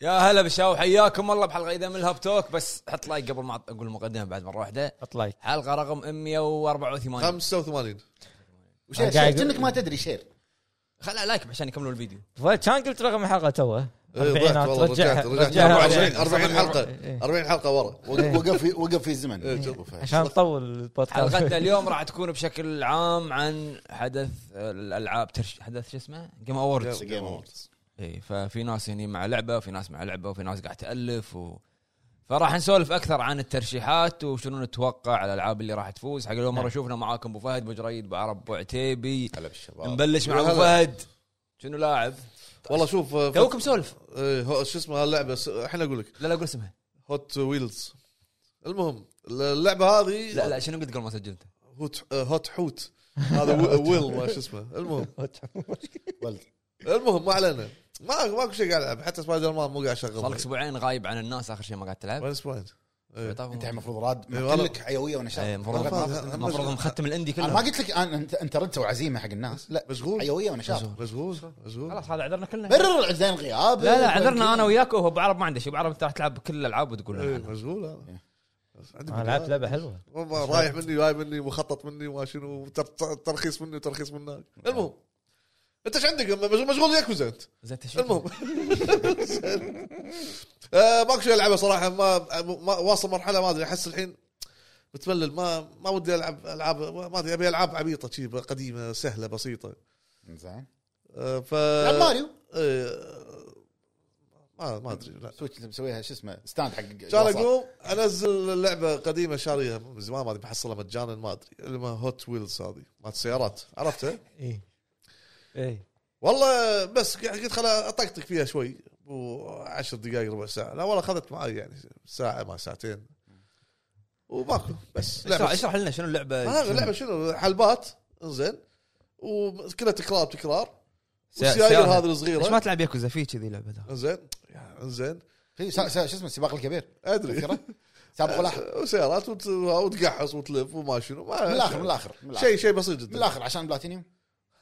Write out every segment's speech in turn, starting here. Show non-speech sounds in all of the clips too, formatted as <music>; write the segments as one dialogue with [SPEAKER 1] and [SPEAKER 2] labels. [SPEAKER 1] يا هلا بالشاو حياكم الله بحلقه جديده من الهاب توك بس حط لايك قبل ما أعط- اقول المقدمه بعد مره واحده
[SPEAKER 2] حط لايك
[SPEAKER 1] حلقه رقم 184
[SPEAKER 3] 85
[SPEAKER 2] أنا
[SPEAKER 4] وشير
[SPEAKER 2] قاعد
[SPEAKER 4] شير كأنك ما تدري شير
[SPEAKER 1] خلها لايك عشان يكملوا الفيديو
[SPEAKER 2] كان قلت رقم الحلقه توه
[SPEAKER 3] إيه، ضعت والله رجعت رجعت 24 40 حلقه 40 حلقه إيه. ورا
[SPEAKER 1] إيه.
[SPEAKER 4] وق- وقف في وقف في زمن
[SPEAKER 3] إيه، شوف.
[SPEAKER 2] عشان نطول البودكاست <laughs>
[SPEAKER 1] حلقتنا اليوم راح تكون بشكل عام عن حدث الالعاب ترش... حدث شو اسمه؟ جيم اووردز
[SPEAKER 4] جيم اووردز
[SPEAKER 1] اي ففي ناس هني مع لعبه وفي ناس مع لعبه وفي ناس قاعد تالف و... فراح نسولف اكثر عن الترشيحات وشنو نتوقع الالعاب اللي راح تفوز حق اول مره شوفنا معاكم ابو فهد ابو جريد ابو عرب ابو عتيبي
[SPEAKER 3] هلا بالشباب
[SPEAKER 1] نبلش مع
[SPEAKER 3] هلا.
[SPEAKER 1] ابو فهد شنو لاعب؟
[SPEAKER 3] والله شوف آه،
[SPEAKER 1] توكم سولف
[SPEAKER 3] إيه، هو- شو اسمه اللعبه س- الحين اقول لك
[SPEAKER 1] لا لا قول اسمها
[SPEAKER 3] هوت ويلز المهم اللعبه هذه
[SPEAKER 1] لا لا شنو قلت قبل ما سجلت؟
[SPEAKER 3] هوت هوت حوت هذا
[SPEAKER 1] <laughs>
[SPEAKER 3] و- ويل ما شو اسمه المهم
[SPEAKER 4] ولد
[SPEAKER 3] المهم ما علينا ما ماكو شيء قاعد العب حتى سبايدر مان مو قاعد
[SPEAKER 1] صار لك
[SPEAKER 3] اشغل
[SPEAKER 1] اسبوعين غايب عن الناس اخر شيء ما قاعد تلعب
[SPEAKER 3] وين اسبوعين إيه.
[SPEAKER 1] طيب،
[SPEAKER 4] انت المفروض راد
[SPEAKER 3] إيه، والله.
[SPEAKER 4] لك حيويه ونشاط
[SPEAKER 1] إيه، المفروض المفروض مختم الاندي
[SPEAKER 4] انا ما
[SPEAKER 1] كله
[SPEAKER 4] قلت لك أنا- انت انت رد وعزيمه حق الناس لا
[SPEAKER 3] مشغول
[SPEAKER 4] حيويه ونشاط
[SPEAKER 3] مشغول مشغول
[SPEAKER 1] أيوه، خلاص هذا عذرنا كلنا
[SPEAKER 4] برر عدين غياب
[SPEAKER 1] لا لا عذرنا انا وياك وهو بعرب ما عنده شيء بعرب انت راح تلعب كل الالعاب وتقول
[SPEAKER 3] إيه،
[SPEAKER 1] لنا
[SPEAKER 3] مشغول انا عندي
[SPEAKER 2] انا لعبت لعبه حلوه
[SPEAKER 3] والله رايح مني جاي مني مخطط مني وما شنو تر- ترخيص مني وترخيص من هناك المهم انت ايش عندك مشغول- مشغول ياكوزا انت
[SPEAKER 1] زين أنت شو-
[SPEAKER 3] المهم <laughs> آه، ماكو شيء العبه صراحه ما, ما واصل مرحله ما ادري احس الحين بتملل ما ما ودي العب العاب ما ادري ابي العاب عبيطه شي قديمه سهله بسيطه
[SPEAKER 4] زين
[SPEAKER 3] آه، ف
[SPEAKER 4] لعب ماريو
[SPEAKER 3] آه، ما ما ادري لا
[SPEAKER 4] سويتش اللي مسويها شو اسمه ستاند حق
[SPEAKER 3] كان
[SPEAKER 4] الوسط.
[SPEAKER 3] اقوم انزل لعبه قديمه شاريها من زمان ما ادري محصلها مجانا ما ادري اللي ما هوت ويلز هذه مالت السيارات عرفتها
[SPEAKER 2] اي اي
[SPEAKER 3] والله بس قلت خل اطقطق فيها شوي وعشر دقائق ربع ساعه لا والله اخذت معي يعني ساعه ما ساعتين وماكو بس
[SPEAKER 1] اشرح
[SPEAKER 3] لعبه
[SPEAKER 1] اشرح لنا شنو اللعبه
[SPEAKER 3] هذا لعبه شنو حلبات زين وكلها تكرار تكرار
[SPEAKER 1] سي-
[SPEAKER 3] والسيايير
[SPEAKER 1] سيارة.
[SPEAKER 3] هذه
[SPEAKER 1] ليش ما
[SPEAKER 3] الصغيره
[SPEAKER 1] تلعب ياكوزا في كذي لعبه ذا
[SPEAKER 3] زين زين
[SPEAKER 4] في سا- سا- شو اسمه السباق الكبير
[SPEAKER 3] ادري <laughs>
[SPEAKER 4] تذكره؟ سابق ولاحق
[SPEAKER 3] وسيارات وت- وتقحص وتلف وما شنو ما-
[SPEAKER 4] من الاخر من الاخر من الاخر
[SPEAKER 3] شيء شيء بسيط جدا
[SPEAKER 4] من الاخر عشان بلاتينيوم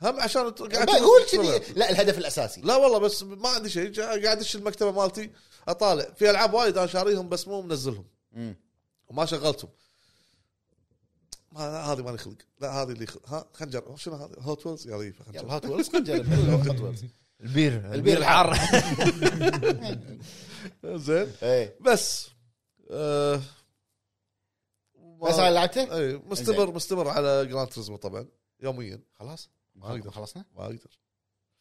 [SPEAKER 3] هم عشان ت- قاعد
[SPEAKER 4] لا قول كذي لا
[SPEAKER 3] <laughs>
[SPEAKER 4] الهدف الاساسي
[SPEAKER 3] لا والله بس ما عندي شيء جا- قاعد ادش المكتبه مالتي اطالع في العاب وايد انا شاريهم بس مو منزلهم
[SPEAKER 4] مم.
[SPEAKER 3] وما شغلتهم ما لا، هذه مالي خلق لا هذه اللي خلق. ها خلينا نجرب شنو هذه هوت ويلز يا ريفه خلينا
[SPEAKER 4] يلا
[SPEAKER 3] نجرب.
[SPEAKER 4] هات
[SPEAKER 3] <laughs>
[SPEAKER 4] ويلز خلنا نجرب هات ويلز.
[SPEAKER 1] البير
[SPEAKER 4] البير
[SPEAKER 1] الحار
[SPEAKER 3] زين
[SPEAKER 4] ايه
[SPEAKER 3] بس آه ما-
[SPEAKER 4] بس هاي لعبته
[SPEAKER 3] اي مستمر مستمر على جراند تريزمو طبعا يوميا
[SPEAKER 4] خلاص ما
[SPEAKER 3] أقدر.
[SPEAKER 4] خلصنا
[SPEAKER 3] ما اقدر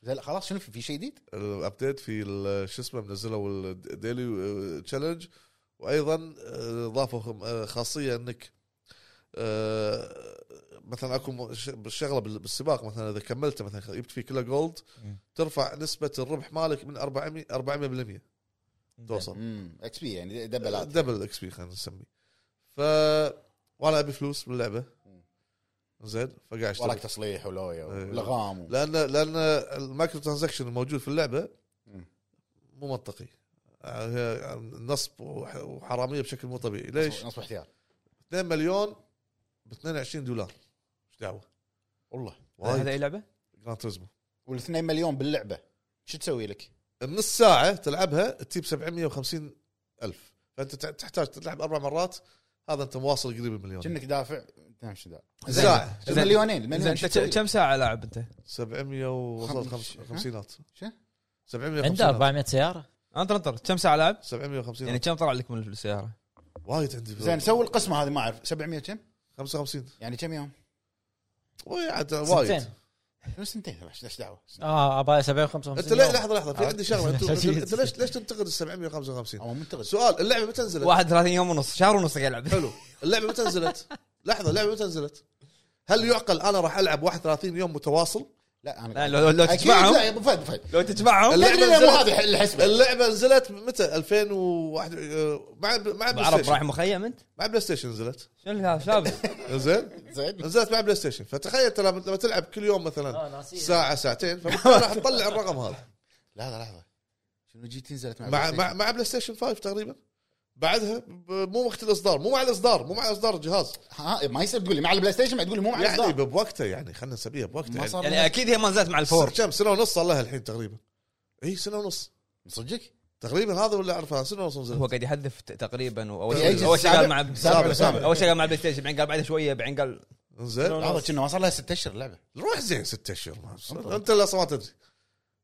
[SPEAKER 4] زين، لا خلاص شنو في في شيء جديد
[SPEAKER 3] الابديت في ال- شو اسمه منزلوا الديلي تشالنج وايضا آه، ضافوا هم- آه، خاصيه انك آه، مثلا اكو م- ش- بالشغله بال- بالسباق مثلا اذا كملت مثلا خ- جبت فيه كله جولد
[SPEAKER 2] مم.
[SPEAKER 3] ترفع نسبه الربح مالك من 400 400% توصل
[SPEAKER 4] امم اكس بي يعني دبلات
[SPEAKER 3] دبل اكس بي خلينا نسميه ف وانا ابي فلوس باللعبه
[SPEAKER 4] مم.
[SPEAKER 3] زين فقاعد
[SPEAKER 4] وراك
[SPEAKER 3] اشتغل
[SPEAKER 4] تصليح ولويا
[SPEAKER 3] إيه.
[SPEAKER 4] ولغام و-
[SPEAKER 3] لان لان المايكرو ترانزكشن الموجود في اللعبه
[SPEAKER 4] مم.
[SPEAKER 3] مو منطقي يعني هي نصب وح- وحراميه بشكل مو طبيعي ليش؟
[SPEAKER 4] نصب احتيار
[SPEAKER 3] 2 مليون ب 22 دولار ايش دعوه؟
[SPEAKER 4] والله
[SPEAKER 3] وايد
[SPEAKER 2] هذا اي لعبه؟
[SPEAKER 3] جراند تريزمو
[SPEAKER 4] وال2 مليون باللعبه شو تسوي لك؟
[SPEAKER 3] النص ساعه تلعبها تجيب 750 الف فانت تع- تحتاج تلعب اربع مرات هذا انت مواصل قريب المليون
[SPEAKER 4] كأنك دافع نعم شو ذا
[SPEAKER 3] ساعه
[SPEAKER 4] زين. مليونين مليونين شو
[SPEAKER 1] زين
[SPEAKER 4] تسوي
[SPEAKER 1] انت
[SPEAKER 4] لك؟
[SPEAKER 1] كم ساعه لاعب انت؟
[SPEAKER 3] 700 ووصلت خمس-
[SPEAKER 4] ها؟
[SPEAKER 3] خمسينات
[SPEAKER 4] شو؟
[SPEAKER 3] 750
[SPEAKER 2] عنده
[SPEAKER 3] عنده
[SPEAKER 2] 400 سياره
[SPEAKER 1] انطر انطر كم ساعه لاعب؟
[SPEAKER 4] أيوه.
[SPEAKER 3] 750
[SPEAKER 1] يعني كم طلع لك من السياره؟
[SPEAKER 3] وايد عندي
[SPEAKER 4] زين سوي القسمه هذه ما اعرف 700 كم؟
[SPEAKER 3] 55
[SPEAKER 4] يعني كم يوم؟
[SPEAKER 3] وي عاد وايد
[SPEAKER 2] سنتين.
[SPEAKER 4] شنو سنتين ايش دعوه؟
[SPEAKER 2] اه ابغى 70 55
[SPEAKER 3] انت ليه لحظه لحظه في
[SPEAKER 2] عاد.
[SPEAKER 3] عندي شغله انت
[SPEAKER 2] عشان شي-
[SPEAKER 3] انت ليش ليش تنتقد ال 755
[SPEAKER 2] <laughs>
[SPEAKER 4] او منتقد
[SPEAKER 3] سؤال اللعبه متى نزلت؟
[SPEAKER 1] 31 يوم ونص شهر ونص قاعد
[SPEAKER 4] <laughs>
[SPEAKER 1] يلعب
[SPEAKER 3] حلو اللعبه متى نزلت؟ لحظه اللعبه متى نزلت؟ هل يعقل انا راح العب 31 يوم متواصل؟
[SPEAKER 4] لا
[SPEAKER 1] لا،
[SPEAKER 4] انا
[SPEAKER 1] لو لو
[SPEAKER 4] اكيد لا
[SPEAKER 1] تجمعهم
[SPEAKER 4] يا ابو فهد أبو فهد
[SPEAKER 1] لو تجمعهم
[SPEAKER 3] اللعبة
[SPEAKER 4] تدري لا، مو
[SPEAKER 3] نزلت-
[SPEAKER 4] هذه الحسبه
[SPEAKER 3] اللعبه نزلت متى 2001 آه، مع مع بلاي
[SPEAKER 1] بعرب رايح
[SPEAKER 3] ستيشن
[SPEAKER 1] مخيم انت؟
[SPEAKER 3] مع بلاي ستيشن نزلت
[SPEAKER 1] شنو هذا شاب
[SPEAKER 3] زين
[SPEAKER 4] زين
[SPEAKER 3] نزلت مع بلاي ستيشن فتخيل ترى لما تلعب كل يوم مثلا
[SPEAKER 2] آه، ناسيها.
[SPEAKER 3] ساعه ساعتين فبالتالي راح تطلع الرقم هذا
[SPEAKER 4] لحظه لحظه شنو جيت نزلت
[SPEAKER 3] مع
[SPEAKER 4] مع بلاي
[SPEAKER 3] مع
[SPEAKER 4] ستيشن؟
[SPEAKER 3] مع بلاي ستيشن 5 تقريبا بعدها ب- مو وقت الاصدار مو مع الاصدار مو مع اصدار الجهاز
[SPEAKER 4] ها ما يصير تقول لي مع البلاي ستيشن ما تقول لي مو مع
[SPEAKER 3] يعني
[SPEAKER 4] الإصدار.
[SPEAKER 3] بوقته يعني خلينا نسميها بوقته
[SPEAKER 4] ما
[SPEAKER 3] يعني
[SPEAKER 4] صار
[SPEAKER 1] يعني اكيد هي ما نزلت مع الفور
[SPEAKER 3] صار كم سنه ونص صار لها الحين تقريبا اي سنه ونص
[SPEAKER 4] صدقك؟
[SPEAKER 3] تقريبا هذا ولا اعرفه سنه ولا سنه
[SPEAKER 1] هو قاعد يحذف ت- تقريبا واول
[SPEAKER 4] في
[SPEAKER 1] شيء
[SPEAKER 4] أجل
[SPEAKER 1] اول شيء قال مع
[SPEAKER 4] سابع سابع.
[SPEAKER 1] اول شيء قال مع البلاي ستيشن بعدين قال بعد شويه بعدين قال
[SPEAKER 3] زين
[SPEAKER 4] لحظه كنا ما صار لها ست اشهر اللعبه
[SPEAKER 3] روح زين ست اشهر ما- انت اللي أصلاً ما تدري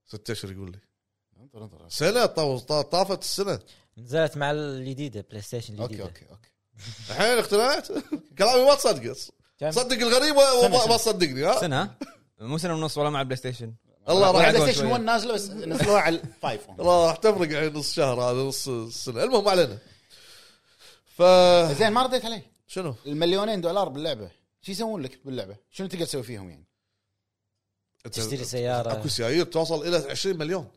[SPEAKER 3] ست اشهر يقول لي
[SPEAKER 4] انطر انطر
[SPEAKER 3] سنه طاف- طا- طافت السنه
[SPEAKER 2] نزلت مع الجديده بلاي ستيشن
[SPEAKER 4] اوكي
[SPEAKER 2] الجديده
[SPEAKER 4] اوكي اوكي
[SPEAKER 3] الحين
[SPEAKER 4] <laughs>
[SPEAKER 3] اقتنعت كلامي ما تصدقه
[SPEAKER 2] كم؟
[SPEAKER 3] صدق الغريب و-
[SPEAKER 4] سنة،
[SPEAKER 3] وما
[SPEAKER 4] سنة.
[SPEAKER 3] ما تصدقني ها
[SPEAKER 1] سنه ها؟ مو سنه ونص ولا مع البلاي ستيشن
[SPEAKER 3] الله راح
[SPEAKER 4] بلاي
[SPEAKER 1] أقول
[SPEAKER 4] ستيشن
[SPEAKER 1] شوية.
[SPEAKER 4] 1 نازله بس نزلوها على
[SPEAKER 3] <laughs>
[SPEAKER 4] الفايف هم.
[SPEAKER 3] الله راح تفرق يعني نص شهر هذا نص السنه المهم ما علينا ف
[SPEAKER 4] زين ما رديت عليه
[SPEAKER 3] شنو؟
[SPEAKER 4] المليونين دولار باللعبه شو يسوون لك باللعبه؟ شنو تقدر تسوي فيهم يعني؟
[SPEAKER 3] أنت-
[SPEAKER 2] تشتري سياره
[SPEAKER 3] اكو سيايير توصل الى 20 مليون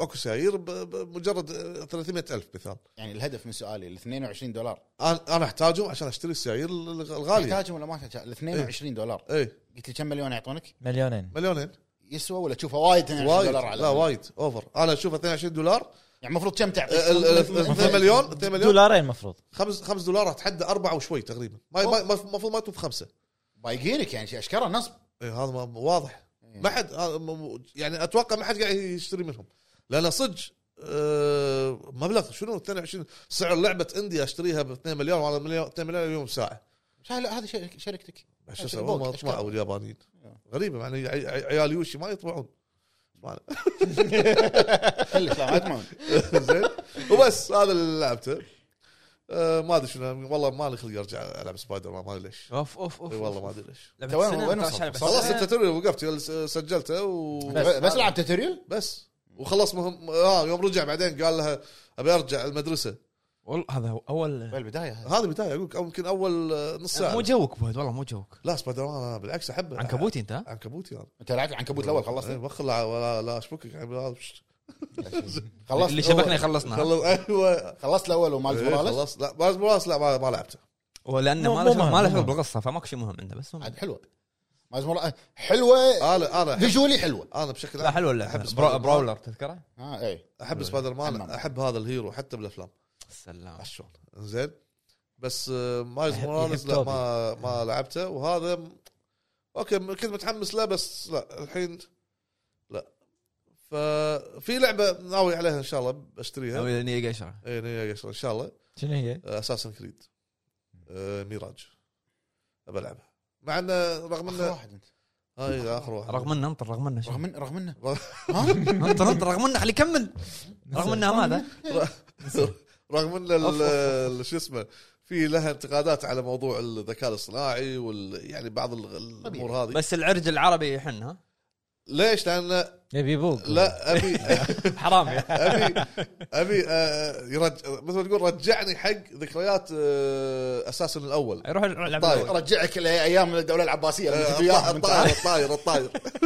[SPEAKER 3] اكو سيايير ب- بمجرد 300 الف مثال
[SPEAKER 4] يعني الهدف من سؤالي ال 22 دولار
[SPEAKER 3] انا انا احتاجهم عشان اشتري السيايير الغ- الغاليه
[SPEAKER 4] تحتاجهم ولا ما تحتاج
[SPEAKER 3] إيه.
[SPEAKER 4] ال 22 دولار
[SPEAKER 3] اي
[SPEAKER 4] قلت لي كم مليون يعطونك؟
[SPEAKER 2] مليونين
[SPEAKER 3] إيه، مليونين
[SPEAKER 4] يسوى ولا تشوفه وايد 22
[SPEAKER 3] وايد
[SPEAKER 4] دولار على
[SPEAKER 3] لا وايد اوفر انا اشوف 22 دولار
[SPEAKER 4] يعني المفروض كم تعطي؟
[SPEAKER 3] ال- ال- 2 مليون 2 مليون
[SPEAKER 2] دولارين المفروض
[SPEAKER 3] 5 5 دولار اتحدى اربعه وشوي تقريبا ما ما- ما- المفروض ما يطوف خمسه
[SPEAKER 4] بايقينك يعني شي اشكره نصب
[SPEAKER 3] اي إيه، هذا ما- واضح ما حد هذا م- م- يعني اتوقع ما حد قاعد يشتري منهم لان صدق آه، مبلغ شنو 22 سعر لعبه اندي اشتريها ب 2 مليار ولا مليون 2 مليار يوم ساعه
[SPEAKER 4] شا- لا هذا شرك-
[SPEAKER 3] <laughs>
[SPEAKER 4] شركتك
[SPEAKER 3] شو
[SPEAKER 4] أشتري
[SPEAKER 3] اسوي
[SPEAKER 4] بوك،
[SPEAKER 3] ما
[SPEAKER 4] أشتري.
[SPEAKER 3] يطبعوا اليابانيين غريبه يعني عي- عي- عيال يوشي ما يطبعون <laughs> ما عليه.
[SPEAKER 4] خليك لا ما تمون
[SPEAKER 3] زين وبس هذا اللي لعبته آه، ما ادري شنو والله ما لي خلق ارجع العب سبايدر مان ما ادري ليش
[SPEAKER 1] اوف اوف اوف
[SPEAKER 3] اي والله ما ادري ليش
[SPEAKER 1] لعبة
[SPEAKER 4] أنت وين-
[SPEAKER 1] السنة،
[SPEAKER 4] وين
[SPEAKER 1] 11
[SPEAKER 4] وصلت؟
[SPEAKER 1] لعبة
[SPEAKER 3] خلاص
[SPEAKER 1] السنة.
[SPEAKER 3] التوتوريال وقفت يلا سجلته و
[SPEAKER 4] بس, بس لعب توتوريال
[SPEAKER 3] بس وخلص مهم اه يوم رجع بعدين قال لها ابي ارجع المدرسه
[SPEAKER 1] والله هذا هو اول
[SPEAKER 4] بالبدايه هذا
[SPEAKER 3] هذه بدايه اقول لك أو يمكن اول آه، نص
[SPEAKER 1] مو
[SPEAKER 3] ساعه
[SPEAKER 1] جوك فهد والله مو جوك
[SPEAKER 3] لا سبايدر مان أنا بالعكس احبه
[SPEAKER 1] عنكبوتي انت ها؟
[SPEAKER 3] عنكبوتي هذا
[SPEAKER 4] انت لعبت العنكبوت الاول خلصت
[SPEAKER 3] يعني. إيه، وخر لا ولا- لا اشبكك يعني هذا شت.
[SPEAKER 4] خلصت
[SPEAKER 1] اللي شبكنا خلصنا
[SPEAKER 3] <laughs> خلص ايوه
[SPEAKER 4] خلصت الاول ومالز
[SPEAKER 3] إيه،
[SPEAKER 4] موراليس
[SPEAKER 3] خلاص لا باز براس لا ما, ما لعبته
[SPEAKER 1] ولانه
[SPEAKER 2] مو-
[SPEAKER 1] ما له
[SPEAKER 2] مو
[SPEAKER 1] شغل-
[SPEAKER 2] مهم،
[SPEAKER 1] ما له
[SPEAKER 2] مو
[SPEAKER 1] شغل
[SPEAKER 2] مهم.
[SPEAKER 1] بالقصه فماكو شيء مهم عنده بس مو مهم.
[SPEAKER 4] عاد حلوه مالز آه، موراليس
[SPEAKER 3] آه،
[SPEAKER 4] حلوه
[SPEAKER 3] انا انا أحب
[SPEAKER 4] فيجولي حلوه
[SPEAKER 3] انا بشكل
[SPEAKER 1] لا
[SPEAKER 3] عام
[SPEAKER 1] حلو ولا
[SPEAKER 3] أحب
[SPEAKER 1] برا-
[SPEAKER 3] سبايدر مان.
[SPEAKER 1] براولر تذكره؟
[SPEAKER 4] اه اي
[SPEAKER 3] احب سبايدر مان
[SPEAKER 4] حمام.
[SPEAKER 3] احب هذا الهيرو حتى بالافلام
[SPEAKER 1] سلام
[SPEAKER 3] عرفت شلون زين بس آه، مايلز
[SPEAKER 2] يحب-
[SPEAKER 3] موراليس
[SPEAKER 2] يحب
[SPEAKER 3] لا
[SPEAKER 2] توبي.
[SPEAKER 3] ما ما لعبته وهذا م- اوكي م- كنت متحمس له بس لا الحين لا ففي لعبه ناوي عليها ان شاء الله إيه، بشتريها
[SPEAKER 1] ناوي نيل قشره
[SPEAKER 3] اي نية قشرة، ان شاء الله
[SPEAKER 2] شنو هي؟
[SPEAKER 3] اساسن كريد ميراج ابى العبها مع انه رغم
[SPEAKER 4] اخر
[SPEAKER 3] انه
[SPEAKER 4] واحد انت
[SPEAKER 3] هاي اخر واحد
[SPEAKER 1] رغم انه انطر رغم انه شو.
[SPEAKER 4] رغم إن-
[SPEAKER 3] <laughs>
[SPEAKER 4] رغم انه
[SPEAKER 1] انطر انطر رغم انه خليه يكمل رغم انه ماذا؟
[SPEAKER 3] رغم ان
[SPEAKER 1] أوف، أوف،
[SPEAKER 3] ال- ال- شو اسمه في لها انتقادات على موضوع الذكاء الاصطناعي وال يعني بعض ال- الامور هذه
[SPEAKER 1] بس العرج العربي يحن ها
[SPEAKER 3] ليش؟ لان
[SPEAKER 2] يبي بوق
[SPEAKER 3] لا ابي
[SPEAKER 1] حرام يا
[SPEAKER 3] ابي ابي آه، يرج مثل ما تقول رجعني حق ذكريات آه، اساسن الاول
[SPEAKER 1] يروح العب
[SPEAKER 3] طيب.
[SPEAKER 1] الأول.
[SPEAKER 4] رجعك لايام الدوله العباسيه لما
[SPEAKER 3] آه،
[SPEAKER 4] كنت وياهم أنت.
[SPEAKER 3] الطاير الطاير الطاير
[SPEAKER 4] <laughs>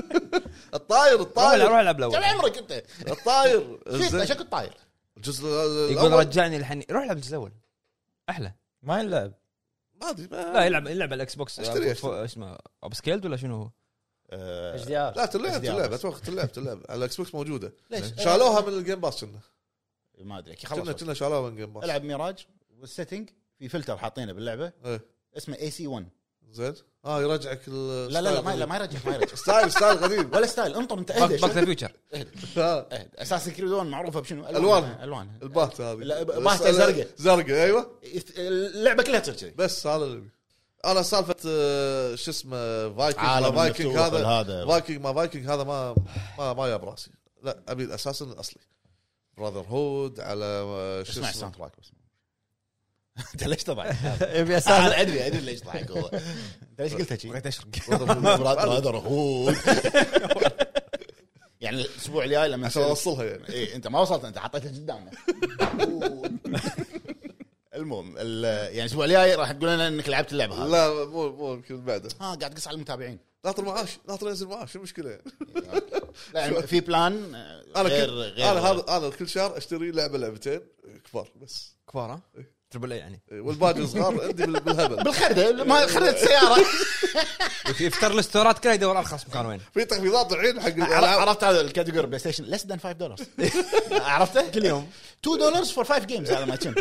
[SPEAKER 1] روح روح
[SPEAKER 3] الطاير الطاير
[SPEAKER 1] العب الاول
[SPEAKER 4] كم طيب، عمرك طيب، انت؟
[SPEAKER 3] الطاير
[SPEAKER 4] شو
[SPEAKER 3] زين.
[SPEAKER 4] شكل طاير
[SPEAKER 3] الجزء
[SPEAKER 1] يقول
[SPEAKER 3] الاول
[SPEAKER 1] رجعني الحني روح العب الجزء الاول احلى
[SPEAKER 2] ما يلعب
[SPEAKER 3] ما ادري
[SPEAKER 1] لا
[SPEAKER 3] ما-
[SPEAKER 1] يلعب يلعب على الاكس بوكس
[SPEAKER 3] اشتري،
[SPEAKER 1] فو- اسمه ابسكيلد ولا شنو هو؟
[SPEAKER 3] آه،
[SPEAKER 2] اتش دي ار
[SPEAKER 3] لا تلعب
[SPEAKER 4] SDR
[SPEAKER 3] تلعب اتوقع تلعب تلعب على الاكس بوكس موجوده
[SPEAKER 4] ليش؟
[SPEAKER 3] شالوها من الجيم باس كنا
[SPEAKER 4] ما ادري أكيد
[SPEAKER 3] كنا
[SPEAKER 4] خلص
[SPEAKER 3] كنا شالوها من الجيم باس
[SPEAKER 4] العب ميراج والسيتنج في فلتر حاطينه باللعبه
[SPEAKER 3] إيه.
[SPEAKER 4] اسمه اي سي 1
[SPEAKER 3] زين اه يرجعك
[SPEAKER 4] لا لا لا ما
[SPEAKER 3] طيب.
[SPEAKER 4] لا ما يرجع ما يرجع <laughs>
[SPEAKER 3] ستايل ستايل غريب
[SPEAKER 4] ولا ستايل انطر انت اهدى
[SPEAKER 1] باك باك
[SPEAKER 4] شوي.
[SPEAKER 1] ذا فيوتشر
[SPEAKER 3] <laughs> آه،
[SPEAKER 4] اهدى اساسا كريد 1 معروفه بشنو؟
[SPEAKER 3] ألوانها.
[SPEAKER 4] الوانها
[SPEAKER 3] البات هذه
[SPEAKER 4] لا، باهتة زرقاء.
[SPEAKER 3] زرقاء ايوه
[SPEAKER 4] يث- اللعبه كلها تصير كذي
[SPEAKER 3] بس هذا اللي انا سالفه آه، شو اسمه فايكنج ما
[SPEAKER 4] عالم
[SPEAKER 3] فايكنج
[SPEAKER 4] مفتوح
[SPEAKER 3] هذا
[SPEAKER 4] هذا
[SPEAKER 3] فايكنج ما فايكنج هذا ما ما ما يا براسي لا ابي الاساس الاصلي براذر هود على آه، شو
[SPEAKER 4] اسمع
[SPEAKER 3] اسمه
[SPEAKER 4] الساوند تراك بس <laughs> انت ليش <laughs> تضحك؟
[SPEAKER 2] <laughs> يبي
[SPEAKER 4] انا <laughs>
[SPEAKER 2] اساس
[SPEAKER 4] ادري ادري ليش ضحك هو انت ليش قلتها شي؟
[SPEAKER 1] بغيت اشرق
[SPEAKER 4] هذا رهود يعني الاسبوع الجاي لما
[SPEAKER 3] عشان
[SPEAKER 4] نسوي-
[SPEAKER 3] اوصلها
[SPEAKER 4] <laughs>
[SPEAKER 3] يعني
[SPEAKER 4] اي انت ما وصلت انت حطيتها <laughs> قدامنا المهم ال- يعني الاسبوع الجاي راح تقول لنا انك لعبت اللعبه هذه
[SPEAKER 3] لا مو مو يمكن بعده
[SPEAKER 4] ها قاعد تقص على <laughs> المتابعين
[SPEAKER 3] ناطر معاش ناطر ينزل معاش شو المشكله يعني
[SPEAKER 4] لا يعني في بلان آه،
[SPEAKER 3] انا
[SPEAKER 4] غير
[SPEAKER 3] كل
[SPEAKER 4] غير
[SPEAKER 3] انا هذا انا كل شهر اشتري لعبه لعبتين كبار بس
[SPEAKER 1] كبار ها؟ تربل اي يعني
[SPEAKER 3] والباقي صغار عندي بال- بالهبل
[SPEAKER 4] بالخرده ما خرده السياره
[SPEAKER 1] يفتر الاستورات كله يدور ارخص مكان وين
[SPEAKER 3] في تخفيضات الحين
[SPEAKER 4] <laughs>
[SPEAKER 3] حق
[SPEAKER 4] عر-
[SPEAKER 3] الالعاب
[SPEAKER 4] عرفت هذا الكاتيجوري بلاي ستيشن ليس ذان 5 دولار <laughs> عرفته؟ كل يوم 2 دولار فور 5 جيمز هذا ما <laughs> كان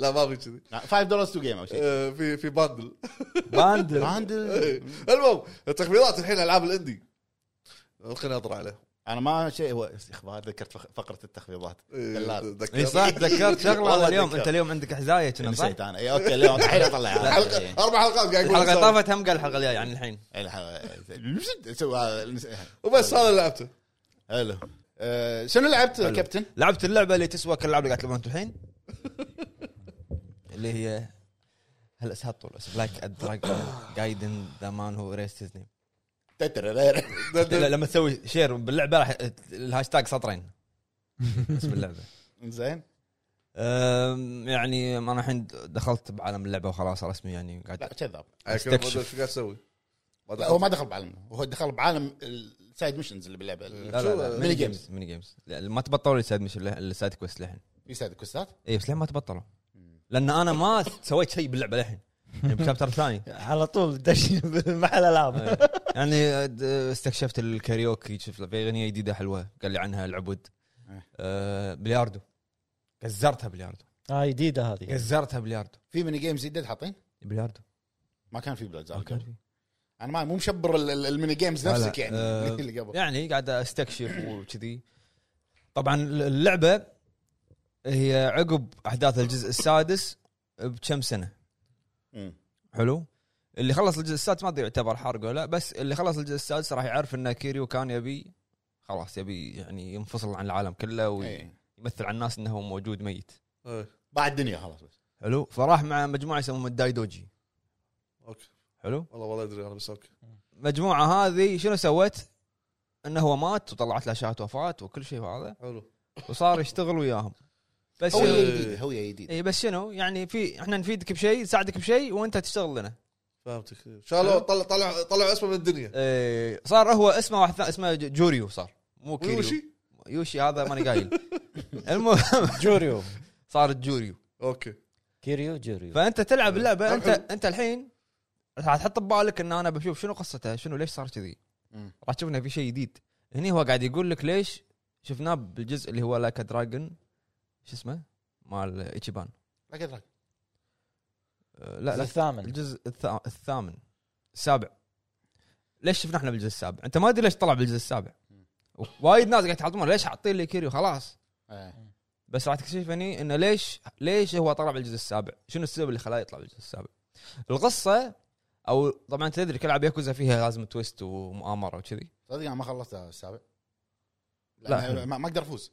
[SPEAKER 3] لا ما في كذي
[SPEAKER 4] 5 دولار 2 جيم او شيء
[SPEAKER 3] آه، في في باندل
[SPEAKER 1] باندل
[SPEAKER 4] باندل
[SPEAKER 1] <laughs>
[SPEAKER 3] إيه. المهم التخفيضات الحين العاب الاندي الحين اطلع عليه
[SPEAKER 4] انا ما شيء هو استخبار ذكرت فق- فقره التخفيضات
[SPEAKER 3] إيه،
[SPEAKER 4] دلال
[SPEAKER 3] ذكرت.
[SPEAKER 1] اي إيه، صح تذكرت شغله
[SPEAKER 4] والله
[SPEAKER 1] أنا اليوم
[SPEAKER 4] تذكرت.
[SPEAKER 1] انت اليوم عندك حزايه كنا صح؟
[SPEAKER 4] نسيت انا اي اوكي إيه، اليوم الحين <laughs> إيه، اطلع
[SPEAKER 3] حلقه اربع حلقات قاعد
[SPEAKER 1] الحلقه
[SPEAKER 3] اقول
[SPEAKER 1] اللي طافت هم قال الحلقه الجايه يعني الحين
[SPEAKER 3] وبس هذا اللي لعبته
[SPEAKER 4] حلو آه، شنو لعبت
[SPEAKER 1] حلو.
[SPEAKER 4] كابتن؟
[SPEAKER 1] لعبت اللعبه اللي تسوى كل اللعبه اللي قاعد تلعبونها انتم الحين اللي هي هلا اسمها طول لايك دراجون جايدن ذا مان هو ريست هيز نيم
[SPEAKER 4] تتررر.
[SPEAKER 1] لما تسوي شير باللعبه راح الهاشتاج سطرين اسم اللعبه
[SPEAKER 4] زين
[SPEAKER 1] أم، يعني انا الحين دخلت بعالم اللعبه وخلاص رسمي يعني
[SPEAKER 4] لا
[SPEAKER 1] قاعد
[SPEAKER 4] كذاب
[SPEAKER 3] أنا كنت
[SPEAKER 1] استكشف.
[SPEAKER 3] ما أدري شو قاعد تسوي ما
[SPEAKER 4] لا هو ما دخل بعالم هو دخل بعالم السايد مشنز اللي باللعبه
[SPEAKER 1] لا لا لا
[SPEAKER 4] شو-
[SPEAKER 1] ميني جيمز ميني جيمز لا، ما تبطلوا السايد مش السايد كويست للحين
[SPEAKER 4] في سايد كوستات
[SPEAKER 1] اي بس ليه ما تبطلوا؟ لان انا ما سويت شيء باللعبه للحين يعني بشابتر ثاني
[SPEAKER 2] على طول دش محل العاب
[SPEAKER 1] يعني د- استكشفت الكاريوكي شفت في اغنيه جديده حلوه قال لي عنها العبد
[SPEAKER 4] إيه.
[SPEAKER 1] آه بلياردو قزرتها بلياردو
[SPEAKER 2] هاي جديده آه،
[SPEAKER 1] <laughs>
[SPEAKER 4] إيه.
[SPEAKER 2] هذه
[SPEAKER 1] قزرتها بلياردو
[SPEAKER 4] في ميني جيمز جديد حاطين
[SPEAKER 1] بلياردو
[SPEAKER 4] ما كان في بلاد
[SPEAKER 1] ما كان
[SPEAKER 4] زارك
[SPEAKER 1] في.
[SPEAKER 4] انا ما مو مشبر ال- ال- الميني جيمز
[SPEAKER 1] لا، لا.
[SPEAKER 4] نفسك يعني
[SPEAKER 1] آه،
[SPEAKER 4] <laughs> اللي قبل
[SPEAKER 1] يعني قاعد استكشف وكذي طبعا اللعبه هي عقب احداث الجزء السادس بكم سنه
[SPEAKER 4] مم.
[SPEAKER 1] حلو اللي خلص الجزء السادس ما ادري يعتبر حرق ولا لا، بس اللي خلص الجزء السادس راح يعرف ان كيريو كان يبي خلاص يبي يعني ينفصل عن العالم كله
[SPEAKER 4] إيه.
[SPEAKER 1] ويمثل على الناس انه هو موجود ميت
[SPEAKER 3] إيه،
[SPEAKER 4] باع الدنيا خلاص بس
[SPEAKER 1] حلو فراح مع مجموعه يسمونهم الدايدوجي
[SPEAKER 3] اوكي
[SPEAKER 1] حلو
[SPEAKER 3] والله ولا ادري انا بس اوكي
[SPEAKER 1] المجموعه هذه شنو سوت؟ انه هو مات وطلعت له شهاده وفاه وكل شيء هذا
[SPEAKER 3] حلو
[SPEAKER 1] وصار يشتغل وياهم بس آه، شنو؟
[SPEAKER 4] هويه جديده هويه جديده
[SPEAKER 1] اي بس شنو يعني في احنا نفيدك بشيء نساعدك بشيء وانت تشتغل لنا
[SPEAKER 3] فهمتك
[SPEAKER 1] أه؟
[SPEAKER 3] شالوا طلع طلع طلع اسمه من الدنيا
[SPEAKER 1] إيه صار هو اسمه واحد ثاني- اسمه ج- جوريو صار مو كيريو
[SPEAKER 3] ويوشي
[SPEAKER 1] يوشي هذا ماني قايل المهم
[SPEAKER 2] جوريو
[SPEAKER 1] صار جوريو
[SPEAKER 3] اوكي
[SPEAKER 2] كيريو جوريو
[SPEAKER 1] فانت تلعب اللعبه انت
[SPEAKER 3] حلو.
[SPEAKER 1] انت الحين راح تحط ببالك ان انا بشوف شنو قصتها شنو ليش صار كذي
[SPEAKER 4] مم.
[SPEAKER 1] راح تشوف انه في شيء جديد هني هو قاعد يقول لك ليش شفناه بالجزء اللي هو لايك دراجون شو اسمه مال ايتشيبان
[SPEAKER 4] لا كذا.
[SPEAKER 1] أه، لا لا
[SPEAKER 2] الثامن
[SPEAKER 1] الجزء الثا- الثامن السابع ليش شفنا احنا بالجزء السابع؟ انت ما ادري ليش طلع بالجزء السابع وايد ناس قاعد يحطون ليش حاطين لي كيريو خلاص
[SPEAKER 4] إيه.
[SPEAKER 1] بس راح تكتشف هني انه ليش ليش هو طلع بالجزء السابع؟ شنو السبب اللي خلاه يطلع بالجزء السابع؟ القصه او طبعا أنت تدري كل العاب ياكوزا فيها لازم تويست ومؤامره وكذي
[SPEAKER 4] صدق انا ما خلصت السابع
[SPEAKER 1] لا.
[SPEAKER 4] لا ما ما اقدر افوز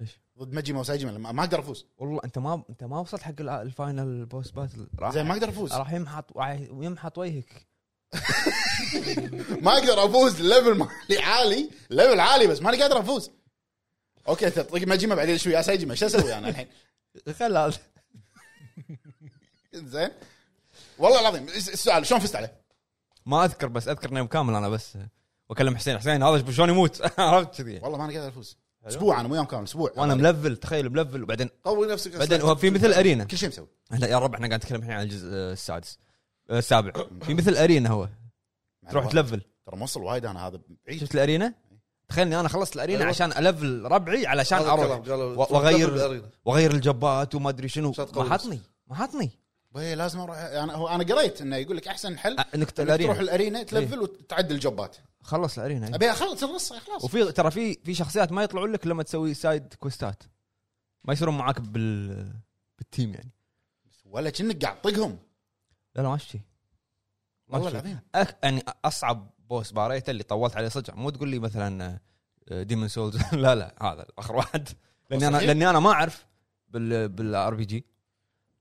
[SPEAKER 1] ليش؟
[SPEAKER 4] ضد ماجيما وسايجيما ما ما اقدر افوز
[SPEAKER 1] والله انت ما انت ما وصلت حق الع- الفاينل بوس باتل راح
[SPEAKER 4] زين ما اقدر افوز
[SPEAKER 1] راح يمحط راح يمحط وجهك
[SPEAKER 4] ما اقدر افوز الليفل <laughs> مالي عالي ليفل عالي بس ماني قادر افوز اوكي تطق ماجيما طيب، بعدين شوي يا سايجيما شو اسوي انا الحين <laughs>
[SPEAKER 1] خل هذا
[SPEAKER 4] زين والله العظيم الس- السؤال شلون فزت عليه؟
[SPEAKER 1] ما اذكر بس اذكر انه يوم كامل انا بس واكلم حسين حسين هذا شلون يموت <laughs> عرفت كذي
[SPEAKER 4] والله ماني قادر افوز اسبوع انا مو يوم كامل اسبوع
[SPEAKER 1] وانا ملفل تخيل ملفل وبعدين
[SPEAKER 3] قوي نفسك
[SPEAKER 1] بعدين هو في مثل ارينا
[SPEAKER 4] كل شيء مسوي
[SPEAKER 1] احنا يا رب احنا قاعد نتكلم الحين عن الجزء آه، السادس آه، السابع في مثل ارينا هو
[SPEAKER 3] أيوة.
[SPEAKER 4] يعني
[SPEAKER 1] تروح تلفل
[SPEAKER 4] ترى موصل وايد انا هذا بعيد
[SPEAKER 1] شفت الارينا؟ تخيل اني انا خلصت الارينا
[SPEAKER 3] أيوة.
[SPEAKER 1] عشان الفل ربعي علشان
[SPEAKER 3] هذا الكلام،
[SPEAKER 1] اروح
[SPEAKER 3] قالوا
[SPEAKER 1] و- وأغير-
[SPEAKER 3] دخل الأرينا.
[SPEAKER 1] واغير الجبات وما ادري شنو
[SPEAKER 3] شرط
[SPEAKER 1] ما
[SPEAKER 3] قوي
[SPEAKER 1] حطني ما حطني
[SPEAKER 4] بي لازم اروح انا هو انا قريت انه يقول لك احسن حل
[SPEAKER 1] آه، انك
[SPEAKER 4] إنك تروح
[SPEAKER 1] الارينا
[SPEAKER 4] الارينا تلفل وتعدل جوبات
[SPEAKER 1] خلص الارينا أيوة.
[SPEAKER 4] ابي اخلص النص خلاص
[SPEAKER 1] وفي ترى في في شخصيات ما يطلعون لك لما تسوي سايد كويستات ما يصيرون معاك بال بالتيم يعني
[SPEAKER 4] ولا كأنك قاعد تطقهم
[SPEAKER 1] لا لا ما شي ما
[SPEAKER 4] والله
[SPEAKER 1] شي.
[SPEAKER 4] العظيم
[SPEAKER 1] أك... يعني اصعب بوس باريته اللي طولت عليه صدق مو تقول لي مثلا ديمون سولز <laughs> لا لا هذا اخر واحد لاني انا
[SPEAKER 4] صحيح.
[SPEAKER 1] لاني انا ما اعرف بال بالار بي جي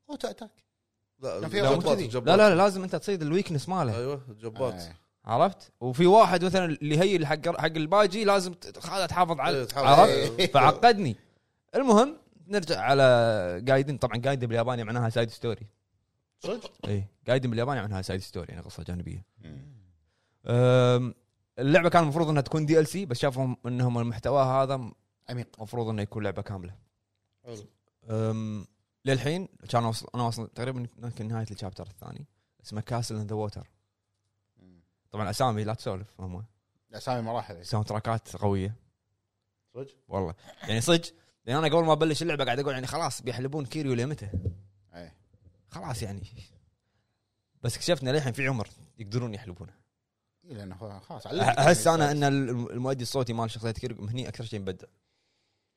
[SPEAKER 4] اوتو اتاك
[SPEAKER 3] لا
[SPEAKER 4] كان في
[SPEAKER 1] لا
[SPEAKER 4] جبات،
[SPEAKER 1] مو
[SPEAKER 3] جبات
[SPEAKER 1] كذي.
[SPEAKER 3] جبات
[SPEAKER 1] لا لا لا، لازم انت تصيد الويكنس ماله
[SPEAKER 3] ايوه جبات
[SPEAKER 4] آه.
[SPEAKER 1] عرفت وفي واحد مثلا اللي هي اللي حق حق الباجي لازم ت- هذا تحافظ
[SPEAKER 3] إيه،
[SPEAKER 1] على
[SPEAKER 3] تحافظ
[SPEAKER 1] عرفت
[SPEAKER 3] عليه.
[SPEAKER 1] فعقدني المهم نرجع على قايدن طبعا قايدن بالياباني معناها سايد ستوري
[SPEAKER 4] صدق؟
[SPEAKER 1] اي قايدن بالياباني معناها سايد ستوري يعني قصه جانبيه
[SPEAKER 4] إيه.
[SPEAKER 1] أم، اللعبه كان المفروض انها تكون دي ال سي بس شافوا انهم المحتوى هذا
[SPEAKER 4] عميق
[SPEAKER 1] المفروض انه يكون لعبه كامله
[SPEAKER 3] حلو.
[SPEAKER 1] أم، للحين كان وصل انا واصل تقريبا يمكن نهايه الشابتر الثاني اسمه كاسل ان ذا ووتر طبعا اسامي لا تسولف هم
[SPEAKER 4] اسامي إيه. مراحل
[SPEAKER 1] ساوند تراكات قويه
[SPEAKER 3] صدق؟
[SPEAKER 1] والله يعني صدق لان انا قبل ما ابلش اللعبه قاعد اقول يعني خلاص بيحلبون كيريو لمتى
[SPEAKER 4] أي.
[SPEAKER 3] إيه.
[SPEAKER 1] خلاص يعني بس اكتشفنا للحين في عمر يقدرون يحلبونه
[SPEAKER 4] إي، لانه هو خلاص إيه. علمك.
[SPEAKER 1] احس انا ان الم- المؤدي الصوتي مال شخصيه كيريو هني اكثر شيء مبدع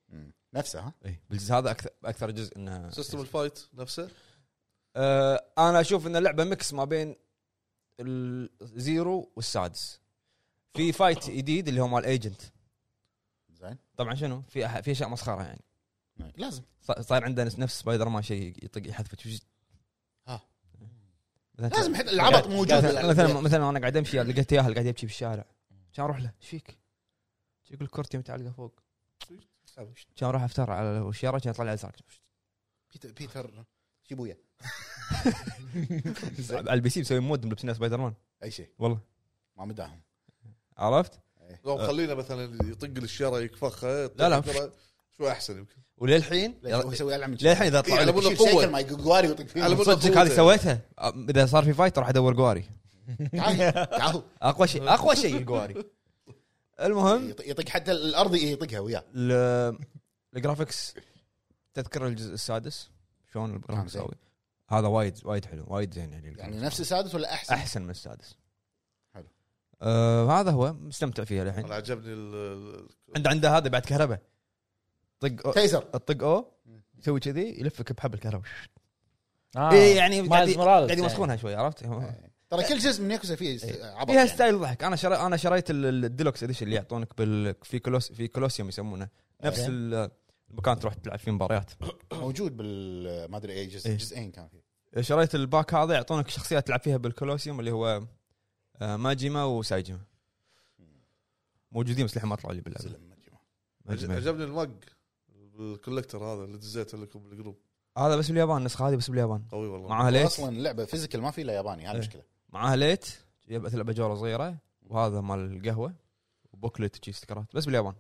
[SPEAKER 4] مم. نفسه ها
[SPEAKER 1] اي بالجزء هذا اكثر اكثر جزء انه
[SPEAKER 3] سيستم الفايت نفسه
[SPEAKER 1] آه انا اشوف ان اللعبه ميكس ما بين الزيرو والسادس في فايت جديد اللي هو مال ايجنت
[SPEAKER 4] زين
[SPEAKER 1] طبعا شنو في أح- في اشياء مسخره يعني
[SPEAKER 4] لازم
[SPEAKER 1] ص- صاير عندنا نفس سبايدر مان شيء يطق يحذف
[SPEAKER 4] ها.
[SPEAKER 1] مثلاً-
[SPEAKER 4] لازم حتى العبط موجود
[SPEAKER 1] مثلا مثلا
[SPEAKER 4] بالألعاب.
[SPEAKER 1] مثلا انا قاعد امشي لقيت ياهل قاعد يبكي بالشارع كان اروح له ايش فيك؟ يقول الكرتي متعلقه فوق
[SPEAKER 4] آه،
[SPEAKER 1] كان اروح افتر على الشارع كان يطلع لي ازرق
[SPEAKER 4] بيتر بيتر شيبويا
[SPEAKER 1] على البي سي مسوي مود ملبسين سبايدر مان
[SPEAKER 4] اي شيء
[SPEAKER 1] والله
[SPEAKER 4] ما مداهم
[SPEAKER 1] عرفت؟
[SPEAKER 3] لو خلينا مثلا يطق الشارع يكفخه
[SPEAKER 1] أه. لا، لا.
[SPEAKER 3] شو احسن يمكن
[SPEAKER 1] وللحين
[SPEAKER 4] ليش هو يسوي العاب من شيء.
[SPEAKER 1] للحين اذا طلع
[SPEAKER 3] إيه،
[SPEAKER 1] لك
[SPEAKER 3] على بالنا
[SPEAKER 4] يشيل
[SPEAKER 3] قوة.
[SPEAKER 4] شيكل ماي جواري ويطق فيه
[SPEAKER 3] على بالنا
[SPEAKER 1] صدق
[SPEAKER 3] قوة.
[SPEAKER 1] هذه سويتها اذا صار في فايت راح ادور جواري
[SPEAKER 4] تعال تعال
[SPEAKER 1] اقوى شيء اقوى شيء الجواري المهم
[SPEAKER 4] يط- يطق حتى الارضي يطقها وياه
[SPEAKER 1] ال- الجرافيكس تذكر الجزء السادس شلون
[SPEAKER 4] كان
[SPEAKER 1] الجرافيكس
[SPEAKER 4] زين.
[SPEAKER 1] قوي هذا وايد وايد حلو وايد زين يعني
[SPEAKER 4] يعني
[SPEAKER 1] الجرافيكس.
[SPEAKER 4] نفس السادس ولا احسن؟
[SPEAKER 1] احسن من السادس
[SPEAKER 4] حلو.
[SPEAKER 1] آه هذا هو مستمتع فيها الحين
[SPEAKER 3] انا عجبني ال-
[SPEAKER 1] عنده عنده هذا بعد كهرباء طق أو-
[SPEAKER 4] تيزر
[SPEAKER 1] الطق او يسوي كذي يلفك بحبل كهرباء
[SPEAKER 2] آه.
[SPEAKER 1] إيه يعني قاعد
[SPEAKER 2] مايلز موراليس إيه.
[SPEAKER 1] قاعد
[SPEAKER 2] يعني.
[SPEAKER 1] يمسخونها شوي عرفت
[SPEAKER 4] إيه. ترى كل جزء من ياكوزا
[SPEAKER 1] إيه.
[SPEAKER 4] فيه عبط
[SPEAKER 1] فيها
[SPEAKER 4] يعني.
[SPEAKER 1] ستايل ضحك انا شري انا شريت ال- ال- الديلوكس اديشن اللي يعطونك بال في كلوس في كولوسيوم يسمونه نفس
[SPEAKER 2] زين.
[SPEAKER 1] ال- المكان تروح تلعب فيه مباريات
[SPEAKER 4] موجود بال ما ادري اي جزء
[SPEAKER 1] إيه.
[SPEAKER 4] جزئين كان فيه
[SPEAKER 1] شريت الباك هذا يعطونك شخصيات تلعب فيها بالكولوسيوم اللي هو آه، ماجيما وسايجيما موجودين بس للحين ما طلعوا لي باللعبه
[SPEAKER 4] زلم مجمع.
[SPEAKER 3] عج-
[SPEAKER 1] ماجيما.
[SPEAKER 3] عجبني المج الكولكتر هذا اللي دزيته لكم بالجروب
[SPEAKER 1] هذا بس باليابان النسخه هذه بس باليابان
[SPEAKER 3] قوي والله
[SPEAKER 1] معاها ليت
[SPEAKER 4] اصلا اللعبه فيزيكال ما في الا ياباني هذه
[SPEAKER 1] إيه.
[SPEAKER 4] المشكله
[SPEAKER 1] معاها ليت يبقى تلعب جوله صغيره وهذا مال القهوه وبوكلت تجي استكرات بس باليابان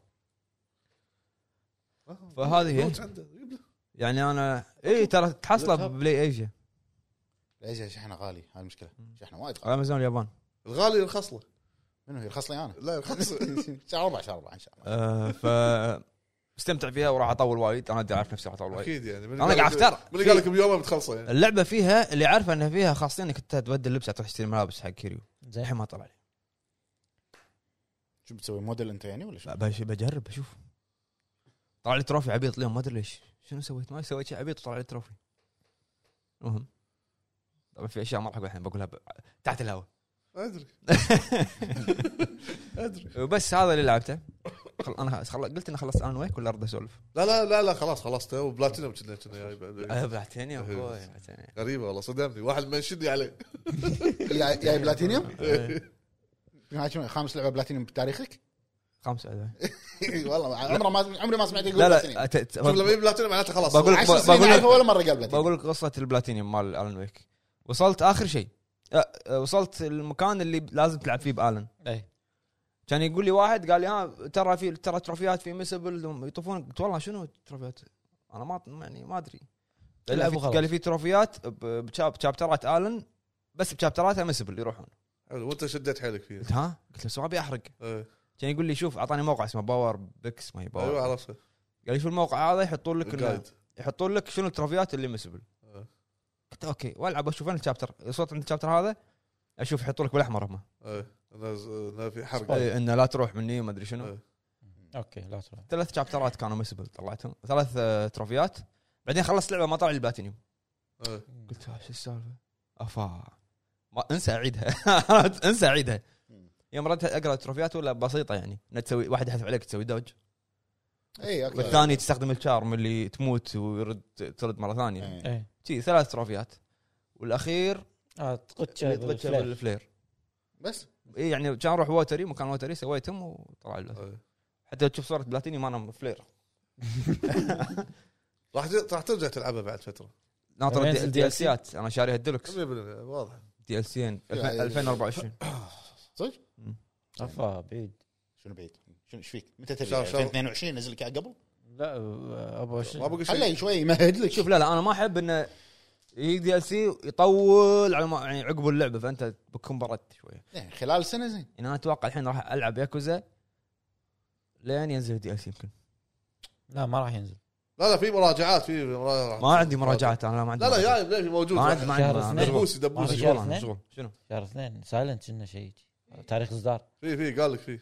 [SPEAKER 1] فهذه هي.
[SPEAKER 3] نوت آه. عنده، يجيب له.
[SPEAKER 1] يعني انا اي ترى تحصله بلاي ايجيا
[SPEAKER 4] ايش شحنه غالي هذه المشكله شحنه وايد غالي
[SPEAKER 1] على امازون اليابان
[SPEAKER 3] الغالي يرخص له
[SPEAKER 4] منو يرخص لي انا
[SPEAKER 3] لا يرخص
[SPEAKER 1] <laughs>
[SPEAKER 3] <laughs>
[SPEAKER 4] <laughs> شهر اربع شهر اربع ان شاء الله
[SPEAKER 1] آه، ف استمتع فيها وراح اطول وايد انا أدري اعرف نفسي راح اطول وايد
[SPEAKER 3] اكيد يعني
[SPEAKER 1] أنا قاعد أفتر.
[SPEAKER 3] من اللي قال لك بيومه بتخلصه يعني
[SPEAKER 1] اللعبه فيها اللي عارفه انها فيها خاصيه انك انت تبدل لبسه تروح تشتري ملابس حق كيريو
[SPEAKER 2] زين
[SPEAKER 1] الحين ما طلع لي
[SPEAKER 4] شو بتسوي موديل انت يعني ولا شو؟
[SPEAKER 1] ب- بش- بجرب بشوف طلع لي تروفي عبيط اليوم ما ادري ليش شنو سويت ما سويت شيء عبيط وطلع لي تروفي المهم طبعا في اشياء ما راح اقولها الحين بقولها ب... تحت الهواء
[SPEAKER 3] ما
[SPEAKER 1] <laughs>
[SPEAKER 3] ادري
[SPEAKER 1] وبس هذا اللي لعبته خل... انا خل... قلت اني خلصت انا ويك ولا ارد اسولف؟
[SPEAKER 3] لا لا لا لا خلاص خلصته وبلاتينم كنا كنا جاي بعد.
[SPEAKER 1] بعتني آه، <laughs> يا
[SPEAKER 3] أخوي،
[SPEAKER 1] بعتني
[SPEAKER 3] غريبه والله صدمني واحد منشدني عليه
[SPEAKER 4] جاي جاي بلاتينيوم؟
[SPEAKER 1] آه،
[SPEAKER 4] إيه. هاي شنو، خامس لعبه بلاتينيوم بتاريخك؟ <laughs>
[SPEAKER 1] خمسة أدوية.
[SPEAKER 4] والله عمره ما عمري ما سمعت يقول
[SPEAKER 1] لا
[SPEAKER 4] إيه، بلاتينيوم
[SPEAKER 1] لا ت- ت-
[SPEAKER 3] شوف لما يجيب بلاتينم معناته خلاص
[SPEAKER 1] بقول-
[SPEAKER 3] عشر
[SPEAKER 1] بقول-
[SPEAKER 3] سنين.
[SPEAKER 4] بقول لك ولا مره قال بلاتينيوم
[SPEAKER 1] بقول لك قصه البلاتينيوم مال الان ويك وصلت اخر شيء أه، أه، وصلت المكان اللي لازم تلعب فيه بالن
[SPEAKER 2] إيه.
[SPEAKER 1] كان يقول لي واحد قال لي ها ترى في ترى تروفيات في مسبل يطوفون قلت والله شنو تروفيات؟ انا ما يعني ما ادري قال لي
[SPEAKER 2] العبوا
[SPEAKER 1] في-
[SPEAKER 2] خلاص.
[SPEAKER 1] قال لي في تروفيات ب- بشاب- بشابترات الن بس بشابتراتها مسبل يروحون
[SPEAKER 3] حلو، وانت شديت حيلك
[SPEAKER 1] <laughs>
[SPEAKER 3] فيه
[SPEAKER 1] قلت ها؟ قلت له بس ما ابي احرق
[SPEAKER 3] إيه.
[SPEAKER 1] كان يقول لي شوف اعطاني موقع اسمه باور بيكس ما هي باور
[SPEAKER 4] أيوة،
[SPEAKER 3] ايوه
[SPEAKER 1] قال
[SPEAKER 3] عرفته
[SPEAKER 1] لي شوف الموقع هذا يحطون لك إنه-
[SPEAKER 3] الجايد
[SPEAKER 1] يحطون لك شنو التروفيات اللي مسبل
[SPEAKER 3] آه.
[SPEAKER 1] قلت اوكي والعب اشوف انا الشابتر صوت عند الشابتر هذا اشوف يحط لك بالاحمر هم
[SPEAKER 3] إيه. انا ز- انا في حرق
[SPEAKER 1] انه لا تروح مني وما ادري شنو
[SPEAKER 3] إيه.
[SPEAKER 2] اوكي لا تروح
[SPEAKER 1] ثلاث شابترات كانوا مسبل طلعتهم ثلاث آه، تروفيات بعدين خلصت اللعبه ما طلع لي البلاتينيوم
[SPEAKER 3] إيه.
[SPEAKER 1] قلت آه، شو السالفه؟ افا ما انسى اعيدها <laughs> انسى اعيدها يوم ردت اقرا التروفيات ولا بسيطه يعني انك تسوي واحد يحذف عليك تسوي دوج
[SPEAKER 4] اي اوكي
[SPEAKER 1] والثاني تستخدم الشارم اللي تموت ويرد ترد مره ثانيه
[SPEAKER 4] إيه.
[SPEAKER 2] ايه
[SPEAKER 1] شي ثلاث تروفيات والاخير
[SPEAKER 2] آه، تقطشه
[SPEAKER 1] يتغشى
[SPEAKER 2] بالفلاش.
[SPEAKER 1] بالفلير
[SPEAKER 4] بس
[SPEAKER 1] اي يعني كان اروح ووتري مكان ووتري سويتهم وطلع لي
[SPEAKER 3] إيه.
[SPEAKER 1] حتى تشوف صوره بلاتيني ما انا فلير
[SPEAKER 3] راح ت- راح ترجع تلعبها بعد فتره
[SPEAKER 1] ناطر
[SPEAKER 2] وين
[SPEAKER 1] الدي,
[SPEAKER 2] ينزل
[SPEAKER 1] الدي
[SPEAKER 2] DLC
[SPEAKER 1] السيات انا شاريها الديلوكس
[SPEAKER 3] 100% واضح
[SPEAKER 1] دي ال سيين
[SPEAKER 4] يعني-
[SPEAKER 1] 2024
[SPEAKER 4] صدق؟
[SPEAKER 2] افا بعيد
[SPEAKER 4] شنو بعيد؟ شنو ايش فيك؟ متى تبي؟
[SPEAKER 3] شهر- شهر.
[SPEAKER 4] 2022 نزل لك إياه قبل؟
[SPEAKER 2] لا آه، ابغى
[SPEAKER 3] ما
[SPEAKER 2] شيء
[SPEAKER 3] بقى شيء
[SPEAKER 4] خليه شوي يمهد لك
[SPEAKER 1] شوف لا لا انا ما احب انه يجيك دي ال سي يطول على ما يعني عقب اللعبه فانت بتكون بردت شويه
[SPEAKER 4] إيه، خلال سنه زين
[SPEAKER 1] يعني انا اتوقع الحين راح العب ياكوزا لين ينزل دي ال سي يمكن
[SPEAKER 2] لا ما راح ينزل
[SPEAKER 3] لا لا في مراجعات في
[SPEAKER 1] ما عندي مراجعات انا ما عندي
[SPEAKER 3] لا لا
[SPEAKER 1] مراجعات.
[SPEAKER 3] جايب ليش موجود
[SPEAKER 1] ما عندي ما
[SPEAKER 2] شهر
[SPEAKER 1] عندي ما-
[SPEAKER 2] اثنين.
[SPEAKER 1] مشغول
[SPEAKER 3] دبوسي دبوسي
[SPEAKER 1] مشغول أنا،
[SPEAKER 2] اثنين.
[SPEAKER 1] مشغول شنو
[SPEAKER 2] شهر اثنين سايلنت كنا شيء تاريخ اصدار
[SPEAKER 3] في في قال لك في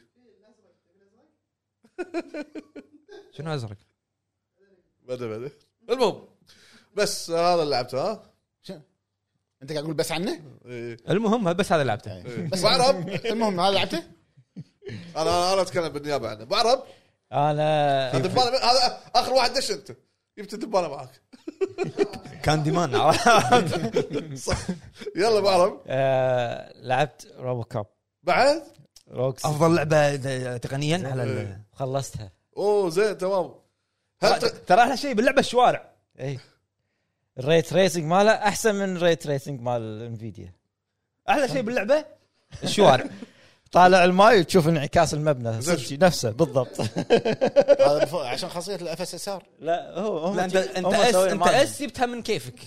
[SPEAKER 1] شنو ازرق؟
[SPEAKER 3] بدا بدا المهم بس هذا اللي لعبته ها
[SPEAKER 4] انت قاعد تقول بس عنه؟
[SPEAKER 3] إيه.
[SPEAKER 1] المهم بس هذا لعبته
[SPEAKER 3] يعني.
[SPEAKER 4] إيه. بس <laughs> عرب المهم هذا لعبته؟
[SPEAKER 3] انا انا اتكلم بالنيابه عنه ابو عرب
[SPEAKER 2] انا
[SPEAKER 3] هذا الدبانة- هذا اخر واحد دش انت جبت الدبانه معك
[SPEAKER 1] كان
[SPEAKER 3] <laughs>
[SPEAKER 1] ديمان
[SPEAKER 3] صح يلا ابو عرب
[SPEAKER 2] آه، لعبت روبو كاب
[SPEAKER 3] بعد
[SPEAKER 2] روكس
[SPEAKER 1] افضل لعبه تقنيا على ال-
[SPEAKER 2] خلصتها
[SPEAKER 3] اوه زين تمام هل
[SPEAKER 1] ترى- ترى احلى شيء باللعبه الشوارع
[SPEAKER 2] اي إيه. الريت ريسنج ماله احسن من ريت ريسنج مال انفيديا
[SPEAKER 1] احلى شيء باللعبه
[SPEAKER 2] الشوارع طالع الماي وتشوف انعكاس المبنى
[SPEAKER 3] زين.
[SPEAKER 2] صدق نفسه بالضبط
[SPEAKER 4] هذا بف- عشان خاصيه الاف اس اس ار
[SPEAKER 2] لا هو <laughs> هم
[SPEAKER 1] لا انت انت اس انت اس جبتها من كيفك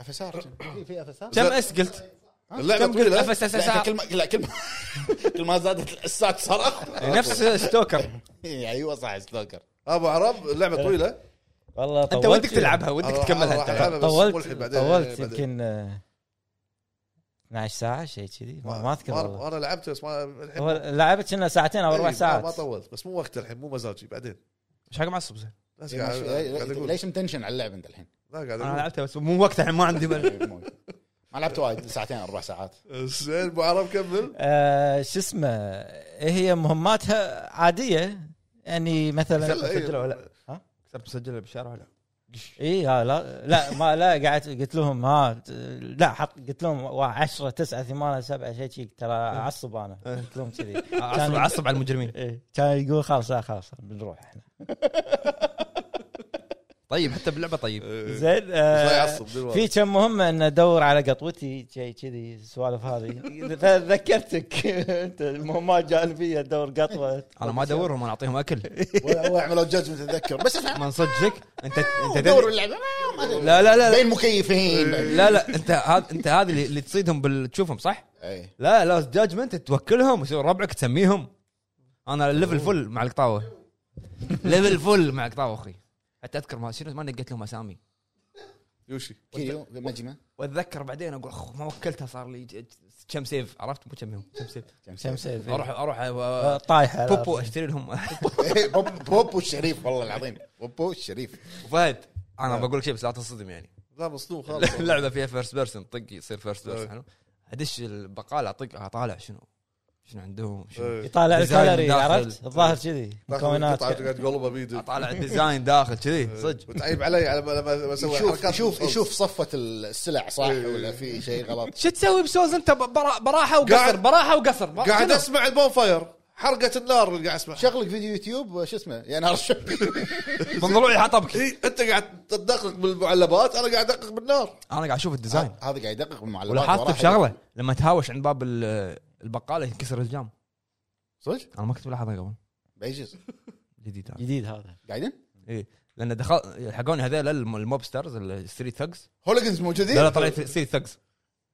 [SPEAKER 4] اف اس ار في في اف اس ار
[SPEAKER 1] كم اس قلت؟ كم
[SPEAKER 3] اللعبه
[SPEAKER 1] قلت
[SPEAKER 3] طويله
[SPEAKER 1] اف اس اس
[SPEAKER 4] لا كل ما لا كل ما <laughs> كل ما زادت السات صار اقوى
[SPEAKER 1] نفس ستوكر
[SPEAKER 4] إيه، ايوه صح ستوكر
[SPEAKER 3] ابو عرب اللعبه
[SPEAKER 1] إيه.
[SPEAKER 3] طويله
[SPEAKER 2] والله طولت
[SPEAKER 1] انت ودك تلعبها ودك تكملها
[SPEAKER 3] راح
[SPEAKER 1] انت
[SPEAKER 3] ألعبها بس
[SPEAKER 2] طولت
[SPEAKER 3] ملحق بعدين- يعني
[SPEAKER 2] طولت
[SPEAKER 3] بعدين.
[SPEAKER 2] يمكن آه، 12 ساعه شيء كذي ما ما اذكر
[SPEAKER 3] ما-
[SPEAKER 2] والله
[SPEAKER 3] انا لعبته بس ما الحين
[SPEAKER 2] هو لعبت كنا ساعتين او
[SPEAKER 3] إيه،
[SPEAKER 2] اربع
[SPEAKER 3] ما- ما
[SPEAKER 2] ساعات
[SPEAKER 3] طولت بس مو وقت الحين مو مزاجي بعدين
[SPEAKER 1] ايش حق معصب زين؟
[SPEAKER 3] بس قاعد- قاعد اقول
[SPEAKER 4] إيه، ليش متنشن على اللعب انت الحين؟ <laughs>
[SPEAKER 3] لا قاعد
[SPEAKER 1] انا
[SPEAKER 3] اقول
[SPEAKER 1] لعبتها بس مو وقت الحين ما عندي <laughs> بال
[SPEAKER 4] إيه، ما لعبت وايد ساعتين اربع <laughs> ساعات
[SPEAKER 3] زين ابو عرب كمل
[SPEAKER 2] آه، شو اسمه إيه، هي مهماتها عاديه يعني مثلا
[SPEAKER 3] يلا، إيه.
[SPEAKER 1] مسجله ولا
[SPEAKER 2] ها؟
[SPEAKER 1] كسرت مسجله بالشارع ولا
[SPEAKER 2] اي إيه، ها لا لا ما لا قعدت قلت لهم ها ت- لا حط قلت لهم 10 9 8 7 شيء شيء ترى
[SPEAKER 3] إيه.
[SPEAKER 2] اعصب انا قلت لهم
[SPEAKER 3] <laughs>
[SPEAKER 2] كذي
[SPEAKER 1] عصب عصب على المجرمين
[SPEAKER 2] إيه، كان يقول خلاص لا خلاص بنروح احنا
[SPEAKER 1] طيب حتى باللعبه طيب
[SPEAKER 3] إيه.
[SPEAKER 2] زين
[SPEAKER 3] لا
[SPEAKER 2] آه،
[SPEAKER 3] يعصب دلوقتي.
[SPEAKER 2] في كم مهمه ان ادور على قطوتي شيء كذي السوالف هذه <laughs> فذكرتك انت المهمات جانبيه تدور قطوه
[SPEAKER 1] انا ما ادورهم انا اعطيهم اكل
[SPEAKER 4] واعملوا جادجمنت اتذكر بس اسمع
[SPEAKER 1] من صدقك انت انت
[SPEAKER 4] دوروا
[SPEAKER 1] تدري
[SPEAKER 4] اللعبه ما أدري.
[SPEAKER 1] لا لا لا لا
[SPEAKER 4] بين مكيفين
[SPEAKER 1] لا, لا انت هذا انت هذا اللي اللي تصيدهم بال- تشوفهم صح؟
[SPEAKER 4] إيه.
[SPEAKER 1] لا لا جاجمنت توكلهم ويصير ربعك تسميهم انا ليفل فل مع القطاوه ليفل فل مع القطاوه اخي حتى اذكر ما شنو ما نقيت لهم اسامي
[SPEAKER 3] يوشي
[SPEAKER 4] كيريو مجمع
[SPEAKER 1] واتذكر بعدين اقول اخ ما وكلتها صار لي ج- ج- كم سيف عرفت مو كم يوم كم سيف
[SPEAKER 2] شمسية في-
[SPEAKER 1] اروح اروح
[SPEAKER 2] آه،
[SPEAKER 1] أ-
[SPEAKER 2] طايحه
[SPEAKER 1] بوبو اشتري لهم <laughs>
[SPEAKER 4] إيه، بوب- بوبو الشريف والله العظيم بوبو الشريف
[SPEAKER 1] فهد انا بقول لك شيء بس لا تصدم <laughs> يعني
[SPEAKER 3] لا مصدوم خالص
[SPEAKER 1] اللعبه فيها فيرست بيرسون طق يصير فيرست
[SPEAKER 3] إيه.
[SPEAKER 1] بيرسون حلو ادش البقاله اطق اطالع شنو شنو عندهم شنو
[SPEAKER 3] إيه.
[SPEAKER 2] يطالع
[SPEAKER 1] ديزاين
[SPEAKER 2] الكالوري
[SPEAKER 1] داخل.
[SPEAKER 2] عرفت الظاهر كذي
[SPEAKER 3] داخل
[SPEAKER 2] مكونات
[SPEAKER 3] القطعة قاعد تقلبها بيدي
[SPEAKER 1] اطالع الديزاين داخل كذي صدق
[SPEAKER 3] وتعيب علي على ما- لما لما اسوي
[SPEAKER 4] يشوف
[SPEAKER 3] حركات
[SPEAKER 4] يشوف
[SPEAKER 3] بالصوت. إيه.
[SPEAKER 4] يشوف صفه السلع صح ولا في شيء غلط
[SPEAKER 1] شو تسوي بسوز انت ب- برا- براحه وقصر
[SPEAKER 3] قاعد-
[SPEAKER 1] براحه وقصر بر-
[SPEAKER 3] قاعد
[SPEAKER 1] شنو؟
[SPEAKER 3] اسمع البون فاير حرقه النار اللي قاعد اسمعها
[SPEAKER 4] شغلك فيديو يوتيوب شو اسمه يا نهار الشب
[SPEAKER 1] من ضلوعي حطبك
[SPEAKER 3] اي انت إيه، قاعد تدقق بالمعلبات انا قاعد ادقق بالنار
[SPEAKER 1] انا قاعد اشوف الديزاين
[SPEAKER 4] <laughs>
[SPEAKER 3] آه.
[SPEAKER 4] هذا قاعد يدقق بالمعلومات
[SPEAKER 1] ولاحظت
[SPEAKER 4] وراح
[SPEAKER 1] بشغله لما تهاوش عند باب ال- البقاله ينكسر الجام
[SPEAKER 4] صدق
[SPEAKER 1] انا ما كنت ملاحظها قبل
[SPEAKER 4] بيجز
[SPEAKER 1] جديد
[SPEAKER 3] إيه.
[SPEAKER 1] هذا
[SPEAKER 2] جديد هذا
[SPEAKER 4] قاعدين
[SPEAKER 1] اي لان دخل حقوني هذول الم- الموبسترز الستريت ثقز
[SPEAKER 4] هوليجنز
[SPEAKER 3] إيه.
[SPEAKER 1] لا لا
[SPEAKER 4] موجودين
[SPEAKER 1] طلعت ستريت ثقز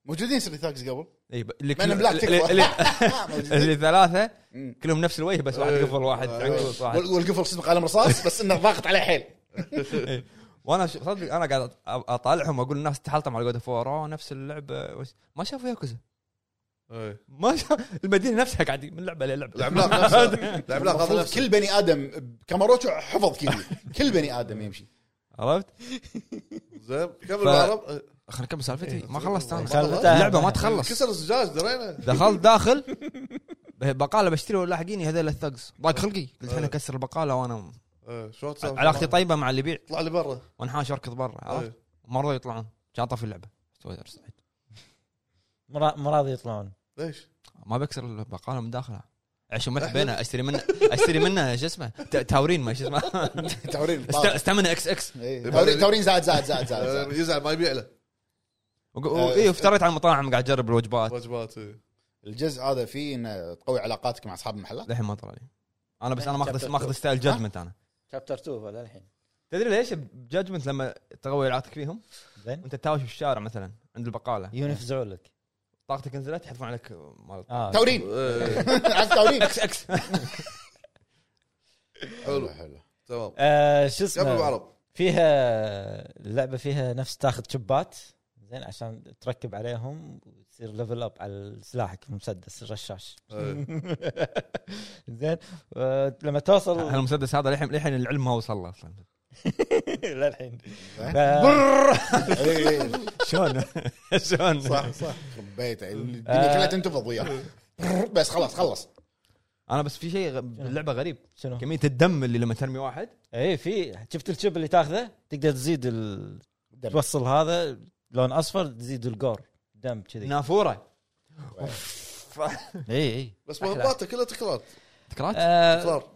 [SPEAKER 4] موجودين سري ثاكس
[SPEAKER 1] <laughs>
[SPEAKER 4] قبل آه،
[SPEAKER 1] اي ب- اللي
[SPEAKER 4] مان
[SPEAKER 1] كل-
[SPEAKER 4] بلاك
[SPEAKER 1] اللي- اللي-
[SPEAKER 3] <laughs>
[SPEAKER 4] تكفى
[SPEAKER 1] اللي ثلاثه
[SPEAKER 3] إيه.
[SPEAKER 4] مم.
[SPEAKER 1] كلهم نفس الوجه بس واحد قفل واحد عنكبوت واحد
[SPEAKER 4] إيه. وال- والقفل صدق قلم رصاص بس انه ضاغط عليه حيل
[SPEAKER 1] وانا ش- صدق انا قاعد أط- اطالعهم واقول الناس تحلطم على جود اوف وور نفس اللعبه بس ما شافوا ياكوزا
[SPEAKER 3] إيه.
[SPEAKER 1] ما شاف المدينه نفسها قاعدين من لعبه للعبه
[SPEAKER 3] العملاق نفسه العملاق هذا
[SPEAKER 4] المفروض
[SPEAKER 3] نفسه
[SPEAKER 4] كل بني ادم بكاماروتشو حفظ كذي كل بني
[SPEAKER 3] <laughs>
[SPEAKER 4] ادم يمشي
[SPEAKER 1] <laughs> عرفت؟
[SPEAKER 3] زين كمل
[SPEAKER 1] ف-
[SPEAKER 3] ابو عرب
[SPEAKER 1] خلينا نكمل
[SPEAKER 3] إيه،
[SPEAKER 1] سالفتي ما خلصت انا
[SPEAKER 2] سالفة-
[SPEAKER 1] اللعبه ما تخلص
[SPEAKER 3] كسر الزجاج درينا
[SPEAKER 1] دخلت داخل بقاله بشتري ولا حقيني هذول الثقز ضاق خلقي قلت الحين اكسر البقاله وانا
[SPEAKER 3] إيه، شلون تسوي؟
[SPEAKER 1] علاقتي طيبه مع اللي يبيع
[SPEAKER 3] طلع لي برا
[SPEAKER 1] وانحاش اركض برا عرفت؟
[SPEAKER 3] إيه.
[SPEAKER 1] ما رضوا يطلعون كان طفي اللعبه استوى درس.
[SPEAKER 2] مرا- مو راضي يطلعون
[SPEAKER 3] ليش؟
[SPEAKER 1] ما بكسر البقاله من داخلها عشان ما تبينه اشتري منه اشتري منه شو اسمه تا- تاورين ما
[SPEAKER 3] <laughs>
[SPEAKER 1] شو اسمه
[SPEAKER 4] تورين
[SPEAKER 1] است- استمنى اكس اكس
[SPEAKER 4] إيه. تورين تورين زاد زاد زاد زاد
[SPEAKER 3] آه،
[SPEAKER 4] زاد.
[SPEAKER 3] يزعل ما يبيع له
[SPEAKER 1] وق-
[SPEAKER 3] إيه.
[SPEAKER 1] و- اي افتريت على المطاعم قاعد اجرب الوجبات
[SPEAKER 3] وجبات إيه.
[SPEAKER 4] الجزء هذا فيه انه تقوي علاقاتك مع اصحاب المحلات
[SPEAKER 1] للحين ما طلع لي انا بس انا ماخذ ماخذ ستايل جادجمنت انا
[SPEAKER 2] شابتر 2 ولا الحين
[SPEAKER 1] تدري ليش بجادجمنت لما تقوي علاقتك فيهم
[SPEAKER 2] زين
[SPEAKER 1] انت تهاوش في الشارع مثلا عند البقاله
[SPEAKER 2] ينفزعوا لك
[SPEAKER 1] طاقتك نزلت يحذفون عليك مال
[SPEAKER 2] اه
[SPEAKER 4] تورين <laughs>
[SPEAKER 3] إيه.
[SPEAKER 4] عارف تورين
[SPEAKER 1] اكس اكس
[SPEAKER 3] حلو
[SPEAKER 4] حلو
[SPEAKER 3] تمام
[SPEAKER 2] آه، شو
[SPEAKER 3] كمل ابو
[SPEAKER 2] اسمه
[SPEAKER 3] عرب
[SPEAKER 2] فيها اللعبه فيها نفس تاخذ شبات زين عشان تركب عليهم وتصير ليفل اب على سلاحك المسدس الرشاش <laughs>
[SPEAKER 3] إيه.
[SPEAKER 2] زين آه، لما توصل
[SPEAKER 1] المسدس هذا للحين للحين العلم ما وصل له اصلا
[SPEAKER 2] <laughs> للحين ف...
[SPEAKER 1] آه.
[SPEAKER 4] إي، إي.
[SPEAKER 1] شلون <laughs> شلون
[SPEAKER 4] صح صح خبيته الدنيا كلها تنتفض وياه بس خلاص خلص
[SPEAKER 1] انا بس في شيء غ- باللعبه غريب
[SPEAKER 2] شنو؟
[SPEAKER 1] كميه الدم اللي لما ترمي واحد
[SPEAKER 2] اي في شفت الشيب اللي تاخذه تقدر تزيد ال... توصل هذا لون اصفر تزيد الجور دم
[SPEAKER 1] نعم.
[SPEAKER 2] كذي
[SPEAKER 1] نافوره
[SPEAKER 2] اي اي
[SPEAKER 3] بس
[SPEAKER 2] أحلى. أه.
[SPEAKER 3] مهماته كلها تكرار
[SPEAKER 1] تكرات
[SPEAKER 2] إيه. آه،
[SPEAKER 3] تكرار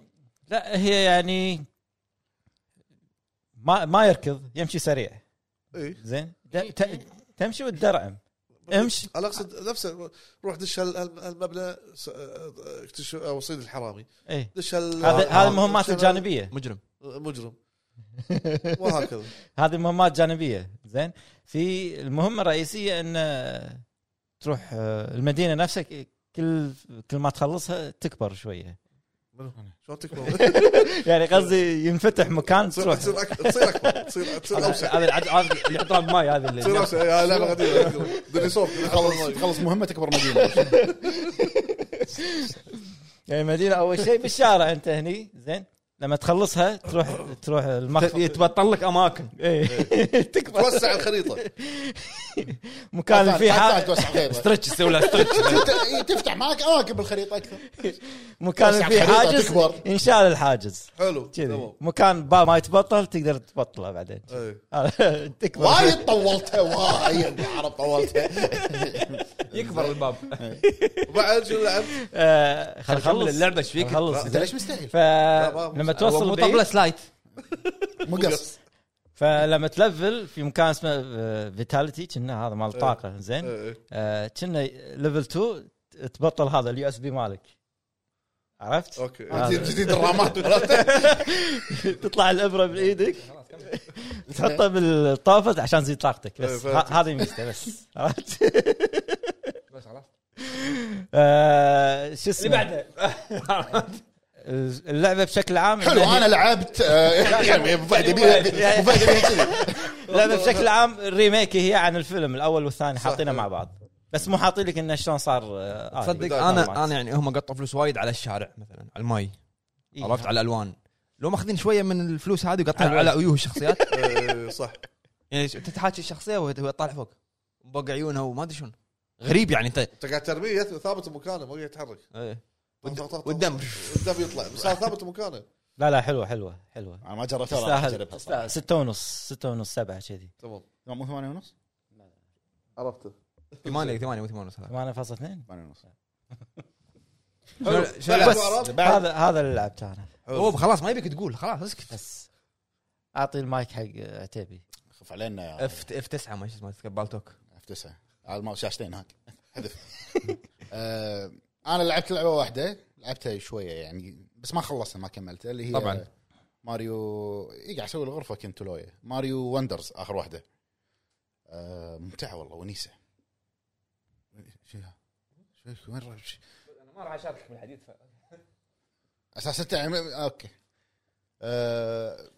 [SPEAKER 2] لا هي يعني ما ما يركض يمشي سريع
[SPEAKER 3] اي
[SPEAKER 2] زين د- ت- تمشي وتدرعم امشي.
[SPEAKER 3] انا اقصد نفسه روح دش هال- هال- هالمبنى س- آه، اكتشف او صيد الحرامي
[SPEAKER 2] اي
[SPEAKER 3] دش هال-
[SPEAKER 2] هذا هذه المهمات
[SPEAKER 3] دش هال-
[SPEAKER 2] الجانبيه
[SPEAKER 1] <laughs> مجرم
[SPEAKER 3] مجرم <laughs> وهكذا
[SPEAKER 2] هذه المهمات الجانبيه زين في المهمه الرئيسيه ان آه، تروح آه، المدينه نفسها ك- كل كل ما تخلصها تكبر شويه
[SPEAKER 3] منو؟
[SPEAKER 2] <laughs>
[SPEAKER 3] شلون تكبر؟
[SPEAKER 2] يعني قصدي ينفتح مكان
[SPEAKER 3] تصير
[SPEAKER 2] تروح
[SPEAKER 3] تصير أك- تصير اكبر تصير تصير اوسع
[SPEAKER 2] هذا العد- هذا اللي يحطها بماي هذا اللي-
[SPEAKER 3] تصير اوسع يا
[SPEAKER 2] <laughs>
[SPEAKER 3] لعبه قديمه ديناصور خلص
[SPEAKER 4] خلص مهمه تكبر <laughs> مدينه
[SPEAKER 2] يعني المدينه اول شيء بالشارع انت هني زين لما تخلصها تروح تروح المخفى
[SPEAKER 1] يتبطل لك اماكن
[SPEAKER 2] إيه. <laughs> تكبر
[SPEAKER 3] توسع الخريطه
[SPEAKER 2] مكان اللي فيه
[SPEAKER 4] حاجه
[SPEAKER 2] حاجه
[SPEAKER 4] توسع غيره
[SPEAKER 1] ستريتش تسوي له ستريتش
[SPEAKER 4] تت- إي، تفتح معك آه، اماكن بالخريطه اكثر
[SPEAKER 2] مكان اللي
[SPEAKER 4] توسع
[SPEAKER 2] فيه
[SPEAKER 4] الخريطة
[SPEAKER 2] حاجز
[SPEAKER 4] تكبر.
[SPEAKER 2] ينشال الحاجز
[SPEAKER 3] حلو
[SPEAKER 2] كذي
[SPEAKER 3] تمام
[SPEAKER 2] مكان با ما يتبطل تقدر تبطله بعدين <laughs>
[SPEAKER 3] إيه.
[SPEAKER 2] تكبر
[SPEAKER 4] وايد طولتها وايد عرب طولتها
[SPEAKER 1] <laughs> يكبر الباب
[SPEAKER 3] وبعد شو لعبت؟
[SPEAKER 2] آه، خل
[SPEAKER 1] خلص اللعبه ايش فيك؟
[SPEAKER 2] خلص
[SPEAKER 4] انت ليش مستحيل؟
[SPEAKER 2] فلما
[SPEAKER 1] مو
[SPEAKER 2] توصل
[SPEAKER 1] طبله
[SPEAKER 2] بعيد
[SPEAKER 1] سلايد
[SPEAKER 4] مو قص
[SPEAKER 2] فلما تلفل في مكان اسمه فيتاليتي كنا هذا مال طاقه زين
[SPEAKER 3] إيه.
[SPEAKER 2] آه، كنا ليفل 2 تبطل هذا اليو اس بي مالك عرفت؟
[SPEAKER 3] اوكي
[SPEAKER 2] آه.
[SPEAKER 4] جديد- جديد الرامات
[SPEAKER 1] <laughs>
[SPEAKER 4] عرفت؟
[SPEAKER 2] <laughs> تطلع الابره من ايدك تحطها بالطافه عشان تزيد طاقتك
[SPEAKER 3] إيه،
[SPEAKER 2] بس
[SPEAKER 3] فهمت.
[SPEAKER 2] ه- هذه ميزته بس عرفت؟
[SPEAKER 1] بس خلاص
[SPEAKER 2] آه،
[SPEAKER 1] اللي
[SPEAKER 2] شو اسمه؟
[SPEAKER 1] بعده
[SPEAKER 2] اللعبه بشكل عام يعني
[SPEAKER 4] حلو
[SPEAKER 2] إنها هي-
[SPEAKER 4] انا
[SPEAKER 2] <laughs>
[SPEAKER 4] لعبت آه، <laughs> يعني ابو فهد يبيها- ابو فهد يبيها كذي.
[SPEAKER 2] <laughs> اللعبه بشكل عام الريميك هي عن الفيلم الاول والثاني حاطينه مع بعض بس مو حاطين لك انه شلون صار آه، آلي.
[SPEAKER 1] تصدق
[SPEAKER 3] بداية
[SPEAKER 2] معلومات.
[SPEAKER 1] انا انا يعني هم قطوا فلوس وايد على الشارع مثلا على الماي
[SPEAKER 2] إيه.
[SPEAKER 1] عرفت على الالوان لو ماخذين شويه من الفلوس هذه وقطعوا
[SPEAKER 2] على
[SPEAKER 1] على عيون الشخصيات <laughs>
[SPEAKER 3] إيه، صح
[SPEAKER 1] يعني انت تحاكي الشخصيه وهو طالع فوق مبقع عيونها وما ادري شلون غريب يعني انت
[SPEAKER 3] انت قاعد ترميه يث- ثابت بمكانه ما قاعد يتحرك
[SPEAKER 1] إيه.
[SPEAKER 3] طق- طق- طق-
[SPEAKER 1] والدم
[SPEAKER 3] الدم يطلع بس هذا ثابت بمكانه
[SPEAKER 2] لا لا حلوه حلوه حلوه
[SPEAKER 4] انا ما جربتها راح
[SPEAKER 2] تستاهل
[SPEAKER 4] اجربها صراحة.
[SPEAKER 2] تستاهل. ستة ونص ستة ونص سبعة كذي
[SPEAKER 3] تمام
[SPEAKER 4] مو ثمانية ونص؟
[SPEAKER 3] عرفته
[SPEAKER 1] ثمانية ثمانية مو ثمانية ونص
[SPEAKER 2] 8.2
[SPEAKER 4] ثمانية ونص
[SPEAKER 1] شنو-
[SPEAKER 3] حلو.
[SPEAKER 1] شنو
[SPEAKER 3] بعد
[SPEAKER 1] بس
[SPEAKER 3] وعرب.
[SPEAKER 4] بعد
[SPEAKER 2] هذا هذا اللي لعبته انا
[SPEAKER 1] هو خلاص ما يبيك تقول خلاص اسكت
[SPEAKER 2] بس اعطي المايك حق عتيبي
[SPEAKER 4] خف علينا اف
[SPEAKER 1] اف اف 9 ما شو اسمه تذكر بالتوك
[SPEAKER 4] تسعة على الماوس شاشتين هاك <laughs> حذف آه، انا لعبت لعبه واحده لعبتها شويه يعني بس ما خلصتها ما كملتها اللي هي
[SPEAKER 1] طبعاً.
[SPEAKER 4] ماريو إي، قاعد اسوي الغرفه كنت وياه ماريو وندرز اخر واحده آه، ممتعه والله ونيسه شو شو وين رايح
[SPEAKER 1] ما راح اشاركك بالحديث
[SPEAKER 4] اساس انت يعني اوكي أه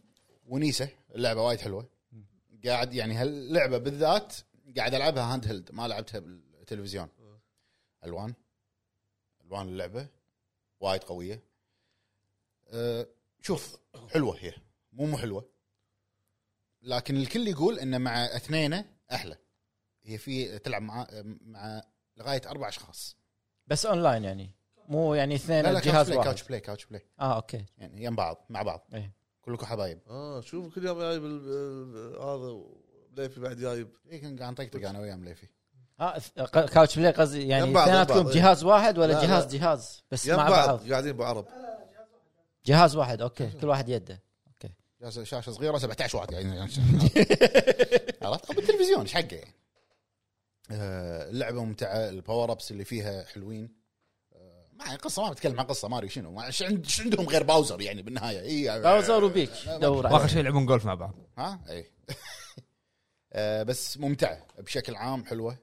[SPEAKER 4] ونيسه اللعبه وايد حلوه قاعد يعني هاللعبه بالذات قاعد العبها هاند هيلد ما لعبتها بالتلفزيون الوان الوان اللعبه وايد قويه أه شوف حلوه هي مو مو حلوه لكن الكل يقول ان مع اثنين احلى هي في تلعب مع مع لغايه اربع اشخاص
[SPEAKER 2] بس اونلاين يعني مو يعني اثنين
[SPEAKER 4] لا لا كاوتش
[SPEAKER 2] الجهاز
[SPEAKER 4] بلاي
[SPEAKER 2] واحد
[SPEAKER 4] كاوتش بلاي كاوتش بلاي
[SPEAKER 2] اه اوكي
[SPEAKER 4] يعني يم بعض مع بعض
[SPEAKER 2] إيه.
[SPEAKER 4] كلكم حبايب
[SPEAKER 3] اه شوف كل يوم جايب ال- ال- هذا ليفي بعد جايب
[SPEAKER 4] اي إيه، كان قاعد نطقطق انا وياه مليفي
[SPEAKER 2] اه ث- ق- كاوتش بلاي قصدي يعني
[SPEAKER 3] يم بعض، يم
[SPEAKER 2] اثنيناتكم
[SPEAKER 3] بعض.
[SPEAKER 2] جهاز واحد
[SPEAKER 3] لا،
[SPEAKER 2] ولا
[SPEAKER 3] لا.
[SPEAKER 2] جهاز جهاز بس
[SPEAKER 3] يم
[SPEAKER 2] مع بعض
[SPEAKER 3] بعض قاعدين بعرب
[SPEAKER 2] جهاز واحد اوكي كل واحد يده
[SPEAKER 4] جهاز- شاشه صغيره 17 واحد قاعدين يعني. <laughs> عرفت او بالتلفزيون ايش حقه يعني آه، اللعبه ممتعه الباور ابس اللي فيها حلوين آه، ما يعني قصه ما بتكلم عن قصه ماري شنو ما ايش عند- إيش عندهم غير باوزر يعني بالنهايه اي
[SPEAKER 2] باوزر وبيك دور
[SPEAKER 1] واخر
[SPEAKER 2] عليه.
[SPEAKER 1] شيء يلعبون جولف مع بعض
[SPEAKER 4] ها اي <laughs> آه، بس ممتعه بشكل عام حلوه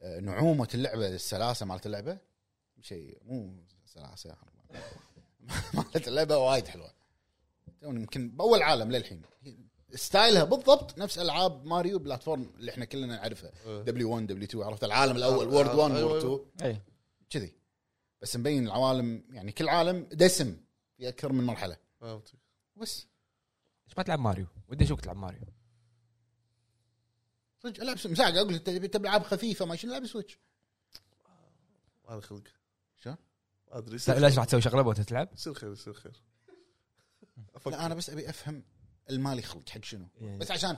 [SPEAKER 4] آه، نعومه اللعبه السلاسه مالت اللعبه شيء مو يعني. سلاسه <laughs> مالت اللعبه وايد حلوه توني يمكن باول عالم للحين ستايلها بالضبط نفس العاب ماريو بلاتفورم اللي احنا كلنا نعرفها دبليو 1 دبليو 2 عرفت العالم الاول
[SPEAKER 3] إيه. آه،
[SPEAKER 4] وورد 1
[SPEAKER 3] آه،
[SPEAKER 4] وورد
[SPEAKER 3] أيوة،
[SPEAKER 4] 2
[SPEAKER 2] اي
[SPEAKER 4] كذي بس مبين العوالم يعني كل عالم دسم في اكثر من مرحله
[SPEAKER 3] فهمت
[SPEAKER 4] بس
[SPEAKER 1] ليش ما تلعب ماريو؟ ودي اشوفك تلعب ماريو
[SPEAKER 4] صدق العب سويتش مساعد اقول انت تبي العاب خفيفه ما شنو العب سويتش
[SPEAKER 3] ما له خلق
[SPEAKER 4] شو؟
[SPEAKER 3] ما ادري يصير
[SPEAKER 1] ليش راح تسوي شغله وانت تلعب؟
[SPEAKER 3] يصير خير يصير خير
[SPEAKER 4] لا
[SPEAKER 3] افكر
[SPEAKER 4] انا بس ابي افهم المالي خلق حق شنو
[SPEAKER 1] يعني.
[SPEAKER 4] بس عشان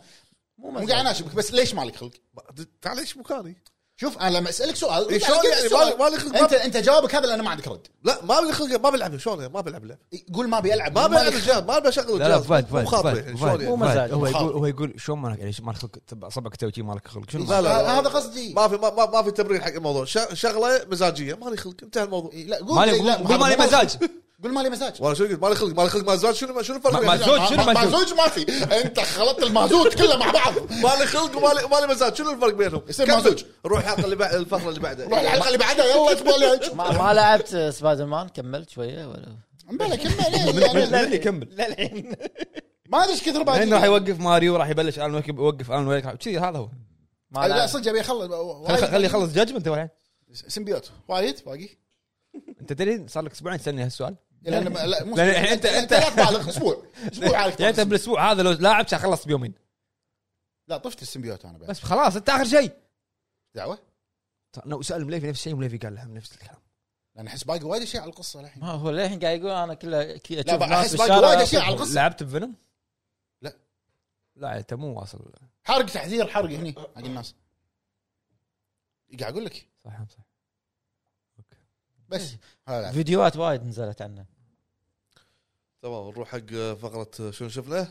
[SPEAKER 2] مو
[SPEAKER 4] مو
[SPEAKER 2] مزاج.
[SPEAKER 4] قاعد اناشبك بس ليش مالك خلق؟
[SPEAKER 3] ما- تعال ايش مكاني؟
[SPEAKER 4] شوف انا لما اسالك سؤال
[SPEAKER 3] إيه،
[SPEAKER 4] رد
[SPEAKER 3] شلون
[SPEAKER 4] على كل
[SPEAKER 3] يعني؟
[SPEAKER 4] السؤال.
[SPEAKER 3] مالي- مالي خلق، ما-
[SPEAKER 4] انت انت جوابك هذا لان ما عندك رد
[SPEAKER 3] لا ما له خلق ما بلعب شلون يعني؟ ما بلعب لعب
[SPEAKER 4] قول ما ابي العب
[SPEAKER 3] ما
[SPEAKER 4] مالي
[SPEAKER 3] بلعب جهاز ما
[SPEAKER 1] لا
[SPEAKER 3] بشغل
[SPEAKER 1] لا
[SPEAKER 3] الجهاز
[SPEAKER 1] فهد
[SPEAKER 3] مو
[SPEAKER 1] فهد
[SPEAKER 3] خاطري
[SPEAKER 1] فهد
[SPEAKER 3] يعني، شلون
[SPEAKER 1] فهد
[SPEAKER 3] يعني؟
[SPEAKER 2] مو مزاج،
[SPEAKER 1] هو يقول
[SPEAKER 4] مخاطر.
[SPEAKER 1] هو يقول شلون ما لك- ليش ما لك خلق تب- صبك تسوي شي ما لك خلق شنو
[SPEAKER 3] لا، لا، لا.
[SPEAKER 4] آه، هذا قصدي
[SPEAKER 3] ما في ما, ما, ما في تبرير حق الموضوع ش- شغله مزاجيه ما لي خلق انتهى الموضوع
[SPEAKER 4] إيه، لا قول
[SPEAKER 1] مالي
[SPEAKER 4] لا،
[SPEAKER 1] قول- قول مالي
[SPEAKER 4] هذا مو-
[SPEAKER 1] مزاج
[SPEAKER 4] قول مالي مزاج
[SPEAKER 3] وانا شو قلت ما لي خلق ما لي خلق ما زوج شنو شنو الفرق
[SPEAKER 1] ما-
[SPEAKER 3] بين-
[SPEAKER 1] ما زوج؟ شنو
[SPEAKER 4] ما- ما-
[SPEAKER 1] مزوج؟
[SPEAKER 4] مزوج ما في انت خلطت المازوج كله مع بعض
[SPEAKER 3] ما لي خلق وما لي ما لي مزاج شنو الفرق بينهم؟
[SPEAKER 4] يصير
[SPEAKER 3] كمل.
[SPEAKER 4] مزوج.
[SPEAKER 3] روح الحلقه اللي بعد الفقره اللي
[SPEAKER 4] روح
[SPEAKER 3] بعدها
[SPEAKER 4] الحلقه اللي بعدها يلا اسبوع اللي
[SPEAKER 5] ما, ما لعبت سبايدر مان كملت شويه ولا
[SPEAKER 4] بلا كمل يعني
[SPEAKER 1] يكمل
[SPEAKER 2] للحين
[SPEAKER 4] ما ادري ايش كثر باقي
[SPEAKER 1] لانه راح يوقف ماريو راح يبلش الان ويك يوقف الان ويك كذي هذا هو
[SPEAKER 3] طيب،
[SPEAKER 5] ما
[SPEAKER 4] لا
[SPEAKER 5] لعبت
[SPEAKER 4] صدق ابي اخلص
[SPEAKER 1] خلي خلي يخلص جادجمنت الحين
[SPEAKER 4] سمبيوت وايد باقي
[SPEAKER 1] انت تدري صار لك اسبوعين تسالني هالسؤال
[SPEAKER 3] طيب،
[SPEAKER 4] لان لا مو
[SPEAKER 1] لأن أنت- أنت-
[SPEAKER 4] لا تبالغ اسبوع اسبوع عليك
[SPEAKER 1] يعني انت بالاسبوع هذا لو لاعب كان خلص بيومين
[SPEAKER 4] لا طفت السمبيوت انا بعد
[SPEAKER 1] بس خلاص انت اخر شيء
[SPEAKER 4] دعوه
[SPEAKER 1] انا وسال طيب، مليفي نفس الشيء مليفي قال لهم نفس الكلام
[SPEAKER 4] لان احس باقي وايد اشياء على القصه الحين
[SPEAKER 2] ما هو للحين قاعد يقول انا كله كي-
[SPEAKER 4] لا
[SPEAKER 2] اشوف
[SPEAKER 4] بقى
[SPEAKER 2] ناس
[SPEAKER 4] احس باقي وايد
[SPEAKER 2] بالشارع
[SPEAKER 4] اشياء على القصه
[SPEAKER 1] لعبت بفينوم؟
[SPEAKER 4] لا.
[SPEAKER 1] لا انت مو واصل
[SPEAKER 4] حرق تحذير حرق هني حق الناس قاعد اقول لك
[SPEAKER 1] صح صح
[SPEAKER 4] بس هذا
[SPEAKER 2] فيديوهات وايد نزلت عنه
[SPEAKER 3] تمام نروح حق فقره شنو شفنا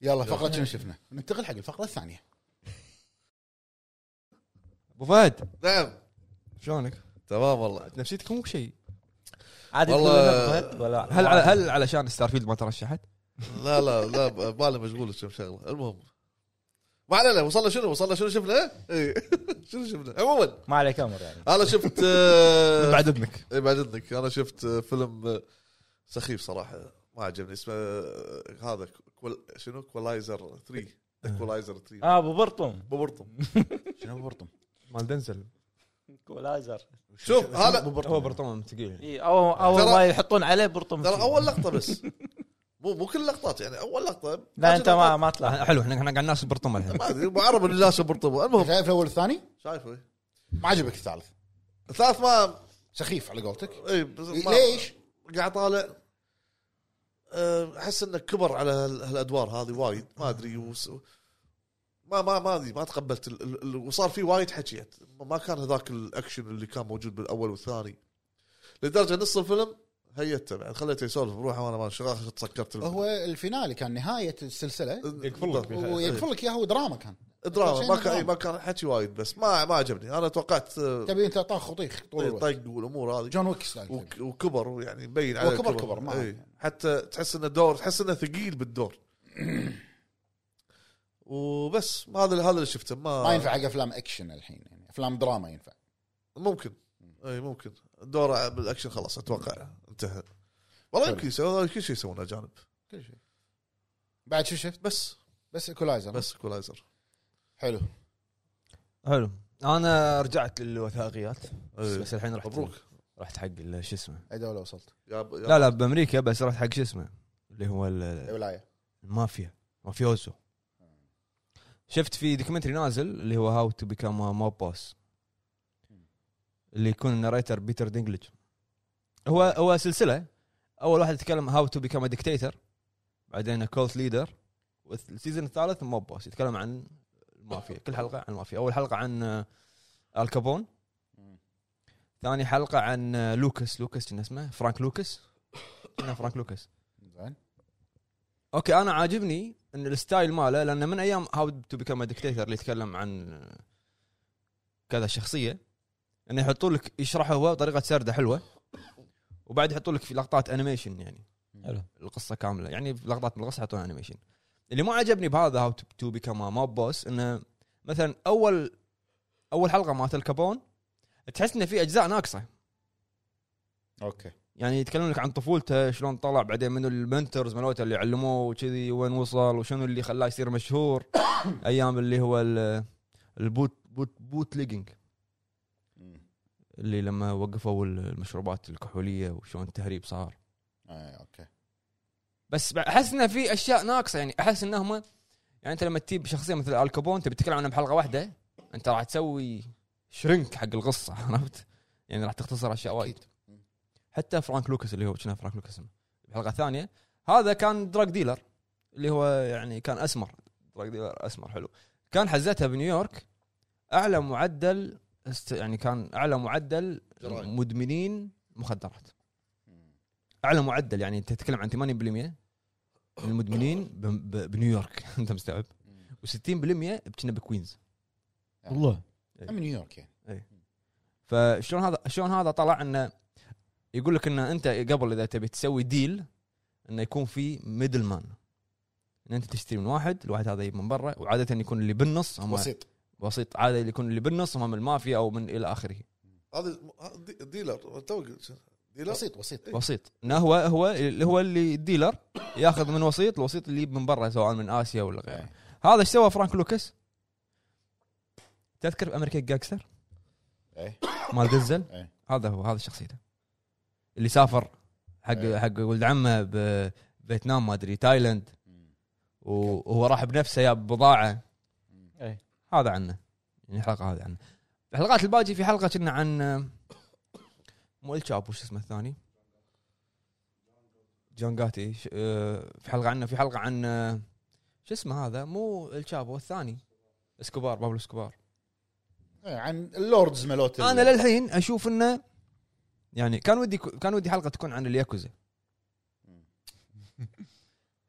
[SPEAKER 4] يلا فقره شنو شفنا ننتقل حق الفقره الثانيه
[SPEAKER 1] ابو فهد
[SPEAKER 3] نعم
[SPEAKER 1] شلونك؟
[SPEAKER 3] تمام والله
[SPEAKER 1] نفسيتك مو بشيء
[SPEAKER 2] عادي
[SPEAKER 3] والله-
[SPEAKER 2] تقول لنا فهد ولا
[SPEAKER 1] هل على هل علشان ستار فيلد ما ترشحت؟
[SPEAKER 3] لا لا لا ب- بالي مشغول بكم شغله المهم ما علينا وصلنا شنو وصلنا شنو شفنا إيه. <laughs> شنو شفنا عموما
[SPEAKER 2] ما عليك امر يعني
[SPEAKER 3] انا شفت آه،
[SPEAKER 1] بعد اذنك
[SPEAKER 3] إيه، بعد اذنك انا شفت آه، فيلم آه، سخيف صراحه ما عجبني اسمه آه، هذا كول شنو كولايزر 3 كولايزر 3
[SPEAKER 2] اه ابو برطم <laughs>
[SPEAKER 3] ببرطم
[SPEAKER 4] شنو برطم
[SPEAKER 1] مال دنزل
[SPEAKER 2] كولايزر
[SPEAKER 3] شوف هذا
[SPEAKER 1] هو برطمان ثقيل
[SPEAKER 2] اي اول اول
[SPEAKER 3] ترى-
[SPEAKER 2] إيه، ما يحطون عليه برطم
[SPEAKER 3] ترى
[SPEAKER 2] فيه.
[SPEAKER 3] اول لقطه بس مو مو كل اللقطات يعني اول لقطه
[SPEAKER 2] لا انت ما ما طلع
[SPEAKER 1] حلو احنا احنا قاعد ناس برطمان الحين
[SPEAKER 3] ما ادري معرب اللي لابسه برطمه المهم
[SPEAKER 4] شايف الاول الثاني
[SPEAKER 3] شايفه
[SPEAKER 4] ما عجبك الثالث
[SPEAKER 3] الثالث ما
[SPEAKER 4] سخيف على قولتك
[SPEAKER 3] اي بس ما-
[SPEAKER 4] ليش؟
[SPEAKER 3] قاعد طالع أه، احس انه كبر على هال- هالادوار هذه وايد ما ادري وس... ما ما ما ادري ما تقبلت ال... ال... ال- وصار في وايد حكي ما كان هذاك الاكشن اللي كان موجود بالاول والثاني لدرجه نص الفيلم هيته بعد خليته يسولف بروحه وانا ما شغال تسكرت الفيلم.
[SPEAKER 4] هو الفينالي كان نهايه السلسله
[SPEAKER 1] يقفل لك
[SPEAKER 4] ويقفل لك اياه دراما كان
[SPEAKER 3] دراما ما
[SPEAKER 4] شيء
[SPEAKER 3] كان
[SPEAKER 4] دراما.
[SPEAKER 3] ما كان حكي وايد بس ما ما عجبني انا توقعت أه،
[SPEAKER 4] تبي انت طاخ خطيخ طول الوقت
[SPEAKER 3] طق والامور هذه
[SPEAKER 4] جون ويك ستايل
[SPEAKER 3] وك- وكبر يعني مبين
[SPEAKER 4] هو
[SPEAKER 3] عليه
[SPEAKER 4] كبر- كبر، ما
[SPEAKER 3] إيه.
[SPEAKER 4] عاد. يعني.
[SPEAKER 3] حتى تحس انه دور تحس انه ثقيل
[SPEAKER 4] <clears throat>
[SPEAKER 3] بالدور وبس هذا هذا اللي شفته ما,
[SPEAKER 4] ما ينفع حق افلام اكشن الحين يعني افلام دراما ينفع
[SPEAKER 3] ممكن اي ممكن دوره بالاكشن خلاص اتوقع انتهى والله يمكن يسوون كل شيء يسوونه اجانب
[SPEAKER 4] طيب. كل شيء بعد شو شفت
[SPEAKER 3] بس
[SPEAKER 4] بس ايكولايزر
[SPEAKER 3] بس كولايزر
[SPEAKER 4] حلو
[SPEAKER 1] حلو انا رجعت للوثائقيات بس, بس الحين رحت
[SPEAKER 3] إيه. مبروك
[SPEAKER 1] رحت حق ال- شو اسمه
[SPEAKER 4] اي دوله وصلت
[SPEAKER 1] إيه.
[SPEAKER 3] يا ب- يا
[SPEAKER 1] لا لا بامريكا بس رحت حق شو اسمه اللي هو ال-
[SPEAKER 4] أي ولايه
[SPEAKER 1] المافيا مافيوزو شفت في دوكيومنتري نازل اللي هو هاو تو بيكام موب بوس اللي يكون الناريتر بيتر دينجلج هو هو سلسله اول واحد يتكلم هاو تو بيكام ديكتاتور بعدين كولت ليدر والسيزون الثالث موب بوس يتكلم عن المافيا كل حلقه عن المافيا اول حلقه عن آه، الكابون ثاني حلقه عن آه، لوكس لوكس شنو اسمه فرانك لوكس شنو فرانك لوكس
[SPEAKER 4] زين
[SPEAKER 1] اوكي انا عاجبني ان الستايل ماله لان من ايام هاو تو بيكام ديكتاتور اللي يتكلم عن كذا شخصيه انه يحطوا لك يشرحه هو بطريقه سرده حلوه وبعد يحطوا لك في لقطات انيميشن يعني
[SPEAKER 2] حلو.
[SPEAKER 1] القصه كامله يعني في لقطات من القصه يحطون انيميشن اللي ما عجبني بهذا هاو تو بيكام موب بوس انه مثلا اول اول حلقه مالت الكابون تحس انه في اجزاء ناقصه
[SPEAKER 4] اوكي
[SPEAKER 1] يعني يتكلم لك عن طفولته شلون طلع بعدين منو المنترز مالوته اللي علموه وكذي وين وصل وشنو اللي خلاه يصير مشهور <coughs> ايام اللي هو ال- البوت بوت بوت ليجنج اللي لما وقفوا المشروبات الكحوليه وشلون التهريب صار
[SPEAKER 4] اي اوكي
[SPEAKER 1] بس بع- احس انه في اشياء ناقصه يعني احس انهم يعني انت لما تجيب شخصيه مثل الكابون تبي تتكلم عنها بحلقه واحده انت راح تسوي شرنك حق القصه <laughs> عرفت؟ يعني راح تختصر اشياء وايد
[SPEAKER 4] مم.
[SPEAKER 1] حتى فرانك لوكس اللي هو كنا فرانك لوكس اسمه. الحلقه الثانيه هذا كان دراج ديلر اللي هو يعني كان اسمر دراج ديلر اسمر حلو كان حزتها بنيويورك اعلى معدل است... يعني كان اعلى معدل
[SPEAKER 3] جرائم.
[SPEAKER 1] مدمنين مخدرات اعلى معدل يعني انت تتكلم عن 80% من المدمنين ب- ب- بنيويورك <laughs> انت مستوعب و60% كنا بكوينز
[SPEAKER 2] والله
[SPEAKER 4] من نيويورك يعني
[SPEAKER 1] فشلون هذا شلون هذا طلع انه يقول لك ان انت قبل اذا تبي تسوي ديل انه يكون في ميدل مان ان انت تشتري من واحد الواحد هذا يجيب من برا وعاده يكون اللي بالنص هم
[SPEAKER 4] بسيط
[SPEAKER 1] بسيط عاده اللي يكون اللي بالنص هم من المافيا او من الى اخره
[SPEAKER 3] هذا هذا دي- ديلر تو قلت. ديلر
[SPEAKER 4] بسيط بسيط
[SPEAKER 1] وسيط انه هو هو اللي هو اللي الديلر ياخذ من وسيط الوسيط اللي يجيب من برا سواء من اسيا ولا غيره
[SPEAKER 4] إيه.
[SPEAKER 1] هذا ايش سوى فرانك لوكس؟ تذكر امريكا جاكستر
[SPEAKER 4] ايه
[SPEAKER 1] مال دزل
[SPEAKER 4] إيه.
[SPEAKER 1] هذا هو هذا شخصيته اللي سافر حق
[SPEAKER 4] إيه.
[SPEAKER 1] حق ولد عمه بفيتنام ما ادري تايلاند
[SPEAKER 4] مم.
[SPEAKER 1] و- وهو راح بنفسه جاب بضاعه
[SPEAKER 4] مم.
[SPEAKER 1] هذا عنه يعني الحلقه هذه عنه الحلقات الباجي في حلقه كنا عن مو الشاب وش اسمه الثاني جون جاتي ش- آه، في حلقه عنه في حلقه عن آه، شو اسمه هذا مو الشابو الثاني اسكوبار بابلو اسكوبار
[SPEAKER 4] إيه، عن اللوردز مالوت ال-
[SPEAKER 1] انا للحين اشوف انه يعني كان ودي كان ودي حلقه تكون عن الياكوزا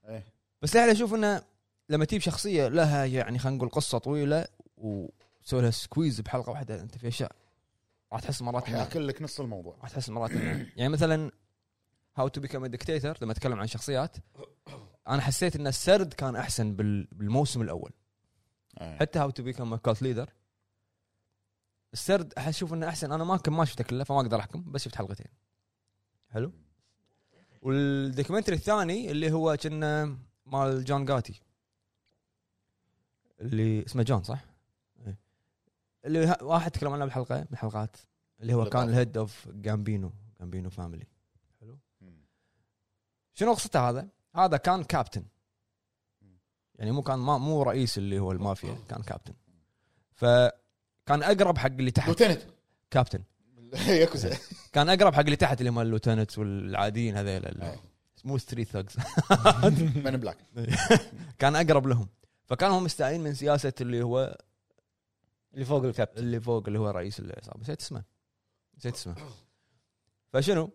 [SPEAKER 4] إيه.
[SPEAKER 1] بس للحين اشوف انه لما تجيب شخصيه لها يعني خلينا نقول قصه طويله وتسوي لها سكويز بحلقه واحده انت في اشياء راح تحس مرات
[SPEAKER 4] راح
[SPEAKER 1] إنه-
[SPEAKER 4] ياكل لك نص الموضوع
[SPEAKER 1] راح تحس مرات إنه- يعني مثلا هاو تو بيكم ديكتاتور لما اتكلم عن شخصيات انا حسيت ان السرد كان احسن بال- بالموسم الاول
[SPEAKER 4] إيه.
[SPEAKER 1] حتى هاو تو بيكم كالت ليدر السرد أح- اشوف انه احسن انا ما كنت ما شفته كله فما اقدر احكم بس شفت حلقتين حلو والدوكيومنتري الثاني اللي هو كنا مال جون جاتي اللي اسمه جون صح؟ إيه. اللي ه- واحد تكلم عنه بالحلقه من الحلقات اللي هو
[SPEAKER 4] اللي
[SPEAKER 1] كان
[SPEAKER 4] بعده.
[SPEAKER 1] الهيد اوف جامبينو جامبينو فاميلي
[SPEAKER 4] مم.
[SPEAKER 1] شنو قصته هذا؟ هذا كان كابتن يعني مو كان ما مو رئيس اللي هو المافيا كان كابتن فكان اقرب حق اللي تحت
[SPEAKER 4] لوتنت
[SPEAKER 1] كابتن
[SPEAKER 4] <laughs> ياكوزا
[SPEAKER 1] كان اقرب حق اللي تحت اللي هم اللوتنتس والعاديين هذيل ال-
[SPEAKER 4] إيه.
[SPEAKER 1] مو ستريت ثجز
[SPEAKER 4] من بلاك
[SPEAKER 1] كان اقرب لهم فكانوا هم مستعين من سياسه اللي هو
[SPEAKER 2] اللي فوق الكابتن
[SPEAKER 1] اللي فوق اللي هو رئيس العصابه نسيت اسمه نسيت اسمه فشنو؟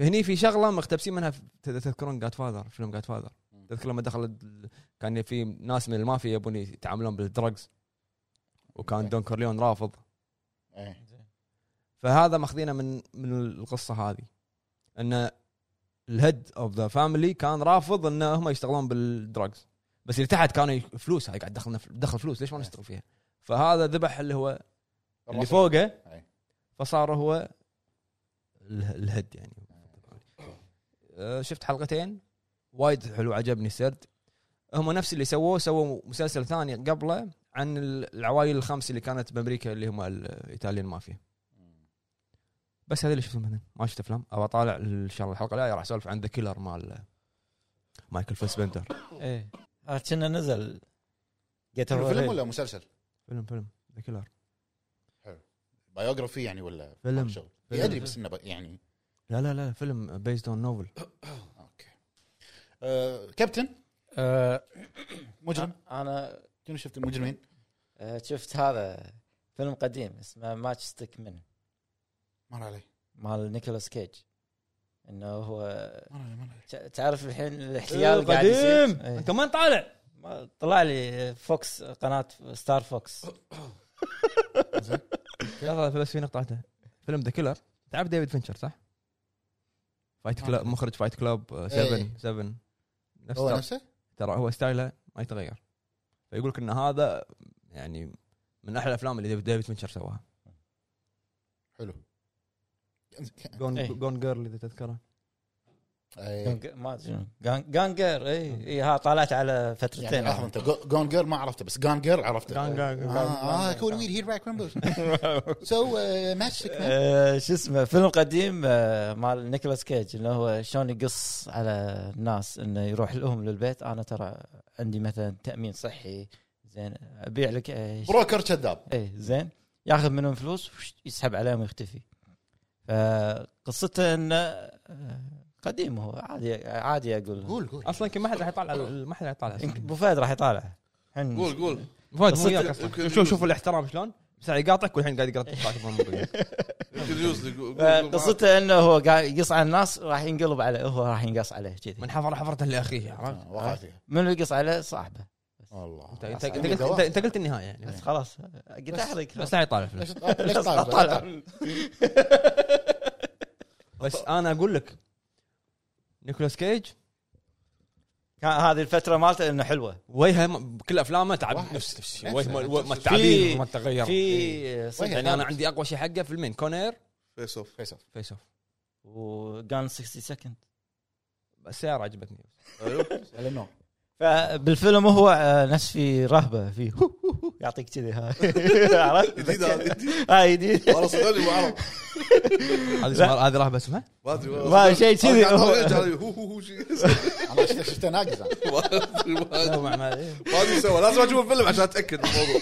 [SPEAKER 1] هني في شغله مقتبسين منها في- تذكرون جاد فاذر فيلم جاد فاذر تذكر لما دخل ال- كان في ناس من المافيا يبون يتعاملون بالدرجز وكان دون كورليون رافض
[SPEAKER 4] إيه.
[SPEAKER 1] فهذا ماخذينه من من القصه هذه ان الهيد اوف ذا فاميلي كان رافض ان هم يشتغلون بالدرجز بس اللي تحت كانوا ي- فلوس هاي قاعد دخلنا دخل فلوس ليش ما نشتغل فيها؟ فهذا ذبح اللي هو اللي فوقه
[SPEAKER 4] أي.
[SPEAKER 1] فصار هو اله- الهد يعني آه، شفت حلقتين وايد حلو عجبني السرد هم نفس اللي سووه سووا مسلسل ثاني قبله عن ال- العوائل الخمس اللي كانت بامريكا اللي هم الايطاليين مافيا بس هذا اللي شفته مثلا ما شفت افلام او اطالع ان شاء الله الحلقه الجايه راح اسولف عن ذا كيلر مال مايكل فاسبندر
[SPEAKER 2] ايه آه، كنا نزل جيت
[SPEAKER 4] فيلم ولا مسلسل؟
[SPEAKER 1] فيلم فيلم ذا كيلر
[SPEAKER 4] بايوغرافي يعني ولا
[SPEAKER 1] فيلم.
[SPEAKER 4] شغل؟
[SPEAKER 1] فيلم.
[SPEAKER 4] ادري بس انه ب- يعني
[SPEAKER 1] لا لا لا فيلم بيزد اون نوفل
[SPEAKER 4] اوكي آه، كابتن
[SPEAKER 5] آه،
[SPEAKER 1] نعم.
[SPEAKER 4] مجرم
[SPEAKER 5] انا
[SPEAKER 4] شنو شفت المجرمين؟
[SPEAKER 5] آه، شفت هذا فيلم قديم اسمه ماتش ستيك من
[SPEAKER 4] مر علي
[SPEAKER 5] مال نيكولاس كيج انه هو
[SPEAKER 4] مر علي مر علي
[SPEAKER 5] ت- تعرف الحين الاحتيال قاعد يصير
[SPEAKER 2] قديم.
[SPEAKER 5] إيه.
[SPEAKER 1] انت ما طالع
[SPEAKER 5] ما- طلع لي فوكس قناه ستار فوكس
[SPEAKER 4] زين.
[SPEAKER 1] لا لا بس في نقطة واحدة. فيلم ذا كيلر تعرف ديفيد فينشر صح؟ فايت كلاب مخرج فايت
[SPEAKER 6] آه،
[SPEAKER 1] كلاب
[SPEAKER 4] إيه.
[SPEAKER 1] 7 7 نفس
[SPEAKER 4] هو
[SPEAKER 1] ترى-
[SPEAKER 4] نفسه؟
[SPEAKER 1] ترى هو ستايله ما يتغير فيقول لك ان هذا يعني من احلى الافلام اللي ديفيد ديفيد فينشر سواها
[SPEAKER 4] حلو
[SPEAKER 6] جون
[SPEAKER 2] إيه.
[SPEAKER 6] جون جيرل اذا تذكره
[SPEAKER 4] أي.
[SPEAKER 2] جانج- ما ادري شنو. جان- جانجر
[SPEAKER 5] إيه،
[SPEAKER 2] اي اي ها طالعت على فترتين
[SPEAKER 4] يعني لحظه انت جون جير ما عرفته بس جون جير عرفته
[SPEAKER 6] جون جير.
[SPEAKER 4] اه كول ويل هير باك ريمبرز سو ماتشك مان
[SPEAKER 2] آه، شو اسمه فيلم قديم آه، مال نيكولاس كيج اللي هو شلون يقص على الناس انه يروح لهم للبيت انا ترى عندي مثلا تامين صحي زين ابيع لك آه، ش-
[SPEAKER 4] بروكر كذاب
[SPEAKER 2] ايه زين ياخذ منهم فلوس وش- يسحب عليهم ويختفي فقصته انه آه، قديم هو عادي عادي اقول
[SPEAKER 4] قول قول
[SPEAKER 6] اصلا يمكن ما حد راح يطالع ما حد راح يطالع
[SPEAKER 2] يمكن ابو فهد راح يطالع الحين
[SPEAKER 3] قول
[SPEAKER 4] <laughs>
[SPEAKER 3] قول
[SPEAKER 6] فهد مو
[SPEAKER 2] قصته-
[SPEAKER 6] وياك اصلا
[SPEAKER 3] يمكن-
[SPEAKER 6] شوف شوف الاحترام شلون بس يقاطعك والحين قاعد يقرا
[SPEAKER 4] <laughs>
[SPEAKER 6] تقاطعك
[SPEAKER 3] يمكن يوزلي قول- قول-
[SPEAKER 4] آه،
[SPEAKER 3] قول معاك.
[SPEAKER 2] قصته انه هو قاعد يقص على الناس راح ينقلب عليه هو راح ينقص عليه كذي
[SPEAKER 6] من حفر حفرته لاخيه عرفت؟
[SPEAKER 4] آه، وقع فيها
[SPEAKER 2] من اللي يقص عليه صاحبه
[SPEAKER 4] والله
[SPEAKER 6] انت انت أنت قلت أنت- انت قلت النهايه يعني
[SPEAKER 1] إيه.
[SPEAKER 2] بس خلاص قلت احرق <laughs>
[SPEAKER 6] بس لا يطالع الفيلم
[SPEAKER 4] ليش آه، ليش
[SPEAKER 2] لا
[SPEAKER 4] طالع
[SPEAKER 2] طالع.
[SPEAKER 6] بس انا اقول لك نيكولاس كيج
[SPEAKER 2] كان هذه الفتره مالته انه حلوه
[SPEAKER 6] وجهه م- بكل افلامه تعب
[SPEAKER 4] واحد.
[SPEAKER 6] نفس نفس الشيء
[SPEAKER 4] نفس-
[SPEAKER 6] وجه ما- ما
[SPEAKER 4] نفس-
[SPEAKER 6] التعبير
[SPEAKER 2] في-
[SPEAKER 6] ما تغير
[SPEAKER 2] في صدق
[SPEAKER 4] وين؟
[SPEAKER 1] يعني انا عندي اقوى شيء حقه فيلمين كونير
[SPEAKER 3] فيس اوف
[SPEAKER 4] فيس اوف
[SPEAKER 1] فيس اوف
[SPEAKER 2] وجان 60 سكند
[SPEAKER 1] السياره عجبتني
[SPEAKER 3] ايوه
[SPEAKER 4] لانه
[SPEAKER 2] فبالفيلم هو آه، نفس في رهبه في <laughs> هو هو هو يعطيك كذي ها <laughs> عرفت آه،
[SPEAKER 3] جديد هذا جديد
[SPEAKER 2] <laughs> هاي جديد
[SPEAKER 3] والله صدقني ما اعرف
[SPEAKER 6] هذه اسمها- هذه راهبه اسمها
[SPEAKER 3] ما ادري
[SPEAKER 2] ما شيء كذي
[SPEAKER 3] قاعد
[SPEAKER 2] <laughs> هو.
[SPEAKER 3] أرجع لي، هو هو هو شيء
[SPEAKER 4] انا شفته- شفته ناقص أنا.
[SPEAKER 3] ما ادري ما
[SPEAKER 6] لا،
[SPEAKER 3] ادري
[SPEAKER 6] ما- إيه. ما-
[SPEAKER 3] ما ادري سوى لازم اشوف الفيلم عشان اتاكد من الموضوع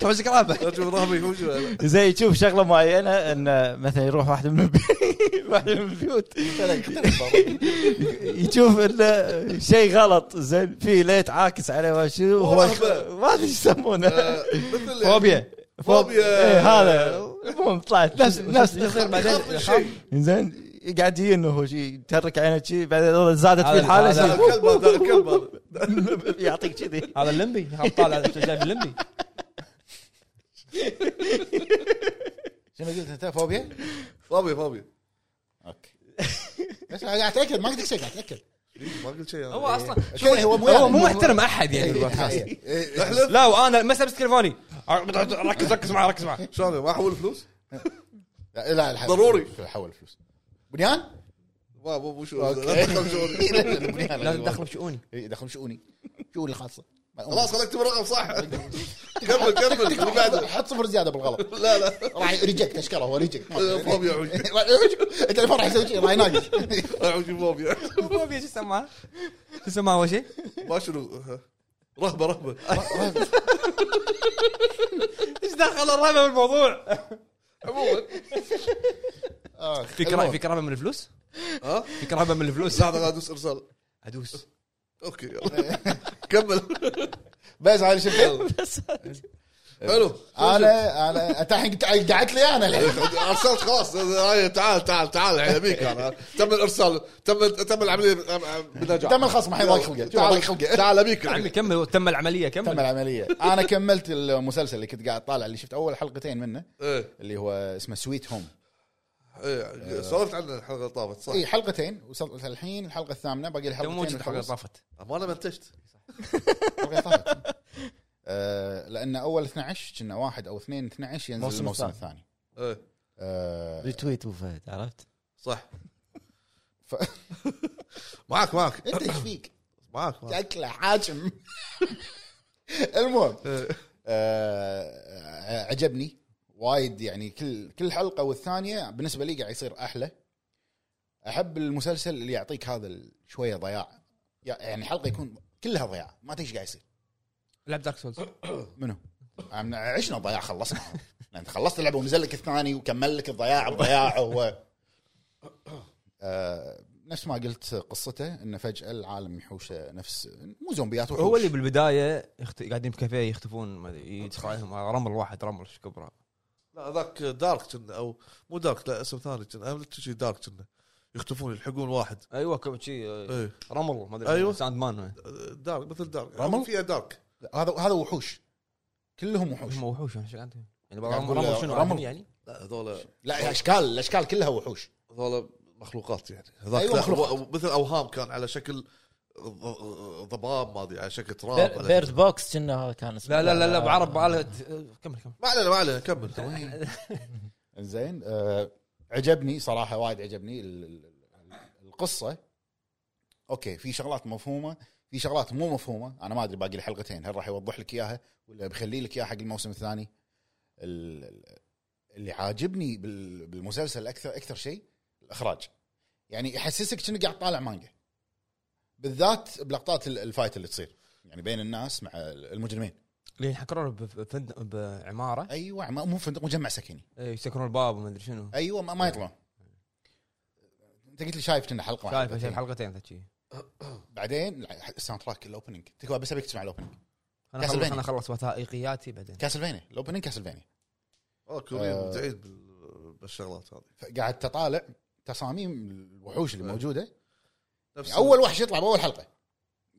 [SPEAKER 6] توزك رهبه
[SPEAKER 3] لازم اشوف رامي هو شو ولا لا.
[SPEAKER 2] زي تشوف شغله معينه انه مثلا يروح واحد من البيوت <laughs> واحد من البيوت يشوف انه شيء غلط زين في ليت عاكس عليه ما شنو هو
[SPEAKER 3] ورهبة.
[SPEAKER 2] ما ادري ايش يسمونه
[SPEAKER 3] آه، مثل
[SPEAKER 2] فوبيا
[SPEAKER 3] فوبيا.
[SPEAKER 2] إيه، هذا المهم طلعت <laughs> نفس نفس
[SPEAKER 6] يصير
[SPEAKER 3] يخاف من
[SPEAKER 6] بعدين
[SPEAKER 3] شيء
[SPEAKER 2] زين قاعد يجي انه هو شي ترك عينه شي بعدين زادت في الحاله
[SPEAKER 6] هذا-
[SPEAKER 3] هذا
[SPEAKER 2] شي-
[SPEAKER 3] الكلب هذا الكلب هذا
[SPEAKER 2] <laughs> يعطيك كذي
[SPEAKER 6] هذا اللمبي هذا طالع أنت شايف اللمبي
[SPEAKER 4] شنو قلت انت فوبيا؟
[SPEAKER 3] فوبيا فوبيا
[SPEAKER 4] اوكي بس أنا قاعد اتاكد ما قلت شيء قاعد اتاكد
[SPEAKER 3] إيه، ما قلت شيء
[SPEAKER 1] هو
[SPEAKER 3] انا
[SPEAKER 1] اصلا
[SPEAKER 4] شوف، هو إيه. مو
[SPEAKER 1] هو مو محترم احد يعني بالبودكاست.
[SPEAKER 3] إيه،
[SPEAKER 4] احلف
[SPEAKER 6] لا وانا ما سبت تليفوني ركز ركز معي ركز معي
[SPEAKER 3] شلون ما احول فلوس؟
[SPEAKER 4] لا لا الحين-
[SPEAKER 3] ضروري.
[SPEAKER 4] حول فلوس بنيان؟
[SPEAKER 3] ما مو مو شو
[SPEAKER 4] أوكي.
[SPEAKER 3] لا تدخل شؤوني.
[SPEAKER 4] بنيان
[SPEAKER 6] لازم تدخل بشؤوني <laughs>
[SPEAKER 4] إي، دخل شؤوني شؤوني الخاصه
[SPEAKER 3] خلاص خليك تكتب الرقم صح كمل كمل اللي بعده
[SPEAKER 4] حط صفر
[SPEAKER 3] <laughs>
[SPEAKER 4] زياده بالغلط
[SPEAKER 3] لا لا
[SPEAKER 4] راح ريجكت اشكره هو ريجكت
[SPEAKER 3] فوبيا عوج
[SPEAKER 4] التليفون راح يسوي شيء راح يناقص
[SPEAKER 3] عوج فوبيا
[SPEAKER 6] فوبيا شو اسمها؟ شو اسمها اول شيء؟
[SPEAKER 3] ما شنو ها. رهبه رهبه
[SPEAKER 6] ايش دخل الرهبه بالموضوع؟
[SPEAKER 3] عموما
[SPEAKER 4] آخ. آه،
[SPEAKER 6] في كرهبه في كرهبه من الفلوس؟
[SPEAKER 3] ها
[SPEAKER 6] في كرهبه من الفلوس
[SPEAKER 3] لحظه قاعد ادوس ارسال
[SPEAKER 6] ادوس
[SPEAKER 3] اوكي يلا. كمل
[SPEAKER 4] بس
[SPEAKER 3] <laughs>
[SPEAKER 4] على شفت
[SPEAKER 3] حلو
[SPEAKER 4] انا انا انت الحين قعدت- قعدت لي
[SPEAKER 6] <laughs>
[SPEAKER 4] انا الحين
[SPEAKER 3] ارسلت خلاص هاي تعال تعال تعال الحين ابيك انا تم الارسال تم تم آه، العمليه بنجاح
[SPEAKER 4] تم الخصم الحين ضاق خلقه تعال ضاق خلقه
[SPEAKER 3] تعال ابيك
[SPEAKER 6] عمي
[SPEAKER 3] الحين.
[SPEAKER 6] كمل تم العمليه
[SPEAKER 4] تم
[SPEAKER 6] كمل
[SPEAKER 4] العمليه انا كملت المسلسل اللي كنت قاعد طالع اللي شفت اول حلقتين منه
[SPEAKER 3] ايه
[SPEAKER 4] اللي هو اسمه سويت هوم
[SPEAKER 3] ايه سولفت عنه الحلقه اللي طافت صح
[SPEAKER 4] اي إيه، حلقتين وصلت الحين الحلقه الثامنه باقي لي
[SPEAKER 6] تو
[SPEAKER 4] حلقتين
[SPEAKER 6] موجود حق
[SPEAKER 4] وخلص.
[SPEAKER 6] طافت
[SPEAKER 3] ما انا منتجت
[SPEAKER 4] حلقة طافت. <laughs> آه، لان اول 12 كنا واحد او اثنين 12 ينزل
[SPEAKER 2] الموسم
[SPEAKER 4] الموسم
[SPEAKER 2] الثاني.
[SPEAKER 4] الثاني
[SPEAKER 3] ايه
[SPEAKER 4] آه،
[SPEAKER 2] ريتويت ابو فهد عرفت؟
[SPEAKER 3] صح
[SPEAKER 4] ف-
[SPEAKER 3] <laughs> معك معك
[SPEAKER 4] انت ايش فيك؟
[SPEAKER 3] معك معك
[SPEAKER 4] شكله حاكم <laughs> المهم
[SPEAKER 3] إيه.
[SPEAKER 4] آه، عجبني وايد يعني كل كل حلقه والثانيه بالنسبه لي قاعد يصير احلى احب المسلسل اللي يعطيك هذا ال- شويه ضياع يعني حلقه يكون كلها ضياع ما تدري ايش قاعد يصير
[SPEAKER 6] لعب دارك سولز
[SPEAKER 4] منو؟ عم- عشنا ضياع خلصنا <laughs> انت خلصت اللعبه ونزل لك الثاني وكمل لك الضياع الضياع
[SPEAKER 1] <laughs>
[SPEAKER 4] هو آه، نفس ما قلت قصته انه فجاه العالم يحوشه نفس مو زومبيات وحوش
[SPEAKER 1] هو اللي بالبدايه يخت... قاعدين بكافيه يختفون ما أدري، يدخل عليهم رمل واحد رمل ايش كبره
[SPEAKER 3] لا ذاك دارك كنا او مو دارك لا اسم ثاني كنا اهم شيء دارك كنا يختفون يلحقون واحد
[SPEAKER 1] ايوه كم شي
[SPEAKER 3] ايه
[SPEAKER 1] رمل ما ادري
[SPEAKER 3] أيوة.
[SPEAKER 1] ساند مان
[SPEAKER 3] دارك مثل دارك
[SPEAKER 4] رمل؟
[SPEAKER 3] فيها دارك
[SPEAKER 4] هذا هذا وحوش كلهم وحوش
[SPEAKER 1] هم وحوش ايش عندهم يعني
[SPEAKER 4] قاعد
[SPEAKER 1] رمل
[SPEAKER 4] أقول
[SPEAKER 1] رمل شنو
[SPEAKER 4] رمل.
[SPEAKER 1] رمل يعني
[SPEAKER 3] لا هذول
[SPEAKER 4] لا اشكال الاشكال كلها وحوش
[SPEAKER 3] هذول مخلوقات يعني هذاك
[SPEAKER 4] أيوة،
[SPEAKER 3] لا،
[SPEAKER 4] مخلوقات.
[SPEAKER 3] هو- مثل اوهام كان على شكل ض- ضباب ما ادري على شكل تراب على
[SPEAKER 2] بيرد بوكس كنا كان اسمه
[SPEAKER 1] لا لا لا لا بعرب بعرب كمل كمل
[SPEAKER 3] ما علينا ما علينا كمل
[SPEAKER 4] زين آه عجبني صراحه وايد عجبني ال- ال- ال- القصه اوكي في شغلات مفهومه في شغلات مو مفهومه انا ما ادري باقي الحلقتين هل راح يوضح لك اياها ولا بيخلي لك اياها حق الموسم الثاني ال- ال- اللي عاجبني بال- بالمسلسل اكثر اكثر شيء الاخراج يعني يحسسك كأنك قاعد طالع مانجا بالذات بلقطات ال- الفايت اللي تصير يعني بين الناس مع المجرمين
[SPEAKER 6] لين حكروا بفندق بعماره
[SPEAKER 4] ايوه ما- مو فندق مجمع سكني
[SPEAKER 6] إيه، يسكرون الباب وما ادري شنو
[SPEAKER 4] ايوه ما, ما يطلعون انت قلت لي شايف كنا حلقه واحدة.
[SPEAKER 6] شايف شايف حلقتين ذا
[SPEAKER 4] بعدين لا، الساوند تراك الاوبننج تكفى بس ابيك تسمع الاوبننج
[SPEAKER 6] انا اخلص
[SPEAKER 4] كاسلفينيا.
[SPEAKER 6] انا اخلص وثائقياتي بعدين
[SPEAKER 4] كاسلفينيا الاوبننج كاسلفينيا
[SPEAKER 3] والله كوريين
[SPEAKER 4] آه.
[SPEAKER 3] مبدعين بال- بالشغلات هذه
[SPEAKER 4] فقعدت تطالع تصاميم الوحوش اللي
[SPEAKER 3] أه.
[SPEAKER 4] موجوده
[SPEAKER 3] نفس
[SPEAKER 4] يعني اول وحش يطلع باول حلقه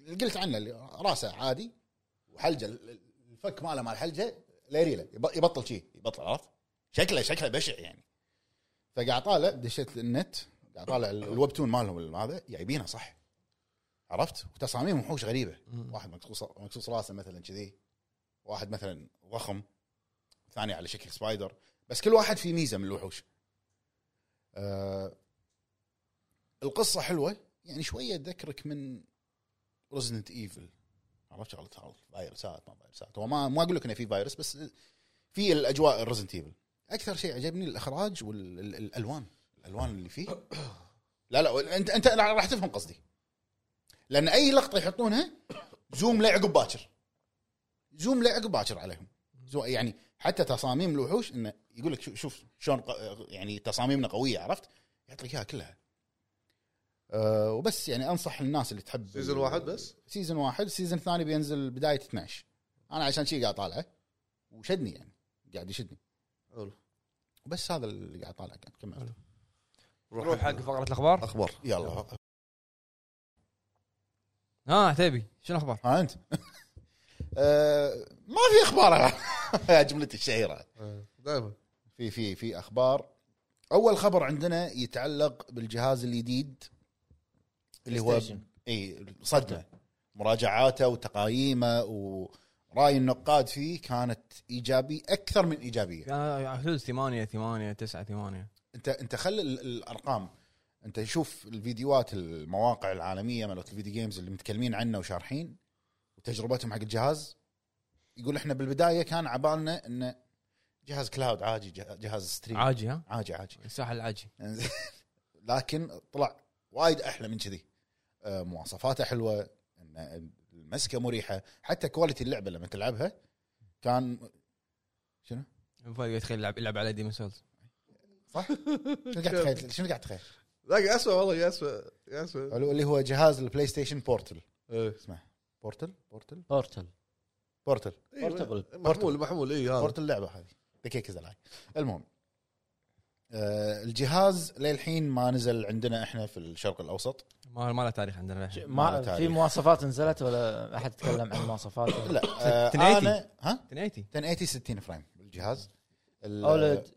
[SPEAKER 4] قلت عنه اللي راسه عادي وحلجه ال- الفك ماله مال حلجه ليريله يب- يبطل شيء يبطل عرفت شكله شكله بشع يعني فقاعد طالع دشيت النت قاعد طالع ال- الويبتون مالهم هذا جايبينه صح عرفت وتصاميم وحوش غريبه واحد مقصوص مقصوص راسه مثلا كذي واحد مثلا ضخم ثاني على شكل سبايدر بس كل واحد فيه ميزه من الوحوش آه القصه حلوه يعني شويه تذكرك من رزنت ايفل عرفت شغله تعال، فيروسات ما فيروسات هو ما ما اقول لك انه في فيروس بس في الاجواء الرزنت ايفل اكثر شيء عجبني الاخراج والالوان الالوان اللي فيه لا لا انت انت راح تفهم قصدي لان اي لقطه يحطونها زوم لعقب باكر زوم لعقب باكر عليهم زو يعني حتى تصاميم الوحوش انه يقول لك شو- شوف شلون ق- يعني تصاميمنا قويه عرفت يعطيك اياها كلها أه وبس يعني انصح الناس اللي تحب
[SPEAKER 3] سيزون واحد بس؟
[SPEAKER 4] سيزون واحد سيزون ثاني بينزل بدايه 12 انا عشان شي قاعد طالعه وشدني يعني قاعد يشدني
[SPEAKER 3] حلو.
[SPEAKER 4] بس هذا اللي قاعد يعني، طالعه قاعد كمل
[SPEAKER 6] نروح حق فقره الاخبار
[SPEAKER 3] اخبار
[SPEAKER 4] يلا
[SPEAKER 1] آه،
[SPEAKER 6] ها عتيبي شنو الاخبار؟
[SPEAKER 4] ها انت <laughs> آه، ما في اخبار <laughs> يا جملتي الشهيره
[SPEAKER 3] آه. دائما
[SPEAKER 4] في في في اخبار اول خبر عندنا يتعلق بالجهاز الجديد اللي هو
[SPEAKER 2] PlayStation.
[SPEAKER 4] اي صدمه مراجعاته وتقايمه وراي النقاد فيه كانت ايجابي اكثر من ايجابيه
[SPEAKER 6] انا حدود 8 8 9 8
[SPEAKER 4] انت انت خلي ال- الارقام انت شوف الفيديوهات المواقع العالميه مالت الفيديو جيمز اللي متكلمين عنه وشارحين وتجربتهم حق الجهاز يقول احنا بالبدايه كان عبالنا انه جهاز كلاود عادي جه- جهاز ستريم عادي
[SPEAKER 6] عاجي ها
[SPEAKER 4] عادي, عادي.
[SPEAKER 6] الساحل العاجي
[SPEAKER 4] <laughs> لكن طلع وايد احلى من كذي آه، مواصفاته حلوه إن المسكه مريحه حتى كواليتي اللعبه لما تلعبها كان شنو؟
[SPEAKER 6] فايق يتخيل يلعب يلعب على ديمون سولز
[SPEAKER 4] صح؟ شنو قاعد تخيل؟ شنو قاعد تخيل؟
[SPEAKER 3] لا قاعد اسمع والله قاعد اسمع قاعد اسمع
[SPEAKER 4] حلو، اللي هو جهاز البلاي ستيشن بورتل
[SPEAKER 3] إيه.
[SPEAKER 4] اسمه بورتل بورتل
[SPEAKER 2] بورتل
[SPEAKER 4] بورتل
[SPEAKER 3] إيه،
[SPEAKER 2] بورتبل.
[SPEAKER 3] محمول محمول اي هذا
[SPEAKER 4] بورتل اللعبه هذه دقيقه زلاي المهم آه الجهاز للحين ما نزل عندنا احنا في الشرق الاوسط
[SPEAKER 6] ما ما له تاريخ عندنا الحين
[SPEAKER 4] ما له
[SPEAKER 2] ما
[SPEAKER 4] تاريخ.
[SPEAKER 2] في مواصفات نزلت ولا احد تكلم عن مواصفات
[SPEAKER 4] <laughs> لا آه
[SPEAKER 6] 1080.
[SPEAKER 4] انا ها
[SPEAKER 6] 1080
[SPEAKER 4] 1080 60 فريم الجهاز ال-
[SPEAKER 2] اولد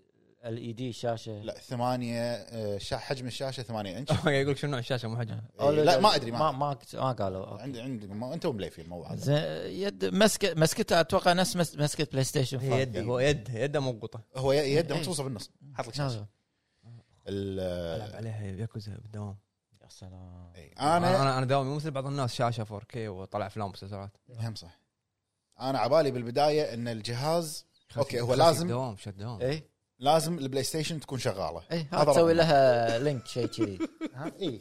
[SPEAKER 2] الاي دي شاشه
[SPEAKER 4] لا ثمانية آه، شا- حجم الشاشه 8 <laughs> انش
[SPEAKER 6] قاعد <laughs> يقول شنو نوع الشاشه مو حجم
[SPEAKER 4] إيه، لا ما ادري
[SPEAKER 2] ما
[SPEAKER 4] ما
[SPEAKER 2] ما, كت- ما قالوا أوكي.
[SPEAKER 4] عندي عندي ما انت ومليفين مو واضح.
[SPEAKER 2] زين يد مسكه مسكته اتوقع نفس مس- مسكه بلاي ستيشن
[SPEAKER 6] هي
[SPEAKER 2] 5
[SPEAKER 6] يده هو يده يده موقوطه
[SPEAKER 4] هو ي- يده
[SPEAKER 2] إيه.
[SPEAKER 4] مخصوصه بالنص حط لك شاشة. ال-
[SPEAKER 6] العب عليها ياكوزا بالدوام
[SPEAKER 2] يا سلام
[SPEAKER 4] إيه،
[SPEAKER 6] انا
[SPEAKER 4] انا
[SPEAKER 6] انا, أنا دوامي مو مثل بعض الناس شاشه 4K وطلع افلام ومسلسلات
[SPEAKER 4] هم صح انا عبالي بالبدايه ان الجهاز أوكي، هو
[SPEAKER 6] خلاص
[SPEAKER 4] لازم- إيه.
[SPEAKER 6] دوام شت دوام
[SPEAKER 2] اي
[SPEAKER 4] لازم البلاي ستيشن تكون شغاله
[SPEAKER 2] اي
[SPEAKER 4] هذا
[SPEAKER 2] هذا إيه، تسوي
[SPEAKER 4] رقم.
[SPEAKER 2] لها لينك شيء
[SPEAKER 4] <laughs>
[SPEAKER 2] كذي
[SPEAKER 4] اي إيه.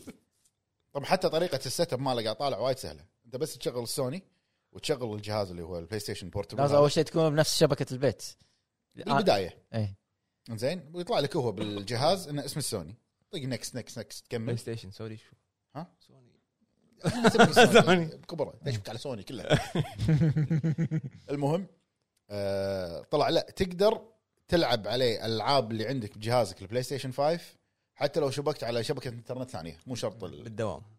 [SPEAKER 4] طب حتى طريقه السيت اب ماله قاعد طالع وايد سهله انت بس تشغل السوني وتشغل الجهاز اللي هو البلاي ستيشن بورتبل
[SPEAKER 2] لازم اول شيء تكون بنفس شبكه البيت إيه.
[SPEAKER 4] بالبدايه
[SPEAKER 2] اي
[SPEAKER 4] زين ويطلع لك هو بالجهاز انه اسم السوني طق نكست نكست نكست
[SPEAKER 6] بلاي
[SPEAKER 4] كمل
[SPEAKER 6] ستيشن سوري شو
[SPEAKER 4] ها؟
[SPEAKER 6] سوني
[SPEAKER 4] <laughs> سوني بكبره تشبك على سوني كلها <laughs> المهم آه طلع لا تقدر تلعب عليه العاب اللي عندك بجهازك البلاي ستيشن 5 حتى لو شبكت على شبكه انترنت ثانيه مو شرط ال-
[SPEAKER 6] بالدوام انا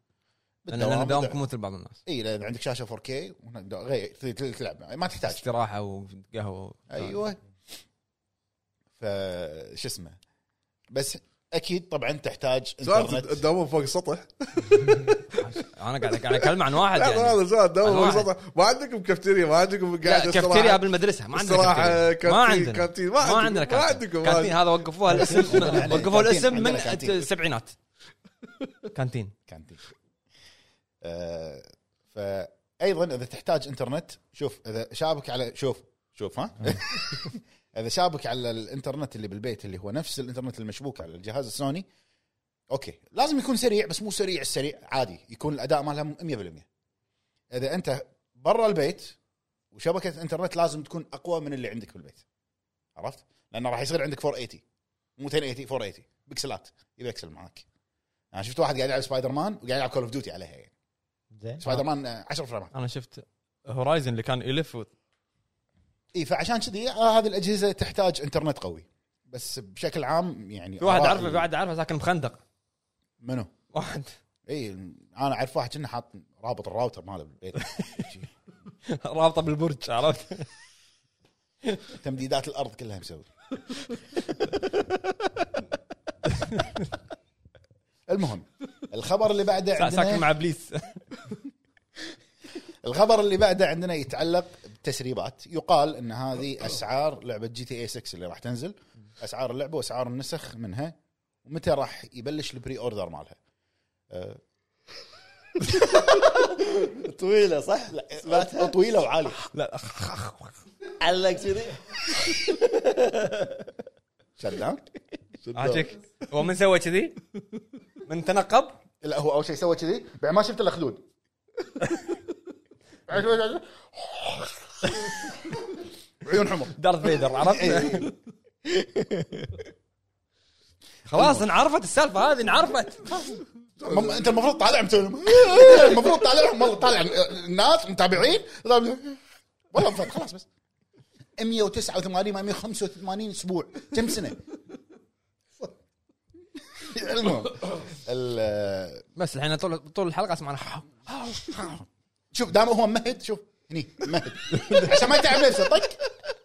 [SPEAKER 4] بالدوام.
[SPEAKER 6] انا دوامكم مو مثل بعض الناس
[SPEAKER 4] اي لان إيه، عندك شاشه 4K وهناك دا- غير تل- تل- تلعب ما تحتاج
[SPEAKER 6] استراحه وقهوه
[SPEAKER 4] ايوه ف شو اسمه بس اكيد طبعا تحتاج
[SPEAKER 3] سؤال
[SPEAKER 4] انترنت
[SPEAKER 3] تداومون فوق السطح
[SPEAKER 1] انا قاعد قاعد اكلم عن واحد
[SPEAKER 3] لحظه
[SPEAKER 1] يعني
[SPEAKER 3] هذا زاد
[SPEAKER 1] أنا واحد.
[SPEAKER 3] ما عندكم كافتيريا ما عندكم
[SPEAKER 1] لا،
[SPEAKER 3] قاعده
[SPEAKER 1] كافتيريا بالمدرسه ما عندنا
[SPEAKER 3] صراحه
[SPEAKER 1] كافتيريا. ما
[SPEAKER 3] كانتين
[SPEAKER 1] عندنا
[SPEAKER 3] كانتين
[SPEAKER 1] ما عندنا
[SPEAKER 3] آه، ما عندكم
[SPEAKER 1] كانتين كانتين هذا وقفوها الاسم
[SPEAKER 4] عندنا
[SPEAKER 1] وقفوا الاسم
[SPEAKER 4] كانتين،
[SPEAKER 1] من
[SPEAKER 4] عندنا كانتين.
[SPEAKER 1] السبعينات
[SPEAKER 6] كانتين
[SPEAKER 4] كانتين آه فايضا اذا تحتاج انترنت شوف اذا شابك على شوف شوف ها <laughs> اذا شابك على الانترنت اللي بالبيت اللي هو نفس الانترنت المشبوك على الجهاز السوني اوكي لازم يكون سريع بس مو سريع السريع عادي يكون الاداء مالها 100% اذا انت برا البيت وشبكه انترنت لازم تكون اقوى من اللي عندك بالبيت عرفت؟ لانه راح يصير عندك 480 مو 1080 480 بكسلات يبي بكسل معاك انا يعني شفت واحد قاعد يلعب سبايدر مان وقاعد يلعب كول اوف ديوتي عليها يعني
[SPEAKER 2] زين
[SPEAKER 4] سبايدر مان آه، 10 فريمات
[SPEAKER 6] انا شفت هورايزن اللي كان يلف و-
[SPEAKER 4] اي فعشان كذي آه هذه الاجهزه تحتاج انترنت قوي بس بشكل عام يعني
[SPEAKER 6] في واحد
[SPEAKER 4] آراء
[SPEAKER 6] اعرفه في واحد اعرفه ساكن بخندق
[SPEAKER 4] منو؟
[SPEAKER 6] واحد
[SPEAKER 4] اي انا اعرف واحد كنا حاط رابط الراوتر ماله بالبيت شي.
[SPEAKER 6] رابطه بالبرج عرفت
[SPEAKER 4] تمديدات الارض كلها مسوي المهم الخبر اللي بعده
[SPEAKER 6] <laughs>
[SPEAKER 4] عندنا
[SPEAKER 6] ساكن مع ابليس
[SPEAKER 4] الخبر اللي بعده عندنا يتعلق بتسريبات يقال ان هذه اسعار لعبه جي تي اي 6 اللي راح تنزل اسعار اللعبه واسعار النسخ منها ومتى راح يبلش البري اوردر
[SPEAKER 5] <laughs>
[SPEAKER 4] مالها أه.
[SPEAKER 5] طويله صح؟ سمعتها؟
[SPEAKER 4] طويله وعاليه
[SPEAKER 6] لا
[SPEAKER 5] علق كذي
[SPEAKER 4] شت داون
[SPEAKER 6] عاجيك آه، هو من سوى كذي من تنقب
[SPEAKER 4] لا هو اول شيء سوى كذي بعد ما شفت الا خدود <laughs> عيون حمر
[SPEAKER 6] دارث فيدر عرفت خلاص انعرفت السالفه هذه انعرفت
[SPEAKER 4] مم- انت المفروض طالع مسوي- <laughs> المفروض طالعهم والله طالع الناس متابعين والله مفروض خلاص بس 189 ما 185 اسبوع كم سنه المهم ال-
[SPEAKER 1] بس الحين طول طول الحلقه اسمع انا
[SPEAKER 4] شوف دام هو مهد شوف هني مهد عشان ما يتعب نفسه طق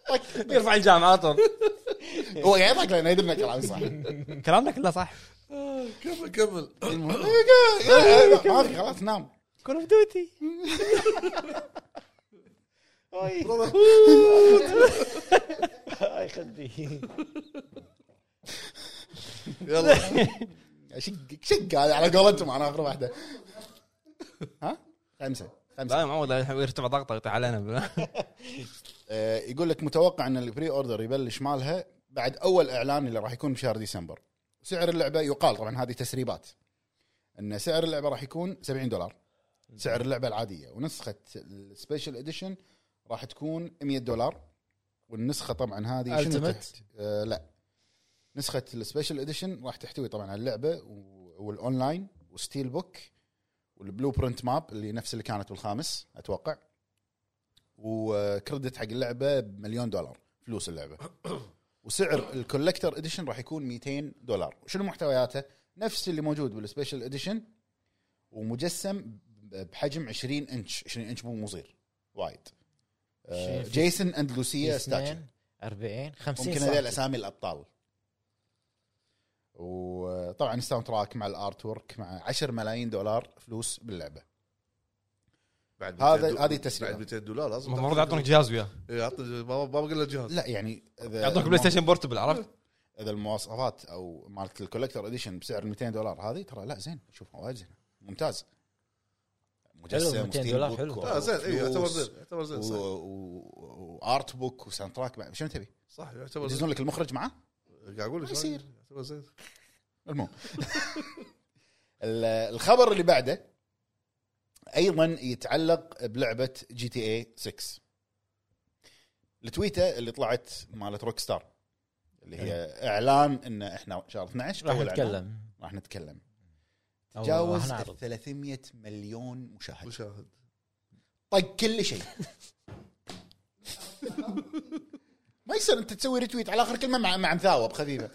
[SPEAKER 4] طق
[SPEAKER 6] <laughs> يرفع الجامعه على طول <laughs>
[SPEAKER 4] هو قاعد يطق لانه يدري انه كلام <laughs> صح
[SPEAKER 6] كلامنا كله صح
[SPEAKER 3] كمل كمل
[SPEAKER 4] المهم ما في خلاص نام
[SPEAKER 6] كول اوف ديوتي
[SPEAKER 5] هاي خدي
[SPEAKER 3] يلا
[SPEAKER 4] شق شق هذا على قولتهم انا اخر واحده ها خمسه خمسه
[SPEAKER 6] لا يا معود لا، الحين يرتفع ضغطه يطيح علينا <laughs>
[SPEAKER 4] آه، يقول لك متوقع ان البري اوردر يبلش مالها بعد اول اعلان اللي راح يكون بشهر ديسمبر سعر اللعبه يقال طبعا هذه تسريبات ان سعر اللعبه راح يكون 70 دولار سعر اللعبه العاديه ونسخه السبيشل اديشن راح تكون 100 دولار والنسخه طبعا هذه شنو
[SPEAKER 2] Ultimate؟
[SPEAKER 4] تحت آه لا نسخه السبيشل اديشن راح تحتوي طبعا على اللعبه و- والاونلاين وستيل بوك والبلو برنت ماب اللي نفس اللي كانت بالخامس اتوقع وكريدت حق اللعبه بمليون دولار فلوس اللعبه وسعر الكولكتر اديشن راح يكون 200 دولار شنو محتوياته نفس اللي موجود بالسبيشل اديشن ومجسم بحجم 20 انش 20 انش مو مو صغير وايد آه،
[SPEAKER 2] شي-
[SPEAKER 4] جيسون اند لوسيا ستاتشو
[SPEAKER 2] 40 40 50
[SPEAKER 4] ممكن هذول اسامي الابطال وطبعا الساوند تراك مع الارت ورك مع 10 ملايين دولار فلوس باللعبه
[SPEAKER 3] بعد
[SPEAKER 4] هذا-
[SPEAKER 3] 200 دو-
[SPEAKER 4] هذه تسريبات.
[SPEAKER 3] بعد 200 دولار لازم
[SPEAKER 6] المفروض يعطونك جهاز وياه
[SPEAKER 3] إيه، عطني ما ما بقول له جهاز
[SPEAKER 4] لا يعني اذا
[SPEAKER 6] يعطونك بلاي ستيشن بورتبل عرفت
[SPEAKER 4] اذا المواصفات او مالت الكولكتر اديشن بسعر 200 دولار هذه ترى لا زين شوفها وايد زين ممتاز
[SPEAKER 2] حلو، 200
[SPEAKER 4] وستيل
[SPEAKER 2] دولار
[SPEAKER 4] بوك
[SPEAKER 2] حلو.
[SPEAKER 4] و-
[SPEAKER 3] لا زين اي يعتبر
[SPEAKER 4] وفلوس
[SPEAKER 3] زين يعتبر زين
[SPEAKER 4] و-
[SPEAKER 3] صح
[SPEAKER 4] و- وارت بوك وساوند تراك مع- شنو تبي؟
[SPEAKER 3] صح يعتبر زين
[SPEAKER 4] يدزون لك المخرج معاه؟
[SPEAKER 3] قاعد اقول لك
[SPEAKER 4] ما يصير.
[SPEAKER 3] يعتبر زين
[SPEAKER 4] المهم <laughs> ال- الخبر اللي بعده ايضا يتعلق بلعبه جي تي اي 6 التويته اللي طلعت مالت روك ستار اللي هي اعلان ان احنا شهر 12
[SPEAKER 2] راح
[SPEAKER 4] أول إعلان.
[SPEAKER 2] نتكلم
[SPEAKER 4] راح نتكلم
[SPEAKER 2] أو
[SPEAKER 4] تجاوز
[SPEAKER 2] راح
[SPEAKER 4] ال
[SPEAKER 2] نعرض.
[SPEAKER 4] 300 مليون مشاهد
[SPEAKER 3] مشاهد
[SPEAKER 4] طق كل شيء <laughs> ما يصير انت تسوي ريتويت على اخر كلمه مع مع مثاوب خفيفه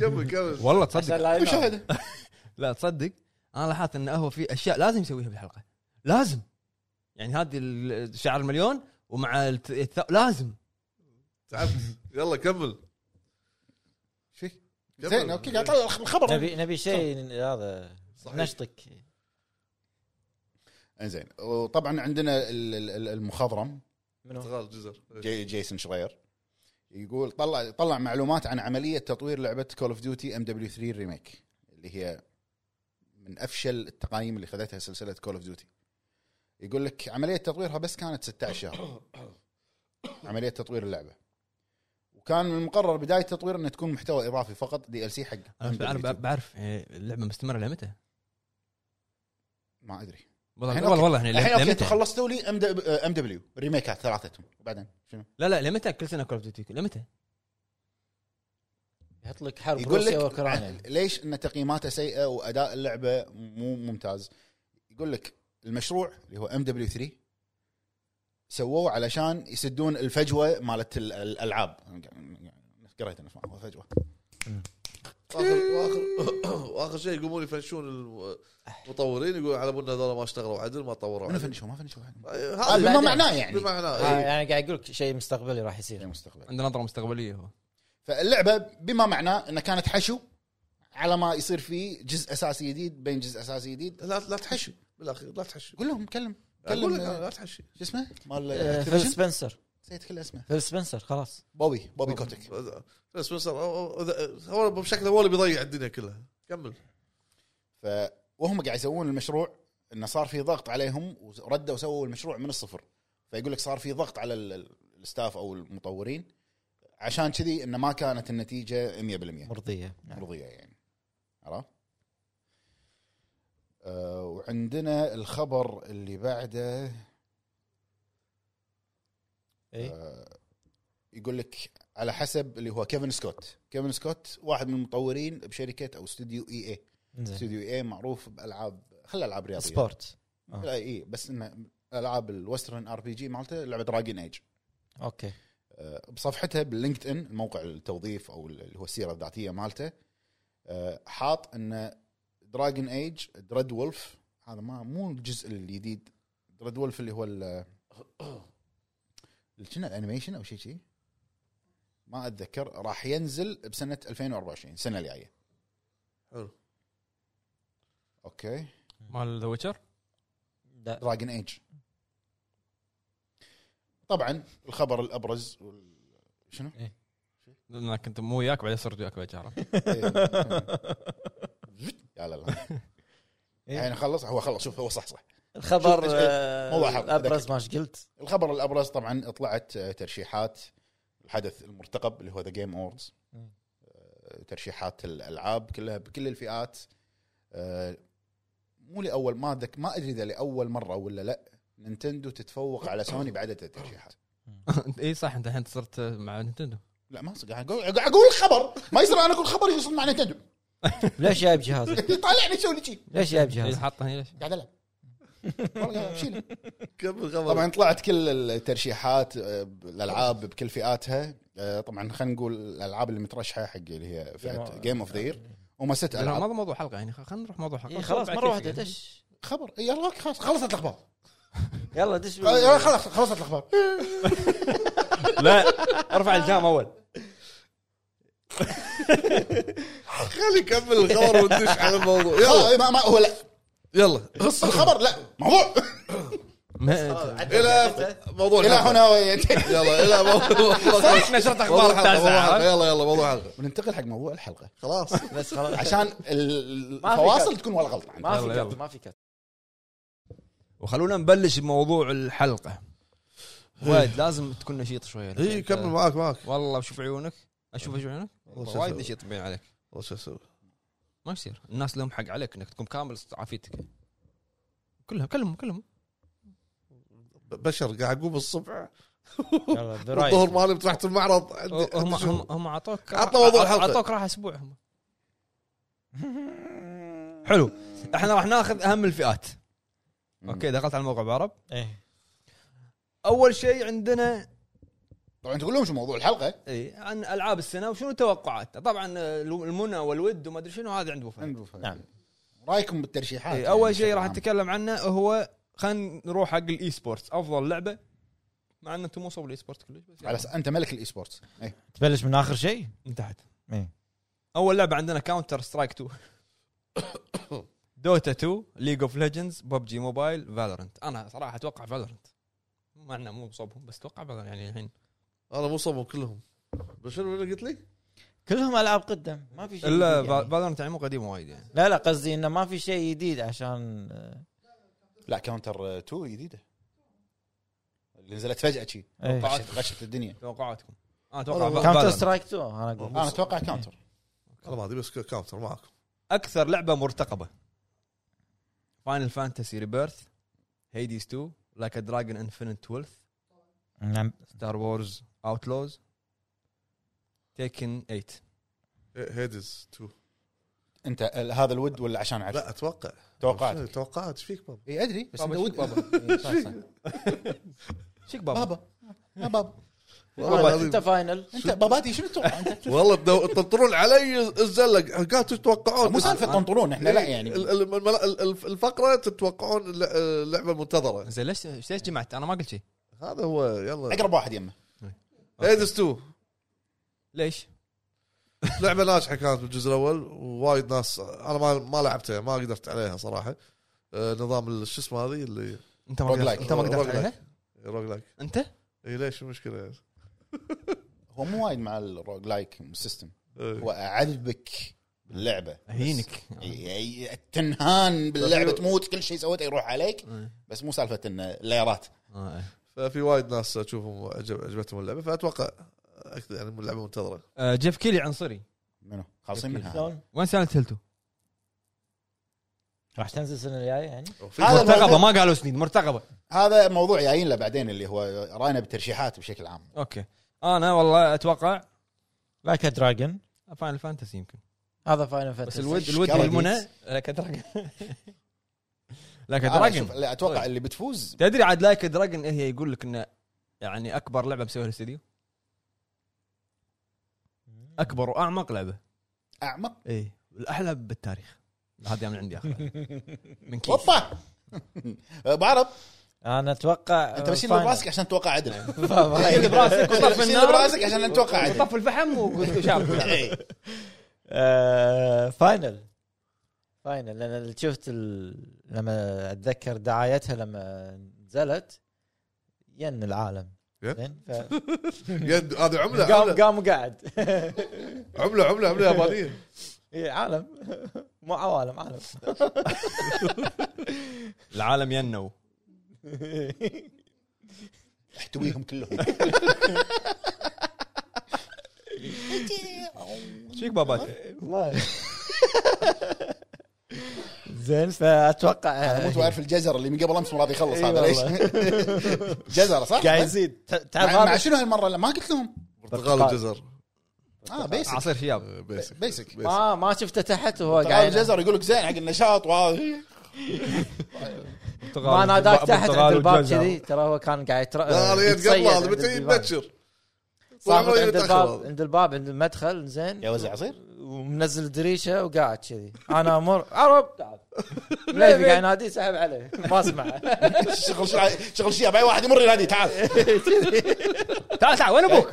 [SPEAKER 3] كمل <laughs> كمل
[SPEAKER 6] والله
[SPEAKER 5] عشان <laughs>
[SPEAKER 6] تصدق
[SPEAKER 5] لا ينام.
[SPEAKER 4] مشاهده
[SPEAKER 6] لا تصدق انا لاحظت انه هو في اشياء لازم يسويها بالحلقه لازم يعني هذه ال- شعر المليون ومع الت... الت- لازم
[SPEAKER 3] تعبت يلا كمل
[SPEAKER 4] شو فيك؟
[SPEAKER 3] كمل.
[SPEAKER 4] زين اوكي قاعد اطلع الخبر
[SPEAKER 2] نبي نبي شيء هذا
[SPEAKER 3] صحيح.
[SPEAKER 2] نشطك
[SPEAKER 4] انزين وطبعا عندنا ال- ال- المخضرم
[SPEAKER 2] منو؟
[SPEAKER 3] اشتغال جزر إيه.
[SPEAKER 4] جي جيسون شرير يقول طلع طلع معلومات عن عمليه تطوير لعبه كول اوف ديوتي ام دبليو 3 ريميك اللي هي من افشل التقايم اللي خذتها سلسله كول اوف ديوتي يقول لك عمليه تطويرها بس كانت 16 شهر عمليه تطوير اللعبه وكان من المقرر بدايه التطوير انه تكون محتوى اضافي فقط دي ال سي حق
[SPEAKER 1] انا
[SPEAKER 4] MWT.
[SPEAKER 1] أنا بعرف
[SPEAKER 6] إيه،
[SPEAKER 1] يعني اللعبه مستمره لمتى؟
[SPEAKER 4] ما ادري
[SPEAKER 1] والله
[SPEAKER 4] الحين
[SPEAKER 1] والله
[SPEAKER 4] أوكي.
[SPEAKER 1] والله يعني
[SPEAKER 4] الحين اوكي
[SPEAKER 1] لمتى؟
[SPEAKER 4] انتم خلصتوا لي ام دبليو ريميكات ثلاثتهم وبعدين شنو؟
[SPEAKER 1] لا لا لمتى كل سنه كول اوف ديوتي لمتى؟
[SPEAKER 2] يحط لك حرب
[SPEAKER 4] يقول
[SPEAKER 2] روسيا
[SPEAKER 4] لك
[SPEAKER 2] واوكرانيا
[SPEAKER 4] <laughs> ليش ان تقييماته سيئه واداء اللعبه مو ممتاز يقول لك المشروع اللي هو ام دبليو 3 سووه علشان يسدون الفجوه مالت ال- الالعاب قريت انا اسمعها فجوه
[SPEAKER 3] واخر واخر <coughs> واخر شيء يقومون يفنشون المطورين يقولون على بالنا هذول ما اشتغلوا عدل ما طوروا
[SPEAKER 4] منو
[SPEAKER 3] عدل
[SPEAKER 4] فنشوا ما فنشوا
[SPEAKER 3] آه،
[SPEAKER 4] هذا بما
[SPEAKER 2] بعدين.
[SPEAKER 4] معناه يعني
[SPEAKER 3] بمعنى
[SPEAKER 2] آه،
[SPEAKER 3] إيه.
[SPEAKER 2] يعني قاعد اقول لك شيء مستقبلي راح يصير
[SPEAKER 4] المستقبل
[SPEAKER 1] عنده نظره مستقبليه هو
[SPEAKER 4] فاللعبه بما معناه انها كانت حشو على ما يصير فيه جزء اساسي جديد بين جزء اساسي جديد
[SPEAKER 3] لا لا تحشي بالاخير لا تحشي
[SPEAKER 4] قول لهم كلم
[SPEAKER 3] اقول
[SPEAKER 4] كلم
[SPEAKER 3] لك أنا،
[SPEAKER 4] آه،
[SPEAKER 3] لا تحشي
[SPEAKER 4] شو اسمه مال
[SPEAKER 2] آه،
[SPEAKER 4] Activision؟
[SPEAKER 2] فيل سبنسر
[SPEAKER 4] نسيت كل اسمه
[SPEAKER 2] فيل سبنسر خلاص
[SPEAKER 4] بوبي بوبي كوتك
[SPEAKER 3] أه، بس بس أه، هو بشكل هو اللي بيضيع الدنيا كلها كمل
[SPEAKER 4] ف وهم قاعد يسوون المشروع انه صار في ضغط عليهم وردوا وسووا المشروع من الصفر فيقول لك صار في ضغط على ال- ال- الستاف او المطورين عشان كذي انه ما كانت النتيجه 100%
[SPEAKER 2] مرضيه نعم.
[SPEAKER 4] مرضيه يعني عرفت؟ أه وعندنا الخبر اللي بعده
[SPEAKER 2] اي
[SPEAKER 4] آه، يقول لك على حسب اللي هو كيفن سكوت كيفن سكوت واحد من المطورين بشركه او استوديو اي اي
[SPEAKER 2] إنزين.
[SPEAKER 4] استوديو اي معروف بالعاب خلى العاب رياضيه
[SPEAKER 2] سبورت آه.
[SPEAKER 4] لا اي بس انه العاب الوسترن ار بي جي مالته لعبه دراجن ايج
[SPEAKER 2] اوكي
[SPEAKER 4] آه، بصفحتها باللينكد ان موقع التوظيف او اللي هو السيره الذاتيه مالته آه، حاط ان دراجن ايج دريد وولف هذا ما مو الجزء الجديد دريد وولف اللي هو ال <coughs> اللي كنا الانيميشن او شيء شيء ما اتذكر راح ينزل بسنه 2024 السنه الجايه
[SPEAKER 3] حلو.
[SPEAKER 4] اوكي
[SPEAKER 1] مال ذا ويتشر
[SPEAKER 2] لا
[SPEAKER 4] دراجن ايج طبعا الخبر الابرز وال- شنو؟
[SPEAKER 1] انا كنت مو وياك بعدين صرت وياك بجاره
[SPEAKER 4] إيه. لا لا لا الحين يعني خلص هو خلص شوف هو صح صح
[SPEAKER 2] الخبر
[SPEAKER 4] شوف،
[SPEAKER 2] آه،
[SPEAKER 4] موضوع حلقة،
[SPEAKER 2] الابرز ما ايش قلت
[SPEAKER 4] الخبر الابرز طبعا طلعت آه، ترشيحات الحدث المرتقب اللي هو ذا جيم اوردز
[SPEAKER 2] مم.
[SPEAKER 4] آه، ترشيحات الالعاب كلها بكل الفئات آه، مو لاول ما ذك ما ادري اذا لاول مره ولا لا نينتندو تتفوق على سوني بعدد الترشيحات
[SPEAKER 1] اي صح انت الحين صرت مع نينتندو
[SPEAKER 4] لا ما صدق، قاعد اقول قاعد اقول خبر ما يصير انا اقول خبر يوصل مع نينتندو
[SPEAKER 2] ليش جايب جهازك؟
[SPEAKER 4] طالعني يسوي لي شيء
[SPEAKER 2] ليش جايب
[SPEAKER 1] اي
[SPEAKER 2] جهازك؟
[SPEAKER 1] إيه، حاطه هنا ليش؟
[SPEAKER 4] قاعد العب والله قاعد أشيله.
[SPEAKER 3] كمل خبر
[SPEAKER 4] طبعا طلعت كل الترشيحات آه، الالعاب بكل فئاتها آه، طبعا خلينا نقول الالعاب اللي مترشحه حق اللي هي فئه جيم اوف ذير هم ست
[SPEAKER 1] لا، ما
[SPEAKER 4] العاب
[SPEAKER 1] هذا موضوع حلقه يعني خلينا نروح موضوع حلقه
[SPEAKER 2] إي، إيه، خلاص
[SPEAKER 1] بعد
[SPEAKER 2] مره
[SPEAKER 1] كيف
[SPEAKER 2] واحده
[SPEAKER 1] يعني.
[SPEAKER 2] دش
[SPEAKER 4] خبر إيه، يلا خلاص خلصت الاخبار
[SPEAKER 2] يلا دش بال-
[SPEAKER 4] آه، خلاص خلصت الاخبار
[SPEAKER 1] <laughs> لا ارفع الجام اول
[SPEAKER 3] خلي يكمل الخبر وندش على الموضوع يلا
[SPEAKER 4] يلا إيه، ما ما هو لا
[SPEAKER 3] يلا
[SPEAKER 4] غص الخبر لا
[SPEAKER 2] <laughs>
[SPEAKER 4] موضوع
[SPEAKER 1] آه،
[SPEAKER 3] الى موضوع
[SPEAKER 4] الى
[SPEAKER 3] الحلقة.
[SPEAKER 4] هنا وين- <laughs>
[SPEAKER 3] يلا الى موضوع موضوع-
[SPEAKER 1] نشرت
[SPEAKER 3] موضوع
[SPEAKER 1] اخبار
[SPEAKER 3] الحلقة، موضوع
[SPEAKER 1] حلقه
[SPEAKER 3] الحلقة. يلا يلا موضوع الحلقه
[SPEAKER 4] وننتقل حق موضوع الحلقه
[SPEAKER 3] خلاص
[SPEAKER 2] بس خلاص
[SPEAKER 4] عشان ال- الفواصل تكون ولا غلطه عندنا.
[SPEAKER 2] ما
[SPEAKER 1] يلا،
[SPEAKER 2] في
[SPEAKER 1] يلا.
[SPEAKER 2] كت ما في كت
[SPEAKER 1] وخلونا نبلش بموضوع الحلقه وايد لازم تكون نشيط شويه
[SPEAKER 3] اي كمل معاك معاك
[SPEAKER 1] والله شوف عيونك اشوف أشوف إيه. عيونك
[SPEAKER 3] والله شو
[SPEAKER 1] وايد
[SPEAKER 3] أسوي.
[SPEAKER 1] نشيط بين عليك
[SPEAKER 3] والله شو اسوي
[SPEAKER 1] ما يصير الناس لهم حق عليك انك تكون كامل عافيتك كلهم كلهم كلهم
[SPEAKER 3] بشر قاعد اقوم الصبح
[SPEAKER 2] يلا
[SPEAKER 3] الظهر
[SPEAKER 2] برايك
[SPEAKER 3] مالي بطلعت المعرض
[SPEAKER 1] هم
[SPEAKER 3] عندي-
[SPEAKER 1] هم
[SPEAKER 3] عندي شغل.
[SPEAKER 1] هم- هم اعطوك
[SPEAKER 3] عطنا موضوع الحلقة.
[SPEAKER 1] اعطوك راحه اسبوع هم <laughs> حلو احنا راح ناخذ اهم الفئات اوكي دخلت على الموقع بعرب
[SPEAKER 2] إيه.
[SPEAKER 1] اول شيء عندنا
[SPEAKER 4] طبعا تقول لهم شو موضوع الحلقه
[SPEAKER 1] اي عن العاب السنه وشنو توقعاتنا طبعا آه، المنى والود وما ادري شنو هذا عند وفاء
[SPEAKER 2] نعم.
[SPEAKER 4] رايكم بالترشيحات
[SPEAKER 1] إيه،
[SPEAKER 4] يعني
[SPEAKER 1] اول
[SPEAKER 4] بشكل
[SPEAKER 1] شيء راح
[SPEAKER 4] عام.
[SPEAKER 1] نتكلم عنه هو خلينا نروح حق الاي سبورتس افضل لعبه مع ان انتم مو صوب الاي سبورت كلش بس يعني.
[SPEAKER 4] على س... انت ملك الاي سبورتس إيه.
[SPEAKER 2] تبلش من اخر شيء؟
[SPEAKER 1] انتهت
[SPEAKER 2] إيه.
[SPEAKER 1] اول لعبه عندنا كاونتر سترايك 2 دوتا 2 ليج اوف ليجندز ببجي موبايل فالورنت انا صراحه اتوقع فالورنت مع انه مو بصوبهم بس اتوقع Valorant يعني الحين
[SPEAKER 3] انا مو صمم كلهم بس شنو اللي قلت لي؟
[SPEAKER 2] كلهم العاب قدم ما في شيء
[SPEAKER 1] الا
[SPEAKER 2] جديد يعني.
[SPEAKER 1] فالورنت يعني مو قديمه وايد يعني
[SPEAKER 2] لا لا قصدي انه ما في شيء جديد عشان آه،
[SPEAKER 4] لا كاونتر 2 جديده اللي نزلت فجاه شي
[SPEAKER 2] إيه.
[SPEAKER 4] غشت غشت الدنيا
[SPEAKER 1] توقعاتكم انا اتوقع
[SPEAKER 3] والله
[SPEAKER 2] كاونتر
[SPEAKER 1] Valorant.
[SPEAKER 2] سترايك 2 انا اقول
[SPEAKER 4] انا اتوقع كاونتر
[SPEAKER 3] انا ما ادري بس كاونتر معاكم
[SPEAKER 1] اكثر لعبه مرتقبه فاينل فانتسي ريبيرث هيديز 2 لايك دراجون انفينيت ويلث
[SPEAKER 2] نعم
[SPEAKER 1] ستار وورز اوتلوز تيكن 8
[SPEAKER 3] هيدز 2
[SPEAKER 4] انت ال- هذا الود ولا عشان
[SPEAKER 3] لا
[SPEAKER 4] عرفت
[SPEAKER 3] اتوقع شنو
[SPEAKER 4] توقعت
[SPEAKER 3] توقعت ايش فيك بابا؟
[SPEAKER 4] اي ادري بس
[SPEAKER 1] بابا،
[SPEAKER 4] انت
[SPEAKER 1] شو
[SPEAKER 4] ود
[SPEAKER 1] بابا؟
[SPEAKER 4] <laughs> إيه، صح، صح.
[SPEAKER 1] شيك بابا
[SPEAKER 4] بابا يا بابا
[SPEAKER 3] والله
[SPEAKER 2] انت
[SPEAKER 3] العظيم.
[SPEAKER 2] فاينل
[SPEAKER 4] انت باباتي شنو تتوقع
[SPEAKER 3] <laughs>
[SPEAKER 4] انت؟
[SPEAKER 3] والله تدو- تنطرون علي الزله قاعد تتوقعون
[SPEAKER 4] مو سالفه طنطرون احنا لا يعني
[SPEAKER 3] ال- ال- المل- ال- الف- الفقره تتوقعون الل- اللعبه المنتظره
[SPEAKER 1] زين ليش ليش جمعت انا ما قلت شيء
[SPEAKER 3] هذا هو يلا
[SPEAKER 4] اقرب واحد يمه
[SPEAKER 3] هيدز 2
[SPEAKER 1] ليش
[SPEAKER 3] لعبه ناجحه كانت بالجزء الاول ووايد ناس انا ما ما لعبتها ما قدرت عليها صراحه آه، نظام ال- شو اسمه هذه اللي
[SPEAKER 1] انت ما
[SPEAKER 4] Roguelike.
[SPEAKER 1] قدرت انت ما قدرت
[SPEAKER 3] Roguelike.
[SPEAKER 1] عليها
[SPEAKER 3] روج لايك
[SPEAKER 1] انت
[SPEAKER 3] اي إيه، ليش يعني. المشكله؟
[SPEAKER 4] هو مو وايد مع الروج لايك سيستم
[SPEAKER 3] إيه.
[SPEAKER 4] هو اعذبك باللعبه
[SPEAKER 1] اهينك
[SPEAKER 4] ي- ي- تنهان باللعبه
[SPEAKER 3] طيب.
[SPEAKER 4] تموت كل شيء سويته يروح عليك
[SPEAKER 1] آه.
[SPEAKER 4] بس مو سالفه انه ليرات
[SPEAKER 1] آه.
[SPEAKER 3] ففي وايد ناس اشوفهم عجب عجبتهم اللعبه فاتوقع اكثر يعني من اللعبه منتظره
[SPEAKER 1] آه، جيف كيلي عنصري
[SPEAKER 4] منو خالصين منها
[SPEAKER 2] شلون؟
[SPEAKER 1] وين سالت هلتو
[SPEAKER 2] راح تنزل السنه الجايه يعني؟
[SPEAKER 3] وفي- <laughs>
[SPEAKER 4] هذا
[SPEAKER 1] مرتقبه
[SPEAKER 4] الموضوع-
[SPEAKER 1] ما قالوا سنين مرتقبه
[SPEAKER 4] هذا موضوع جايين له بعدين اللي هو راينا بالترشيحات بشكل عام
[SPEAKER 1] اوكي انا والله اتوقع
[SPEAKER 2] لايك دراجون
[SPEAKER 1] فاينل فانتسي يمكن
[SPEAKER 2] هذا فاينل
[SPEAKER 1] بس
[SPEAKER 2] فانتسي
[SPEAKER 1] الود الود
[SPEAKER 4] شكرا
[SPEAKER 1] المنى لايك دراجون <laughs> لايك
[SPEAKER 4] أنا أشوف-
[SPEAKER 1] دراجون
[SPEAKER 4] لا،
[SPEAKER 2] طيب.
[SPEAKER 4] اتوقع اللي بتفوز
[SPEAKER 1] تدري عاد لايك دراجون هي إيه يقول لك انه يعني اكبر لعبه مسويها الاستديو اكبر واعمق لعبه
[SPEAKER 4] اعمق
[SPEAKER 1] اي الاحلى بالتاريخ هذه من عندي <laughs> اخر من كيف
[SPEAKER 4] <laughs> اوبا بعرض
[SPEAKER 2] انا اتوقع
[SPEAKER 4] انت بس شيل
[SPEAKER 2] آه، فاينل. <laughs>
[SPEAKER 4] براسك عشان تتوقع عدل
[SPEAKER 1] شيل
[SPEAKER 4] <laughs>
[SPEAKER 1] براسك وطف
[SPEAKER 4] شيل
[SPEAKER 1] النار.
[SPEAKER 4] براسك عشان نتوقع عدل
[SPEAKER 1] طف يعني الفحم وقلت <laughs> شاف
[SPEAKER 2] <laughs>
[SPEAKER 4] إيه.
[SPEAKER 2] آه، فاينل فاينل لان اللي شفت ال... لما اتذكر دعايتها لما نزلت ين العالم
[SPEAKER 3] ين؟
[SPEAKER 2] زين ف...
[SPEAKER 4] <laughs>
[SPEAKER 3] يد هذه عمله
[SPEAKER 2] قام
[SPEAKER 3] عمله
[SPEAKER 2] قام وقعد
[SPEAKER 3] عمله عمله, عملة يابانيه
[SPEAKER 2] <laughs> إيه، عالم <laughs> مو عوالم
[SPEAKER 4] <laughs>
[SPEAKER 2] عالم <laughs>
[SPEAKER 1] العالم ينو
[SPEAKER 4] احتويهم كلهم
[SPEAKER 1] شيك بابات
[SPEAKER 2] والله <laughs> زين فاتوقع
[SPEAKER 4] انا موت واعرف الجزر اللي من قبل امس ما راضي يخلص
[SPEAKER 2] إي
[SPEAKER 4] هذا ليش؟ <laughs> جزره صح؟
[SPEAKER 2] قاعد يزيد ت- تعرف
[SPEAKER 4] مع, مع
[SPEAKER 2] هذا
[SPEAKER 4] شنو هالمره لا ما قلت لهم
[SPEAKER 3] برتقال وجزر
[SPEAKER 4] اه بيسك
[SPEAKER 1] عصير شياب
[SPEAKER 3] آه، بيسك
[SPEAKER 4] بيسك.
[SPEAKER 2] ما ما شفته تحت وهو
[SPEAKER 4] برتقال
[SPEAKER 2] قاعد
[SPEAKER 4] جزر يقول لك زين حق النشاط وهذا
[SPEAKER 2] ما ناداك تحت عند الباب كذي ترى هو كان قاعد يتر...
[SPEAKER 3] لا انا يد
[SPEAKER 2] يتصيد
[SPEAKER 3] قبل هذا
[SPEAKER 2] عند
[SPEAKER 3] متى
[SPEAKER 2] الديوان.
[SPEAKER 3] يبكر
[SPEAKER 2] صاحب
[SPEAKER 3] والله
[SPEAKER 2] عند
[SPEAKER 3] يتأخر
[SPEAKER 2] الباب
[SPEAKER 3] هذا.
[SPEAKER 2] عند الباب عند المدخل زين
[SPEAKER 4] <laughs> يا وزع عصير
[SPEAKER 2] ومنزل دريشه وقاعد كذي انا <laughs> امر عرب تعال ليفي قاعد ينادي سحب عليه ما اسمع
[SPEAKER 4] شغل شع- شغل شيء باي واحد يمر ينادي تعال
[SPEAKER 1] تعال تعال وين ابوك؟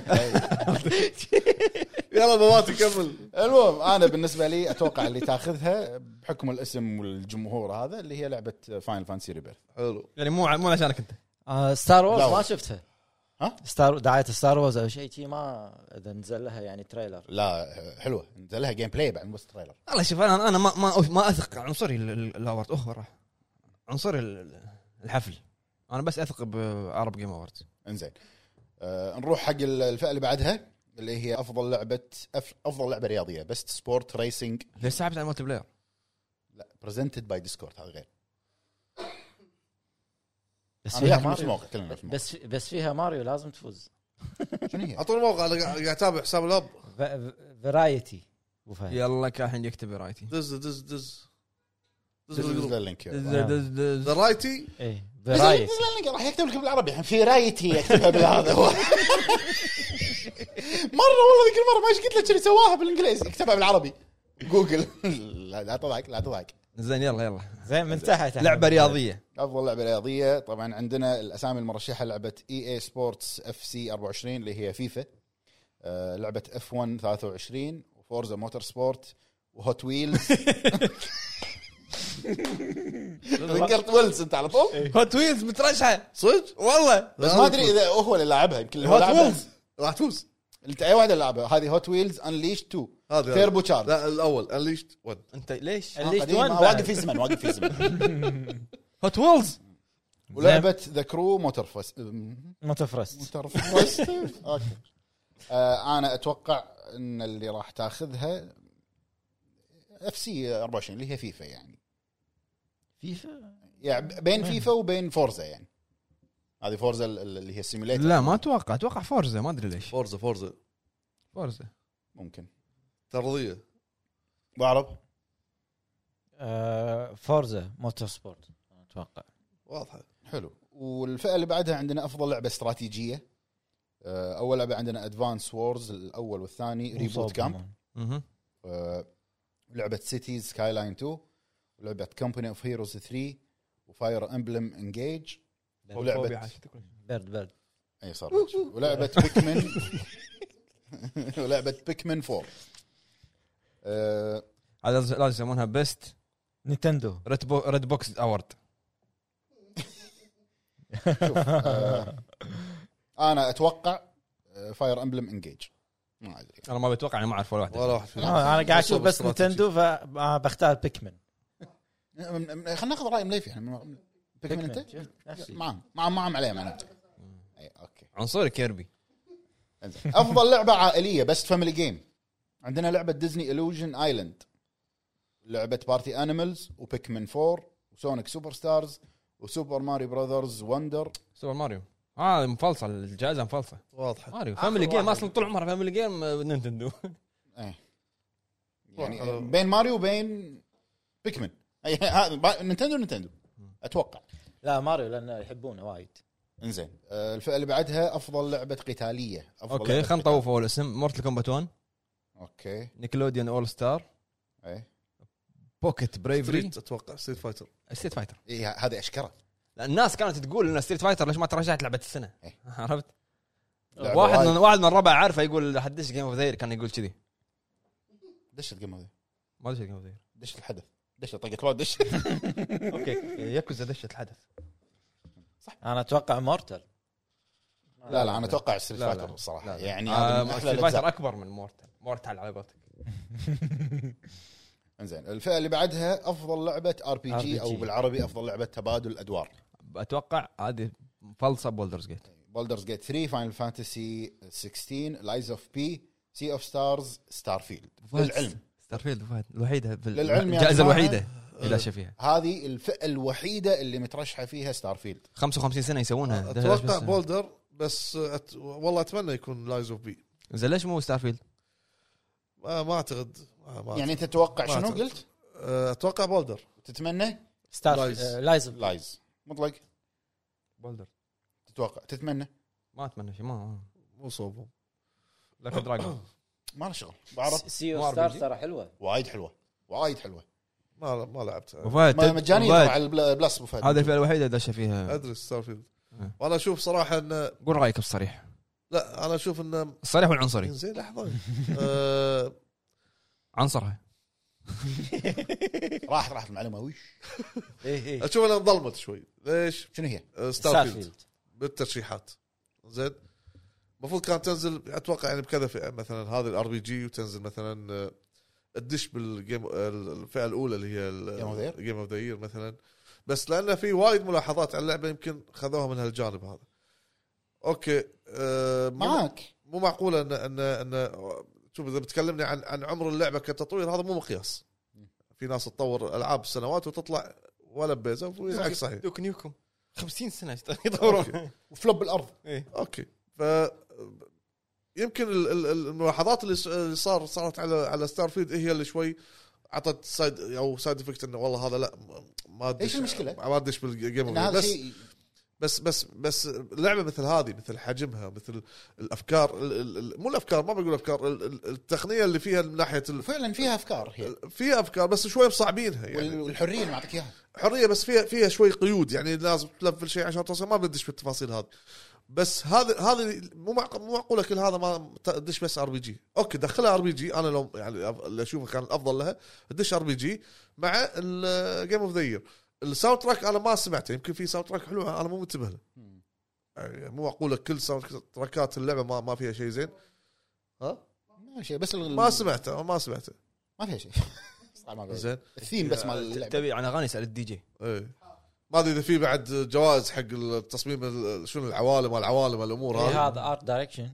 [SPEAKER 3] يلا بواتي كمل
[SPEAKER 4] المهم انا بالنسبه لي اتوقع اللي تاخذها بحكم الاسم والجمهور هذا اللي هي لعبه فاينل فانسي ريبيرث
[SPEAKER 3] حلو
[SPEAKER 1] يعني مو مو عشانك انت
[SPEAKER 2] ستار وورز
[SPEAKER 4] لا.
[SPEAKER 2] آه، ما شفتها
[SPEAKER 4] ها؟
[SPEAKER 2] ستار دعايه ستار وورز او شيء شي ما اذا نزل لها يعني تريلر
[SPEAKER 4] لا حلوه نزل لها جيم بلاي بعد مو بس تريلر
[SPEAKER 1] والله شوف انا انا ما ما ما اثق عنصري ال- ال- الاورد اوه راح عنصري ال- الحفل انا بس اثق بعرب جيم اووردز
[SPEAKER 4] انزين آه نروح حق ال- الفئه اللي بعدها اللي هي افضل لعبه أف افضل لعبه رياضيه بست سبورت ريسنج
[SPEAKER 1] ليش سحبت على الملتي بلاير؟
[SPEAKER 4] لا برزنتد باي ديسكورد هذا غير
[SPEAKER 2] بس
[SPEAKER 4] انا
[SPEAKER 2] فيها
[SPEAKER 4] وياك نفس
[SPEAKER 2] ماريو
[SPEAKER 4] الموقع كلنا نفس الموقع
[SPEAKER 2] بس بس فيها ماريو لازم تفوز
[SPEAKER 4] شنو هي؟
[SPEAKER 3] اعطوني موقع انا قاعد اتابع حساب الاب
[SPEAKER 2] فرايتي ابو فهد
[SPEAKER 1] يلا كاحن يكتب رايتي
[SPEAKER 3] دز دز دز دز
[SPEAKER 4] دز دز
[SPEAKER 3] بالجروب.
[SPEAKER 4] اللينك يلا.
[SPEAKER 2] دز- دز-
[SPEAKER 3] ذا رايتي
[SPEAKER 2] ايه
[SPEAKER 4] دز-
[SPEAKER 2] فرايتي
[SPEAKER 4] دز اللينك راح يكتب لك بالعربي الحين في رايتي يكتبها بالهذا <laughs> هو مره والله ذيك المره ما ايش قلت لك اللي سواها بالانجليزي يكتبها بالعربي جوجل <laughs> لا لا تضحك لا تضحك
[SPEAKER 1] زين يلا يلا
[SPEAKER 2] زين من تحت
[SPEAKER 1] لعبه رياضيه
[SPEAKER 4] افضل لعبه رياضيه طبعا عندنا الاسامي المرشحه لعبه اي اي سبورتس اف سي 24 اللي هي فيفا آه، لعبه اف 1 23 وفورزا موتور سبورت وهوت ويلز ذكرت ويلز انت على طول
[SPEAKER 1] هوت ويلز مترشحه
[SPEAKER 3] صدق
[SPEAKER 1] والله
[SPEAKER 4] بس ما ادري اذا هو اللي لاعبها يمكن اللي هو
[SPEAKER 1] Hot
[SPEAKER 4] لاعبها.
[SPEAKER 1] Wheels.
[SPEAKER 3] راح تفوز
[SPEAKER 4] انت اي واحد اللي لعبها هذه هوت ويلز انليش 2
[SPEAKER 3] هذا
[SPEAKER 4] تيربو تشارج
[SPEAKER 3] لا الاول انليشت 1
[SPEAKER 1] انت ليش
[SPEAKER 2] الليش
[SPEAKER 4] قديم،
[SPEAKER 2] وين
[SPEAKER 4] آه،
[SPEAKER 2] بعد؟
[SPEAKER 4] واقف في زمن واقف في زمن
[SPEAKER 1] هوت ويلز
[SPEAKER 4] ولعبه ذا كرو موتور <laughs> فوس
[SPEAKER 2] متفرست
[SPEAKER 4] موتور فوس اوكي آه، انا اتوقع ان اللي راح تاخذها اف سي 24 اللي هي فيفا يعني
[SPEAKER 2] فيفا
[SPEAKER 4] يعني بين فيفا وبين فورزا يعني هذه فورزا ال- ال- اللي هي السيميليتر
[SPEAKER 1] لا ما اتوقع اتوقع فورزا ما ادري ليش
[SPEAKER 3] فورزا فورزا
[SPEAKER 1] فورزا
[SPEAKER 4] ممكن
[SPEAKER 3] ترضيه
[SPEAKER 4] بعرف
[SPEAKER 2] آه، فورزا موتور سبورت اتوقع
[SPEAKER 3] واضحه
[SPEAKER 4] حلو والفئه اللي بعدها عندنا افضل لعبه استراتيجيه آه، اول لعبه عندنا ادفانس وورز الاول والثاني ريبوت
[SPEAKER 2] وصوب
[SPEAKER 4] كامب
[SPEAKER 2] كمان.
[SPEAKER 1] مهم.
[SPEAKER 4] آه، لعبه سيتيز سكاي لاين 2 ولعبه كومباني اوف هيروز 3 وفاير امبلم انجيج ولعبه
[SPEAKER 2] برد برد
[SPEAKER 4] اي صار رج. ولعبه بيكمن <laughs> ولعبه بيكمن 4 آه،
[SPEAKER 1] هذا لازم لازم يسمونها بيست
[SPEAKER 2] نينتندو
[SPEAKER 1] ريد بو- ريد بوكس اوورد
[SPEAKER 4] شوف آه، انا اتوقع فاير امبلم انجيج ما ادري
[SPEAKER 1] انا ما بتوقع انا ما اعرف ولا واحد
[SPEAKER 3] ولا واحد فيهم.
[SPEAKER 2] آه، انا قاعد اشوف بس
[SPEAKER 3] استراتيجي.
[SPEAKER 2] نينتندو فبختار بيكمن
[SPEAKER 4] من- من- خلينا ناخذ راي مليفي احنا من- بيكمن انت؟ معهم معهم معهم عليهم انا اي اوكي
[SPEAKER 1] عنصري كيربي
[SPEAKER 4] انزين. افضل لعبه عائليه بس فاميلي جيم عندنا لعبه ديزني الوجن ايلاند لعبه بارتي انيمالز وبيكمن 4 وسونيك سوبر ستارز وسوبر ماري براذرز وندر
[SPEAKER 1] سوبر ماريو اه مفلصه الجائزه مفلصه
[SPEAKER 3] واضحه
[SPEAKER 1] ماريو فاميلي جيم اصلا طول عمرها فاميلي جيم آه،
[SPEAKER 4] <laughs>
[SPEAKER 1] نينتندو
[SPEAKER 4] يعني بين ماريو وبين بيكمن أي- هذا با- نينتندو نينتندو اتوقع
[SPEAKER 2] لا ماريو لانه يحبونه وايد
[SPEAKER 4] انزين آه، الفئه اللي بعدها افضل لعبه قتاليه افضل
[SPEAKER 1] اوكي
[SPEAKER 4] لعبة
[SPEAKER 1] خلنا
[SPEAKER 4] قتال.
[SPEAKER 1] نطوف اول اسم مورتل كومبات 1
[SPEAKER 4] اوكي
[SPEAKER 1] نيكلوديان اول ستار
[SPEAKER 4] ايه
[SPEAKER 1] بوكيت بريفري
[SPEAKER 3] ستريت اتوقع ستريت فايتر
[SPEAKER 1] ستريت فايتر
[SPEAKER 4] إيه، هذا اشكره
[SPEAKER 1] لأن الناس كانت تقول ان ستريت فايتر ليش ما ترشحت لعبه السنه
[SPEAKER 4] إيه.
[SPEAKER 1] <laughs> عرفت
[SPEAKER 4] لعبة
[SPEAKER 1] واحد من
[SPEAKER 4] وايد.
[SPEAKER 1] واحد من الربع عارفه يقول حدش جيم اوف ذير كان يقول كذي
[SPEAKER 4] دش القمه ذي
[SPEAKER 1] ما ادري جيم اوف
[SPEAKER 4] <laughs>
[SPEAKER 1] ذير
[SPEAKER 4] دش الحدث دش طقت وايد دش
[SPEAKER 1] اوكي ياكوزا دشت الحدث
[SPEAKER 2] انا اتوقع مورتل
[SPEAKER 4] لا لا انا اتوقع ستريت
[SPEAKER 1] لا، لا.
[SPEAKER 4] فايتر الصراحه
[SPEAKER 1] لا، لا.
[SPEAKER 4] يعني هذا من
[SPEAKER 1] آه
[SPEAKER 4] احلى
[SPEAKER 1] ستريت
[SPEAKER 4] الأجزاء.
[SPEAKER 1] فايتر اكبر من مورتال مورتال على قولتك
[SPEAKER 4] انزين الفئه اللي بعدها افضل لعبه ار بي جي او
[SPEAKER 2] RPG.
[SPEAKER 4] بالعربي افضل لعبه تبادل ادوار
[SPEAKER 1] اتوقع هذه مفلصه بولدرز جيت
[SPEAKER 4] بولدرز جيت 3 فاينل فانتسي 16 لايز اوف بي سي اوف ستارز ستار فيلد للعلم
[SPEAKER 1] ستارفيلد فهد الوحيده في
[SPEAKER 4] للعلم يعني آه. يا
[SPEAKER 1] الجائزه
[SPEAKER 4] جماعة.
[SPEAKER 1] الوحيده اللي داشه فيها
[SPEAKER 4] هذه الفئه الوحيده اللي مترشحه فيها ستار فيلد
[SPEAKER 1] 55 سنه يسوونها
[SPEAKER 3] اتوقع
[SPEAKER 1] بس- يعني.
[SPEAKER 3] بولدر بس أت... والله اتمنى يكون لايز اوف بي
[SPEAKER 1] زين ليش مو ستارفيلد؟
[SPEAKER 3] آه، ما, ما اعتقد ما ما
[SPEAKER 4] يعني
[SPEAKER 3] يعني
[SPEAKER 4] انت تتوقع
[SPEAKER 3] ما
[SPEAKER 4] شنو
[SPEAKER 3] أعتقد.
[SPEAKER 4] قلت؟
[SPEAKER 3] أه، اتوقع بولدر
[SPEAKER 4] تتمنى؟
[SPEAKER 2] ستار
[SPEAKER 3] لايز.
[SPEAKER 2] آه، لايز
[SPEAKER 4] لايز مطلق
[SPEAKER 1] بولدر
[SPEAKER 4] تتوقع تتمنى؟
[SPEAKER 1] ما اتمنى شيء ما
[SPEAKER 3] مو صوبهم
[SPEAKER 1] لك دراجون
[SPEAKER 4] ما له شغل بعرض
[SPEAKER 2] سي
[SPEAKER 1] مو
[SPEAKER 2] او
[SPEAKER 1] RPG.
[SPEAKER 2] ستار E ترى حلوه
[SPEAKER 4] وايد حلوه وايد حلوه
[SPEAKER 3] <coughs> ما ما لعبت أه،
[SPEAKER 1] وفهد
[SPEAKER 4] آه، ما- مجانيه
[SPEAKER 1] وفهد،
[SPEAKER 4] طبعا على البلا- بلس أبو فهد.
[SPEAKER 1] هذه الفئه الوحيده داشه فيها
[SPEAKER 3] ادري ستارفيلد
[SPEAKER 1] أه.
[SPEAKER 3] وانا اشوف صراحه انه
[SPEAKER 1] قول رايك بصريح
[SPEAKER 3] لا انا اشوف انه
[SPEAKER 1] الصريح والعنصري
[SPEAKER 3] زين لحظه أه،
[SPEAKER 1] عنصرها
[SPEAKER 4] راحت راحت المعلومه ويش
[SPEAKER 2] اي اي
[SPEAKER 3] اشوف انها انظلمت شوي ليش؟
[SPEAKER 4] شنو هي؟
[SPEAKER 3] أه، ستارفيلد
[SPEAKER 2] ستارفيلد
[SPEAKER 3] بالترشيحات زين المفروض كانت تنزل اتوقع يعني بكذا فئه مثلا هذه الار بي جي وتنزل مثلا آه، تدش بالجيم آه، الفئه الاولى اللي هي
[SPEAKER 4] Game of the Year.
[SPEAKER 3] جيم اوف ذا يير مثلا بس لانه في وايد ملاحظات على اللعبه يمكن خذوها من هالجانب هذا اوكي آه، مو-
[SPEAKER 4] معاك
[SPEAKER 3] مو معقوله ان ان ان شوف اذا بتكلمني عن عن عمر اللعبه كتطوير هذا مو مقياس في ناس تطور العاب سنوات وتطلع ولا بيزه والعكس صحيح
[SPEAKER 1] دوك نيوكم 50 سنه
[SPEAKER 3] يطورون.
[SPEAKER 4] وفلوب بالارض
[SPEAKER 3] اوكي ف يمكن ال- ال- ال- الملاحظات اللي س- اللي صار صارت على على ستار فيلد هي اللي شوي عطت سايد او سايد افكت انه والله هذا لا م- ما أدش-
[SPEAKER 4] إيش المشكلة؟
[SPEAKER 3] ما ادش بالجيم
[SPEAKER 4] ان
[SPEAKER 3] أوف
[SPEAKER 4] هذا
[SPEAKER 3] بس
[SPEAKER 4] شيء
[SPEAKER 3] بس بس بس لعبه مثل هذه مثل حجمها مثل الافكار ال- ال- ال- مو الافكار ما بقول افكار ال- ال- التقنيه اللي فيها من ناحيه ال-
[SPEAKER 4] فعلا فيها افكار هي
[SPEAKER 3] فيها افكار بس شوي مصعبينها
[SPEAKER 4] وال-
[SPEAKER 3] يعني
[SPEAKER 4] والحريه اللي معطيك اياها
[SPEAKER 3] حريه بس فيها فيها شوي قيود يعني لازم تلفل شيء عشان توصل ما بدش بالتفاصيل هذه بس هذا هذا مو معق- مو معقوله كل هذا ما تدش بس ار بي جي اوكي دخلها ار بي جي انا لو يعني أف- اللي اشوفه كان الافضل لها تدش ار بي جي مع الجيم اوف ذا يير الساوند تراك انا ما سمعته يمكن في ساوند تراك حلو انا مو منتبه له يعني مو معقوله كل ساوند تراكات اللعبه ما, ما فيها شيء زين ها
[SPEAKER 4] ما شيء بس ال-
[SPEAKER 3] ما سمعته ما سمعته
[SPEAKER 4] ما فيها شيء <laughs> صراحة ما فيها شيء.
[SPEAKER 3] زين
[SPEAKER 4] الثيم بس مال اللعبه
[SPEAKER 1] آه، تبي عن اغاني اسال الدي جي
[SPEAKER 3] ايه ما ادري اذا في بعد جوائز حق التصميم ال- شنو العوالم العوالم الامور
[SPEAKER 2] إيه،
[SPEAKER 3] هذه
[SPEAKER 2] هذا ارت دايركشن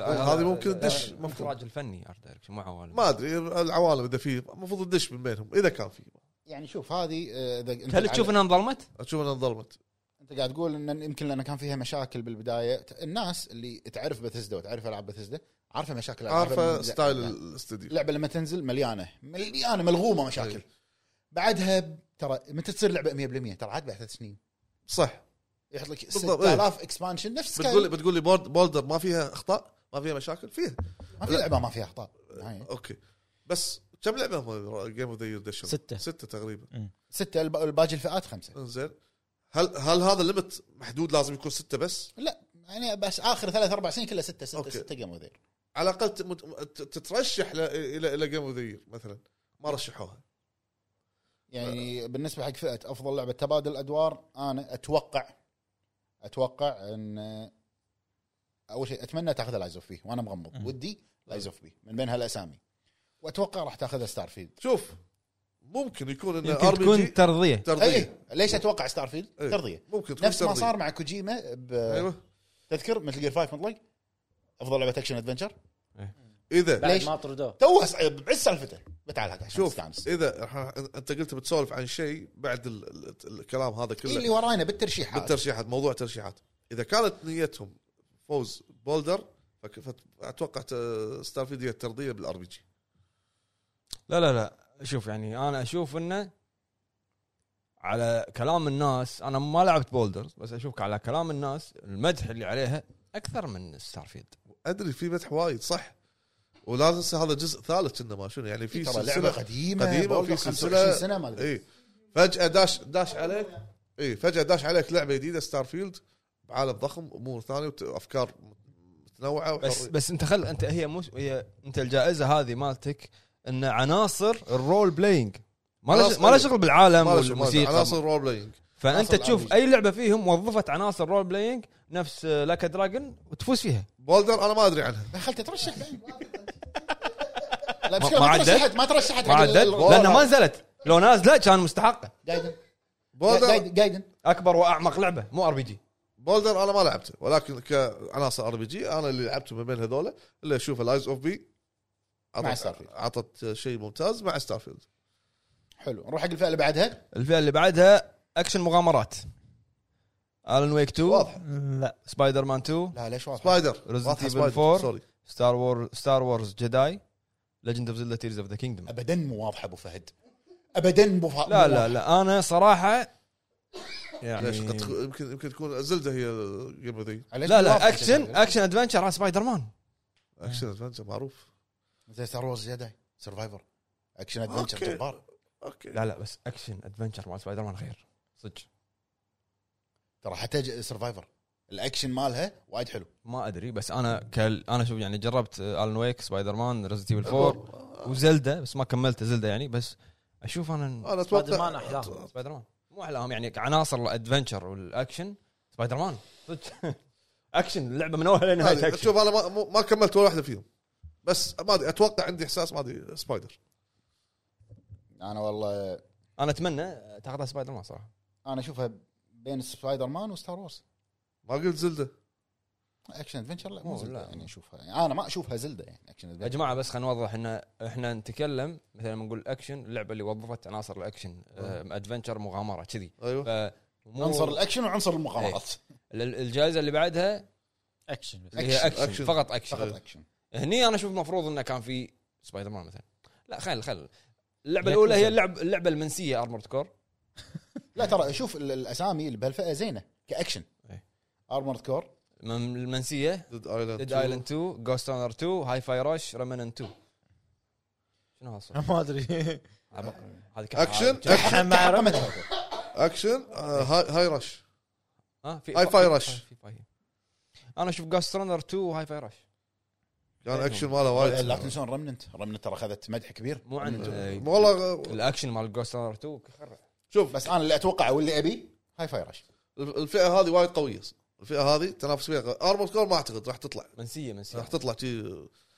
[SPEAKER 1] آه،
[SPEAKER 3] هذه ممكن تدش مفروض
[SPEAKER 1] الاخراج الفني ارت دايركشن مو عوالم
[SPEAKER 3] ما ادري العوالم اذا في المفروض تدش من بينهم اذا كان في
[SPEAKER 4] يعني شوف هذه آه، إذا أنت
[SPEAKER 1] هل
[SPEAKER 4] قاعد-
[SPEAKER 1] تشوف انها انظلمت؟
[SPEAKER 3] اشوف انها انظلمت
[SPEAKER 4] انت قاعد تقول ان يمكن لان كان فيها مشاكل بالبدايه ت- الناس اللي تعرف بثزدا وتعرف العاب بثزدا عارفه مشاكل
[SPEAKER 3] عارفه
[SPEAKER 4] من-
[SPEAKER 3] ستايل الاستديو إيه.
[SPEAKER 4] اللعبه لما تنزل مليانه مليانه ملغومه مشاكل
[SPEAKER 3] أي.
[SPEAKER 4] بعدها ب- ترى متى تصير لعبه 100% ترى عاد بعد ثلاث سنين
[SPEAKER 3] صح
[SPEAKER 4] يحط لك
[SPEAKER 3] بالضبط، أي.
[SPEAKER 4] 6000 اكسبانشن نفس
[SPEAKER 3] بتقول لي
[SPEAKER 4] Skyrim.
[SPEAKER 3] بتقول لي بورد- بولدر ما فيها اخطاء ما فيها مشاكل فيها
[SPEAKER 4] ما في لعبه ما فيها اخطاء
[SPEAKER 2] إيه.
[SPEAKER 4] نهاية.
[SPEAKER 3] اوكي بس كم لعبه هم جيم اوف ذا يير دشوا؟
[SPEAKER 2] ستة.
[SPEAKER 3] سته تقريبا
[SPEAKER 4] سته الب- الباقي الفئات خمسه
[SPEAKER 3] انزين هل هل هذا الليمت محدود لازم يكون سته بس؟
[SPEAKER 4] لا يعني بس اخر ثلاث اربع سنين كلها سته سته
[SPEAKER 3] أوكي.
[SPEAKER 4] سته جيم اوف ذير
[SPEAKER 3] على الاقل تم- ت- تترشح ل- الى الى جيم اوف ذا يير مثلا ما رشحوها آه.
[SPEAKER 4] يعني بالنسبه حق فئه افضل لعبه تبادل ادوار انا اتوقع اتوقع ان اول شيء اتمنى تاخذها لايز اوف بي وانا مغمض
[SPEAKER 2] مم.
[SPEAKER 4] ودي لايز اوف بي من بين هالاسامي واتوقع راح تاخذها ستار فيلد
[SPEAKER 3] شوف ممكن يكون انه
[SPEAKER 1] يمكن
[SPEAKER 3] ار بي جي
[SPEAKER 1] تكون ترضيه
[SPEAKER 3] ترضيه
[SPEAKER 4] اي ليش اتوقع ستار فيلد؟
[SPEAKER 3] إيه.
[SPEAKER 4] ترضيه
[SPEAKER 3] ممكن تكون
[SPEAKER 4] إيه، نفس ما
[SPEAKER 3] ترضية.
[SPEAKER 4] صار مع كوجيما ب-
[SPEAKER 3] ايوه
[SPEAKER 4] تذكر مثل جير 5 مطلق افضل لعبه اكشن ادفنشر
[SPEAKER 3] اذا
[SPEAKER 2] بعد
[SPEAKER 4] ليش؟
[SPEAKER 2] ما طردوه
[SPEAKER 4] توه بعز سالفته بتعال هاك عشان
[SPEAKER 3] شوف إيه،
[SPEAKER 4] تستانس.
[SPEAKER 3] اذا إحنا- انت قلت بتسولف عن شيء بعد ال... ال- الكلام هذا
[SPEAKER 4] إيه
[SPEAKER 3] كله
[SPEAKER 4] اللي وراينا بالترشيح هذا.
[SPEAKER 3] بالترشيحات موضوع ترشيحات اذا كانت نيتهم فوز بولدر فك- فاتوقع ت- ستار فيلد هي الترضيه بالار بي جي
[SPEAKER 1] لا لا لا شوف يعني انا اشوف انه على كلام الناس انا ما لعبت بولدرز بس اشوف على كلام الناس المدح اللي عليها اكثر من ستارفيلد
[SPEAKER 3] ادري في مدح وايد صح ولا تنسى هذا جزء ثالث كنا ما شنو يعني في
[SPEAKER 4] إيه، ترى لعبه
[SPEAKER 3] سلسله
[SPEAKER 4] قديمه
[SPEAKER 3] قديمة
[SPEAKER 4] بولدر
[SPEAKER 3] وفي
[SPEAKER 4] 25
[SPEAKER 3] سلسلة-
[SPEAKER 4] سنه ما ادري
[SPEAKER 3] اي فجاه إيه. داش داش عليك اي فجاه داش عليك لعبه جديده ستار فيلد بعالم ضخم امور ثانيه وافكار متنوعه
[SPEAKER 1] بس
[SPEAKER 3] وحرية.
[SPEAKER 1] بس انت خل انت هي مو هي انت الجائزه هذه مالتك ان عناصر الرول بلاينج ما له ش- ما له شغل بالعالم
[SPEAKER 3] ما له شغل- ما له شغل.
[SPEAKER 1] والموسيقى
[SPEAKER 3] عناصر رول بلاينج
[SPEAKER 1] فانت
[SPEAKER 4] عناصر
[SPEAKER 1] تشوف
[SPEAKER 4] العربية.
[SPEAKER 1] اي لعبه فيهم وظفت عناصر رول بلاينج نفس لاكا دراجون وتفوز فيها
[SPEAKER 3] بولدر انا ما ادري عنها
[SPEAKER 4] دخلت ترشح
[SPEAKER 1] <laughs>
[SPEAKER 4] بعدين. لا
[SPEAKER 1] ما-
[SPEAKER 4] مشكلة
[SPEAKER 1] ما
[SPEAKER 4] ما
[SPEAKER 1] عدت؟
[SPEAKER 4] ترشحت ما ترشحت
[SPEAKER 1] ما
[SPEAKER 4] حق
[SPEAKER 1] عدت
[SPEAKER 4] ال- ال-
[SPEAKER 1] لانها ما نزلت لو نازله كان مستحقه
[SPEAKER 4] جايدن
[SPEAKER 3] بولدر
[SPEAKER 4] جايدن- جايدن
[SPEAKER 1] اكبر واعمق لعبه مو ار بي جي
[SPEAKER 3] بولدر انا ما لعبته ولكن كعناصر ار بي جي انا اللي لعبته من بين هذول اللي اشوف الايز اوف بي
[SPEAKER 4] مع Starfield.
[SPEAKER 3] عطت شيء ممتاز مع ستارفيلد
[SPEAKER 4] حلو نروح حق الفئه اللي بعدها
[SPEAKER 1] الفئه اللي بعدها اكشن مغامرات الن ويك 2 واضح
[SPEAKER 2] لا
[SPEAKER 1] سبايدر مان 2
[SPEAKER 4] لا ليش واضح
[SPEAKER 3] سبايدر
[SPEAKER 1] Resident
[SPEAKER 3] واضحة
[SPEAKER 1] Evil
[SPEAKER 3] سبايدر.
[SPEAKER 1] 4.
[SPEAKER 3] سوري
[SPEAKER 1] ستار وور ستار وورز جداي ليجند اوف زيلدا تيرز اوف ذا كينجدم
[SPEAKER 4] ابدا مو واضحه ابو فهد ابدا مو فهد
[SPEAKER 1] لا لا لا انا صراحه
[SPEAKER 3] ليش
[SPEAKER 1] يعني
[SPEAKER 3] قد تكون- يمكن يمكن تكون زلده هي جيم ذي
[SPEAKER 1] لا لا اكشن اكشن ادفنشر على سبايدر مان
[SPEAKER 3] اكشن ادفنشر معروف
[SPEAKER 4] زي ستار وورز جداي سرفايفر اكشن ادفنشر
[SPEAKER 3] أوكي.
[SPEAKER 4] جبار
[SPEAKER 3] اوكي
[SPEAKER 1] لا لا بس اكشن ادفنشر مع سبايدر مان غير صدق
[SPEAKER 4] ترى حتى سرفايفر الاكشن مالها وايد حلو
[SPEAKER 1] ما ادري بس انا كال انا شوف يعني جربت الن ويك سبايدر مان ريزنت ايفل 4 وزلدا بس ما كملت زلدا يعني بس اشوف انا
[SPEAKER 3] انا
[SPEAKER 2] سبايدر مان
[SPEAKER 3] اتوقع
[SPEAKER 2] احلاهم
[SPEAKER 1] سبايدر مان مو احلاهم يعني عناصر الادفنشر والاكشن سبايدر مان صدق <laughs> اكشن اللعبه من اولها لنهايتها
[SPEAKER 3] هذه.
[SPEAKER 1] اكشن
[SPEAKER 3] شوف انا ما- ما, ما كملت ولا واحده فيهم بس ما ادري اتوقع عندي احساس ما ادري سبايدر
[SPEAKER 4] انا والله
[SPEAKER 1] انا اتمنى تاخذها سبايدر مان صراحه
[SPEAKER 4] انا اشوفها بين سبايدر مان وستار وورز
[SPEAKER 3] ما قلت زلده
[SPEAKER 4] اكشن ادفنشر لا
[SPEAKER 1] مو-
[SPEAKER 4] مو زلده
[SPEAKER 1] لا.
[SPEAKER 4] يعني اشوفها يعني انا ما اشوفها زلده يعني اكشن
[SPEAKER 1] يا
[SPEAKER 4] ادفنشر
[SPEAKER 1] جماعه بس خلينا نوضح ان احنا نتكلم مثلا لما نقول اكشن اللعبه اللي وظفت عناصر الاكشن ادفنشر مغامره كذي
[SPEAKER 3] ايوه
[SPEAKER 1] فمو-
[SPEAKER 4] عنصر الاكشن وعنصر المغامرات
[SPEAKER 1] ال- الجائزه اللي بعدها
[SPEAKER 2] اكشن بس
[SPEAKER 1] اللي هي
[SPEAKER 4] أكشن.
[SPEAKER 1] اكشن,
[SPEAKER 3] أكشن.
[SPEAKER 1] فقط اكشن
[SPEAKER 4] فقط اكشن
[SPEAKER 1] هني انا اشوف المفروض انه كان في سبايدر مان مثلا لا خل خل اللعبه الاولى هي اللعب اللعبه المنسيه ارمورد كور
[SPEAKER 4] لا ترى شوف ال- الاسامي اللي بهالفئه زينه كاكشن
[SPEAKER 1] إيه.
[SPEAKER 4] ارمورد كور
[SPEAKER 1] المنسيه
[SPEAKER 3] ديد ايلاند
[SPEAKER 1] ديد ايلاند 2 جوست اونر 2 هاي فاي رش ريمنن 2 شنو هالصوت؟
[SPEAKER 2] <laughs> ما ادري
[SPEAKER 1] عبق. هذه كحة.
[SPEAKER 3] اكشن
[SPEAKER 1] هذه كحة.
[SPEAKER 3] <laughs>
[SPEAKER 2] مع رب-
[SPEAKER 3] اكشن آه، هاي هاي رش
[SPEAKER 1] ها في
[SPEAKER 3] هاي فاي رش.
[SPEAKER 1] في فاي. انا اشوف جاست رانر 2 وهاي فاي راش
[SPEAKER 3] كان اكشن ماله
[SPEAKER 4] لا
[SPEAKER 3] وايد
[SPEAKER 4] تنسون رمننت رمننت ترى اخذت مدح كبير
[SPEAKER 1] مو عندي
[SPEAKER 3] والله آه،
[SPEAKER 1] الاكشن مال جوست رانر 2 خرع
[SPEAKER 3] شوف
[SPEAKER 4] بس انا اللي اتوقع واللي ابي هاي فاي رش
[SPEAKER 3] الفئه هذه وايد قويه الفئه هذه تنافس فيها ارمور كور ما اعتقد راح تطلع
[SPEAKER 1] منسيه منسيه
[SPEAKER 3] راح تطلع شي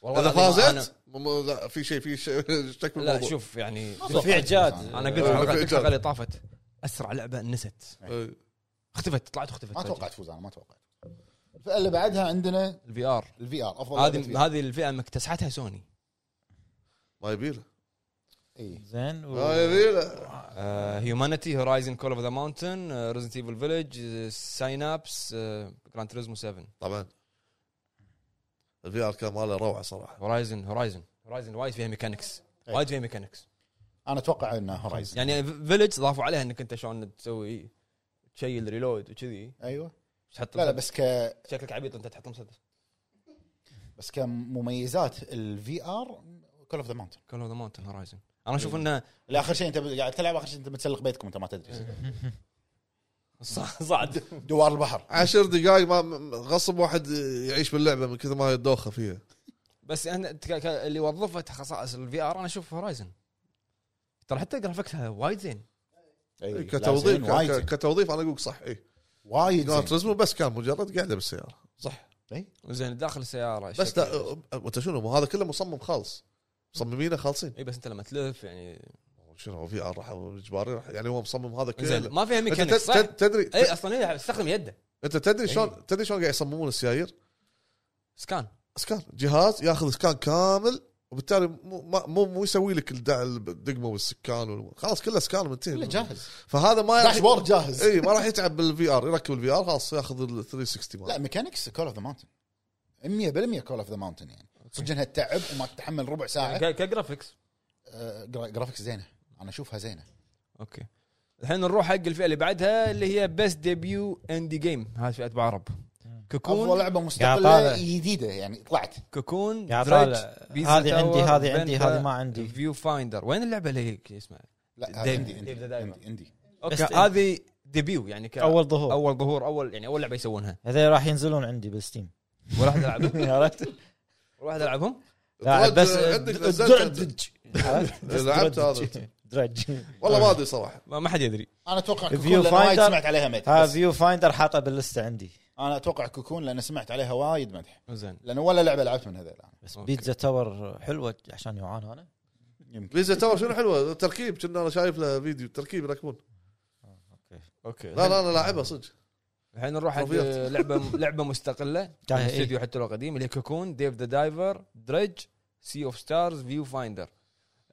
[SPEAKER 1] والله
[SPEAKER 3] اذا
[SPEAKER 1] العظيم
[SPEAKER 3] فازت م- م- لا في شيء في شيء <laughs> شك
[SPEAKER 1] أنا لا
[SPEAKER 3] بالموضوع
[SPEAKER 1] شوف يعني
[SPEAKER 2] في اعجاد
[SPEAKER 1] انا قلت
[SPEAKER 3] أه،
[SPEAKER 1] الحلقة-
[SPEAKER 3] في
[SPEAKER 1] الحلقه اللي طافت اسرع لعبه نست
[SPEAKER 3] إيه.
[SPEAKER 1] اختفت طلعت اختفت
[SPEAKER 4] ما اتوقع تفوز انا ما اتوقع الفئه اللي بعدها عندنا
[SPEAKER 1] الفي ار
[SPEAKER 4] الفي ار افضل لعبة VR.
[SPEAKER 1] هذه هذه الفئه مكتسحتها سوني
[SPEAKER 3] ما يبيله
[SPEAKER 4] إي.
[SPEAKER 2] زين و-
[SPEAKER 3] ما يبيله
[SPEAKER 1] Uh, هيومانيتي هورايزن كول اوف ذا ماونتن ريزنت ايفل فيلج ساينابس جراند تريزمو 7
[SPEAKER 3] طبعا الفي ار كان ماله روعه صراحه
[SPEAKER 1] هورايزن هورايزن هورايزن وايد فيها ميكانكس وايد فيها ميكانكس
[SPEAKER 4] انا اتوقع انه هورايزن
[SPEAKER 1] يعني فيلج ضافوا عليها انك انت شلون تسوي تشيل ريلود وكذي
[SPEAKER 4] ايوه
[SPEAKER 1] تحط
[SPEAKER 4] لا لا بس ك
[SPEAKER 1] شكلك عبيط انت تحط مسدس
[SPEAKER 4] بس كمميزات الفي ار كول اوف ذا ماونتن
[SPEAKER 1] كول اوف ذا ماونتن هورايزن انا اشوف
[SPEAKER 4] إيه.
[SPEAKER 1] انه
[SPEAKER 4] اخر شيء انت قاعد تلعب اخر شيء انت متسلق بيتكم انت ما تدري
[SPEAKER 1] صع- <laughs> صعد
[SPEAKER 4] دوار البحر
[SPEAKER 3] عشر دقائق ما م- غصب واحد يعيش باللعبه من كثر ما هي الدوخه فيها
[SPEAKER 4] إيه،
[SPEAKER 1] بس انا ك- ك- اللي وظفت خصائص الفي ار انا اشوف هورايزن ترى حتى جرافيكسها وايد زين
[SPEAKER 4] أي،
[SPEAKER 3] إيه، كتوظيف
[SPEAKER 4] لا، زين، وايد
[SPEAKER 3] ك-
[SPEAKER 4] زين.
[SPEAKER 3] ك- كتوظيف انا اقول صح اي
[SPEAKER 4] وايد
[SPEAKER 3] جراند
[SPEAKER 4] زين.
[SPEAKER 3] تريزمو بس كان مجرد قاعده بالسياره صح
[SPEAKER 1] زين داخل السياره
[SPEAKER 3] بس
[SPEAKER 1] شكل-
[SPEAKER 3] لا انت شنو مو هذا كله مصمم خالص مصممينه خالصين
[SPEAKER 1] اي إيه، بس انت لما تلف يعني
[SPEAKER 3] شنو في ار راح اجباري راح يعني هو مصمم هذا
[SPEAKER 1] زين
[SPEAKER 3] كله
[SPEAKER 1] ما فيها
[SPEAKER 3] انت
[SPEAKER 1] ميكانيك
[SPEAKER 3] تد-
[SPEAKER 1] صح؟
[SPEAKER 3] تد- تدري
[SPEAKER 4] إيه.
[SPEAKER 1] اي اصلا هي تستخدم إيه، يده
[SPEAKER 3] انت تدري شلون تدري شلون قاعد يصممون السيايير
[SPEAKER 1] سكان
[SPEAKER 3] سكان جهاز ياخذ سكان كامل وبالتالي مو ما- مو مو يسوي لك الدع- الدقمه والسكان وال- خلاص كله سكان
[SPEAKER 4] كله
[SPEAKER 3] منتهي
[SPEAKER 4] جاهز
[SPEAKER 3] فهذا ما راح
[SPEAKER 4] داشبورد جاهز
[SPEAKER 3] اي إيه، ما راح يتعب بالفي ار يركب الفي ار خلاص ياخذ ال 360
[SPEAKER 4] لا
[SPEAKER 3] مال
[SPEAKER 4] ميكانكس كول اوف ذا ماونتن 100% كول اوف ذا ماونتن يعني صدق انها تتعب وما تتحمل ربع ساعه
[SPEAKER 1] ك- كجرافيكس
[SPEAKER 4] آه، جرا- جرافيكس زينه انا اشوفها زينه
[SPEAKER 1] اوكي الحين نروح حق الفئه اللي بعدها اللي هي بيست ديبيو اندي جيم هذه فئه بعرب
[SPEAKER 4] افضل
[SPEAKER 1] كوكون
[SPEAKER 4] لعبه
[SPEAKER 2] قاعد طالع.
[SPEAKER 4] مستقله جديده يعني طلعت
[SPEAKER 1] كوكون
[SPEAKER 2] قاعد
[SPEAKER 1] دريدج،
[SPEAKER 2] طالع.
[SPEAKER 1] بيزا
[SPEAKER 2] هذه
[SPEAKER 1] تاور،
[SPEAKER 2] عندي، هذه عندي،
[SPEAKER 1] بنتا،
[SPEAKER 2] هذه ما عندي.
[SPEAKER 1] فيو فايندر وين اللعبه اللي هيك اسمها
[SPEAKER 4] لا هذا
[SPEAKER 1] ديب-
[SPEAKER 4] عندي عندي
[SPEAKER 1] ديب ذا دايفر.
[SPEAKER 4] عندي- عندي
[SPEAKER 1] اوكي
[SPEAKER 2] Best
[SPEAKER 1] هذه ديبيو يعني ك...
[SPEAKER 2] اول ظهور
[SPEAKER 1] اول ظهور اول يعني اول لعبه يسوونها
[SPEAKER 2] هذول راح ينزلون عندي
[SPEAKER 4] <laughs>
[SPEAKER 2] بالستيم
[SPEAKER 1] ولا واحد العبهم
[SPEAKER 2] عرفت؟
[SPEAKER 1] ولا واحد العبهم
[SPEAKER 2] لا،
[SPEAKER 3] درج
[SPEAKER 2] بس آه،
[SPEAKER 3] عندك نزلت
[SPEAKER 2] درج
[SPEAKER 3] <laughs>
[SPEAKER 2] عرفت؟ بس
[SPEAKER 3] لعبت
[SPEAKER 2] درج.
[SPEAKER 3] هذا.
[SPEAKER 2] درج
[SPEAKER 3] والله ما ادري صراحه
[SPEAKER 1] ما ما حد يدري
[SPEAKER 4] انا اتوقع
[SPEAKER 2] فيو
[SPEAKER 4] كوكون لأن وايد
[SPEAKER 2] فايندر.
[SPEAKER 4] سمعت عليها مدح
[SPEAKER 2] هذا
[SPEAKER 4] بس
[SPEAKER 2] فيو فايندر حاطه باللسته عندي
[SPEAKER 4] انا اتوقع كوكون لان سمعت عليها وايد مدح
[SPEAKER 1] زين
[SPEAKER 4] لان ولا لعبه لعبت من هذول انا
[SPEAKER 2] بس
[SPEAKER 1] أوكي.
[SPEAKER 2] بيتزا تاور حلوه عشان جوعان انا
[SPEAKER 4] يمكن
[SPEAKER 3] بيزا تاور شنو حلوه تركيب كنا انا شايف له فيديو تركيب يركبون
[SPEAKER 1] اوكي
[SPEAKER 3] لا لا انا لاعبها صدق
[SPEAKER 1] الحين نروح حق <laughs>
[SPEAKER 3] تروفيات.
[SPEAKER 1] لعبه لعبه <laughs> مستقله من
[SPEAKER 2] إيه.
[SPEAKER 1] استوديو حتى لو قديم اللي هي كوكون ديف ذا دايفر دريدج سي اوف ستارز فيو فايندر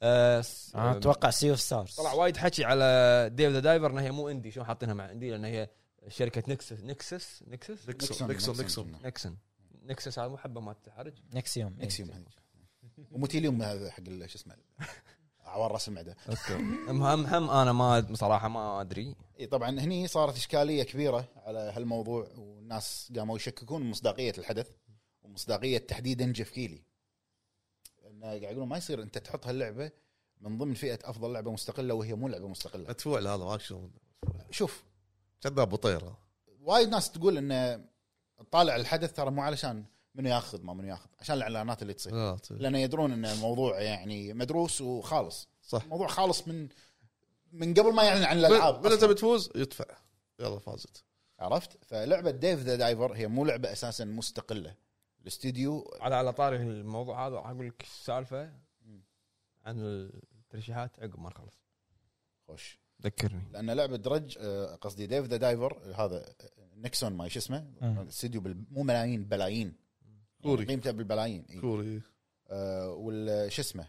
[SPEAKER 1] آه، س-
[SPEAKER 2] انا اتوقع سي اوف ستارز
[SPEAKER 1] طلع وايد حكي على ديف ذا دايفر انها هي مو اندي شلون حاطينها مع اندي لان هي شركه نكسس نكسس نكسس
[SPEAKER 3] نكسون نكسون نكسون
[SPEAKER 1] نكسون نكسس هذا مو حبه مالت حرج
[SPEAKER 2] نكسيوم
[SPEAKER 4] نكسيوم هذيك. وموتيليوم هذا حق ال- شو اسمه عوار راس المعده
[SPEAKER 1] اوكي المهم هم انا ما أد- صراحه ما ادري
[SPEAKER 4] اي طبعا إيه، هني صارت اشكاليه كبيره على هالموضوع والناس قاموا يشككون من مصداقيه الحدث ومصداقيه تحديدا جيف كيلي انه قاعد يقولون ما يصير انت تحط هاللعبه من ضمن فئه افضل لعبه مستقله وهي مو لعبه مستقله
[SPEAKER 3] مدفوع له هذا ما شلون
[SPEAKER 4] شوف
[SPEAKER 3] كذاب بطير هذا
[SPEAKER 4] وايد ناس تقول انه طالع الحدث ترى مو علشان منو ياخذ ما منو ياخذ عشان الاعلانات اللي تصير
[SPEAKER 3] آه،
[SPEAKER 4] لان يدرون ان الموضوع يعني مدروس وخالص
[SPEAKER 3] صح
[SPEAKER 4] الموضوع خالص من من قبل ما يعلن عن
[SPEAKER 3] من
[SPEAKER 4] الالعاب
[SPEAKER 3] من انت
[SPEAKER 4] أصلاً.
[SPEAKER 3] بتفوز يدفع يلا فازت
[SPEAKER 4] عرفت فلعبه ديف ذا دايفر هي مو لعبه اساسا مستقله الاستديو
[SPEAKER 1] على على طاري الموضوع هذا راح اقول لك السالفه عن الترشيحات عقب ما نخلص
[SPEAKER 4] خوش
[SPEAKER 1] ذكرني
[SPEAKER 4] لان لعبه درج آه، قصدي ديف ذا دايفر هذا نيكسون ما شو اسمه
[SPEAKER 2] مم.
[SPEAKER 4] الاستديو بال- مو ملايين بلايين
[SPEAKER 3] كوري.
[SPEAKER 4] يعني قيمته بالبلايين إي.
[SPEAKER 3] كوري إيه.
[SPEAKER 4] آه، وال شو اسمه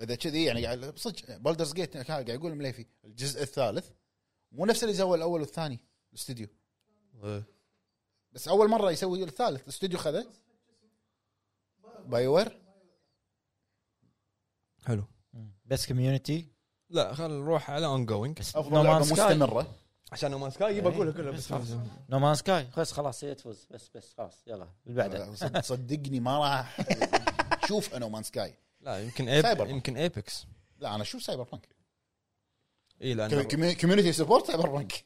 [SPEAKER 4] اذا كذي يعني قاعد صدق بولدرز جيت قاعد يقول مليفي الجزء الثالث مو نفس اللي سوى الاول والثاني الاستديو
[SPEAKER 3] إيه.
[SPEAKER 4] بس اول مره يسوي الثالث الاستوديو خذه باي وير
[SPEAKER 1] حلو
[SPEAKER 2] بس كوميونتي
[SPEAKER 1] لا خلينا نروح على اون جوينج
[SPEAKER 4] افضل لعبه مستمره
[SPEAKER 1] عشان نومان سكاي يبى اقولها كلها بس خلاص
[SPEAKER 2] نو مان سكاي خلاص خلاص هي تفوز بس بس خلاص يلا اللي بعده
[SPEAKER 4] آه، صد- صدقني ما راح شوف انا مان سكاي
[SPEAKER 1] لا يمكن
[SPEAKER 4] سايبر.
[SPEAKER 1] ايب يمكن ايبكس
[SPEAKER 4] لا انا اشوف سايبر بانك
[SPEAKER 1] اي لان
[SPEAKER 4] كوميونتي <laughs> سبورت سايبر بانك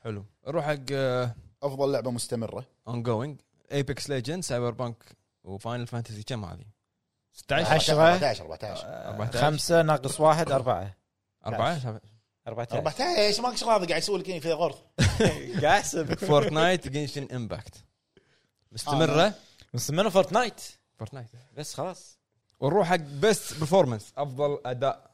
[SPEAKER 1] حلو نروح حق آه، اون
[SPEAKER 4] افضل لعبه مستمره
[SPEAKER 1] جوينج ايبكس ليجند سايبر بانك وفاينل فانتسي كم هذه؟ 16
[SPEAKER 2] 10 آه،
[SPEAKER 4] 14 14
[SPEAKER 1] 14
[SPEAKER 2] خمسة ناقص واحد أربعة
[SPEAKER 1] 4
[SPEAKER 2] <laughs> 14
[SPEAKER 4] 14 ماكو شغل هذا قاعد يسوي لك هنا في غرف
[SPEAKER 2] قاعد احسب
[SPEAKER 1] فورتنايت جنشن امباكت مستمره
[SPEAKER 2] مستمر فورتنايت
[SPEAKER 1] فورتنايت
[SPEAKER 2] بس خلاص
[SPEAKER 1] ونروح حق بيست برفورمانس افضل اداء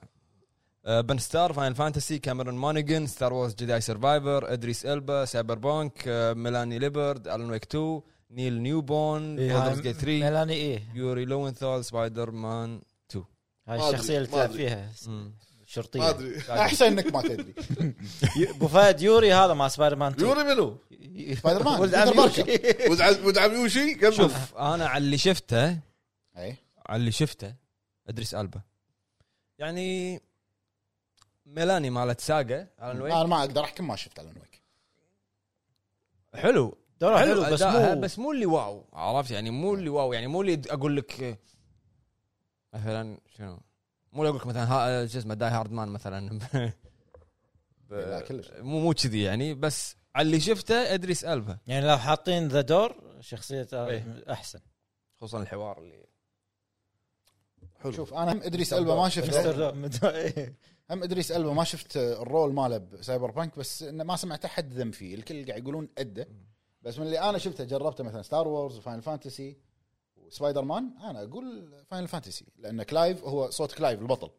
[SPEAKER 1] آه، بن ستار فاينل فانتسي كاميرون مونيجن ستار وورز جداي سرفايفر ادريس البا سايبر بانك آه، ميلاني ليبرد الون ويك 2 نيل نيوبون بولدرز جيت 3
[SPEAKER 2] ميلاني ايه
[SPEAKER 1] يوري لوينثال سبايدر مان
[SPEAKER 2] هاي
[SPEAKER 3] ما أدري،
[SPEAKER 2] الشخصية اللي
[SPEAKER 3] ما
[SPEAKER 2] تلعب
[SPEAKER 3] أدري.
[SPEAKER 2] فيها
[SPEAKER 1] مم.
[SPEAKER 3] ما
[SPEAKER 2] شرطية
[SPEAKER 3] ادري
[SPEAKER 4] احسن انك
[SPEAKER 2] <laughs>
[SPEAKER 4] ما تدري
[SPEAKER 2] ي- ابو فهد يوري هذا مع سبايدر مان 2 <laughs>
[SPEAKER 3] يوري منو؟
[SPEAKER 4] سبايدر مان
[SPEAKER 2] ولد
[SPEAKER 4] بيتر
[SPEAKER 2] عم
[SPEAKER 4] باركر.
[SPEAKER 2] يوري.
[SPEAKER 3] ولد عم- ولد عم يوشي قبل
[SPEAKER 1] شوف انا على اللي شفته
[SPEAKER 4] اي
[SPEAKER 1] على اللي شفته ادريس البا يعني ميلاني مالت ساجا الون
[SPEAKER 4] انا
[SPEAKER 1] ويك
[SPEAKER 4] ما اقدر احكم ما شفت الون ويك
[SPEAKER 1] حلو
[SPEAKER 2] دوره حلو بس
[SPEAKER 1] أداءها،
[SPEAKER 2] مو
[SPEAKER 1] بس مو اللي واو عرفت يعني مو اللي واو يعني مو اللي اقول لك آه، مثلا شنو مو اللي اقول لك مثلا ها- آه، شو اسمه داي هارد مان مثلا <laughs> ب-
[SPEAKER 4] لا، كلش.
[SPEAKER 1] مو مو كذي يعني بس على اللي شفته ادريس البا
[SPEAKER 2] يعني لو حاطين ذا دور شخصية
[SPEAKER 1] إيه.
[SPEAKER 2] احسن
[SPEAKER 1] خصوصا الحوار اللي
[SPEAKER 4] شوف انا هم ادريس البا ما شفته
[SPEAKER 2] <laughs> مستر دور. إيه.
[SPEAKER 4] هم ادريس البا ما شفت الرول ماله بسايبر بانك بس انه ما سمعت احد ذم فيه الكل قاعد يقولون اده بس من اللي انا شفته جربته مثلا ستار وورز وفاينل فانتسي وسبايدر مان انا اقول فاينل فانتسي لان كلايف هو صوت كلايف البطل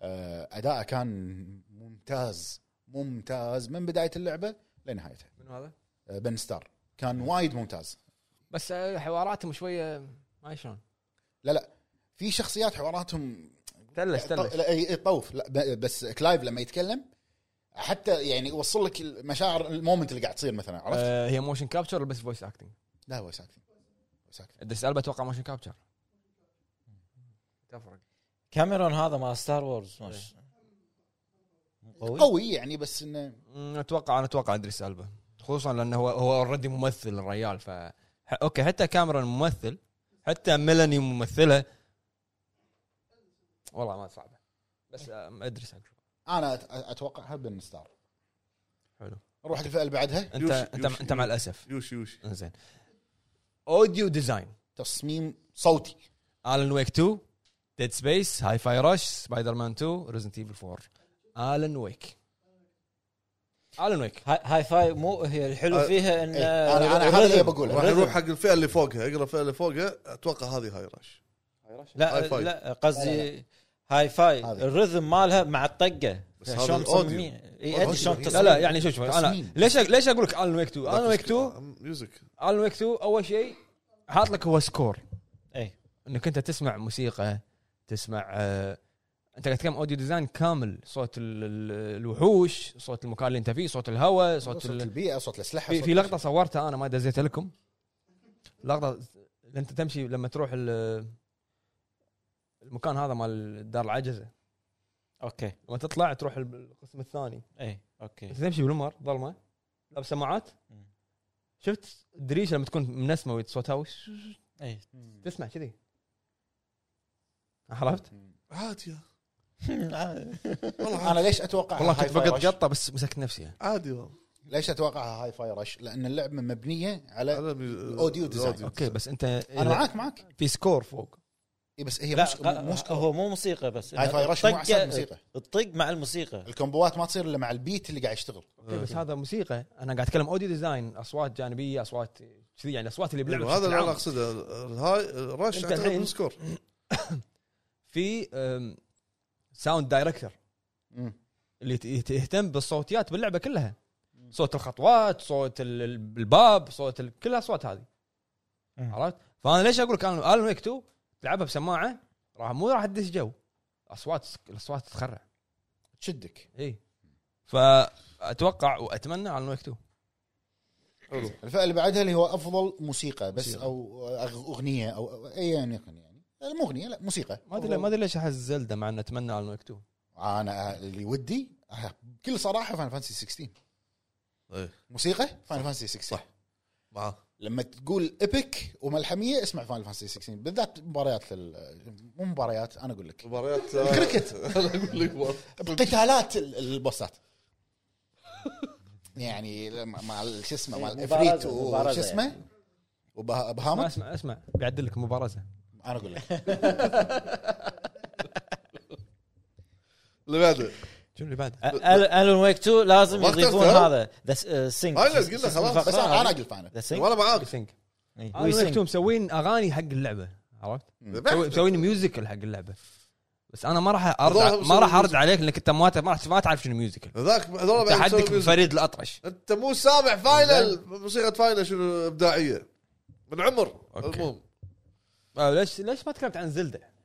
[SPEAKER 4] آه، اداءه كان ممتاز ممتاز من بدايه اللعبه لنهايتها
[SPEAKER 1] من هذا
[SPEAKER 4] آه، بن ستار كان وايد ممتاز
[SPEAKER 1] بس آه، حواراتهم شويه ما شلون
[SPEAKER 4] لا لا في شخصيات حواراتهم
[SPEAKER 1] تلش تلش
[SPEAKER 4] لا، اي اي طوف لا ب- بس كلايف لما يتكلم حتى يعني يوصل لك المشاعر المومنت اللي قاعد تصير مثلا عرفت؟ أه
[SPEAKER 1] آه، هي موشن كابتشر ولا بس فويس اكتنج
[SPEAKER 4] لا هو ساكتين هو ساكتين
[SPEAKER 1] ادريس البا اتوقع موشن كابتشر تفرق
[SPEAKER 2] كاميرون هذا مع ستار وورز ما شاء الله. قوي
[SPEAKER 4] قوي يعني بس انه
[SPEAKER 1] مم، اتوقع انا اتوقع ادريس البا خصوصا لانه هو هو اوريدي ممثل الريال ف ح- اوكي حتى كاميرون ممثل حتى ميلاني ممثله والله ما صعبه بس آه، آم، ادريس البا
[SPEAKER 4] انا أت- اتوقعها بن ستار
[SPEAKER 1] حلو.
[SPEAKER 4] نروح حق الفئه اللي بعدها
[SPEAKER 1] انت
[SPEAKER 3] يوشي-
[SPEAKER 1] انت
[SPEAKER 3] يوشي.
[SPEAKER 1] انت مع الاسف
[SPEAKER 3] يوشي يوشي
[SPEAKER 1] زين اوديو ديزاين
[SPEAKER 4] تصميم صوتي
[SPEAKER 1] الن ويك 2 ديد سبيس هاي فاي رش سبايدر مان 2 ريزنت ايفل 4 الن ويك الن ويك
[SPEAKER 2] هاي- هاي فاي مو هي الحلو
[SPEAKER 3] آه،
[SPEAKER 2] فيها ان
[SPEAKER 4] إيه، انا انا هذا اللي بقوله
[SPEAKER 3] راح نروح حق الفئه اللي فوقها اقرا الفئه اللي فوقها اتوقع هذه هاي رش
[SPEAKER 2] لا
[SPEAKER 3] هاي فاي.
[SPEAKER 2] لا قصدي هاي فاي
[SPEAKER 4] هذه.
[SPEAKER 2] الرذم مالها مع الطقه
[SPEAKER 3] بس هذا
[SPEAKER 2] شلون
[SPEAKER 3] الأوديو.
[SPEAKER 2] مصممين اي
[SPEAKER 3] الأوديو
[SPEAKER 2] ادري شلون
[SPEAKER 3] هي.
[SPEAKER 1] لا
[SPEAKER 2] تصميم
[SPEAKER 1] لا يعني شوف شوف انا
[SPEAKER 4] تصميم.
[SPEAKER 1] ليش ليش اقول لك الن ويك 2 الن ويك 2
[SPEAKER 3] ميوزك
[SPEAKER 1] الون ويك 2 اول شيء حاط لك هو سكور
[SPEAKER 2] اي
[SPEAKER 1] انك انت تسمع موسيقى تسمع آه، انت قاعد تتكلم اوديو ديزاين كامل صوت ال- ال- الوحوش صوت المكان اللي انت فيه صوت الهواء صوت
[SPEAKER 4] صوت
[SPEAKER 1] ال...
[SPEAKER 4] البيئه صوت الاسلحه
[SPEAKER 1] في,
[SPEAKER 4] صوت
[SPEAKER 1] في لقطه صورتها انا ما دزيتها لكم لقطه اللي انت تمشي لما تروح ال- المكان هذا مال دار العجزه
[SPEAKER 2] اوكي
[SPEAKER 1] لما تطلع تروح القسم الثاني
[SPEAKER 2] اي اوكي
[SPEAKER 1] انت تمشي بالمر ظلمه لابس سماعات
[SPEAKER 2] مم.
[SPEAKER 1] شفت الدريشه لما تكون منسمه وصوتها وش-
[SPEAKER 2] اي
[SPEAKER 4] <laughs>
[SPEAKER 1] تسمع كذي عرفت؟
[SPEAKER 3] عادي
[SPEAKER 4] انا ليش اتوقع
[SPEAKER 1] والله كنت بقط قطه بس مسكت نفسي يعني.
[SPEAKER 3] عادي والله
[SPEAKER 4] ليش اتوقعها هاي فاي رش لان اللعبه مبنيه على
[SPEAKER 3] أنا ميو-
[SPEAKER 4] الأوديو ديزاين.
[SPEAKER 3] الأوديو.
[SPEAKER 1] اوكي بس انت
[SPEAKER 4] انا معاك معاك
[SPEAKER 1] في سكور فوق
[SPEAKER 4] إي بس هي
[SPEAKER 2] لا
[SPEAKER 4] مش مو
[SPEAKER 2] غ- هو مو موسيقى بس
[SPEAKER 4] هاي فاي رش مو
[SPEAKER 2] الطقة-
[SPEAKER 4] عشان موسيقى
[SPEAKER 2] الطق مع الموسيقى
[SPEAKER 4] الكومبوات ما تصير الا مع البيت اللي قاعد يشتغل
[SPEAKER 1] اوكي إيه، بس هذا موسيقى انا قاعد اتكلم اوديو ديزاين اصوات جانبيه اصوات كذي يعني الاصوات اللي باللعبه
[SPEAKER 3] أيوة، هذا
[SPEAKER 1] بشكل
[SPEAKER 3] اللي انا
[SPEAKER 1] عام.
[SPEAKER 3] اقصده هاي رش
[SPEAKER 1] أنت
[SPEAKER 3] اعتقد
[SPEAKER 1] الحين-
[SPEAKER 3] بالسكور
[SPEAKER 1] في أم، ساوند دايركتر
[SPEAKER 4] مم.
[SPEAKER 1] اللي يت- يهتم بالصوتيات باللعبه كلها صوت الخطوات صوت ال- ال- الباب صوت ال... كل الاصوات هذه
[SPEAKER 2] مم.
[SPEAKER 1] عرفت فانا ليش اقول لك انا الون ويك 2 تلعبها بسماعه راح مو راح تدش جو اصوات الاصوات تتخرع إيه.
[SPEAKER 4] تشدك
[SPEAKER 1] اي فاتوقع واتمنى الون ويك 2
[SPEAKER 3] حلو
[SPEAKER 4] الفئه اللي بعدها اللي هو افضل موسيقى بس
[SPEAKER 1] موسيقى.
[SPEAKER 4] او أغ- اغنيه او أو اي يعني يعني لا، مو اغنيه لا موسيقى
[SPEAKER 1] ما ادري ما ادري ليش احس زلده مع ان اتمنى الون ويك 2
[SPEAKER 4] انا اللي ودي آه، بكل صراحه فاين فانسي 16
[SPEAKER 3] إيه.
[SPEAKER 4] موسيقى فاين فانسي 16 صح
[SPEAKER 3] معاه
[SPEAKER 4] لما تقول ايبك وملحميه اسمع فاين فانسي 16 بالذات مباريات ال- مو مباريات انا اقول لك
[SPEAKER 3] مباريات
[SPEAKER 4] <laughs> الكريكت.
[SPEAKER 3] انا اقول لك والله.
[SPEAKER 4] قتالات ال- البوسات يعني لما- مع ال- شو اسمه مع
[SPEAKER 2] مبارزة-
[SPEAKER 4] الافريت
[SPEAKER 2] مبارزة
[SPEAKER 4] وش اسمه وبهامت
[SPEAKER 1] اسمع اسمع بيعدل لك مبارزه
[SPEAKER 4] انا اقول لك
[SPEAKER 3] اللي بعده
[SPEAKER 1] شنو اللي بعده؟
[SPEAKER 2] الون ويك 2 لازم
[SPEAKER 3] ما اخترت
[SPEAKER 2] يضيفون
[SPEAKER 3] ها؟
[SPEAKER 2] هذا uh, ذا سينك
[SPEAKER 3] هاي اللي قلنا خلاص،
[SPEAKER 4] بس
[SPEAKER 2] <laughs>
[SPEAKER 4] انا أنا اقول فاينل
[SPEAKER 2] ذا
[SPEAKER 1] طيب.
[SPEAKER 2] سينك
[SPEAKER 3] وانا معاك
[SPEAKER 1] سينك
[SPEAKER 2] وي
[SPEAKER 1] انا
[SPEAKER 2] سينك
[SPEAKER 1] وقتهم مسوين اغاني حق اللعبه عرفت؟ مسوي-
[SPEAKER 3] بعد.
[SPEAKER 1] مسوين ميوزيكال حق اللعبه بس انا ما راح
[SPEAKER 3] هذول
[SPEAKER 1] ارد
[SPEAKER 3] هم
[SPEAKER 1] ما راح
[SPEAKER 3] مسوين
[SPEAKER 1] ارد عليك لانك انت ما ت- ما راح- ما تعرف شنو ميوزيكال
[SPEAKER 3] ذاك هذول
[SPEAKER 1] انت
[SPEAKER 3] بعد
[SPEAKER 1] حدك
[SPEAKER 3] مسوي
[SPEAKER 1] فريد الاطرش
[SPEAKER 3] انت مو سامع فاينل موسيقى فاينل شنو ابداعيه من عمر
[SPEAKER 1] أوكي.
[SPEAKER 3] المهم
[SPEAKER 1] آه، ليش ليش ما تكلمت عن زلده؟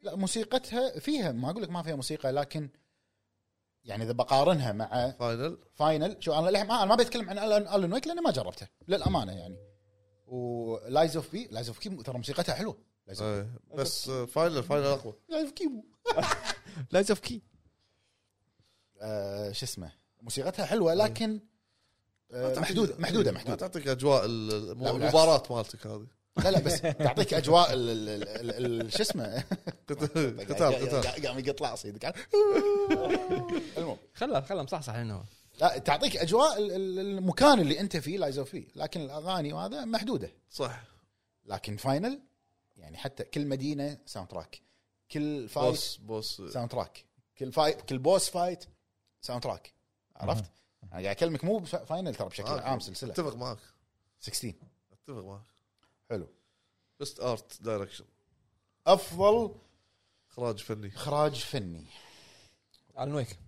[SPEAKER 4] لا موسيقتها فيها ما اقول لك ما فيها موسيقى لكن يعني اذا بقارنها مع
[SPEAKER 3] فاينل
[SPEAKER 4] فاينل شو انا للحين ما- انا ما بتكلم عن الن الن ويك لاني ما جربته للامانه يعني ولايز اوف بي لايز اوف كي ترى موسيقتها حلوه لايز اوف
[SPEAKER 3] إيه. بس آه، فاينل فاينل اقوى
[SPEAKER 4] كي
[SPEAKER 1] لايز اوف كي
[SPEAKER 4] آه، شو اسمه موسيقتها حلوه لكن آه، محدوده محدوده
[SPEAKER 3] ما
[SPEAKER 4] محدوده
[SPEAKER 3] تعطيك اجواء ال-
[SPEAKER 4] لا،
[SPEAKER 3] الم-
[SPEAKER 4] بالعكس.
[SPEAKER 3] المباراه مالتك هذه
[SPEAKER 4] لا لا بس تعطيك اجواء ال- ال- ال- ال- شو اسمه
[SPEAKER 3] قتال
[SPEAKER 4] قاعد-
[SPEAKER 3] قتال
[SPEAKER 4] قاعد- قاعد يقطع صيدك المهم
[SPEAKER 1] خله خله مصحصح لنا هو
[SPEAKER 4] لا تعطيك اجواء ال- ال- المكان اللي انت فيه لايز اوف فيه لكن الاغاني وهذا محدوده
[SPEAKER 3] صح
[SPEAKER 4] لكن فاينل يعني حتى كل مدينه ساوند تراك كل فايت
[SPEAKER 3] بوس بوس
[SPEAKER 4] ساوند تراك كل فايت كل بوس فايت ساوند تراك عرفت؟ انا قاعد اكلمك مو بف- فاينل ترى بشكل
[SPEAKER 3] آه،
[SPEAKER 4] عام سلسله
[SPEAKER 3] اتفق معك
[SPEAKER 4] 16
[SPEAKER 3] اتفق معك
[SPEAKER 4] حلو
[SPEAKER 3] بيست ارت دايركشن
[SPEAKER 4] افضل
[SPEAKER 3] اخراج فني
[SPEAKER 4] اخراج فني
[SPEAKER 1] الون ويك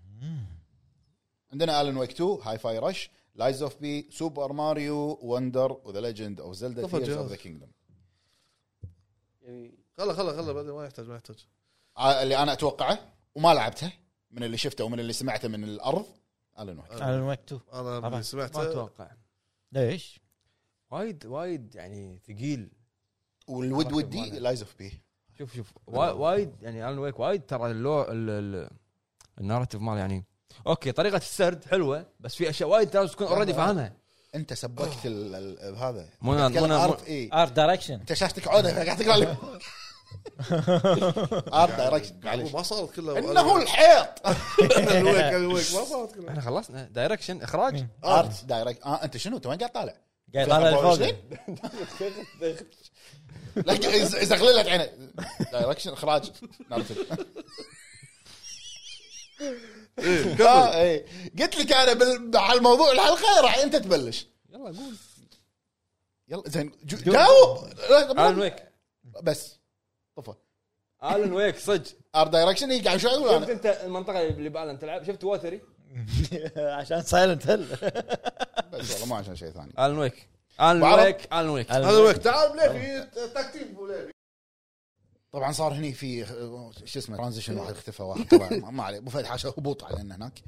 [SPEAKER 4] عندنا الن ويك 2 هاي فاي رش لايز اوف بي سوبر ماريو وندر وذا ليجند اوف زلدا
[SPEAKER 3] طفى
[SPEAKER 4] تيرز اوف
[SPEAKER 3] جهاز.
[SPEAKER 4] ذا كينجدوم
[SPEAKER 3] خلا خلا خلا بعدين ما يحتاج ما يحتاج
[SPEAKER 4] اللي انا اتوقعه وما لعبته من اللي شفته ومن اللي سمعته من الارض الن ويك
[SPEAKER 2] الون ويك 2
[SPEAKER 3] انا
[SPEAKER 2] طبعاً.
[SPEAKER 3] اللي
[SPEAKER 1] ما
[SPEAKER 3] سمعته
[SPEAKER 1] اتوقع
[SPEAKER 2] ليش؟
[SPEAKER 1] وايد وايد يعني ثقيل
[SPEAKER 4] والود
[SPEAKER 1] طبعاً.
[SPEAKER 4] ودي لايز اوف بي
[SPEAKER 1] شوف شوف وا- وايد يعني الون ويك وايد ترى اللو ال- ال- الناراتيف مال يعني اوكي طريقه السرد حلوه بس في اشياء وايد لازم تكون اوريدي فاهمها
[SPEAKER 4] انت سبكت ال- ال- هذا
[SPEAKER 1] مو أنا-
[SPEAKER 4] تتكلم
[SPEAKER 1] مو أنا-
[SPEAKER 4] عارف ايه
[SPEAKER 2] ارت دايركشن
[SPEAKER 4] انت شاشتك عوده قاعد تقرا لي
[SPEAKER 1] <laughs>
[SPEAKER 4] ارت دايركشن معليش
[SPEAKER 3] ما صارت كلها <laughs>
[SPEAKER 4] انه الحيط
[SPEAKER 3] الويك الويك ما صارت كلها
[SPEAKER 1] احنا خلصنا دايركشن اخراج
[SPEAKER 4] ارت دايركت اه انت شنو انت وين قاعد طالع؟
[SPEAKER 2] قاعد طالع لفوق
[SPEAKER 4] 24. <laughs> لا قاعد يز- يزغلل لك عينه دايركشن اخراج نارتيف. <laughs>
[SPEAKER 3] إيه،
[SPEAKER 4] آه،
[SPEAKER 3] كمل.
[SPEAKER 4] إيه. قلت لك انا بال- على الموضوع الحلقه راح انت تبلش
[SPEAKER 1] يلا قول
[SPEAKER 4] يلا زين جو- جاوب لا، ما-
[SPEAKER 1] الون ويك
[SPEAKER 4] بس طفى
[SPEAKER 1] الون ويك صدق
[SPEAKER 4] ارت دايركشن إيه، قاعد شو اقول
[SPEAKER 1] شفت
[SPEAKER 4] انا
[SPEAKER 1] انت المنطقه اللي بالان تلعب شفت ووتري
[SPEAKER 2] <laughs> عشان سايلنت
[SPEAKER 4] <laughs>
[SPEAKER 2] هيل
[SPEAKER 4] بس والله ما عشان شيء ثاني
[SPEAKER 1] الون ويك الون
[SPEAKER 4] وعرب.
[SPEAKER 1] ويك الون ويك
[SPEAKER 3] هذا ويك تعال بليفي تكتيك بليفي
[SPEAKER 4] طبعا صار هني في آه، شو اسمه ترانزيشن واحد اختفى واحد طلع ما ما عليه ابو فهد حاشا هبوط علينا هناك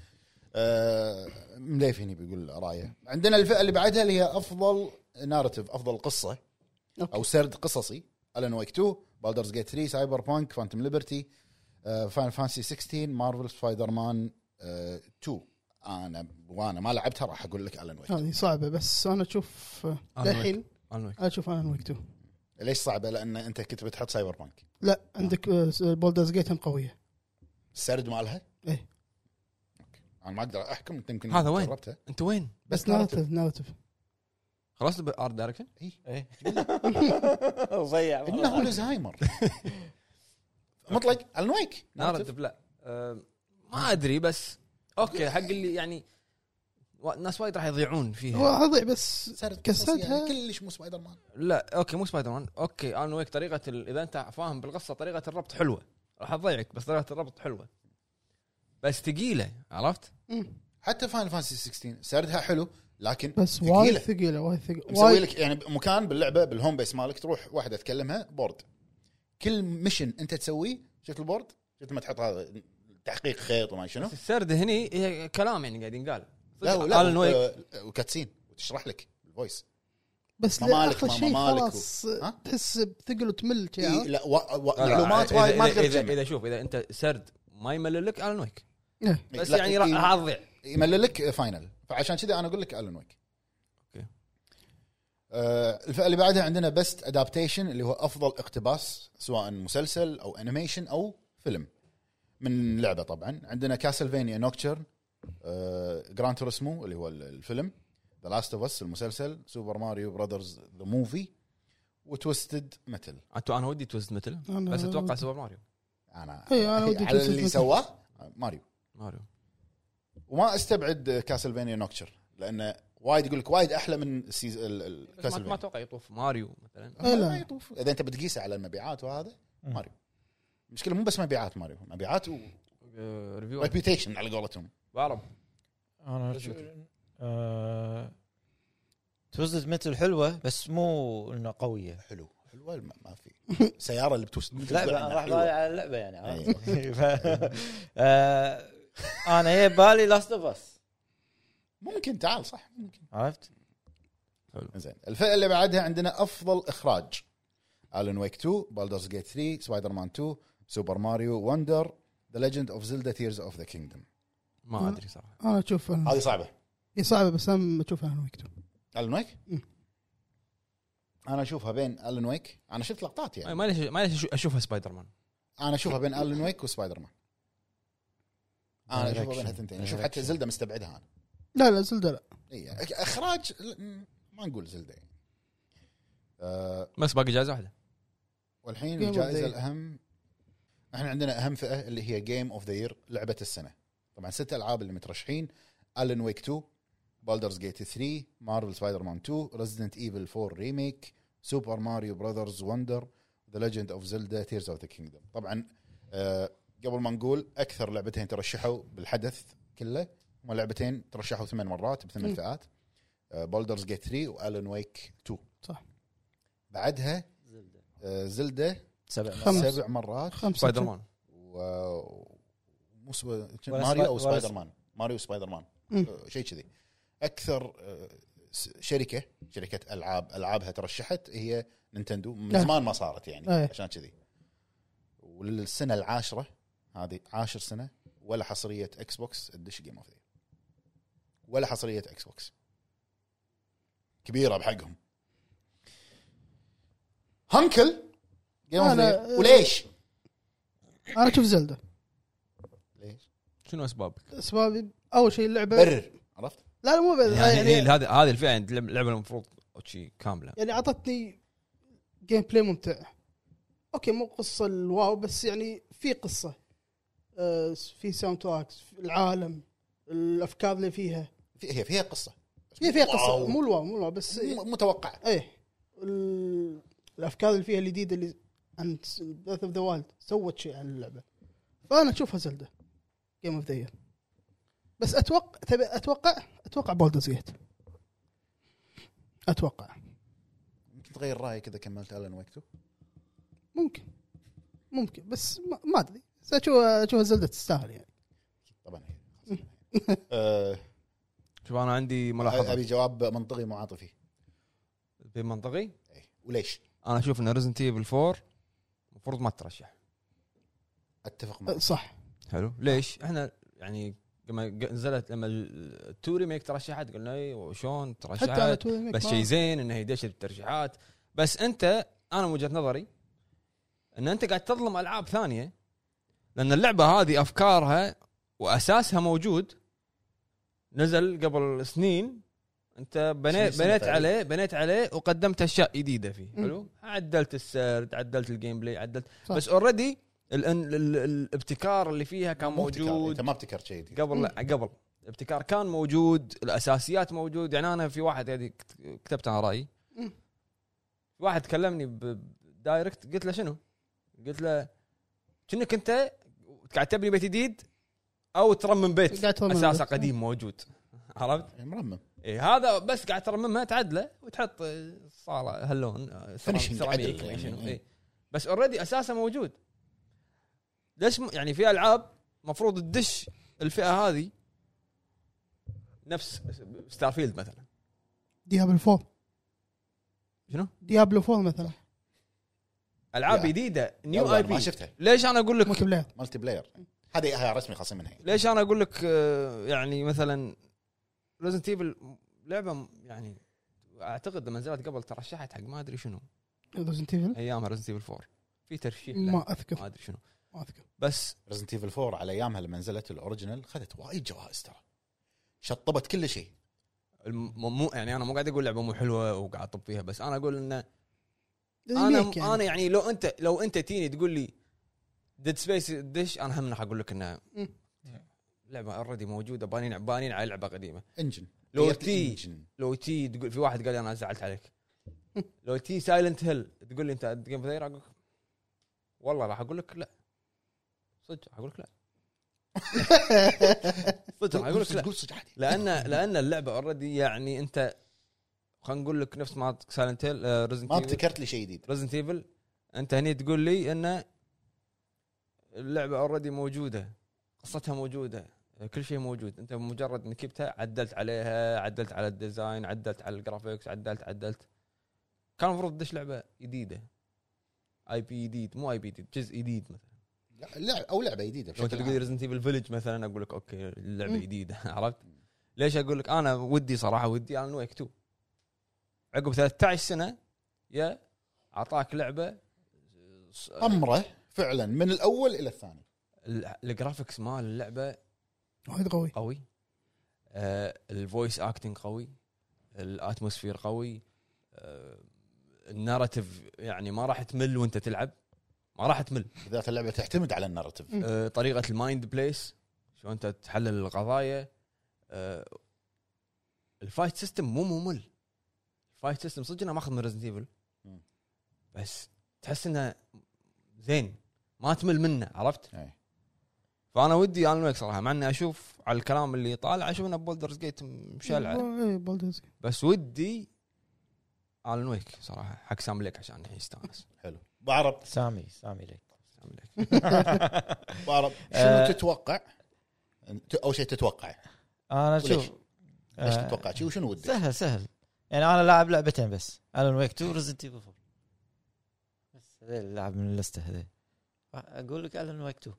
[SPEAKER 4] آه، مليف هني بيقول رايه عندنا الفئه اللي بعدها اللي هي افضل نارتيف افضل قصه او سرد قصصي الن ويك 2 بالدرز جيت 3 سايبر بانك فانتوم ليبرتي فان فانسي 16 مارفل سبايدر مان آه، 2 انا وانا ما لعبتها راح اقول لك الن ويك
[SPEAKER 7] هذه صعبه بس انا اشوف الحين
[SPEAKER 1] الون ويك
[SPEAKER 7] انا اشوف انا ويك 2
[SPEAKER 4] ليش صعبه لان انت كنت بتحط سايبر بانك
[SPEAKER 7] لا عندك آه، بولدرز جيت هم قويه
[SPEAKER 4] السرد مالها
[SPEAKER 7] إيه.
[SPEAKER 4] أوكي. انا ما اقدر احكم انت يمكن
[SPEAKER 1] هذا وين؟
[SPEAKER 4] جربتها
[SPEAKER 1] انت وين؟
[SPEAKER 7] بس نارتيف نارتيف
[SPEAKER 1] خلاص ارت دايركشن؟
[SPEAKER 2] إيه. وضيع
[SPEAKER 4] انه الزهايمر <laughs> مطلق الن ويك
[SPEAKER 1] نارتيف لا أم، ما ادري بس اوكي حق اللي يعني وا- ناس وايد راح يضيعون
[SPEAKER 7] هو
[SPEAKER 1] فيها
[SPEAKER 7] اضيع بس
[SPEAKER 4] سرد
[SPEAKER 7] كسرتها.
[SPEAKER 4] يعني كلش مو سبايدر مان
[SPEAKER 1] لا اوكي مو سبايدر مان اوكي انا ويك طريقه ال... اذا انت فاهم بالقصه طريقه الربط حلوه راح تضيعك بس طريقه الربط حلوه بس ثقيله عرفت؟
[SPEAKER 7] مم.
[SPEAKER 4] حتى فاينل فانسي 16 سردها حلو لكن
[SPEAKER 7] بس وايد
[SPEAKER 4] ثقيله
[SPEAKER 7] ثقيله وايد ثقيله
[SPEAKER 4] مسوي
[SPEAKER 7] وايد
[SPEAKER 4] لك يعني مكان باللعبه بالهوم بيس مالك تروح واحده تكلمها بورد كل ميشن انت تسويه شفت البورد شفت ما تحط هذا تحقيق خيط وما شنو
[SPEAKER 1] بس السرد هني هي كلام يعني قاعد ينقال
[SPEAKER 4] لا لا
[SPEAKER 1] الون ويك
[SPEAKER 4] آه، وكاتسين وتشرح لك الفويس
[SPEAKER 7] بس
[SPEAKER 4] ما
[SPEAKER 7] لا
[SPEAKER 4] مالك،
[SPEAKER 7] اخر
[SPEAKER 4] ما- ما
[SPEAKER 7] شيء
[SPEAKER 4] مالك.
[SPEAKER 7] خلاص
[SPEAKER 4] ها؟
[SPEAKER 7] تحس بثقل وتمل شي،
[SPEAKER 4] إيه،
[SPEAKER 7] عرفت؟
[SPEAKER 4] لا و- و-
[SPEAKER 1] لا، لا،
[SPEAKER 4] معلومات
[SPEAKER 1] إذا-
[SPEAKER 4] وايد ما
[SPEAKER 1] إذا-
[SPEAKER 4] تقدر
[SPEAKER 1] اذا
[SPEAKER 4] تجمع.
[SPEAKER 1] اذا شوف اذا انت سرد ما يمللك الون ويك
[SPEAKER 7] إيه.
[SPEAKER 1] بس
[SPEAKER 4] لا،
[SPEAKER 1] يعني
[SPEAKER 4] إيه،
[SPEAKER 1] راح اضيع
[SPEAKER 4] يمللك فاينل فعشان كذا انا اقول لك الون ويك
[SPEAKER 1] أوكي.
[SPEAKER 4] آه الفئه اللي بعدها عندنا بيست ادابتيشن اللي هو افضل اقتباس سواء مسلسل او انيميشن او فيلم من لعبه آه، طبعا عندنا كاسلفينيا نوكتشر جران توريسمو اللي هو ال- الفيلم ذا لاست اوف اس المسلسل سوبر ماريو براذرز ذا موفي وتوستد متل
[SPEAKER 1] انتو انا ودي توست مثل
[SPEAKER 7] أنا-
[SPEAKER 1] بس اتوقع سوبر ماريو
[SPEAKER 4] انا
[SPEAKER 7] إي، إيه، أنا ودي
[SPEAKER 4] <laughs> على
[SPEAKER 7] Twisted
[SPEAKER 4] اللي
[SPEAKER 7] Metal.
[SPEAKER 4] سواه ماريو
[SPEAKER 1] ماريو
[SPEAKER 4] وما استبعد كاسلفينيا نوكتشر لانه وايد يقول لك وايد احلى من السيز... ال... ال...
[SPEAKER 1] بس ما- ما
[SPEAKER 4] كاسلفينيا
[SPEAKER 1] اتوقع يطوف ماريو مثلا
[SPEAKER 7] إي، لا.
[SPEAKER 4] ما يطوف. اذا انت بتقيسه على المبيعات وهذا
[SPEAKER 2] مم.
[SPEAKER 4] ماريو المشكله مو بس مبيعات ماريو مبيعات
[SPEAKER 1] آه، ريفيو
[SPEAKER 4] وريبيوتيشن على قولتهم
[SPEAKER 1] بعرف
[SPEAKER 2] انا آه... توزد مثل حلوه بس مو انه قويه
[SPEAKER 4] حلو حلوه ما, ما في سياره اللي بتوست
[SPEAKER 2] لعبه انا راح بالي على اللعبه يعني
[SPEAKER 4] أي.
[SPEAKER 2] <laughs> ف- آه، انا هي بالي لاست اوف اس
[SPEAKER 4] ممكن تعال صح ممكن
[SPEAKER 2] عرفت؟
[SPEAKER 4] زين الفئه اللي بعدها عندنا افضل اخراج الون ويك 2 بالدرز جيت 3 سبايدر مان 2 سوبر ماريو وندر ذا ليجند اوف زلدا تيرز اوف ذا كينجدم
[SPEAKER 1] ما ادري صراحه
[SPEAKER 7] انا اشوف
[SPEAKER 4] هذه صعبه
[SPEAKER 7] هي صعبه بس هم اشوفها انا وقته
[SPEAKER 4] الون ويك
[SPEAKER 7] مم.
[SPEAKER 4] انا اشوفها بين الون ويك انا شفت لقطات يعني
[SPEAKER 1] ما ليش ما ليش أشو- اشوفها سبايدر مان
[SPEAKER 4] انا اشوفها بين الون ويك وسبايدر مان انا اشوفها
[SPEAKER 2] Direction.
[SPEAKER 4] بين هالثنتين اشوف حتى زلدا مستبعدها انا
[SPEAKER 7] لا لا زلده لا
[SPEAKER 4] اي اخراج لا، ما نقول زلدا يعني أه
[SPEAKER 1] بس باقي جائزه واحده
[SPEAKER 4] والحين
[SPEAKER 7] Game of the
[SPEAKER 4] الجائزه
[SPEAKER 7] year.
[SPEAKER 4] الاهم احنا عندنا اهم فئه اللي هي جيم اوف ذا يير لعبه السنه طبعا ست العاب اللي مترشحين الن ويك 2 بالدرز جيت 3 مارفل سبايدر مان 2 ريزدنت ايفل 4 ريميك سوبر ماريو براذرز وندر ذا ليجند اوف زلدا تيرز اوف ذا كينجدم طبعا آه قبل ما نقول اكثر لعبتين ترشحوا بالحدث كله هم لعبتين ترشحوا ثمان مرات بثمان
[SPEAKER 7] مم.
[SPEAKER 4] فئات آه، بولدرز جيت 3 والن ويك 2
[SPEAKER 7] صح.
[SPEAKER 4] بعدها آه، زلدة
[SPEAKER 2] سبع
[SPEAKER 7] خمس.
[SPEAKER 4] سبع مرات
[SPEAKER 7] خمسه
[SPEAKER 1] سبايدر مان
[SPEAKER 4] و مو سب...
[SPEAKER 2] ولا
[SPEAKER 4] ماريو او
[SPEAKER 2] سبا- ولا
[SPEAKER 4] سبايدر مان ماريو وسبايدر مان
[SPEAKER 7] مم.
[SPEAKER 4] آه، شيء كذي اكثر آه، س- شركه شركه العاب العابها ترشحت هي نينتندو من
[SPEAKER 7] نعم.
[SPEAKER 4] زمان ما صارت يعني
[SPEAKER 7] أي.
[SPEAKER 4] عشان كذي وللسنه العاشره هذه عاشر سنه ولا حصريه اكس بوكس تدش جيم اوف ذا ولا حصريه اكس بوكس كبيره بحقهم هنكل جيم اوف
[SPEAKER 7] أنا-
[SPEAKER 4] ذا وليش؟
[SPEAKER 7] انا اشوف زلده
[SPEAKER 4] ليش؟
[SPEAKER 1] شنو اسبابك؟
[SPEAKER 7] اسبابي اول شيء اللعبه
[SPEAKER 4] برر عرفت؟
[SPEAKER 7] لا لا مو بر-
[SPEAKER 1] يعني هي-
[SPEAKER 7] يعني
[SPEAKER 1] هذه هذه الفئه عند اللعبه اللعبة المفروض شيء كامله
[SPEAKER 7] يعني اعطتني جيم بلاي ممتع اوكي مو قصه الواو بس يعني في قصه آه، في ساوند تراكس العالم الافكار اللي فيها
[SPEAKER 4] في- هي فيها قصه
[SPEAKER 7] هي فيها
[SPEAKER 4] واو.
[SPEAKER 7] قصه مو الواو مو الواو بس
[SPEAKER 4] م- متوقعه
[SPEAKER 7] ايه ال- الافكار اللي فيها الجديده اللي عن بث اوف ذا وايلد سوت شيء عن اللعبه فانا اشوفها زلده جيم اوف ذا بس اتوقع تبي اتوقع اتوقع بولدرز جيت اتوقع
[SPEAKER 4] يمكن تغير رايك اذا كملت الن ويكتو
[SPEAKER 7] ممكن ممكن بس ما, ما ادري بس اشوفها اشوفها زلده تستاهل يعني
[SPEAKER 4] طبعا هي <laughs> آه،
[SPEAKER 1] شوف انا عندي
[SPEAKER 4] ابي
[SPEAKER 1] ملاحظه
[SPEAKER 4] جواب منطقي معاطفي
[SPEAKER 1] بمنطقي
[SPEAKER 4] إيه. وليش؟
[SPEAKER 1] انا اشوف ان ريزنت ايفل 4 المفروض ما ترشح
[SPEAKER 4] اتفق
[SPEAKER 7] أه،
[SPEAKER 4] معك
[SPEAKER 7] صح
[SPEAKER 1] حلو ليش؟ احنا يعني لما ج- نزلت لما التوري ميك ترشحت قلنا اي وشون
[SPEAKER 7] حتى على
[SPEAKER 1] ترشحت
[SPEAKER 7] توي ميك
[SPEAKER 1] بس
[SPEAKER 7] ما-
[SPEAKER 1] شيء زين انه يدش بالترشيحات بس انت انا من وجهه نظري ان انت قاعد تظلم العاب ثانيه لان اللعبه هذه افكارها واساسها موجود نزل قبل سنين انت
[SPEAKER 4] سنين-
[SPEAKER 1] بنيت
[SPEAKER 4] سنة
[SPEAKER 1] بنيت
[SPEAKER 4] تقريبا.
[SPEAKER 1] عليه بنيت عليه وقدمت اشياء جديده فيه
[SPEAKER 7] مم.
[SPEAKER 1] حلو عدلت السرد عدلت الجيم بلاي عدلت
[SPEAKER 7] صح.
[SPEAKER 1] بس اوريدي الابتكار اللي فيها كان
[SPEAKER 4] مو ابتكار،
[SPEAKER 1] موجود
[SPEAKER 4] انت ما ابتكرت شيء جديد
[SPEAKER 1] قبل لا قبل الابتكار كان موجود الاساسيات موجود يعني انا في واحد يعني كت- كتبت انا رايي
[SPEAKER 7] مم.
[SPEAKER 1] في واحد كلمني دايركت قلت له شنو؟ قلت له كأنك انت قاعد تبني بيت جديد او ترمم بيت
[SPEAKER 7] قاعد ترمم
[SPEAKER 1] اساسه
[SPEAKER 7] بيت.
[SPEAKER 1] قديم موجود عرفت؟
[SPEAKER 4] يعني مرمم
[SPEAKER 1] اي إيه، هذا بس قاعد ترممها تعدله وتحط آه، صاله هاللون آه، سيرام-
[SPEAKER 4] Finishing
[SPEAKER 1] سيراميك
[SPEAKER 4] تعدل
[SPEAKER 1] يعني
[SPEAKER 4] يعني.
[SPEAKER 1] شنو،
[SPEAKER 4] إيه.
[SPEAKER 1] إي. بس اوريدي اساسه موجود ليش م- يعني في العاب مفروض تدش الفئه هذه نفس ستارفيلد مثلا
[SPEAKER 7] ديابل 4
[SPEAKER 1] شنو؟
[SPEAKER 7] ديابلو 4 مثلا
[SPEAKER 1] العاب
[SPEAKER 4] يا.
[SPEAKER 1] جديده نيو
[SPEAKER 4] يلا،
[SPEAKER 1] اي
[SPEAKER 4] أنا ما
[SPEAKER 1] بي
[SPEAKER 4] شفتها
[SPEAKER 1] ليش انا اقول لك
[SPEAKER 7] ملتي بلاير
[SPEAKER 4] مالتي بلاير هذه هاي رسمي خاصه منها
[SPEAKER 1] ليش انا اقول لك آه، يعني مثلا ريزنت ايفل لعبه م- يعني اعتقد لما نزلت قبل ترشحت حق ما ادري شنو
[SPEAKER 7] ريزنت ايفل
[SPEAKER 1] ايامها ريزنت ايفل 4 في ترشيح لها،
[SPEAKER 7] ما اذكر
[SPEAKER 1] ما ادري شنو
[SPEAKER 7] ما اذكر
[SPEAKER 1] بس
[SPEAKER 4] ريزنت ايفل 4 على ايامها لما نزلت الاوريجنال خذت وايد جوائز ترى شطبت كل شيء
[SPEAKER 1] الم- مو يعني انا مو قاعد اقول لعبه مو حلوه وقاعد اطب فيها بس انا اقول انه انا
[SPEAKER 7] إيه، يعني.
[SPEAKER 1] انا يعني لو انت لو انت تيني تقول لي ديد سبيس دش انا هم راح اقول لك انها
[SPEAKER 7] مم.
[SPEAKER 1] لعبه اوريدي موجوده بانين بانين على لعبه قديمه
[SPEAKER 4] انجن
[SPEAKER 1] لو
[SPEAKER 4] هي
[SPEAKER 1] تي-
[SPEAKER 4] انجن
[SPEAKER 1] لو تي تقول في واحد قال لي انا زعلت
[SPEAKER 7] <laughs>
[SPEAKER 1] عليك لو تي سايلنت هيل تقول لي انت جيم اوف اقول لك والله راح اقول لك لا صدق راح اقول
[SPEAKER 7] <laughs>
[SPEAKER 1] لك لا صدق راح اقول لك لا
[SPEAKER 4] قول صدق عادي
[SPEAKER 1] لان لان اللعبه اوريدي يعني انت خلينا نقول لك نفس ما سايلنت هيل ريزنت
[SPEAKER 4] ما ابتكرت لي شيء جديد
[SPEAKER 1] ريزنت ايفل انت هني تقول لي ان اللعبه اوريدي موجوده قصتها موجوده كل شيء موجود انت مجرد ركبتها عدلت عليها عدلت على الديزاين عدلت على الجرافيكس عدلت عدلت كان المفروض تدش لعبه جديده اي بي جديد مو اي بي جديد جزء جديد مثلا
[SPEAKER 4] لا- لا او لعبه جديده
[SPEAKER 1] لو انت
[SPEAKER 4] بشكل
[SPEAKER 1] تقول لي
[SPEAKER 4] عام
[SPEAKER 1] ريزنت ايفل فيلج مثلا اقول لك اوكي اللعبه
[SPEAKER 7] مم.
[SPEAKER 1] جديده <laughs> عرفت ليش اقول لك انا ودي صراحه ودي انا ويك 2 عقب 13 سنه يا اعطاك لعبه ص-
[SPEAKER 4] امره فعلا من الاول الى الثاني
[SPEAKER 1] ال- الجرافيكس مال اللعبه
[SPEAKER 7] وايد قوي
[SPEAKER 1] قوي آه الفويس اكتنج قوي الاتموسفير قوي آه الناراتيف يعني ما راح تمل وانت تلعب ما راح تمل
[SPEAKER 4] بالذات اللعبه تعتمد على الناراتيف
[SPEAKER 7] مم.
[SPEAKER 1] آه طريقه المايند بليس شلون انت تحلل القضايا آه الفايت سيستم مو ممل الفايت سيستم صدق انا ماخذ من ريزنت ايفل
[SPEAKER 4] مم.
[SPEAKER 1] بس تحس انه زين ما تمل منه عرفت؟
[SPEAKER 4] إيه.
[SPEAKER 1] فانا ودي انا ويك صراحه مع اني اشوف على الكلام اللي طالع اشوف ان بولدرز جيت مشلعه
[SPEAKER 7] اي بولدرز
[SPEAKER 1] بس ودي الون ويك صراحه حق سام ليك عشان الحين يستانس
[SPEAKER 4] حلو بعرب
[SPEAKER 2] سامي سامي
[SPEAKER 4] <laughs>
[SPEAKER 2] لك
[SPEAKER 1] سام <laughs> ليك
[SPEAKER 4] بعرب
[SPEAKER 2] آه.
[SPEAKER 4] شنو تتوقع؟ ت- اول شيء تتوقع
[SPEAKER 2] انا
[SPEAKER 4] وليش؟
[SPEAKER 2] شوف
[SPEAKER 4] ليش
[SPEAKER 2] آه،
[SPEAKER 4] تتوقع شيء وشنو ودك؟
[SPEAKER 2] سهل سهل يعني انا لاعب لعبتين بس الون ويك 2 ريزنت ايفل 4 بس هذيل اللاعب من اللسته هذيل اقول لك الون ويك 2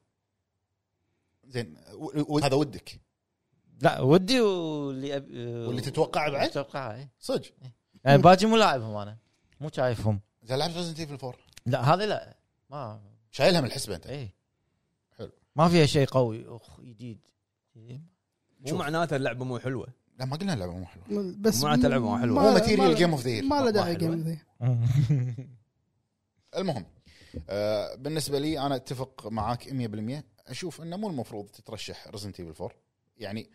[SPEAKER 4] زين و- و- هذا ودك
[SPEAKER 2] لا ودي واللي أب...
[SPEAKER 4] واللي تتوقعه بعد؟
[SPEAKER 2] تتوقعه اي
[SPEAKER 4] صدق
[SPEAKER 2] يعني باجي مو لاعبهم انا مو شايفهم
[SPEAKER 4] زين لعبت ريزنت ايفل 4
[SPEAKER 2] لا هذه لا ما
[SPEAKER 4] شايلها من الحسبه انت
[SPEAKER 2] اي
[SPEAKER 4] حلو.
[SPEAKER 2] إيه. ما فيها شيء قوي اخ <laughs> جديد
[SPEAKER 1] مو معناته اللعبه مو حلوه
[SPEAKER 4] لا ما قلنا اللعبه مو حلوه
[SPEAKER 7] بس
[SPEAKER 1] مو معناته لعبة مو حلوة.
[SPEAKER 7] ما-
[SPEAKER 4] مو
[SPEAKER 7] ما-
[SPEAKER 4] ماتيريال جيم اوف ذا
[SPEAKER 7] ما له داعي جيم اوف
[SPEAKER 4] المهم آه بالنسبه لي انا اتفق معاك 100% اشوف انه مو المفروض تترشح ريزنت ايفل 4 يعني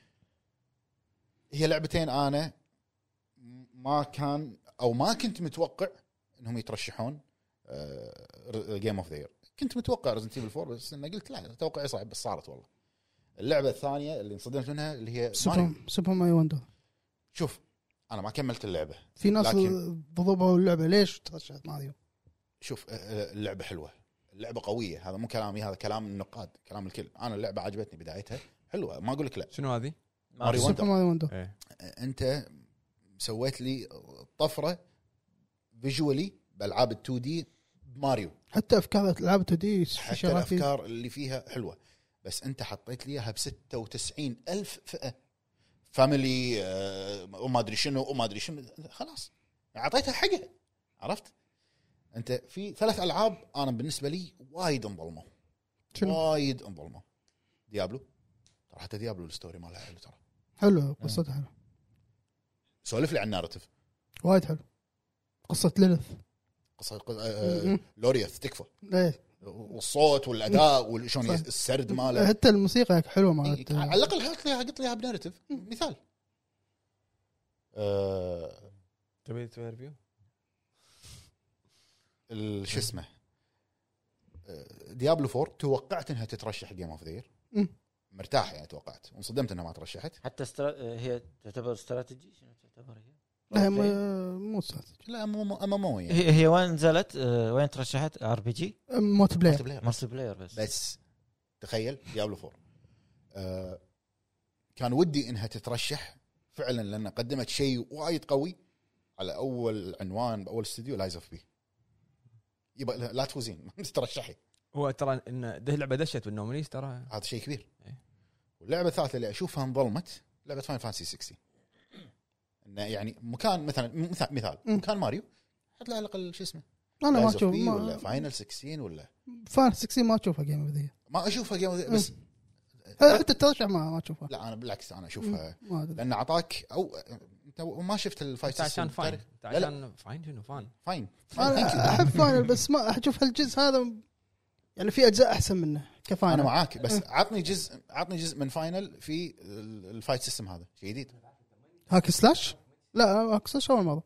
[SPEAKER 4] هي لعبتين انا ما كان او ما كنت متوقع انهم يترشحون آه، جيم اوف ذا كنت متوقع ريزنت ايفل 4 بس انه قلت لا توقعي صعب بس صارت والله اللعبه الثانية اللي انصدمت منها اللي هي ماريو.
[SPEAKER 7] سوبر سوبر ماي وندر
[SPEAKER 4] شوف انا ما كملت اللعبه
[SPEAKER 7] في ناس
[SPEAKER 4] لكن-
[SPEAKER 7] ضربوا اللعبه ليش ترشحت ماريو؟
[SPEAKER 4] شوف آه، آه، اللعبه حلوه اللعبه قويه هذا مو كلامي هذا كلام النقاد كلام الكل انا اللعبه عجبتني بدايتها حلوه ما اقول لك لا
[SPEAKER 1] شنو هذه؟
[SPEAKER 4] ماري
[SPEAKER 7] سوبر
[SPEAKER 4] وندر
[SPEAKER 7] ماي وندر
[SPEAKER 1] ايه
[SPEAKER 4] آه، انت سويت لي طفره فيجولي بالعاب ال 2 دي بماريو
[SPEAKER 7] حتى افكار العاب 2 دي
[SPEAKER 4] حتى
[SPEAKER 7] شغلات فيها.
[SPEAKER 4] الافكار اللي فيها حلوه بس انت حطيت لي اياها ب 96 الف فئه فاميلي آه، وما ادري شنو وما ادري شنو خلاص اعطيتها حقها عرفت انت في ثلاث العاب انا بالنسبه لي وايد انظلموا
[SPEAKER 7] شنو؟
[SPEAKER 4] وايد انظلموا ديابلو ترى حتى ديابلو الستوري مالها حلو ترى
[SPEAKER 7] حلو قصتها حلو
[SPEAKER 4] سولف لي عن النارتيف
[SPEAKER 7] وايد حلو قصه ليلث
[SPEAKER 4] قصه قص- آه، آه، لوريث تكفى
[SPEAKER 7] إيه.
[SPEAKER 4] والصوت والاداء وشلون
[SPEAKER 7] صح.
[SPEAKER 4] السرد ماله
[SPEAKER 7] حتى الموسيقى حلوه
[SPEAKER 4] طيب. إيه،
[SPEAKER 7] مالت
[SPEAKER 4] على الاقل حط لي حط لي إياها بنارتيف مثال آه،
[SPEAKER 1] تبي تسوي ريفيو؟
[SPEAKER 4] ال- شو اسمه آه، ديابلو 4 توقعت انها تترشح جيم اوف ذير
[SPEAKER 7] مم.
[SPEAKER 4] مرتاح يعني توقعت وانصدمت انها ما ترشحت
[SPEAKER 2] حتى استرا... هي تعتبر استراتيجي شنو تعتبر هي؟
[SPEAKER 4] طيب.
[SPEAKER 7] لا ما- مو استراتيجي
[SPEAKER 4] لا ام ام يعني
[SPEAKER 2] هي هي وين نزلت آه، وين ترشحت ار بي جي
[SPEAKER 7] موت بلاير
[SPEAKER 4] بلاير.
[SPEAKER 2] مالتي بلاير بس
[SPEAKER 4] بس تخيل ديابلو 4 آه كان ودي انها تترشح فعلا لان قدمت شيء وايد قوي على اول عنوان باول استوديو لايز اوف بي يبقى لا لا تفوزين <laughs> ما تترشحي
[SPEAKER 1] هو ترى ان ده لعبه دشت بالنومينيز ترى
[SPEAKER 4] هذا شيء كبير
[SPEAKER 1] إيه.
[SPEAKER 4] واللعبه الثالثه اللي اشوفها انظلمت لعبه فاين فانسي 60 انه يعني مكان مثلا مثال, مثال
[SPEAKER 7] مم.
[SPEAKER 4] مكان ماريو حط له على الاقل شو اسمه
[SPEAKER 7] انا ما
[SPEAKER 4] لايز اوف
[SPEAKER 7] اشوف
[SPEAKER 4] بي ولا
[SPEAKER 7] ما-
[SPEAKER 4] فاينل 16 ولا
[SPEAKER 7] فان 60 ما اشوفها جيم اوف ذا يير.
[SPEAKER 4] ما اشوفها جيم بس
[SPEAKER 7] أه، حتى الترشح ما ما اشوفها
[SPEAKER 4] لا انا بالعكس انا اشوفها
[SPEAKER 7] ما ادري
[SPEAKER 4] لان اعطاك او انت وما شفت الفايت
[SPEAKER 1] انت عشان
[SPEAKER 4] سيستم.
[SPEAKER 1] فاين انت
[SPEAKER 4] طيب، لا، لا.
[SPEAKER 1] عشان فاين شنو فاين
[SPEAKER 4] فاين
[SPEAKER 7] آه، انا احب فاينل بس ما اشوف هالجزء هذا يعني في اجزاء احسن منه
[SPEAKER 4] انا
[SPEAKER 7] كفاينل
[SPEAKER 4] معاك بس عطني جزء عطني جزء من فاينل في ال- الفايت سيستم هذا شيء جديد
[SPEAKER 7] هاك سلاش لا هاك سلاش اول مره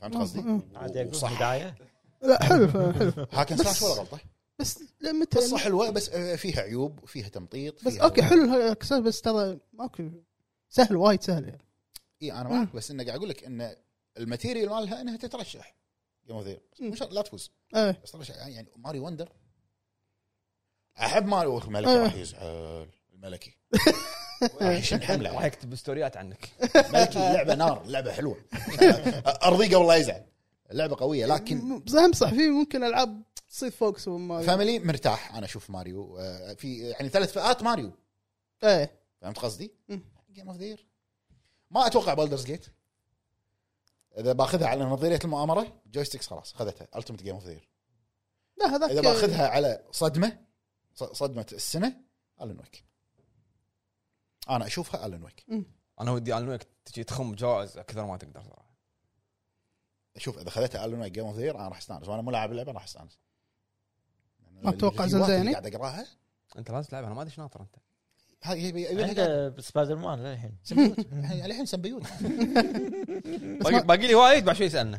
[SPEAKER 4] فهمت
[SPEAKER 7] آه،
[SPEAKER 4] قصدي؟
[SPEAKER 2] عاد اقول بدايه
[SPEAKER 7] لا
[SPEAKER 4] <laughs>
[SPEAKER 7] حلو حلو
[SPEAKER 4] هاكن
[SPEAKER 7] بس-
[SPEAKER 4] سلاش ولا غلطه
[SPEAKER 7] بس متى
[SPEAKER 4] قصه حلوه بس آه، فيها عيوب فيها تمطيط
[SPEAKER 7] بس
[SPEAKER 4] فيها-
[SPEAKER 7] اوكي حلو الهاك سلاش بس ترى ماكو سهل وايد سهل يعني
[SPEAKER 4] اي انا معك إيه، بس انه قاعد اقول لك ان الماتيريال مالها انها تترشح جيم اوف مو شرط لا تفوز
[SPEAKER 7] ايه
[SPEAKER 4] بس ترشح يعني ماري وندر احب ماري أوه، الملكي
[SPEAKER 7] إيه.
[SPEAKER 4] راح يزعل الملكي راح يشن حمله
[SPEAKER 1] <laughs> راح يكتب ستوريات عنك <laughs>
[SPEAKER 4] ملكي لعبه نار لعبه حلوه ارضيه قبل لا يزعل لعبه قويه لكن
[SPEAKER 7] م- بس هم صح في ممكن العاب تصير فوق سوبر ماريو
[SPEAKER 4] فاميلي مرتاح انا اشوف ماريو آه، في يعني ثلاث فئات ماريو
[SPEAKER 7] ايه
[SPEAKER 4] فهمت قصدي؟
[SPEAKER 7] مم.
[SPEAKER 4] جيم اوف ذير ما اتوقع بولدرز جيت اذا باخذها على نظريه المؤامره جويستكس خلاص خذتها التمت جيم اوف ذير
[SPEAKER 7] لا هذاك
[SPEAKER 4] اذا باخذها على صدمه ص- صدمه السنه الن ويك انا اشوفها الن ويك
[SPEAKER 1] انا ودي على انك تجي تخم جوائز اكثر ما تقدر صراحه
[SPEAKER 4] اشوف اذا خذتها الن ويك جيم اوف ذير انا راح استانس وانا مو لاعب اللعبه راح استانس
[SPEAKER 7] ما أتوقع
[SPEAKER 4] الريفيوات اللي
[SPEAKER 7] زنزاني.
[SPEAKER 4] قاعد اقراها
[SPEAKER 1] انت لازم تلعب انا ما ادري ايش ناطر انت
[SPEAKER 4] هاي يبي يبي لها قاعد-
[SPEAKER 2] عنده سبايدر مان للحين
[SPEAKER 4] <laughs> سمبيوت يعني الحين سمبيوت
[SPEAKER 1] باقي, باقي لي وايد بعد شوي
[SPEAKER 4] <laughs>
[SPEAKER 1] يسالنا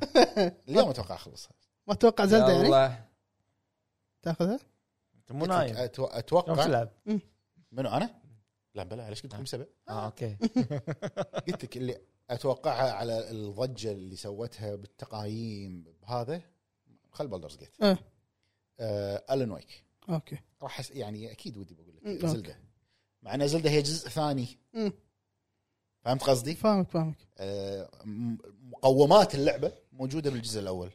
[SPEAKER 4] اليوم اتوقع اخلصها
[SPEAKER 7] ما اتوقع زلده يعني
[SPEAKER 1] يلا.
[SPEAKER 7] تاخذها
[SPEAKER 2] انت مو نايم
[SPEAKER 4] أتوقع-
[SPEAKER 2] شلون
[SPEAKER 4] اتوقع
[SPEAKER 2] تلعب؟
[SPEAKER 4] منو انا؟ لا بلا ليش قلت لكم سبع؟
[SPEAKER 2] اه اوكي
[SPEAKER 4] قلت لك اللي اتوقعها على الضجه اللي سوتها بالتقايم بهذا خل بولدرز جيت
[SPEAKER 7] إيه.
[SPEAKER 4] آه الن ويك
[SPEAKER 7] اوكي
[SPEAKER 4] راح أس... يعني اكيد ودي بقول
[SPEAKER 7] مم،
[SPEAKER 4] لك
[SPEAKER 7] أوكي.
[SPEAKER 4] زلده مع ان زلده هي جزء ثاني
[SPEAKER 7] مم.
[SPEAKER 4] فهمت قصدي؟
[SPEAKER 7] فاهمك فاهمك
[SPEAKER 4] آه م- مقومات اللعبه موجوده بالجزء الاول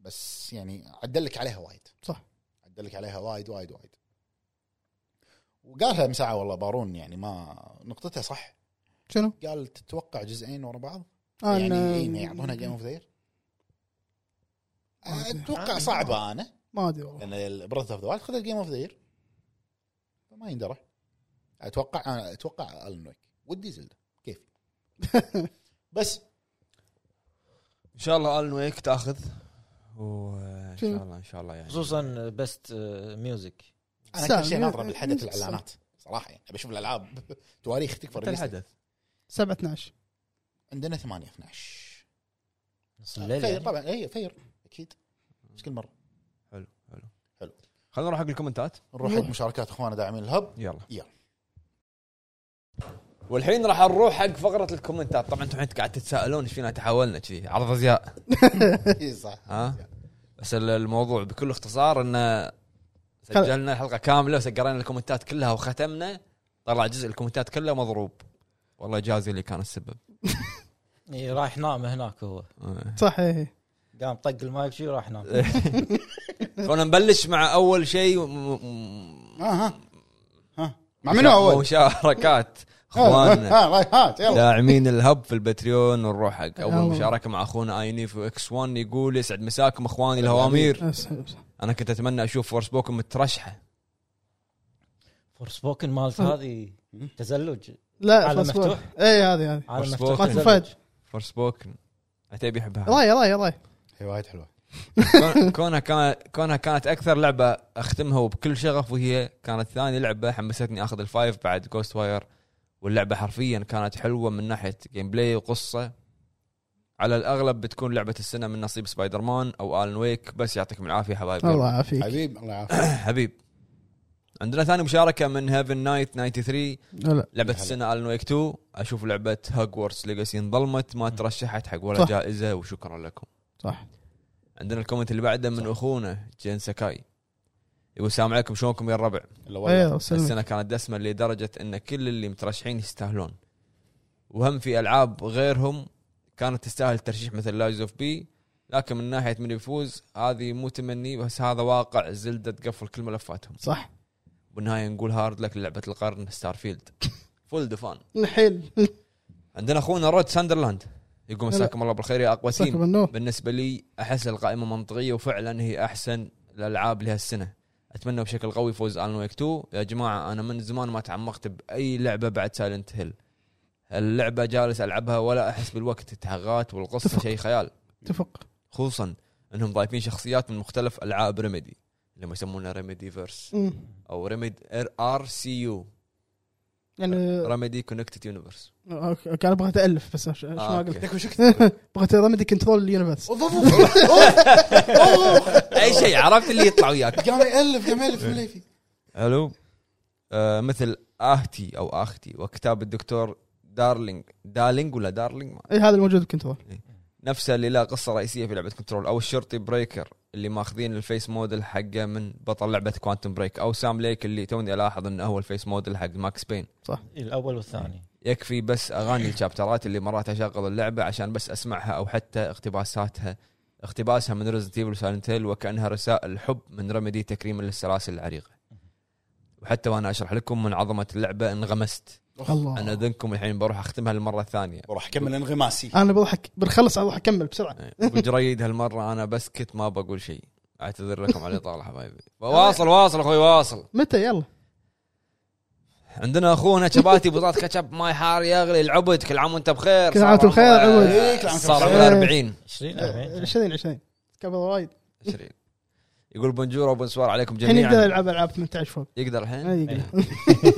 [SPEAKER 4] بس يعني عدلك عليها وايد
[SPEAKER 7] صح.
[SPEAKER 4] عدلك عليها وايد وايد وايد وقالها مساعة والله بارون يعني ما نقطتها صح
[SPEAKER 7] شنو؟
[SPEAKER 4] قال تتوقع جزئين ورا بعض؟
[SPEAKER 7] آه،
[SPEAKER 4] يعني
[SPEAKER 7] إن-
[SPEAKER 4] إيه، يعطونها جيم اوف ذير؟ اتوقع صعبه انا
[SPEAKER 7] ما ادري والله
[SPEAKER 4] لان بريث اوف ذا وايلد خذ الجيم اوف ذير فما يندرى اتوقع انا اتوقع الن ويك ودي زلده كيف بس
[SPEAKER 1] ان شاء الله الن ويك تاخذ وان
[SPEAKER 7] شنو؟
[SPEAKER 1] شاء الله ان شاء الله يعني
[SPEAKER 2] خصوصا بيست ميوزك
[SPEAKER 4] انا
[SPEAKER 7] سام،
[SPEAKER 4] كل شيء ناطره
[SPEAKER 7] يا-
[SPEAKER 4] بالحدث
[SPEAKER 7] يا-
[SPEAKER 4] الاعلانات صراحه يعني بشوف الالعاب <laughs> تواريخ
[SPEAKER 1] متى
[SPEAKER 4] تكفى ريليس ديت.
[SPEAKER 1] الحدث
[SPEAKER 7] 7 12
[SPEAKER 4] عندنا 8 12
[SPEAKER 2] نص الليل
[SPEAKER 4] فير
[SPEAKER 2] يعني.
[SPEAKER 4] طبعا اي فير اكيد مش كل مره
[SPEAKER 1] حلو حلو
[SPEAKER 4] حلو.
[SPEAKER 1] خلينا نروح حق الكومنتات
[SPEAKER 4] نروح حق مشاركات اخوانا
[SPEAKER 1] <laughs>
[SPEAKER 4] داعمين الهب
[SPEAKER 1] يلا
[SPEAKER 4] يلا.
[SPEAKER 1] والحين راح نروح حق فقره الكومنتات طبعا انتم الحين قاعد تتساءلون ايش فينا تحولنا كذي عرض ازياء
[SPEAKER 4] إي صح
[SPEAKER 1] ها بس ال- الموضوع بكل اختصار انه سجلنا حلقه كامله وسقرينا الكومنتات كلها وختمنا طلع جزء الكومنتات كله مضروب والله جازي اللي كان السبب
[SPEAKER 2] إيه، راح نام هناك هو
[SPEAKER 1] آه.
[SPEAKER 7] صح إيه، إيه.
[SPEAKER 2] قام طق المايك شي راح نام
[SPEAKER 1] إيه. خلونا نبلش مع اول شيء م- م-
[SPEAKER 4] ها آه، ها ها مع منو آه، اول؟ <laughs>
[SPEAKER 1] مشاركات
[SPEAKER 4] ها
[SPEAKER 1] اخواننا
[SPEAKER 4] ها، هات يلا
[SPEAKER 1] داعمين الهب في البتريون ونروح حق اول
[SPEAKER 7] يلا.
[SPEAKER 1] مشاركه مع اخونا اينيف واكس 1 يقول يسعد مساكم اخواني الهوامير
[SPEAKER 7] بس- بس.
[SPEAKER 1] انا كنت اتمنى اشوف فورس بوكم مترشحه
[SPEAKER 2] فور سبوكن <laughs> مالت هذه تزلج
[SPEAKER 7] لا
[SPEAKER 2] عالم
[SPEAKER 7] فاصبور.
[SPEAKER 2] مفتوح.
[SPEAKER 7] اي هذه هذه
[SPEAKER 2] عالم
[SPEAKER 1] Forspoken.
[SPEAKER 2] مفتوح
[SPEAKER 7] مالت
[SPEAKER 2] تزلج.
[SPEAKER 7] الفهد.
[SPEAKER 1] فورس بوكن عتيبي يحبها
[SPEAKER 7] راي راي راي
[SPEAKER 4] هي وايد حلوه
[SPEAKER 1] كون- كونها كانت كونها كانت اكثر لعبه اختمها بكل شغف وهي كانت ثاني لعبه حمستني اخذ الفايف بعد جوست واير واللعبه حرفيا كانت حلوه من ناحيه جيم بلاي وقصه على الاغلب بتكون لعبه السنه من نصيب سبايدر مان او الن ويك بس يعطيكم العافيه حبايبي
[SPEAKER 7] الله يعافيك
[SPEAKER 4] حبيب الله يعافيك
[SPEAKER 1] حبيب عندنا ثاني مشاركه من هيفن نايت 93
[SPEAKER 7] لا
[SPEAKER 1] لعبه
[SPEAKER 4] هلا.
[SPEAKER 1] السنه الن ويك 2 اشوف لعبه هوجورتس ليجاسي انظلمت ما ترشحت حق ولا
[SPEAKER 7] صح.
[SPEAKER 1] جائزه وشكرا لكم
[SPEAKER 7] صح
[SPEAKER 1] عندنا الكومنت اللي بعده من اخونا جين ساكاي يقول السلام عليكم شلونكم يا الربع
[SPEAKER 4] الا
[SPEAKER 7] اي
[SPEAKER 4] والله
[SPEAKER 7] وسلم
[SPEAKER 1] السنه كانت دسمه لدرجه ان كل اللي مترشحين يستاهلون وهم في العاب غيرهم كانت تستاهل ترشيح مثل لايز اوف بي لكن من ناحيه من يفوز هذه مو تمني بس هذا واقع زلده تقفل كل ملفاتهم
[SPEAKER 7] صح
[SPEAKER 1] بالنهايه نقول هارد لك لعبه القرن ستارفيلد
[SPEAKER 7] <laughs>
[SPEAKER 1] فول دفان
[SPEAKER 7] نحيل
[SPEAKER 1] عندنا اخونا رود ساندرلاند يقول
[SPEAKER 7] هلا.
[SPEAKER 1] مساكم الله بالخير يا اقوى تيم
[SPEAKER 7] مساكم النور
[SPEAKER 1] بالنسبه لي احس القائمه منطقيه وفعلا هي احسن الالعاب لهالسنه اتمنى بشكل قوي فوز الون ويك 2 يا جماعه انا من زمان ما تعمقت باي لعبه بعد سايلنت هيل اللعبه جالس العبها ولا احس بالوقت التهغات والقصه شيء خيال
[SPEAKER 7] اتفق
[SPEAKER 1] خصوصا انهم ضايفين شخصيات من مختلف العاب ريميدي اللي ما يسمونها ريميدي فيرس
[SPEAKER 7] أمم.
[SPEAKER 1] او ريميد ار سي يو
[SPEAKER 7] يعني
[SPEAKER 1] ريميدي كونكتد يونيفرس
[SPEAKER 7] اوكي أوكي، انا بغيت الف بس شو ما
[SPEAKER 1] آه، أوكي.
[SPEAKER 7] قلت بغيت رمدي كنترول اليونيفرس
[SPEAKER 1] اي شيء عرفت اللي يطلع وياك
[SPEAKER 4] قام يالف قام
[SPEAKER 1] أيوه.
[SPEAKER 4] يالف مليفي
[SPEAKER 1] حلو آه مثل اهتي او اختي وكتاب الدكتور دارلينج دارلينج ولا دارلينج ما-
[SPEAKER 7] اي إيه، هذا الموجود بالكنترول
[SPEAKER 1] نفسه اللي لا قصه رئيسيه في لعبه كنترول او الشرطي بريكر اللي ماخذين الفيس موديل حقه من بطل لعبه كوانتم بريك او سام ليك اللي توني الاحظ انه هو الفيس موديل حق ماكس بين
[SPEAKER 2] الاول والثاني
[SPEAKER 1] يكفي بس اغاني الشابترات اللي مرات اشغل اللعبه عشان بس اسمعها او حتى اقتباساتها اقتباسها من ريزنت ايفل وسايلنت هيل وكانها رسائل حب من رمدي تكريما للسلاسل العريقه. وحتى وانا اشرح لكم من عظمه اللعبه انغمست انا
[SPEAKER 7] الله
[SPEAKER 1] اذنكم الحين بروح اختمها للمره الثانية
[SPEAKER 4] وراح اكمل انغماسي
[SPEAKER 7] انا بضحك بنخلص اروح اكمل بسرعه
[SPEAKER 1] ابو جريد هالمره انا بس كنت ما بقول شيء اعتذر لكم على الاطاله حبايبي واصل واصل اخوي واصل
[SPEAKER 7] متى يلا
[SPEAKER 1] عندنا اخونا شباتي بطاط كاتشب ماي حار يغلي العبد كل عام وانت بخير
[SPEAKER 7] كل عام وأنت بخير،
[SPEAKER 1] صار عمره-
[SPEAKER 7] عبد.
[SPEAKER 4] إيه، كل عام وأنت
[SPEAKER 1] صار
[SPEAKER 4] بخير.
[SPEAKER 1] عمره 40
[SPEAKER 2] 20 40
[SPEAKER 7] 20 20 كبر وايد
[SPEAKER 1] 20 يقول بونجور وبونسوار عليكم
[SPEAKER 7] الحين يقدر إيه،
[SPEAKER 1] جميعا
[SPEAKER 7] يلعب العاب 18 فوق
[SPEAKER 1] يقدر الحين
[SPEAKER 7] ما يقدر. <laughs>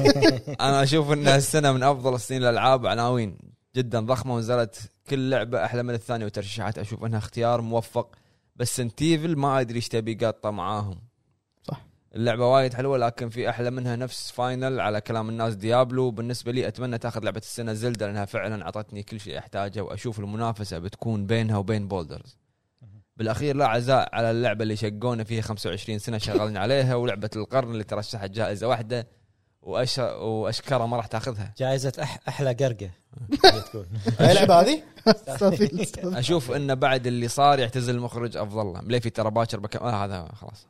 [SPEAKER 1] انا اشوف ان السنه من افضل السنين الالعاب عناوين جدا ضخمه ونزلت كل لعبه احلى من الثانيه وترشيحات اشوف انها اختيار موفق بس سنتيفل ما ادري ايش تبي قاطه معاهم
[SPEAKER 7] صح.
[SPEAKER 1] اللعبه وايد حلوه لكن في احلى منها نفس فاينل على كلام الناس ديابلو بالنسبه لي اتمنى تاخذ لعبه السنه زلدة لانها فعلا اعطتني كل شيء احتاجه واشوف المنافسه بتكون بينها وبين بولدرز بالاخير لا عزاء على اللعبه اللي شقونا فيها 25 سنه شغالين عليها ولعبه القرن اللي ترشحت جائزه واحده وأش... واشكره ما راح تاخذها
[SPEAKER 2] جائزه أح- احلى قرقه تكون
[SPEAKER 4] هاي اللعبه هذه
[SPEAKER 7] استاذ- استاذ.
[SPEAKER 1] اشوف انه بعد اللي صار يعتزل المخرج افضل له مليفي ترى باكر بكم آه هذا خلاص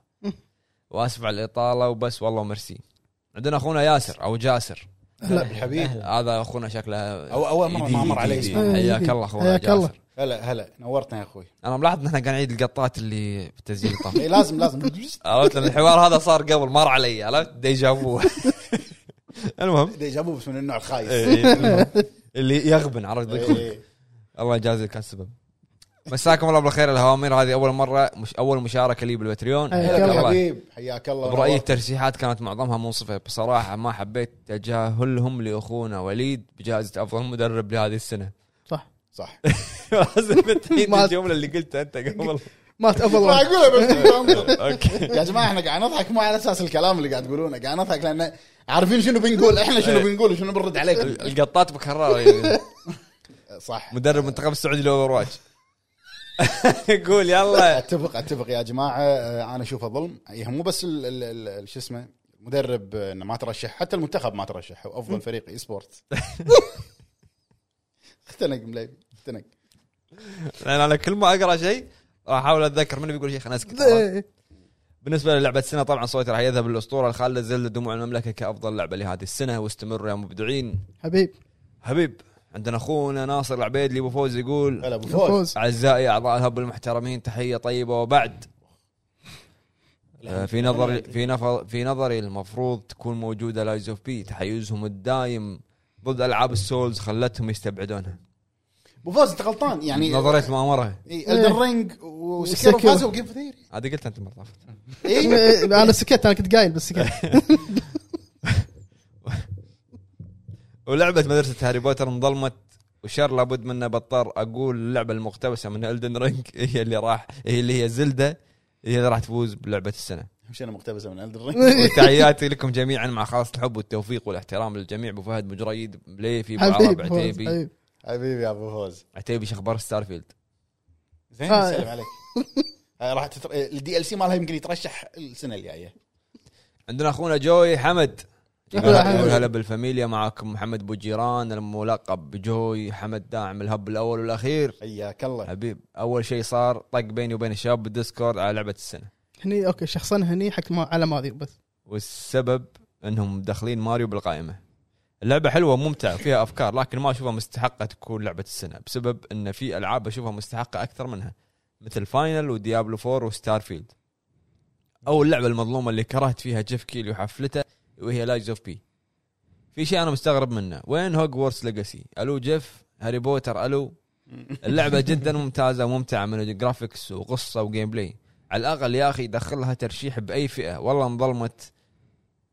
[SPEAKER 1] واسف على الاطاله وبس والله ميرسي عندنا اخونا ياسر او جاسر
[SPEAKER 4] هلا بالحبيب
[SPEAKER 1] هذا اخونا شكله
[SPEAKER 4] أو- أول مرة
[SPEAKER 1] جديد-
[SPEAKER 4] ما مر علي
[SPEAKER 1] جديد.
[SPEAKER 4] اسمه.
[SPEAKER 1] حياك الله اخونا
[SPEAKER 7] حياك الله.
[SPEAKER 1] جاسر
[SPEAKER 4] هلا هلا نورتنا يا اخوي
[SPEAKER 1] انا ملاحظ ان احنا قاعد نعيد القطات اللي بالتسجيل طاف
[SPEAKER 4] إيه، لازم لازم
[SPEAKER 1] <laughs> عرفت إن الحوار هذا صار قبل مر علي عرفت ديجافو <laughs> المهم
[SPEAKER 4] دي جابوه بس من النوع الخايس
[SPEAKER 1] إيه، المهم. اللي يغبن عرفت
[SPEAKER 4] إيه.
[SPEAKER 1] الله يجازيك على السبب مساكم الله بالخير الهوامير هذه اول مره مش اول مشاركه لي بالبتريون
[SPEAKER 7] حياك
[SPEAKER 4] هلا
[SPEAKER 7] الله.
[SPEAKER 4] بالحبيب حياك الله
[SPEAKER 1] برأيي
[SPEAKER 4] ونورت.
[SPEAKER 1] الترشيحات كانت معظمها منصفة بصراحة ما حبيت تجاهلهم لأخونا وليد بجائزة أفضل مدرب لهذه السنة <laughs>
[SPEAKER 7] <laughs>
[SPEAKER 4] صح
[SPEAKER 1] لازم تعيد
[SPEAKER 7] ما-
[SPEAKER 1] الجملة اللي قلتها أنت
[SPEAKER 7] <laughs>
[SPEAKER 1] قبل
[SPEAKER 7] مات افضل
[SPEAKER 4] راح
[SPEAKER 7] واحد.
[SPEAKER 4] اقولها
[SPEAKER 7] <laughs>
[SPEAKER 4] بس
[SPEAKER 1] أوكي
[SPEAKER 4] يا جماعه احنا قاعد نضحك مو على اساس الكلام اللي قاعد تقولونه قاعد نضحك لان عارفين شنو بنقول احنا
[SPEAKER 7] إيه.
[SPEAKER 4] شنو بنقول وشنو بنرد عليكم
[SPEAKER 1] القطات مكررة
[SPEAKER 4] صح
[SPEAKER 1] مدرب منتخب السعودي <laughs> للأورواج قول يلا
[SPEAKER 4] اتفق اتفق يا جماعه آه، انا اشوفه ظلم هي مو بس ال- ال- ال- ال- شو اسمه مدرب آه، انه ما ترشح حتى المنتخب ما ترشح هو افضل فريق اي
[SPEAKER 7] <laughs>
[SPEAKER 4] سبورت <laughs> اختنق مليبي اختنق
[SPEAKER 1] لأن أنا كل ما أقرأ شيء راح أحاول أتذكر من بيقول شيء خلنا أسكت
[SPEAKER 7] إيه.
[SPEAKER 1] بالنسبة للعبة السنة طبعا صوتي راح يذهب للأسطورة الخالدة زل دموع المملكة كأفضل لعبة لهذه السنة واستمروا يا مبدعين
[SPEAKER 7] حبيب
[SPEAKER 1] حبيب عندنا اخونا ناصر العبيد اللي ابو فوز يقول
[SPEAKER 4] هلا ابو فوز
[SPEAKER 7] فوز
[SPEAKER 1] اعزائي اعضاء الهب المحترمين تحيه طيبه وبعد آه، في نظري في نفر في نظري المفروض تكون موجوده لايز اوف بي تحيزهم الدايم ضد العاب السولز خلتهم يستبعدونها
[SPEAKER 4] ابو فوز انت غلطان يعني إيه،
[SPEAKER 1] نظريه مؤامره
[SPEAKER 4] الدن
[SPEAKER 7] إيه.
[SPEAKER 4] رينج وسكيرو
[SPEAKER 7] سكيرو.
[SPEAKER 4] فازوا جيم ثيري
[SPEAKER 1] هذه قلت انت مرة طافت.
[SPEAKER 4] اي
[SPEAKER 7] <laughs> إيه، انا سكت انا كنت قايل بس سكت
[SPEAKER 1] ولعبه مدرسه هاري بوتر انظلمت وشر لابد منه بضطر اقول اللعبه المقتبسه من الدن رينج <laughs> هي اللي راح هي اللي هي زلده هي اللي راح تفوز بلعبه
[SPEAKER 7] <laughs>
[SPEAKER 1] السنه
[SPEAKER 4] مشينا مقتبسه من الدن رينج
[SPEAKER 1] وتحياتي لكم جميعا مع خالص الحب والتوفيق والاحترام للجميع ابو فهد مجريد مليفي ابو عرب
[SPEAKER 7] حبيب فوز،
[SPEAKER 1] عتيبي
[SPEAKER 7] حبيب.
[SPEAKER 4] حبيبي يا ابو فوز
[SPEAKER 1] عتيبي شو اخبار ستارفيلد
[SPEAKER 4] زين
[SPEAKER 7] آه.
[SPEAKER 4] سلم <laughs> عليك آه، راح تتر... الدي ال سي مالها يمكن يترشح السنه الجايه
[SPEAKER 1] عندنا اخونا جوي
[SPEAKER 7] <laughs>
[SPEAKER 1] حمد يقول
[SPEAKER 7] يا حمد.
[SPEAKER 1] يقول هلا بالفاميليا معاكم محمد بوجيران الملقب بجوي حمد داعم الهب الاول والاخير
[SPEAKER 4] حياك الله
[SPEAKER 1] حبيب اول شيء صار طق بيني وبين الشباب بالديسكورد على لعبه السنه
[SPEAKER 7] هني اوكي شخصا هني حق ما على ماريو بس
[SPEAKER 1] والسبب انهم مدخلين ماريو بالقائمه اللعبة حلوة وممتعة وفيها افكار لكن ما اشوفها مستحقة تكون لعبة السنة بسبب ان في العاب اشوفها مستحقة اكثر منها مثل فاينل وديابلو 4 وستار فيلد او اللعبة المظلومة اللي كرهت فيها جيف كيلي وحفلته وهي لايز اوف بي في شيء انا مستغرب منه وين هوجورتس ليجاسي الو جيف هاري بوتر الو اللعبه جدا ممتازه وممتعه من الجرافكس وقصه وجيم بلاي على الاقل يا اخي دخلها ترشيح باي فئه والله انظلمت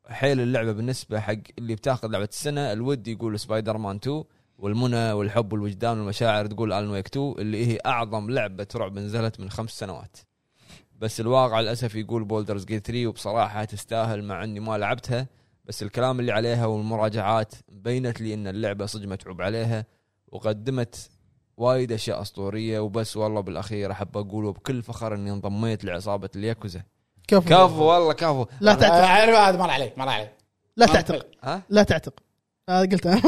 [SPEAKER 1] حيل اللعبه بالنسبه حق اللي بتاخذ لعبه السنه الود يقول سبايدر مان 2 والمنى والحب والوجدان والمشاعر تقول الون ويك 2 اللي هي اعظم لعبه رعب نزلت من خمس سنوات بس الواقع للاسف يقول بولدرز جيت 3 وبصراحه تستاهل مع اني ما لعبتها بس الكلام اللي عليها والمراجعات بينت لي ان اللعبه صدق متعوب عليها وقدمت وايد اشياء اسطوريه وبس والله بالاخير احب اقول وبكل فخر اني انضميت لعصابه الياكوزا
[SPEAKER 7] كفو
[SPEAKER 1] كفو والله كفو
[SPEAKER 7] لا تعترق
[SPEAKER 4] عارف هذا مر علي مر علي
[SPEAKER 7] لا تعترق
[SPEAKER 1] ها
[SPEAKER 7] لا تعترق هذا قلتها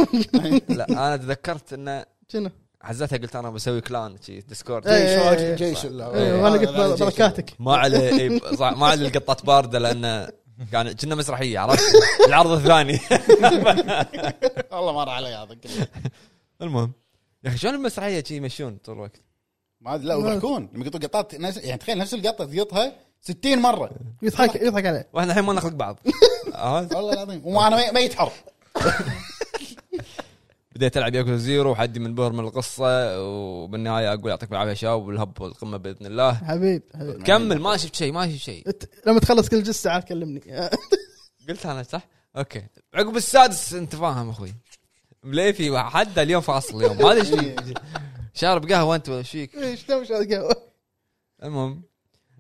[SPEAKER 1] لا انا تذكرت انه
[SPEAKER 7] <laughs> شنو؟
[SPEAKER 1] إيه، حزتها قلت انا بسوي كلان شي ديسكورد
[SPEAKER 7] إيه.
[SPEAKER 4] جيش راجل
[SPEAKER 7] إيه.
[SPEAKER 4] جيش لا،
[SPEAKER 7] إيه،
[SPEAKER 4] لا،
[SPEAKER 7] وانا
[SPEAKER 4] لا، لا،
[SPEAKER 7] قلت
[SPEAKER 4] جيش.
[SPEAKER 7] بركاتك
[SPEAKER 1] ما عليه إيه، صح، ما عليه القطات بارده لانه كان يعني كنا مسرحيه عرفت العرض الثاني
[SPEAKER 4] والله مر علي هذا كله.
[SPEAKER 1] المهم يا اخي شلون المسرحيه شي يمشون طول الوقت
[SPEAKER 4] ما
[SPEAKER 7] <laughs>
[SPEAKER 4] أدري، لا ويضحكون لما يقطوا قطات نفس- يعني تخيل نفس القطه تقطها 60 مره
[SPEAKER 7] يضحك يضحك عليه
[SPEAKER 1] واحنا الحين ما نخلق بعض عرفت؟
[SPEAKER 4] والله العظيم وانا ميت حر
[SPEAKER 1] بديت العب ياكوزا زيرو وحدي منبهر من القصه وبالنهايه اقول يعطيكم العافيه يا شباب والهب والقمه باذن الله
[SPEAKER 7] حبيب حبيب
[SPEAKER 1] كمل ما شفت شيء ما شفت شيء
[SPEAKER 7] أنت لما تخلص كل جس تعال كلمني <laughs>
[SPEAKER 1] قلت انا صح اوكي عقب السادس انت فاهم اخوي مليفي حتى اليوم فاصل اليوم هذا شيء شارب قهوه انت ولا إيش فيك
[SPEAKER 7] ايش تم شاد قهوه
[SPEAKER 1] المهم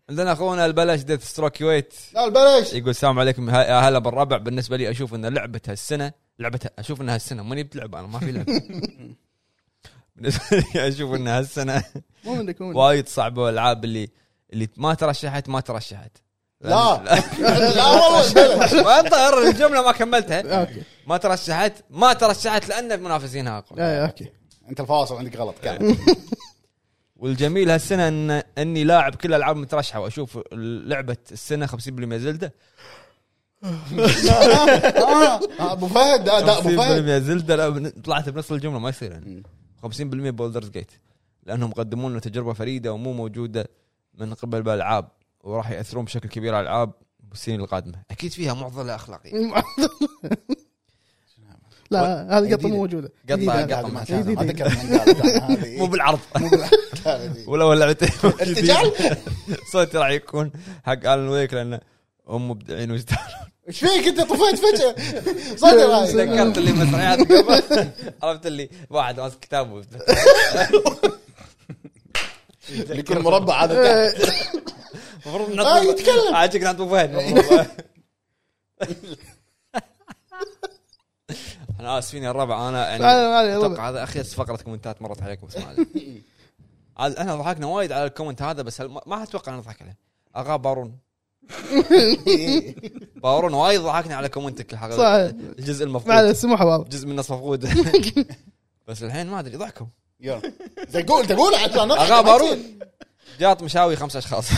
[SPEAKER 1] عندنا اخونا البلش ديث ستروك ويت
[SPEAKER 4] لا البلاش
[SPEAKER 1] يقول السلام عليكم ه- يا هلا بالربع بالنسبه لي اشوف ان لعبه هالسنه لعبتها اشوف انها هالسنه ماني بتلعب انا ما في لعبه بالنسبه لي اشوف انها هالسنه
[SPEAKER 7] مو منك مو منك
[SPEAKER 1] وايد صعبه والالعاب اللي اللي ما ترشحت ما ترشحت
[SPEAKER 4] لا لا والله البلاش.
[SPEAKER 1] انطر الجمله ما كملتها
[SPEAKER 7] اوكي
[SPEAKER 1] ما ترشحت ما ترشحت لان منافسينها اقوى
[SPEAKER 7] اي اوكي
[SPEAKER 4] انت الفواصل عندك غلط كمل
[SPEAKER 1] والجميل هالسنه ان اني لاعب كل الالعاب المترشحه واشوف لعبه السنه 50% زلده
[SPEAKER 4] آه، آه، ابو فهد آه، دا ابو
[SPEAKER 1] 50%
[SPEAKER 4] فهد
[SPEAKER 1] زلده لا بن- طلعت بنص الجمله ما يصير يعني 50% بولدرز جيت لانهم قدموا لنا تجربه فريده ومو موجوده من قبل بالالعاب وراح ياثرون بشكل كبير على الالعاب بالسنين القادمه اكيد فيها معضله اخلاقيه
[SPEAKER 7] لا هذه قطه
[SPEAKER 1] جديدة.
[SPEAKER 7] مو موجوده
[SPEAKER 1] قطه
[SPEAKER 7] جديدة.
[SPEAKER 1] قطه
[SPEAKER 4] ما
[SPEAKER 1] ما
[SPEAKER 4] كان- ما
[SPEAKER 7] جديد.
[SPEAKER 4] أتذكر من قال كان هذه.
[SPEAKER 7] <laughs>
[SPEAKER 1] مو بالعرض <laughs>
[SPEAKER 4] مو بالعكس.
[SPEAKER 1] ولا ولا لعبتين
[SPEAKER 4] <laughs> ارتجال؟
[SPEAKER 1] صوتي راح يكون حق الن ويك لانه هم مبدعين
[SPEAKER 4] <laughs>
[SPEAKER 1] وجدان
[SPEAKER 4] ايش فيك انت طفيت فجاه صدر هاي.
[SPEAKER 1] تذكرت اللي مسرحيات قبل <laughs> عرفت اللي واحد ماسك كتابه
[SPEAKER 4] يكون مربع هذا
[SPEAKER 7] <laughs>
[SPEAKER 4] تحت.
[SPEAKER 1] المفروض
[SPEAKER 4] آه، يتكلم. إيه.
[SPEAKER 1] عاجبك نحط أبو فهد
[SPEAKER 4] <laughs>
[SPEAKER 1] المفروض. انا اسفين يا الربع انا
[SPEAKER 7] تعال- تعال يا
[SPEAKER 1] يعني
[SPEAKER 7] الربع.
[SPEAKER 1] اتوقع هذا اخيس فقره كومنتات مرت عليكم بس ما
[SPEAKER 4] <laughs> إيه.
[SPEAKER 1] عليك. عاد احنا ضحكنا وايد على الكومنت هذا بس هل- ما- ما اتوقع ان نضحك عليه اغا
[SPEAKER 4] <laughs>
[SPEAKER 1] بارون بارون وايد ضحكنا على كومنتك الحقيقه
[SPEAKER 7] صح
[SPEAKER 1] الجزء المفقود
[SPEAKER 7] معلش سموحه واضح
[SPEAKER 1] جزء من النص
[SPEAKER 4] <laughs>
[SPEAKER 1] مفقود بس الحين ما ادري ضحكوا
[SPEAKER 4] يلا. تقول تقول حتى انا
[SPEAKER 1] اغا بارون جات مشاوي خمس اشخاص
[SPEAKER 4] <laughs>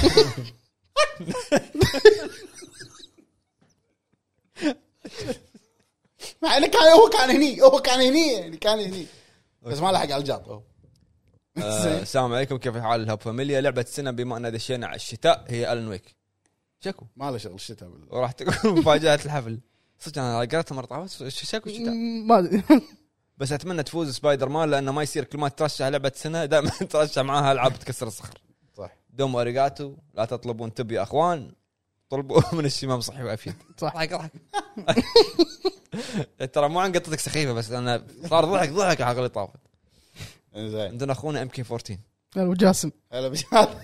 [SPEAKER 4] مع انه كان هو كان هني هو كان هني يعني كان هني بس ما لحق على الجاط هو <laughs>
[SPEAKER 1] آه، السلام عليكم كيف حال الهب فاميليا لعبه سنه بما ان دشينا على الشتاء هي الن ويك شكو
[SPEAKER 4] ما له شغل الشتاء بالله
[SPEAKER 1] وراح تكون <laughs> مفاجاه الحفل صدق انا قرأتها مره طافت ش- شكو شتاء
[SPEAKER 7] ما ادري
[SPEAKER 1] بس اتمنى تفوز سبايدر مان لانه ما يصير كل ما ترشح لعبه سنه دائما <laughs> ترشح معاها العاب تكسر الصخر
[SPEAKER 4] صح.
[SPEAKER 1] دوم اريجاتو لا تطلبون تب يا اخوان طلبوا <laughs> من الشمام صحي وافيد
[SPEAKER 7] صح.
[SPEAKER 1] ضحك ضحك <laughs> ترى مو عن قطتك سخيفه بس انا صار ضحك ضحك على عقلي طافت
[SPEAKER 4] زين
[SPEAKER 1] عندنا اخونا ام كي 14
[SPEAKER 7] <laughs> أنا وجاسم
[SPEAKER 4] هلا بشار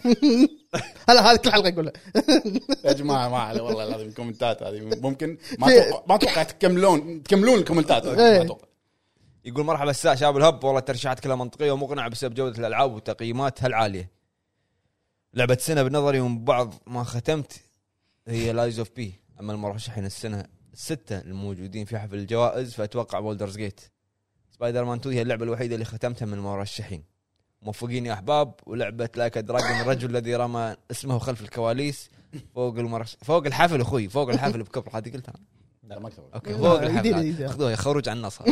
[SPEAKER 7] هلا هذه كل حلقه اقولها
[SPEAKER 4] <laughs> يا جماعه ما عليه والله العظيم الكومنتات هذه ممكن ما اتوقع ما اتوقع تكملون تكملون الكومنتات هذه، ما اتوقع
[SPEAKER 1] يقول مرحبا الساعة شباب الهب والله الترشيحات كلها منطقية ومقنعة بسبب جودة الألعاب وتقييماتها العالية لعبة سنة بنظري ومن بعض ما ختمت هي لايز اوف بي أما المرشحين السنة الستة الموجودين في حفل الجوائز فأتوقع بولدرز جيت سبايدر مان 2 هي اللعبة الوحيدة اللي ختمتها من المرشحين موفقين يا أحباب ولعبة لايك دراجون الرجل الذي رمى اسمه خلف الكواليس فوق المرش... فوق الحفل أخوي فوق الحفل بكبر هذه قلتها
[SPEAKER 4] لا ما كتبوا
[SPEAKER 1] اوكي
[SPEAKER 7] لا،
[SPEAKER 1] فوق
[SPEAKER 7] يدينا-
[SPEAKER 1] الحفلات
[SPEAKER 7] يدينا.
[SPEAKER 1] خذوه يخرج عن النص هذا.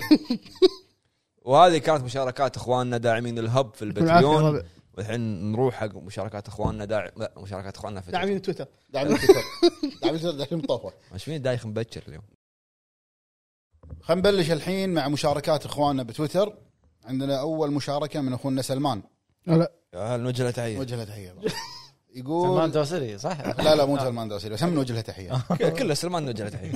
[SPEAKER 1] وهذه كانت مشاركات اخواننا داعمين الهب في
[SPEAKER 7] يكون عافية يا
[SPEAKER 1] البتريون
[SPEAKER 7] ربع.
[SPEAKER 1] والحين نروح حق مشاركات اخواننا داعم لا، مشاركات اخواننا في
[SPEAKER 7] داعمين تويتر
[SPEAKER 6] <laughs>
[SPEAKER 4] دعم الكتاب دعم الكتاب دحين مطوفه
[SPEAKER 1] ايش فيني دايخ مبكر اليوم
[SPEAKER 4] خلينا نبلش الحين مع مشاركات اخواننا بتويتر عندنا اول مشاركه من اخونا سلمان
[SPEAKER 7] لا
[SPEAKER 6] يا هل نوجه له
[SPEAKER 1] إيه.
[SPEAKER 6] تحيه
[SPEAKER 4] وجه له تحيه يقول
[SPEAKER 2] سلمان دوسري صح؟
[SPEAKER 4] لا لا مو سلمان داسري بس هم نوجه له تحيه
[SPEAKER 6] <laughs> كله سلمان نوجه له تحيه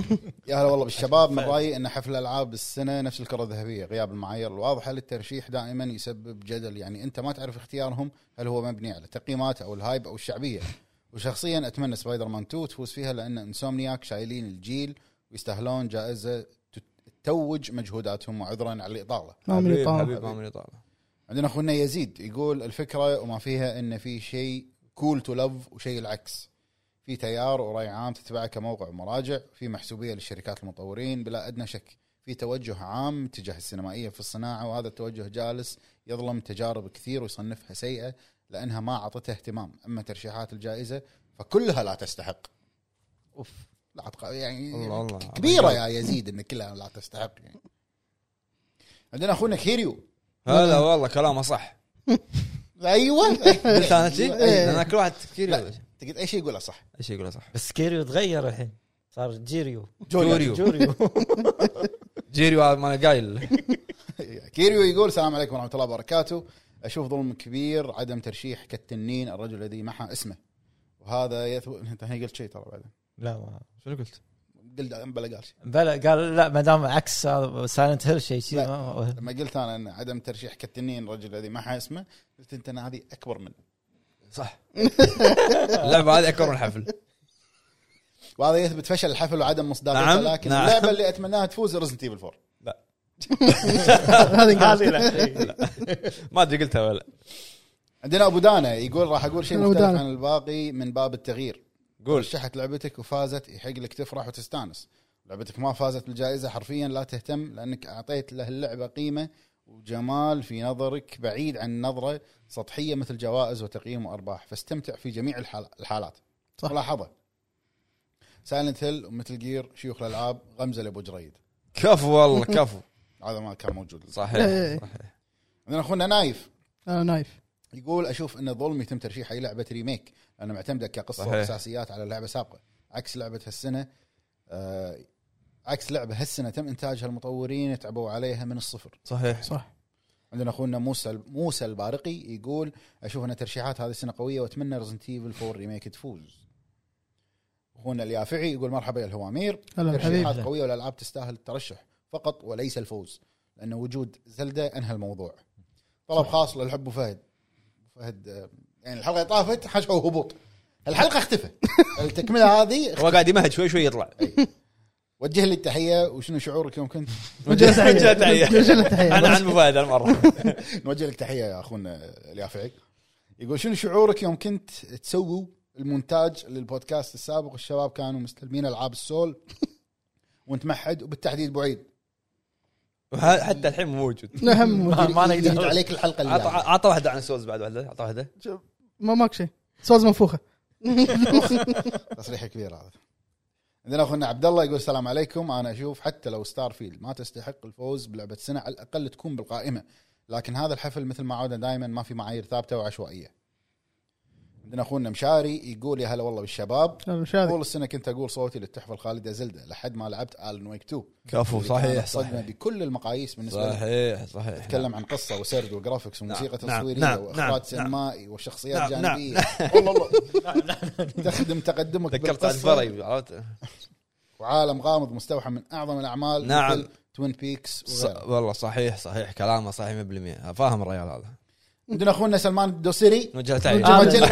[SPEAKER 4] يا هلا والله بالشباب من رايي ان حفل الالعاب السنه نفس الكره الذهبيه غياب المعايير الواضحه للترشيح دائما يسبب جدل يعني انت ما تعرف اختيارهم هل هو مبني على التقييمات او الهايب او الشعبيه وشخصيا اتمنى سبايدر مان 2 تفوز فيها لان انسومنياك شايلين الجيل ويستاهلون جائزه تت- تتوج مجهوداتهم وعذرا على الاطاله
[SPEAKER 7] ما من
[SPEAKER 6] حبيب
[SPEAKER 7] يطالع
[SPEAKER 6] حبيب
[SPEAKER 7] <laughs>
[SPEAKER 6] ما من يطالع
[SPEAKER 4] عندنا اخونا يزيد يقول الفكره وما فيها ان في شيء كول تو لاف وشيء العكس في تيار وراي عام تتبعه كموقع مراجع في محسوبيه للشركات المطورين بلا ادنى شك في توجه عام تجاه السينمائيه في الصناعه وهذا التوجه جالس يظلم تجارب كثير ويصنفها سيئه لانها ما اعطته اهتمام اما ترشيحات الجائزه فكلها لا تستحق اوف لا تق- يعني
[SPEAKER 6] الله الله
[SPEAKER 4] كبيره يا يزيد ان كلها لا تستحق يعني عندنا اخونا كيريو
[SPEAKER 6] هلا والله كلامه صح
[SPEAKER 4] ايوه
[SPEAKER 6] <laughs> قلت انا شي؟
[SPEAKER 4] إيه.
[SPEAKER 6] لان كل واحد تفكير
[SPEAKER 4] لا. تقدر اي شيء يقوله صح
[SPEAKER 6] ايش يقوله صح
[SPEAKER 2] بس كيريو تغير الحين صار جيريو
[SPEAKER 4] يعني،
[SPEAKER 6] جوريو
[SPEAKER 2] جوريو
[SPEAKER 6] جيريو هذا ما انا قايل
[SPEAKER 4] <laughs> كيريو يقول السلام عليكم ورحمه الله وبركاته اشوف ظلم كبير عدم ترشيح كالتنين الرجل الذي محى اسمه وهذا يثبت <laughs> انت هني قلت شيء ترى بعدين
[SPEAKER 2] لا ما
[SPEAKER 6] شنو قلت؟
[SPEAKER 4] قلت بلا قال شيء
[SPEAKER 2] بلا قال لا ما دام عكس سايلنت هيل شيء شيء
[SPEAKER 4] لا.
[SPEAKER 2] ما-
[SPEAKER 4] لما قلت انا ان عدم ترشيح كالتنين الرجل الذي محى اسمه قلت انت انا هذه اكبر منه
[SPEAKER 6] صح <laughs> اللعبه هذه اكبر من الحفل
[SPEAKER 4] وهذا يثبت فشل الحفل وعدم مصداقيته
[SPEAKER 6] نعم،
[SPEAKER 4] لكن
[SPEAKER 6] نعم.
[SPEAKER 4] اللعبه اللي اتمناها تفوز ريزنت ايفل 4
[SPEAKER 2] هذه
[SPEAKER 7] <laughs>
[SPEAKER 2] لا.
[SPEAKER 6] ما ادري قلتها ولا
[SPEAKER 4] عندنا ابو دانا يقول راح اقول شيء
[SPEAKER 7] أبو
[SPEAKER 4] مختلف
[SPEAKER 7] دانا.
[SPEAKER 4] عن الباقي من باب التغيير
[SPEAKER 6] قول
[SPEAKER 4] رشحت لعبتك وفازت يحق لك تفرح وتستانس لعبتك ما فازت بالجائزه حرفيا لا تهتم لانك اعطيت له اللعبه قيمه وجمال في نظرك بعيد عن نظره سطحيه مثل جوائز وتقييم وارباح فاستمتع في جميع الحال- الحالات
[SPEAKER 7] صح.
[SPEAKER 4] ملاحظه سايلنت هيل ومثل جير شيوخ الالعاب غمزه لابو جريد
[SPEAKER 6] كفو والله كفو
[SPEAKER 4] هذا ما كان موجود
[SPEAKER 7] إيه،
[SPEAKER 6] صحيح صحيح
[SPEAKER 4] عندنا اخونا نايف
[SPEAKER 7] انا نايف
[SPEAKER 4] يقول اشوف ان الظلم يتم ترشيح اي لعبه ريميك لانها معتمده كقصه
[SPEAKER 6] صحيح.
[SPEAKER 4] واساسيات على لعبه سابقه عكس لعبه هالسنه آه عكس لعبه هالسنه تم انتاجها المطورين تعبوا عليها من الصفر
[SPEAKER 6] صحيح
[SPEAKER 7] صح
[SPEAKER 4] عندنا اخونا موسى موسى البارقي يقول اشوف ان ترشيحات هذه السنه قويه واتمنى ريزنت ايفل 4 ريميك تفوز اخونا اليافعي يقول مرحبا يا الهوامير
[SPEAKER 7] هلا حبيبي
[SPEAKER 4] ترشيحات قويه والالعاب تستاهل الترشح فقط وليس الفوز لان وجود زلده انهى الموضوع طلب خاص للحب وفهد فهد آه، يعني الحلقه اللي طافت حشو هبوط الحلقه اختفى التكمله هذه
[SPEAKER 6] هو قاعد يمهد شوي شوي يطلع <laughs>
[SPEAKER 4] وجه لي التحيه وشنو شعورك يوم كنت <laughs>
[SPEAKER 6] وجه
[SPEAKER 7] تحية.
[SPEAKER 6] تحيه
[SPEAKER 7] وجه له
[SPEAKER 6] <laughs>
[SPEAKER 7] تحية.
[SPEAKER 6] انا عن مفاهد المره
[SPEAKER 4] نوجه لك تحيه يا اخونا اليافعي يقول شنو شعورك يوم كنت تسوي المونتاج للبودكاست السابق الشباب كانوا مستلمين العاب السول وانت محد وبالتحديد بعيد
[SPEAKER 6] حتى الحين مو موجود
[SPEAKER 7] لا هم
[SPEAKER 2] ما- ما
[SPEAKER 4] يجي
[SPEAKER 2] نقدر
[SPEAKER 4] عليك الحلقه اللي
[SPEAKER 6] عطى عطى واحده عن سولز بعد واحده عطى واحده
[SPEAKER 7] ما ماك شيء سوز منفوخه
[SPEAKER 4] تصريح كبير هذا عندنا اخونا عبد الله يقول السلام عليكم انا اشوف حتى لو ستار فيلد ما تستحق الفوز بلعبه سنه على الاقل تكون بالقائمه لكن هذا الحفل مثل ما عودنا دائما ما في معايير ثابته وعشوائيه عندنا اخونا مشاري يقول يا هلا والله بالشباب
[SPEAKER 7] أنا شاذي
[SPEAKER 4] طول السنه كنت اقول صوتي للتحفه الخالده زلده لحد ما لعبت الن ويك 2
[SPEAKER 6] كفو
[SPEAKER 4] اللي
[SPEAKER 6] صحيح
[SPEAKER 4] كانت صدمه
[SPEAKER 6] صحيح
[SPEAKER 4] بكل المقاييس بالنسبه لي
[SPEAKER 6] صحيح صحيح
[SPEAKER 4] تتكلم عن قصه وسرد وجرافكس وموسيقى
[SPEAKER 6] نعم،
[SPEAKER 4] تصويريه
[SPEAKER 6] نعم،
[SPEAKER 4] واخراج
[SPEAKER 6] نعم،
[SPEAKER 4] سينمائي وشخصيات
[SPEAKER 6] نعم، نعم. <laughs>
[SPEAKER 4] جانبيه والله والله. تخدم تقدمك
[SPEAKER 6] تذكرت عاد
[SPEAKER 4] بالقصة
[SPEAKER 6] فري عرفت
[SPEAKER 4] وعالم غامض مستوحى من اعظم الاعمال
[SPEAKER 6] نعم.
[SPEAKER 4] توين بيكس
[SPEAKER 6] ص- والله صحيح صحيح كلامه صحيح 100% فاهم الرجال هذا
[SPEAKER 4] عندنا اخونا سلمان الدوسري
[SPEAKER 6] نوجه له تحيه
[SPEAKER 2] آه،
[SPEAKER 4] وجه له
[SPEAKER 6] <laughs>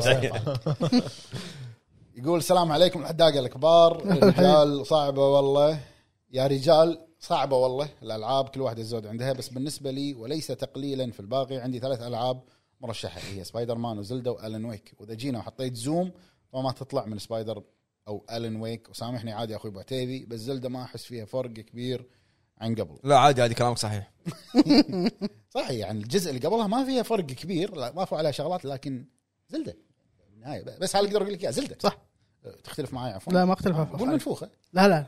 [SPEAKER 4] تحية.
[SPEAKER 2] آه،
[SPEAKER 4] يقول السلام عليكم الحداقه الكبار الرجال صعبه والله يا رجال صعبه والله الالعاب كل واحده الزود عندها بس بالنسبه لي وليس تقليلا في الباقي عندي ثلاث العاب مرشحه هي سبايدر مان وزلدا والن ويك واذا جينا وحطيت زوم فما تطلع من سبايدر او الن ويك وسامحني عادي يا اخوي ابو عتيبي بس زلدا ما احس فيها فرق كبير عن قبل
[SPEAKER 6] لا عادي عادي كلامك صحيح
[SPEAKER 4] صحيح يعني الجزء اللي قبلها ما فيها فرق كبير لا، ضافوا عليها شغلات لكن زلده بالنهايه بس هذا اللي اقدر اقول لك اياه زلده
[SPEAKER 7] صح.
[SPEAKER 4] تختلف معي عفوا
[SPEAKER 7] لا ما اختلف
[SPEAKER 4] اقول
[SPEAKER 7] عفوا.
[SPEAKER 4] منفوخه
[SPEAKER 7] لا لا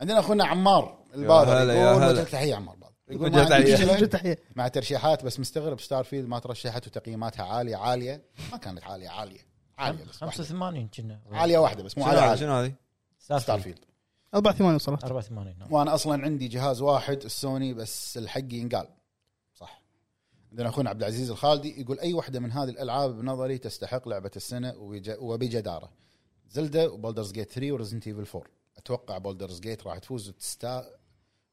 [SPEAKER 4] عندنا اخونا عمار البادر
[SPEAKER 6] هلا، يا
[SPEAKER 4] يقول
[SPEAKER 6] هلا.
[SPEAKER 4] وجه لك تحيه عمار بادر يقول
[SPEAKER 6] وجه
[SPEAKER 4] ما عندي
[SPEAKER 6] تحية.
[SPEAKER 7] وجه
[SPEAKER 4] مشكله
[SPEAKER 7] تحيه
[SPEAKER 4] مع ترشيحات بس مستغرب ستار فيلد ما ترشحت وتقييماتها عاليه عاليه ما كانت عاليه عاليه عاليه بس واحدة.
[SPEAKER 2] 85 كنا
[SPEAKER 4] عاليه واحده بس مو
[SPEAKER 6] شنو
[SPEAKER 4] عاليه
[SPEAKER 6] هذه؟
[SPEAKER 4] عاليه
[SPEAKER 6] شنو هذه؟
[SPEAKER 4] ستار فيلد
[SPEAKER 7] 4 8 وصلت <laughs>
[SPEAKER 2] 84 نعم.
[SPEAKER 4] وانا اصلا عندي جهاز واحد السوني بس الحقي ينقال صح عندنا اخونا عبد العزيز الخالدي يقول اي واحده من هذه الالعاب بنظري تستحق لعبه السنه وبج- وبجداره زلدا وبولدرز جيت 3 وريزنت ايفل 4 اتوقع بولدرز جيت راح تفوز وتستا...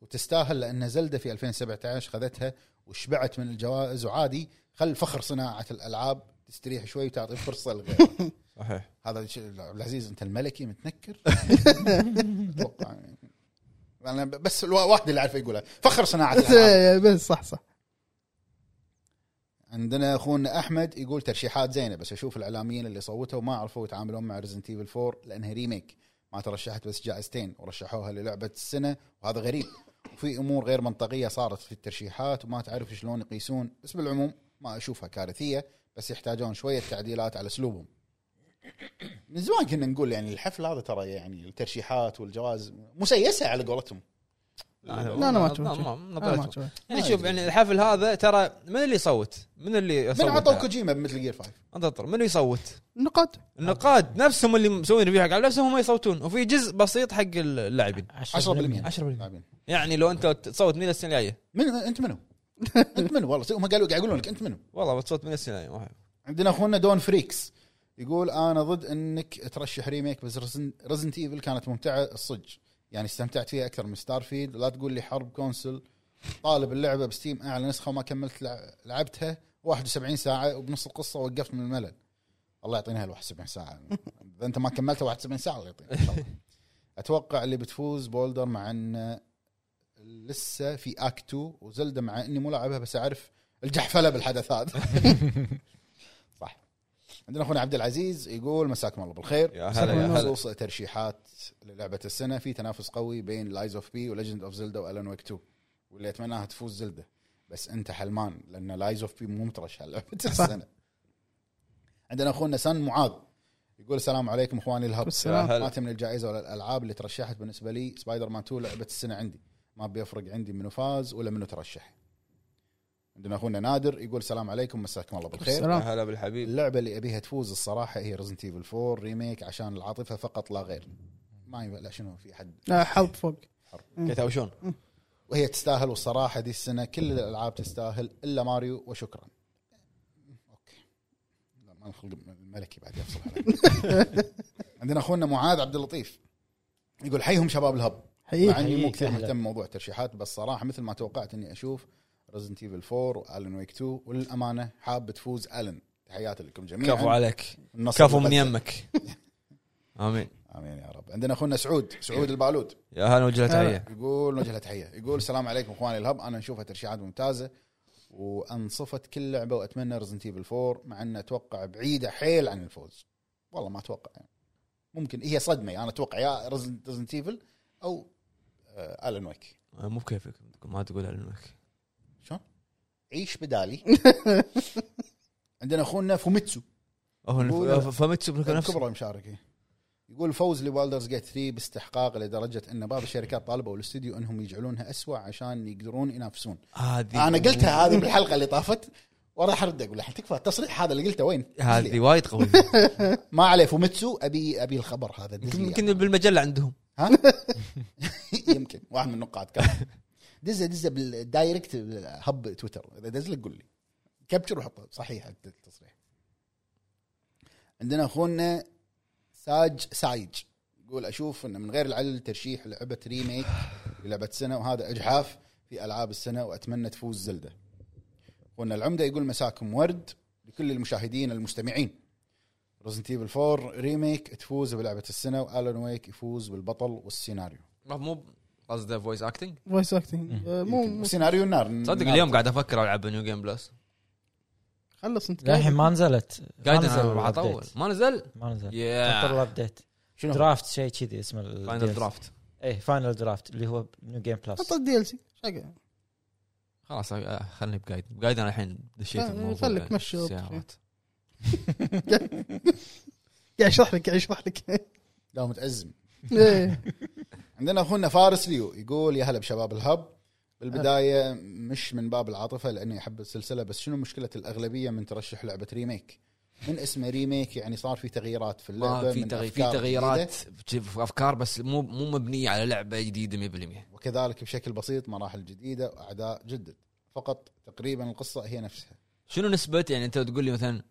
[SPEAKER 4] وتستاهل لان زلدا في 2017 خذتها وشبعت من الجوائز وعادي خل فخر صناعه الالعاب تستريح شوي وتعطي فرصه لغيرها
[SPEAKER 6] صحيح
[SPEAKER 4] هذا الشيء- عبد العزيز انت الملكي
[SPEAKER 7] <laughs>
[SPEAKER 4] متنكر اتوقع يعني. انا ب- بس الوا- واحد اللي اعرفه يقولها فخر صناعه
[SPEAKER 7] بس
[SPEAKER 4] الألعاب.
[SPEAKER 7] آه، بس صح صح
[SPEAKER 4] عندنا اخونا احمد يقول ترشيحات زينه بس اشوف الاعلاميين اللي صوتوا ما عرفوا يتعاملون مع ريزنت ايفل 4 لانها ريميك ما ترشحت بس جائزتين ورشحوها للعبه السنه وهذا غريب وفي امور غير منطقيه صارت في الترشيحات وما تعرف شلون يقيسون بس بالعموم ما اشوفها كارثيه بس يحتاجون شويه تعديلات على اسلوبهم من زمان كنا نقول يعني الحفل هذا ترى يعني الترشيحات والجوائز مسيسه على قولتهم
[SPEAKER 7] لا، أنا ما أشوف شيء. انا آه، ما
[SPEAKER 6] ما
[SPEAKER 7] أشوف.
[SPEAKER 6] يعني شوف يعني الحفل هذا ترى من اللي يصوت؟ من اللي يصوت؟
[SPEAKER 4] من عطوا كوجيما بمثل جير 5
[SPEAKER 6] انتظر من يصوت؟
[SPEAKER 7] النقاط
[SPEAKER 6] النقاد نفسهم اللي مسوين ريفيو حق على نفسهم هم يصوتون وفي جزء بسيط حق اللاعبين
[SPEAKER 4] 10%
[SPEAKER 6] 10%
[SPEAKER 4] لاعبين
[SPEAKER 6] يعني لو انت تصوت من السنه الجايه
[SPEAKER 4] من انت منو؟ انت منو والله هم قالوا قاعد يقولون لك انت منو؟
[SPEAKER 6] والله بتصوت من السنه الجايه ما أعرف.
[SPEAKER 4] عندنا اخونا دون فريكس يقول انا ضد انك ترشح ريميك بس رزنت ايفل كانت ممتعه الصج يعني استمتعت فيها اكثر من ستار فيلد لا تقول لي حرب كونسل طالب اللعبه بستيم اعلى نسخه وما كملت لع- لعبتها 71 ساعه وبنص القصه وقفت من الملل الله يعطينا هال 71 ساعه اذا انت ما كملتها 71 ساعه الله يعطينا إن شاء الله. اتوقع اللي بتفوز بولدر مع ان لسه في اكت 2 وزلده مع اني مو لاعبها بس اعرف الجحفله بالحدث هذا <laughs> عندنا اخونا عبد العزيز يقول مساكم الله بالخير
[SPEAKER 6] يا هلا يا هلا
[SPEAKER 4] بخصوص ترشيحات للعبه السنه في تنافس قوي بين لايز اوف بي وليجند اوف زلدا والان ويك 2 واللي اتمناها تفوز زلدا بس انت حلمان لان لايز اوف بي مو مترشح
[SPEAKER 6] <laughs>
[SPEAKER 4] لعبه السنه عندنا اخونا سن معاذ يقول السلام عليكم اخواني الهب
[SPEAKER 7] السلام.
[SPEAKER 6] يا هلا.
[SPEAKER 4] ما تمني الجائزه ولا الالعاب اللي ترشحت بالنسبه لي سبايدر مان 2 لعبه السنه عندي ما بيفرق عندي منو فاز ولا منو ترشح عندنا اخونا نادر يقول السلام عليكم مساكم الله بالخير
[SPEAKER 6] يا
[SPEAKER 7] السلام
[SPEAKER 6] هلا بالحبيب
[SPEAKER 4] اللعبه اللي ابيها تفوز الصراحه هي ريزنت ايفل 4 ريميك عشان العاطفه فقط لا غير ما يبقى لا شنو في حد
[SPEAKER 7] لا حظ فوق
[SPEAKER 6] كتاوشون
[SPEAKER 4] وهي تستاهل والصراحه دي السنه كل الالعاب تستاهل الا ماريو وشكرا اوكي لا ما نخلق الملكي بعد يفصل عليك. <laughs> عندنا اخونا معاذ عبد اللطيف يقول حيهم شباب الهب
[SPEAKER 6] إيه،
[SPEAKER 4] مع
[SPEAKER 7] حقيقي
[SPEAKER 4] اني مو كثير
[SPEAKER 2] أهلا.
[SPEAKER 4] مهتم بموضوع الترشيحات بس صراحه مثل ما توقعت اني اشوف ريزنت ايفل 4 والن ويك 2 وللامانه حاب تفوز الن تحياتي لكم جميعا
[SPEAKER 6] كفو عليك
[SPEAKER 4] النصر
[SPEAKER 6] كفو من
[SPEAKER 4] والغزة.
[SPEAKER 6] يمك امين
[SPEAKER 4] امين يا رب عندنا اخونا سعود سعود البالود
[SPEAKER 6] يا هلا وجه تحيه
[SPEAKER 4] يقول نوجه له تحيه يقول السلام عليكم اخواني الهب انا اشوفها ترشيحات ممتازه وانصفت كل لعبه واتمنى ريزنت ايفل 4 مع ان اتوقع بعيده حيل عن الفوز والله ما اتوقع يعني ممكن هي صدمه يعني انا اتوقع يا ريزنت ايفل او آه الن ويك
[SPEAKER 6] آه، مو بكيفك ما تقول على يمك
[SPEAKER 4] عيش بدالي عندنا اخونا فوميتسو
[SPEAKER 6] هو
[SPEAKER 4] قول.
[SPEAKER 6] الف- فمتسو بنفسه
[SPEAKER 4] الكبرى مشاركه يقول فوز لوالدرز جيت 3 باستحقاق لدرجه ان بعض الشركات طالبوا الاستوديو انهم يجعلونها أسوأ عشان يقدرون ينافسون
[SPEAKER 6] هذه
[SPEAKER 4] انا قلتها هذه بالحلقه اللي طافت وراح ارد اقول الحين تكفى التصريح هذا اللي قلته وين؟
[SPEAKER 6] هذه وايد
[SPEAKER 4] <laughs>
[SPEAKER 6] قويه
[SPEAKER 4] ما عليه فوميتسو ابي ابي الخبر هذا يعني.
[SPEAKER 6] يمكن
[SPEAKER 4] دز لي
[SPEAKER 6] يمكن بالمجله عندهم
[SPEAKER 4] ها؟ <laughs> يمكن واحد من النقاد كان دزه دزه بالدايركت هب تويتر اذا دز لك قول لي كابتشر وحطه صحيح التصريح عندنا اخونا ساج سايج يقول اشوف انه من غير العلل ترشيح لعبه ريميك لعبه سنه وهذا اجحاف في العاب السنه واتمنى تفوز زلده اخونا العمده يقول مساكم ورد لكل المشاهدين المستمعين رزنت ايفل 4 ريميك تفوز بلعبه السنه والان ويك يفوز بالبطل والسيناريو
[SPEAKER 1] مو قصده فويس اكتنج
[SPEAKER 7] فويس اكتنج آه، مو
[SPEAKER 4] يمكن.
[SPEAKER 7] مو-
[SPEAKER 4] وسيناريو النار نعم.
[SPEAKER 1] صدق
[SPEAKER 4] النار.
[SPEAKER 1] اليوم قاعد افكر العب نيو جيم بلس
[SPEAKER 7] خلص انت
[SPEAKER 2] للحين ما نزلت ما
[SPEAKER 1] قاعد
[SPEAKER 2] نزل
[SPEAKER 1] أنا راح
[SPEAKER 2] الأبديت.
[SPEAKER 1] اطول ما نزل
[SPEAKER 2] ما نزل انطر
[SPEAKER 1] يا
[SPEAKER 2] الابديت
[SPEAKER 4] شنو؟
[SPEAKER 2] درافت شيء كذي اسمه ال-
[SPEAKER 1] فاينل درافت
[SPEAKER 2] ايه فاينل درافت اللي هو نيو جيم بلس
[SPEAKER 7] حط الدي ال سي شقة.
[SPEAKER 1] خلاص آه، خلني بقايد بقايد انا الحين دشيت
[SPEAKER 7] آه،
[SPEAKER 1] الموضوع
[SPEAKER 7] خليك
[SPEAKER 1] يعني،
[SPEAKER 7] مشي أوكي.
[SPEAKER 1] السيارات.
[SPEAKER 7] قاعد يشرح لك قاعد يشرح لك <laughs>
[SPEAKER 4] لا متازم
[SPEAKER 7] إيه.
[SPEAKER 4] عندنا اخونا فارس ليو يقول يا هلا بشباب الهب بالبدايه مش من باب العاطفه لاني احب السلسله بس شنو مشكله الاغلبيه من ترشح لعبه ريميك من اسمه ريميك يعني صار في تغييرات في اللعبه
[SPEAKER 1] ما آه، في
[SPEAKER 4] من
[SPEAKER 1] تغي... في
[SPEAKER 4] أفكار
[SPEAKER 1] تغييرات
[SPEAKER 4] جديدة،
[SPEAKER 1] في افكار بس مو مو مبنيه على لعبه جديده 100%
[SPEAKER 4] وكذلك بشكل بسيط مراحل جديده واعداء جدد فقط تقريبا القصه هي نفسها
[SPEAKER 1] شنو نسبه يعني انت تقول لي مثلا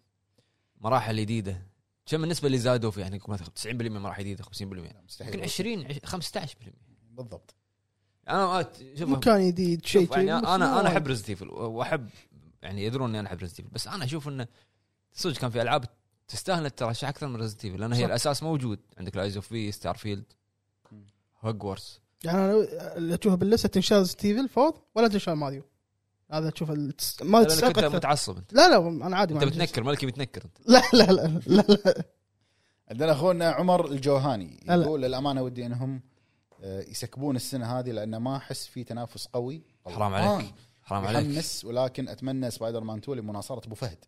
[SPEAKER 1] مراحل جديده كم النسبه اللي زادوا فيها يعني مثلا 90% مراحل جديده 50%
[SPEAKER 4] لا،
[SPEAKER 1] يمكن
[SPEAKER 4] مستحيل
[SPEAKER 1] 20 عش- 15%
[SPEAKER 4] بالضبط
[SPEAKER 1] انا أت- شوف
[SPEAKER 7] مكان جديد شيء
[SPEAKER 1] شوف يعني
[SPEAKER 7] جديد،
[SPEAKER 1] انا
[SPEAKER 7] بس ما
[SPEAKER 1] انا احب
[SPEAKER 7] وايد.
[SPEAKER 1] ريزنت ايفل واحب يعني يدرون اني انا احب ريزنت ايفل بس انا اشوف انه صدق كان في العاب تستاهل الترشح اكثر من ريزنت ايفل لان هي
[SPEAKER 7] صح.
[SPEAKER 1] الاساس موجود عندك لايز اوف بي ستار فيلد هوجورس
[SPEAKER 7] يعني انا اللي اشوفه باللسه تنشال ستيفل فوز ولا تنشال ماريو هذا تشوف التس... ما
[SPEAKER 1] لانك
[SPEAKER 7] تستحق
[SPEAKER 1] انت
[SPEAKER 7] أكثر.
[SPEAKER 1] متعصب انت
[SPEAKER 7] لا لا انا عادي ما
[SPEAKER 1] انت
[SPEAKER 7] عندي شيء.
[SPEAKER 1] بتنكر ملكي بتنكر انت
[SPEAKER 7] لا لا لا لا, لا.
[SPEAKER 4] عندنا اخونا عمر الجوهاني
[SPEAKER 7] هلا.
[SPEAKER 4] يقول للامانه ودي انهم آه، يسكبون السنه هذه لان ما احس في تنافس قوي
[SPEAKER 1] حرام
[SPEAKER 7] آه.
[SPEAKER 1] عليك حرام عليك
[SPEAKER 4] متحمس ولكن اتمنى سبايدر مان 2 لمناصره ابو فهد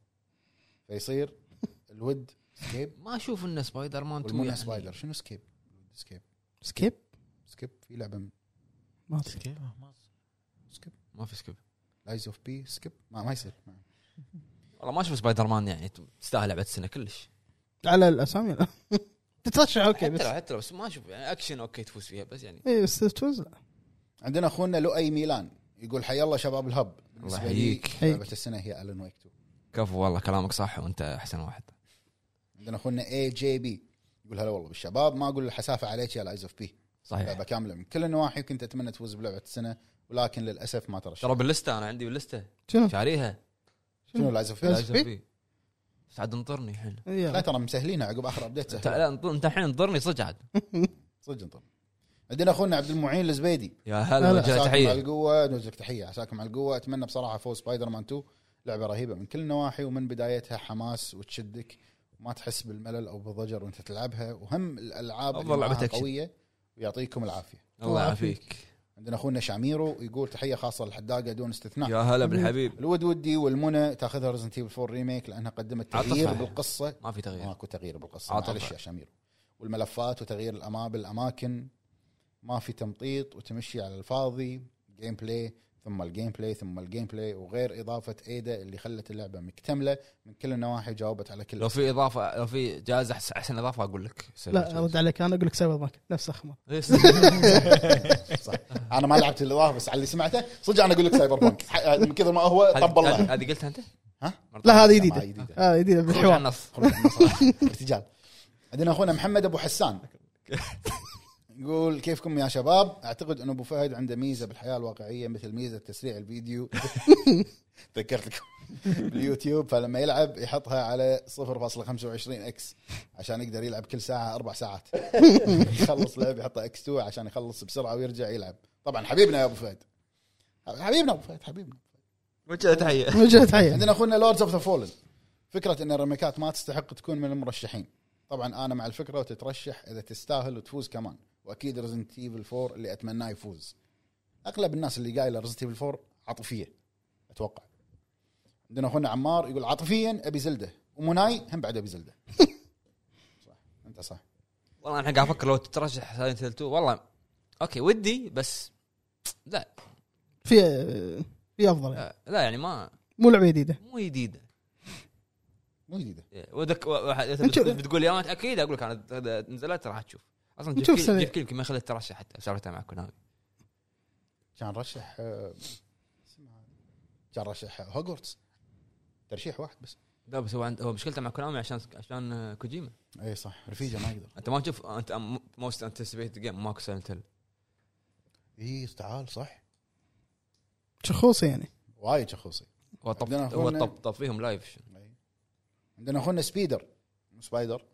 [SPEAKER 4] فيصير الود
[SPEAKER 1] <laughs>
[SPEAKER 4] سكيب
[SPEAKER 1] ما اشوف انه سبايدر مان تو
[SPEAKER 4] والمنى
[SPEAKER 1] يعني.
[SPEAKER 4] سبايدر شنو سكيب؟ سكيب
[SPEAKER 7] سكيب
[SPEAKER 4] سكيب في لعبه من
[SPEAKER 7] ما أدري.
[SPEAKER 4] سكيب
[SPEAKER 1] ما في سكيب
[SPEAKER 4] لايز اوف بي سكيب ما, ما يصير ما.
[SPEAKER 1] والله ما اشوف سبايدر مان يعني تستاهل لعبه السنه كلش
[SPEAKER 7] على الاسامي لا <laughs> تترشح اوكي بس
[SPEAKER 1] حتى لو حتى لو بس ما اشوف يعني اكشن اوكي تفوز فيها بس يعني
[SPEAKER 7] اي بس تفوز لا.
[SPEAKER 4] عندنا اخونا لؤي ميلان يقول حي الله شباب الهب بالنسبة لي
[SPEAKER 1] يحييك.
[SPEAKER 4] لعبه السنه هي الن ويك 2
[SPEAKER 1] كفو والله كلامك صح وانت احسن واحد
[SPEAKER 4] عندنا اخونا اي جي بي يقول هلا والله بالشباب ما اقول الحسافه عليك يا لايز اوف بي
[SPEAKER 1] صحيح
[SPEAKER 4] لعبه كامله من كل النواحي وكنت اتمنى تفوز بلعبه السنه ولكن للاسف ما ترشح
[SPEAKER 1] ترى باللسته انا عندي باللسته
[SPEAKER 7] شنو؟
[SPEAKER 1] شاريها
[SPEAKER 4] شنو لايز اوف
[SPEAKER 7] Lies
[SPEAKER 4] بي؟
[SPEAKER 7] of- بي؟
[SPEAKER 1] بي؟ بس عاد انطرني الحين
[SPEAKER 4] لا
[SPEAKER 7] يلا.
[SPEAKER 4] ترى مسهلينها عقب اخر ابديت
[SPEAKER 1] انت
[SPEAKER 4] سهلة.
[SPEAKER 1] لا انط- انت الحين انطرني صدق عاد
[SPEAKER 4] صدق انطر عندنا اخونا عبد المعين الزبيدي
[SPEAKER 1] يا
[SPEAKER 7] لا،
[SPEAKER 1] هلا
[SPEAKER 7] لا.
[SPEAKER 1] وجه
[SPEAKER 4] عساكم على
[SPEAKER 1] تحيه
[SPEAKER 4] القوه نوز لك تحيه عساكم على القوه اتمنى بصراحه فوز سبايدر مان 2 لعبه رهيبه من كل النواحي ومن بدايتها حماس وتشدك وما تحس بالملل او بالضجر وانت تلعبها وهم الالعاب
[SPEAKER 1] أفضل
[SPEAKER 4] اللي
[SPEAKER 1] لعبة
[SPEAKER 4] معاها
[SPEAKER 1] أكشن.
[SPEAKER 4] قويه ويعطيكم العافيه
[SPEAKER 1] الله يعافيك
[SPEAKER 4] عندنا اخونا شاميرو يقول تحيه خاصه للحداقه دون
[SPEAKER 7] نعم.
[SPEAKER 4] استثناء
[SPEAKER 1] يا هلا بالحبيب
[SPEAKER 4] الود ودي والمنى تاخذها ريزنت ايفل 4 ريميك لانها قدمت تغيير
[SPEAKER 1] عاطفة.
[SPEAKER 4] بالقصه
[SPEAKER 1] ما في
[SPEAKER 7] نعم.
[SPEAKER 1] تغيير
[SPEAKER 4] ماكو تغيير بالقصه
[SPEAKER 1] عاطفة.
[SPEAKER 4] معلش يا شاميرو والملفات وتغيير الأما بالاماكن ما في تمطيط وتمشي على الفاضي جيم بلاي ثم الجيم بلاي ثم الجيم بلاي وغير اضافه ايدا اللي خلت اللعبه مكتمله من كل النواحي جاوبت على كل
[SPEAKER 1] لو في اضافه لو في جائزه أحس- احسن اضافه اقول لك
[SPEAKER 7] لا ارد عليك انا اقول لك سايبر بانك نفس اخمر
[SPEAKER 4] صح انا ما لعبت الاضافه بس على اللي سمعته صدق انا اقول لك سايبر بانك
[SPEAKER 1] <laughs>
[SPEAKER 4] ح- من كثر ما هو
[SPEAKER 7] <laughs>
[SPEAKER 4] طب الله
[SPEAKER 1] هذه قلتها انت؟
[SPEAKER 4] ها؟
[SPEAKER 7] لا
[SPEAKER 4] ما
[SPEAKER 7] هذه جديده
[SPEAKER 4] جديدة.
[SPEAKER 7] اه جديده
[SPEAKER 1] خروج على
[SPEAKER 7] بالحوار
[SPEAKER 1] النص
[SPEAKER 4] خروج عن المصرف. ارتجال عندنا اخونا محمد ابو حسان يقول كيفكم يا شباب اعتقد ان ابو فهد عنده ميزه بالحياه الواقعيه مثل ميزه تسريع الفيديو ذكرت لكم باليوتيوب فلما يلعب يحطها على 0.25 اكس عشان يقدر يلعب كل ساعه اربع ساعات يخلص لعب يحطها اكس 2 عشان يخلص بسرعه ويرجع يلعب طبعا حبيبنا يا ابو فهد حبيبنا ابو فهد حبيبنا
[SPEAKER 1] وجه تحيه
[SPEAKER 7] وجهه تحيه
[SPEAKER 4] عندنا اخونا لوردز اوف ذا فولن فكره ان الريميكات ما تستحق تكون من المرشحين طبعا انا مع الفكره وتترشح اذا تستاهل وتفوز كمان واكيد ريزنت ايفل 4 اللي اتمناه يفوز اغلب الناس اللي قايله ريزنت ايفل 4 عاطفيه اتوقع عندنا اخونا عمار يقول عاطفيا ابي زلده ومناي هم بعد ابي <laughs> زلده صح انت صح
[SPEAKER 1] والله انا قاعد افكر لو تترشح سايلنت هيل 2 والله اوكي ودي بس لا
[SPEAKER 7] في في افضل يعني.
[SPEAKER 1] لا يعني ما
[SPEAKER 7] مو لعبه جديده
[SPEAKER 1] مو جديده
[SPEAKER 4] مو جديده
[SPEAKER 1] ودك إيه، واحد إذا
[SPEAKER 7] نشوف.
[SPEAKER 1] بتقول- بتقول لي انا اكيد اقول لك انا إذا نزلت راح تشوف اصلا جيف
[SPEAKER 7] نشوف
[SPEAKER 1] كيل
[SPEAKER 7] سنة.
[SPEAKER 1] جيف كيل يمكن ما يخلي الترشح حتى سالفتها مع كونامي
[SPEAKER 4] كان رشح آه، كان رشح هوجورتس ترشيح واحد بس
[SPEAKER 1] لا بس هو عند هو مشكلته مع كونامي عشان عشان آه، كوجيما
[SPEAKER 4] اي إيه صح رفيجه ما يقدر
[SPEAKER 1] انت ما تشوف انت موست انتسبيت جيم ماكو سايلنت هيل
[SPEAKER 4] اي إيه، تعال صح
[SPEAKER 7] شخوصه يعني
[SPEAKER 4] وايد شخوصي
[SPEAKER 1] هو طب
[SPEAKER 4] عندنا
[SPEAKER 1] هو
[SPEAKER 4] أخونا-
[SPEAKER 1] طب طب فيهم لايف
[SPEAKER 4] عندنا اخونا سبيدر مو سبايدر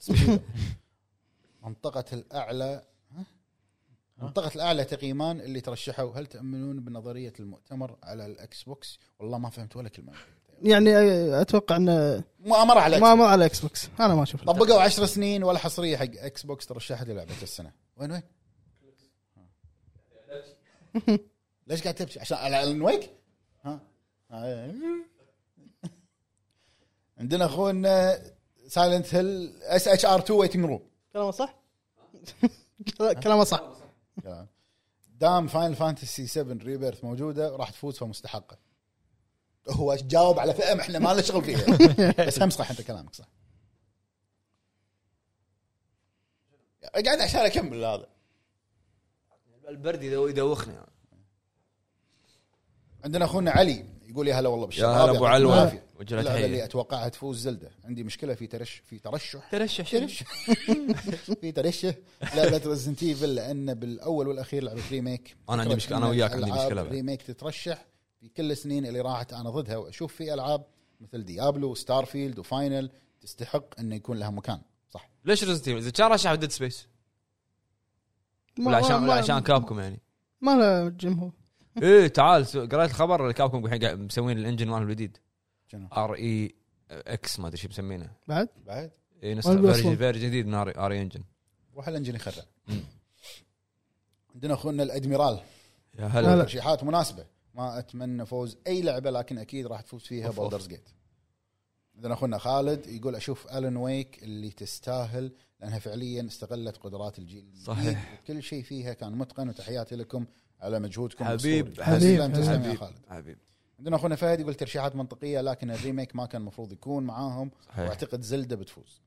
[SPEAKER 4] منطقة الأعلى ها؟ منطقة الأعلى تقييمان اللي ترشحوا هل تأمنون بنظرية المؤتمر على الأكس بوكس؟ والله ما فهمت ولا كلمة
[SPEAKER 7] يعني آه، اتوقع انه
[SPEAKER 4] مؤامرة على
[SPEAKER 7] ما
[SPEAKER 4] الأكس
[SPEAKER 7] ما على اكس بوكس انا ما اشوف
[SPEAKER 4] بوكس. طبقوا عشر سنين ولا حصرية حق أكس بوكس ترشحت للعبة السنة وين وين؟ ليش قاعد تبكي؟ عشان على ألن ويك؟ ها؟ <laughs> آه. عندنا اخونا سايلنت هيل اس اتش ار 2 ويتنج روم
[SPEAKER 7] كلامه صح؟ <laughs> كلامه صح
[SPEAKER 4] كلام. دام فاينل فانتسي 7 ريبيرث موجوده راح تفوز فمستحقه هو جاوب على فئه احنا ما لنا شغل فيها بس هم صح انت كلامك صح قاعد عشان اكمل هذا
[SPEAKER 1] البرد يدو- يدوخني
[SPEAKER 4] عندنا اخونا علي يقول يا هلا والله
[SPEAKER 1] يا
[SPEAKER 4] بالشباب
[SPEAKER 1] هلا ابو
[SPEAKER 4] يعطيكم
[SPEAKER 1] علوه
[SPEAKER 4] العافية.
[SPEAKER 1] وجهه
[SPEAKER 4] اللعبه اللي
[SPEAKER 1] تحيه
[SPEAKER 4] اتوقعها تفوز زلده عندي مشكله في ترش في ترشح
[SPEAKER 1] ترشح
[SPEAKER 4] ترش في ترشه لعبه ريزنت ايفل لان بالاول والاخير لعبه ريميك
[SPEAKER 1] أنا عندي مشكلة- أنا وياك عندي مشكلة بعد.
[SPEAKER 4] ريميك تترشح في كل السنين اللي راحت انا ضدها واشوف في العاب مثل ديابلو وستار فيلد وفاينل تستحق انه يكون لها مكان صح
[SPEAKER 1] ليش ريزنت ايفل؟ اذا كان رشح ديد سبيس
[SPEAKER 7] ما-
[SPEAKER 1] ولا عشان
[SPEAKER 7] ما-
[SPEAKER 1] ولا عشان كابكم يعني
[SPEAKER 7] ما له جمهور
[SPEAKER 1] ايه تعال سو- قريت الخبر اللي كابكم الحين قاعد مسوين الانجن مالهم الجديد
[SPEAKER 4] شنو
[SPEAKER 1] ار اي اكس E ما ادري شو مسمينه إيه،
[SPEAKER 7] بعد
[SPEAKER 4] بعد
[SPEAKER 1] اي نفس
[SPEAKER 7] والله
[SPEAKER 1] فيرجن
[SPEAKER 7] صوت.
[SPEAKER 1] فيرجن جديد من E- ار اي انجن
[SPEAKER 4] روح الانجن يخرع عندنا اخونا الادميرال
[SPEAKER 1] يا هلا
[SPEAKER 4] ترشيحات مناسبه ما اتمنى فوز اي لعبه لكن اكيد راح تفوز فيها
[SPEAKER 1] أوف أوف.
[SPEAKER 4] بولدرز جيت عندنا اخونا خالد يقول اشوف الن ويك اللي تستاهل لانها فعليا استغلت قدرات الجيل الجديد
[SPEAKER 1] صحيح.
[SPEAKER 4] كل شيء فيها كان متقن وتحياتي لكم على مجهودكم
[SPEAKER 1] حبيب،
[SPEAKER 4] الأسطوري.
[SPEAKER 7] حبيب،
[SPEAKER 4] تسلم تسلم يا
[SPEAKER 1] حبيب.
[SPEAKER 4] خالد
[SPEAKER 1] حبيبي
[SPEAKER 4] عندنا اخونا فهد يقول ترشيحات منطقيه لكن الريميك ما كان المفروض يكون معاهم
[SPEAKER 1] صحيح
[SPEAKER 4] واعتقد زلده بتفوز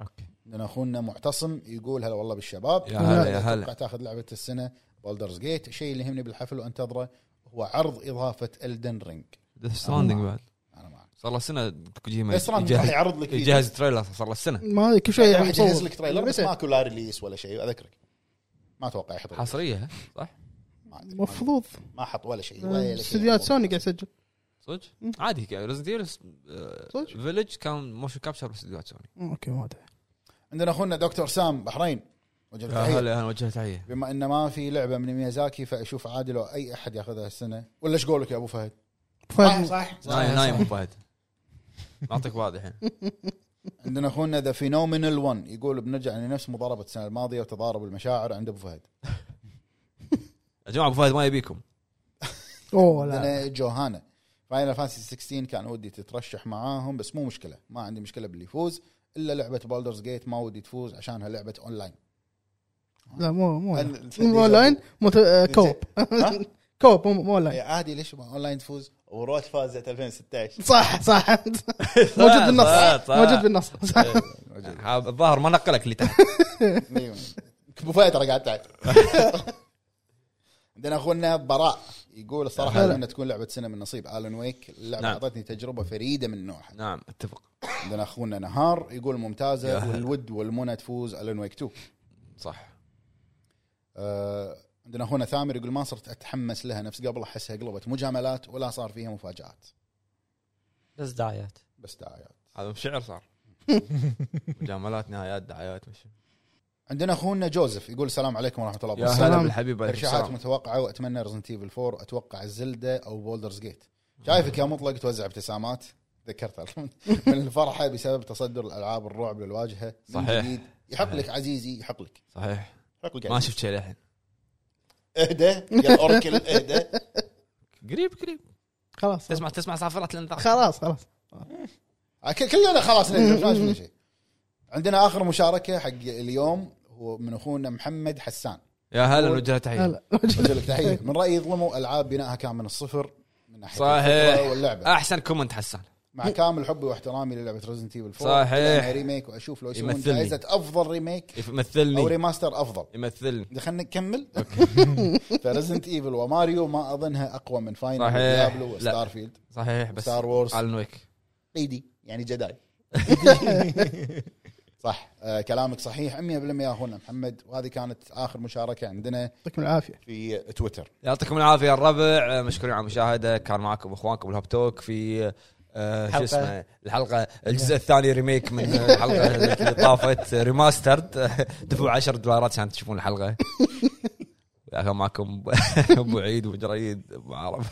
[SPEAKER 1] اوكي
[SPEAKER 4] عندنا اخونا معتصم يقول هلا والله بالشباب
[SPEAKER 1] يا هلا، يا
[SPEAKER 4] أتوقع
[SPEAKER 1] هلا.
[SPEAKER 4] تاخذ لعبه السنه بولدرز جيت الشيء اللي يهمني بالحفل وانتظره هو عرض اضافه الدن رينج
[SPEAKER 1] ديث ستراندنج بعد
[SPEAKER 4] انا معك
[SPEAKER 1] صار له سنه كوجيما
[SPEAKER 4] بس راح راح
[SPEAKER 1] يجهز
[SPEAKER 4] يعرض لك فيديو.
[SPEAKER 1] يجهز تريلر صار له سنه <laughs>
[SPEAKER 7] ما أدري كل شيء
[SPEAKER 4] راح
[SPEAKER 7] يعني
[SPEAKER 4] يجهز
[SPEAKER 7] مصور.
[SPEAKER 4] لك تريلر بس
[SPEAKER 7] متى؟
[SPEAKER 4] ماكو لا ريليس ولا شيء اذكرك ما اتوقع يحط ريليس.
[SPEAKER 1] حصريه ها؟ صح؟
[SPEAKER 4] ما أدري.
[SPEAKER 7] المفروض
[SPEAKER 4] ما حط ولا شيء ولا شيء.
[SPEAKER 7] آه، استديوهات سوني قاعد يسجل
[SPEAKER 1] صدق؟
[SPEAKER 7] مم.
[SPEAKER 1] عادي ريزنت ايفل
[SPEAKER 7] صدق؟
[SPEAKER 1] فيلج آه، كان موشن كابشر باستديوهات سوني
[SPEAKER 7] اوكي ما ادري
[SPEAKER 4] عندنا اخونا دكتور سام بحرين وجه
[SPEAKER 1] يا
[SPEAKER 4] له تحية.
[SPEAKER 1] هلا هلا وجهه تحيه
[SPEAKER 4] بما ان ما في لعبه من ميازاكي فاشوف عادل او اي احد ياخذها السنه ولا ايش قولك يا ابو فهد؟
[SPEAKER 7] فهد
[SPEAKER 4] صح,
[SPEAKER 1] نايم نايم أبو فهد
[SPEAKER 7] <laughs>
[SPEAKER 1] معطيك واحد الحين
[SPEAKER 4] عندنا اخونا ذا فينومينال 1 يقول بنرجع لنفس مضاربه السنه الماضيه وتضارب المشاعر عند ابو فهد
[SPEAKER 1] يا جماعه ابو فهد ما يبيكم
[SPEAKER 7] اوه لا
[SPEAKER 4] عندنا جوهانا فاينل فانسي 16 كان ودي تترشح معاهم بس مو مشكله ما عندي مشكله باللي يفوز الا لعبه بولدرز جيت ما ودي تفوز عشانها لعبه
[SPEAKER 7] <laughs>
[SPEAKER 4] اونلاين
[SPEAKER 7] لا مو مو
[SPEAKER 4] أنا-
[SPEAKER 7] مو لاين مو ت- آه، كوب
[SPEAKER 4] ها؟
[SPEAKER 7] كوب مو- مو لاين
[SPEAKER 4] يا عادي ليش ما اونلاين تفوز وروت فازت 2016
[SPEAKER 7] صح
[SPEAKER 1] <laughs>
[SPEAKER 7] صح موجود بالنص
[SPEAKER 1] صح، صح.
[SPEAKER 7] موجود بالنص صح.
[SPEAKER 1] عاب- الظاهر ما نقلك اللي تحت
[SPEAKER 4] أيوة. ابو فهد ترى قاعد تعب عندنا اخونا براء يقول الصراحه
[SPEAKER 7] هلا.
[SPEAKER 4] اتمنى تكون لعبه سنه من نصيب الون ويك اللعبه
[SPEAKER 1] نعم.
[SPEAKER 4] اعطتني تجربه فريده من نوعها
[SPEAKER 1] نعم اتفق
[SPEAKER 4] عندنا اخونا نهار يقول
[SPEAKER 1] يا
[SPEAKER 4] ممتازه
[SPEAKER 1] هلا.
[SPEAKER 4] والود والمنى تفوز الون ويك 2
[SPEAKER 1] صح
[SPEAKER 4] آه، عندنا اخونا ثامر يقول ما صرت اتحمس لها نفس قبل احسها قلبت مجاملات ولا صار فيها مفاجات
[SPEAKER 2] بس دعايات
[SPEAKER 4] بس دعايات
[SPEAKER 1] هذا شعر <laughs> صار مجاملات نهايات دعايات مش
[SPEAKER 4] عندنا اخونا جوزف يقول السلام عليكم ورحمه الله
[SPEAKER 1] يا
[SPEAKER 4] وبركاته
[SPEAKER 1] هلا
[SPEAKER 7] السلام.
[SPEAKER 1] بالحبيب عليكم
[SPEAKER 4] ترشيحات
[SPEAKER 1] السلام.
[SPEAKER 4] متوقعه واتمنى ريزنت ايفل 4 واتوقع الزلده او بولدرز جيت شايفك يا مطلق توزع ابتسامات ذكرت <laughs> من الفرحه بسبب تصدر الالعاب الرعب للواجهه من
[SPEAKER 1] صحيح.
[SPEAKER 4] جديد. يحق لك عزيزي يحق لك
[SPEAKER 1] صحيح
[SPEAKER 4] يحق لك
[SPEAKER 1] ما
[SPEAKER 4] عزيزي.
[SPEAKER 1] شفت شيء للحين
[SPEAKER 4] اهدى يا الاوركل اهدى
[SPEAKER 1] قريب قريب
[SPEAKER 7] خلاص
[SPEAKER 1] تسمع تسمع صافرات الانذار
[SPEAKER 7] خلاص خلاص
[SPEAKER 4] آه، ك- كلنا خلاص ندري، ما شفنا شيء عندنا اخر مشاركه حق اليوم هو من اخونا محمد حسان
[SPEAKER 1] يا هلا وجهه تحيه
[SPEAKER 7] هلا
[SPEAKER 4] وجه لك تحيه من رايي ظلموا العاب بنائها كان من الصفر من ناحيه
[SPEAKER 1] صحيح.
[SPEAKER 4] الفكرة واللعبه
[SPEAKER 1] احسن كومنت حسان
[SPEAKER 4] مع كامل حبي واحترامي للعبه ريزنت ايفل 4
[SPEAKER 1] صحيح.
[SPEAKER 4] أتمنى ريميك واشوف لو يسوون
[SPEAKER 1] يمثلني.
[SPEAKER 4] جائزه افضل ريميك او
[SPEAKER 1] يمثلني
[SPEAKER 4] ريماستر افضل
[SPEAKER 1] يمثلني
[SPEAKER 4] خلينا نكمل <laughs> فريزنت ايفل وماريو ما اظنها اقوى من فاينل
[SPEAKER 1] صحيح.
[SPEAKER 4] وديابلو
[SPEAKER 1] لا.
[SPEAKER 4] وستار فيلد
[SPEAKER 1] صحيح بس
[SPEAKER 4] ستار وورز
[SPEAKER 1] الن ويك
[SPEAKER 4] ايدي يعني جداي
[SPEAKER 1] <laughs>
[SPEAKER 4] صح آه كلامك صحيح 100% يا اخونا محمد وهذه كانت اخر مشاركه عندنا
[SPEAKER 7] يعطيكم العافيه
[SPEAKER 4] في تويتر
[SPEAKER 1] يعطيكم العافيه يا الربع مشكورين على المشاهده كان معاكم اخوانكم الهاب توك في آه، شو
[SPEAKER 2] حلقة.
[SPEAKER 1] اسمه الحلقه الجزء الثاني ريميك من الحلقه اللي طافت ريماسترد دفعوا 10 دولارات عشان تشوفون <laughs> الحلقه كان معكم ابو عيد وجريد ابو عرب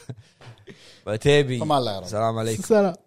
[SPEAKER 1] وتيبي
[SPEAKER 4] فما الله يرضى
[SPEAKER 1] السلام عليكم
[SPEAKER 7] سلام